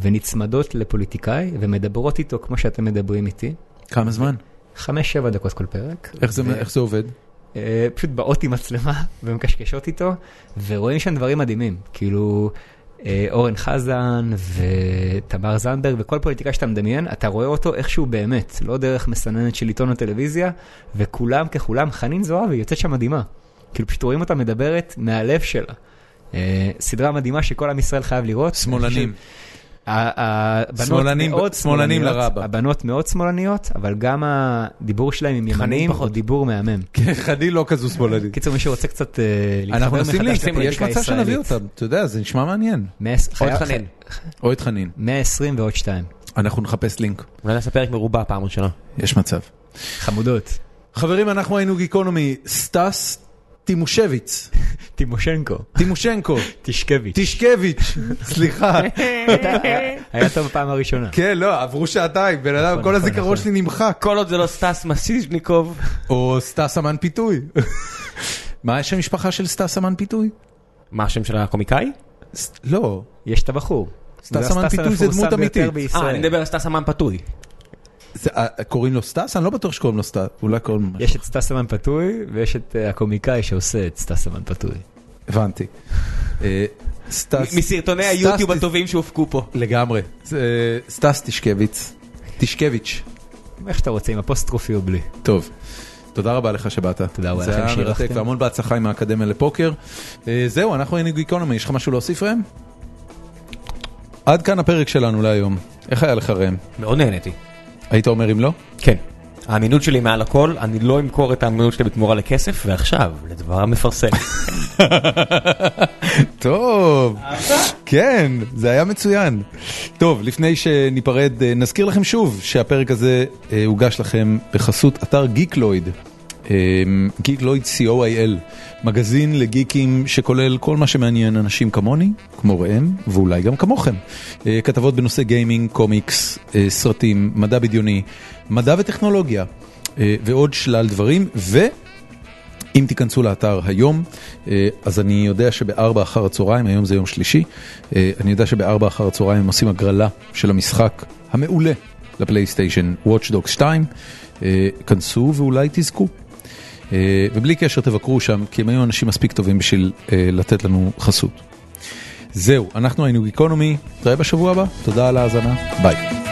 [SPEAKER 3] ונצמדות לפוליטיקאי ומדברות איתו כמו שאתם מדברים איתי,
[SPEAKER 1] כמה זמן?
[SPEAKER 3] 5-7 דקות כל פרק.
[SPEAKER 1] איך זה- איך זה עובד?
[SPEAKER 3] אה, פשוט באות עם מצלמה ומקשקשות איתו, ורואים שם דברים מדהימים, כאילו אה, אורן חזן ותמר זנדברג וכל פוליטיקאי שאתה מדמיין, אתה רואה אותו איכשהו באמת, לא דרך מסננת של עיתון הטלוויזיה, וכולם ככולם, חנין זועבי יוצאת שם מדהימה. כאילו פשוט רואים אותה מדברת מהלב שלה. אה, סדרה מדהימה שכל עם ישראל חייב לראות.
[SPEAKER 1] שמאלנים.
[SPEAKER 3] ה- ה- הבנות
[SPEAKER 1] שמאלנים-
[SPEAKER 3] מאוד
[SPEAKER 1] שמאלנים
[SPEAKER 3] שמאלניות,
[SPEAKER 1] לרבה.
[SPEAKER 3] הבנות מאוד שמאלניות, אבל גם הדיבור שלהם עם ימנים הוא דיבור מהמם.
[SPEAKER 1] חנין לא כזו שמאלנית.
[SPEAKER 3] קיצור, מי שרוצה קצת אה,
[SPEAKER 1] אנחנו
[SPEAKER 3] להתחבר
[SPEAKER 1] נשים לינק,
[SPEAKER 3] מחדש לפוליטיקה
[SPEAKER 1] יש מצב שנביא
[SPEAKER 3] הישראלית.
[SPEAKER 1] אותם, אתה יודע, זה נשמע מעניין.
[SPEAKER 3] מאה עש-
[SPEAKER 2] עוד
[SPEAKER 3] חייב-
[SPEAKER 2] חנין.
[SPEAKER 1] או את חנין.
[SPEAKER 3] 120 ועוד 2.
[SPEAKER 1] אנחנו נחפש לינק,
[SPEAKER 2] אולי נעשה פרק מרובע פעם ראשונה.
[SPEAKER 1] יש מצב.
[SPEAKER 3] חמודות.
[SPEAKER 1] חברים, אנחנו היינו גיקונומי, סטס טימושביץ,
[SPEAKER 3] טימושנקו,
[SPEAKER 1] טימושנקו,
[SPEAKER 3] תשכבי.
[SPEAKER 1] טישקביץ', סליחה.
[SPEAKER 3] היה טוב בפעם הראשונה.
[SPEAKER 1] כן, לא, עברו שעתיים, בן אדם, כל
[SPEAKER 3] נכון,
[SPEAKER 1] הזיכרון
[SPEAKER 3] נכון.
[SPEAKER 1] שלי נמחק.
[SPEAKER 2] כל עוד זה לא סטס מסיז'ניקוב.
[SPEAKER 1] או סטס אמן פיתוי. מה יש המשפחה של סטס אמן פיתוי?
[SPEAKER 2] מה השם של הקומיקאי?
[SPEAKER 1] ס- לא,
[SPEAKER 3] יש את הבחור.
[SPEAKER 1] סטס אמן פיתוי זה דמות אמיתית.
[SPEAKER 2] אה, אני מדבר על סטס אמן פתוי.
[SPEAKER 1] זה, אה, קוראים לו סטס? אני לא בטוח שקוראים לו סטס, אולי קוראים לו משהו.
[SPEAKER 3] יש את סטס אמן פתוי ויש את אה, הקומיקאי שעושה את סטס אמן פתוי.
[SPEAKER 1] הבנתי. אה, סטס...
[SPEAKER 2] מסרטוני
[SPEAKER 1] סטס
[SPEAKER 2] היוטיוב
[SPEAKER 1] ת-
[SPEAKER 2] הטובים שהופקו פה.
[SPEAKER 1] לגמרי. זה, אה, סטס תשקביץ. תשקביץ'.
[SPEAKER 3] איך שאתה רוצה, עם אפוסטרופי או בלי.
[SPEAKER 1] טוב. תודה רבה לך שבאת.
[SPEAKER 3] תודה רבה
[SPEAKER 1] זה
[SPEAKER 3] לכם
[SPEAKER 1] היה מרתק
[SPEAKER 3] שאירחתם.
[SPEAKER 1] והמון בהצלחה עם האקדמיה לפוקר. אה, זהו, אנחנו היינו גיקונומי, יש לך משהו להוסיף ראם? עד כאן הפרק שלנו להיום. איך היה לך ראם?
[SPEAKER 2] מאוד נהניתי.
[SPEAKER 1] היית אומר אם לא?
[SPEAKER 2] כן. האמינות שלי מעל הכל, אני לא אמכור את האמינות שלי בתמורה לכסף, ועכשיו, לדבר המפרסם.
[SPEAKER 1] טוב, כן, זה היה מצוין. טוב, לפני שניפרד, אה, נזכיר לכם שוב שהפרק הזה אה, הוגש לכם בחסות אתר גיקלויד. אה, גיקלויד co.il, מגזין לגיקים שכולל כל מה שמעניין אנשים כמוני, כמו ראם, ואולי גם כמוכם. אה, כתבות בנושא גיימינג, קומיקס, אה, סרטים, מדע בדיוני, מדע וטכנולוגיה, אה, ועוד שלל דברים, ו... אם תיכנסו לאתר היום, אה, אז אני יודע שבארבע אחר הצהריים, היום זה יום שלישי, אה, אני יודע שבארבע אחר הצהריים הם עושים הגרלה של המשחק המעולה לפלייסטיישן Watch Dogs 2. אה, כנסו ואולי תזכו. אה, ובלי קשר תבקרו שם, כי הם היו אנשים מספיק טובים בשביל אה, לתת לנו חסות. זהו, אנחנו היינו גיקונומי, נתראה בשבוע הבא, תודה על ההאזנה, ביי.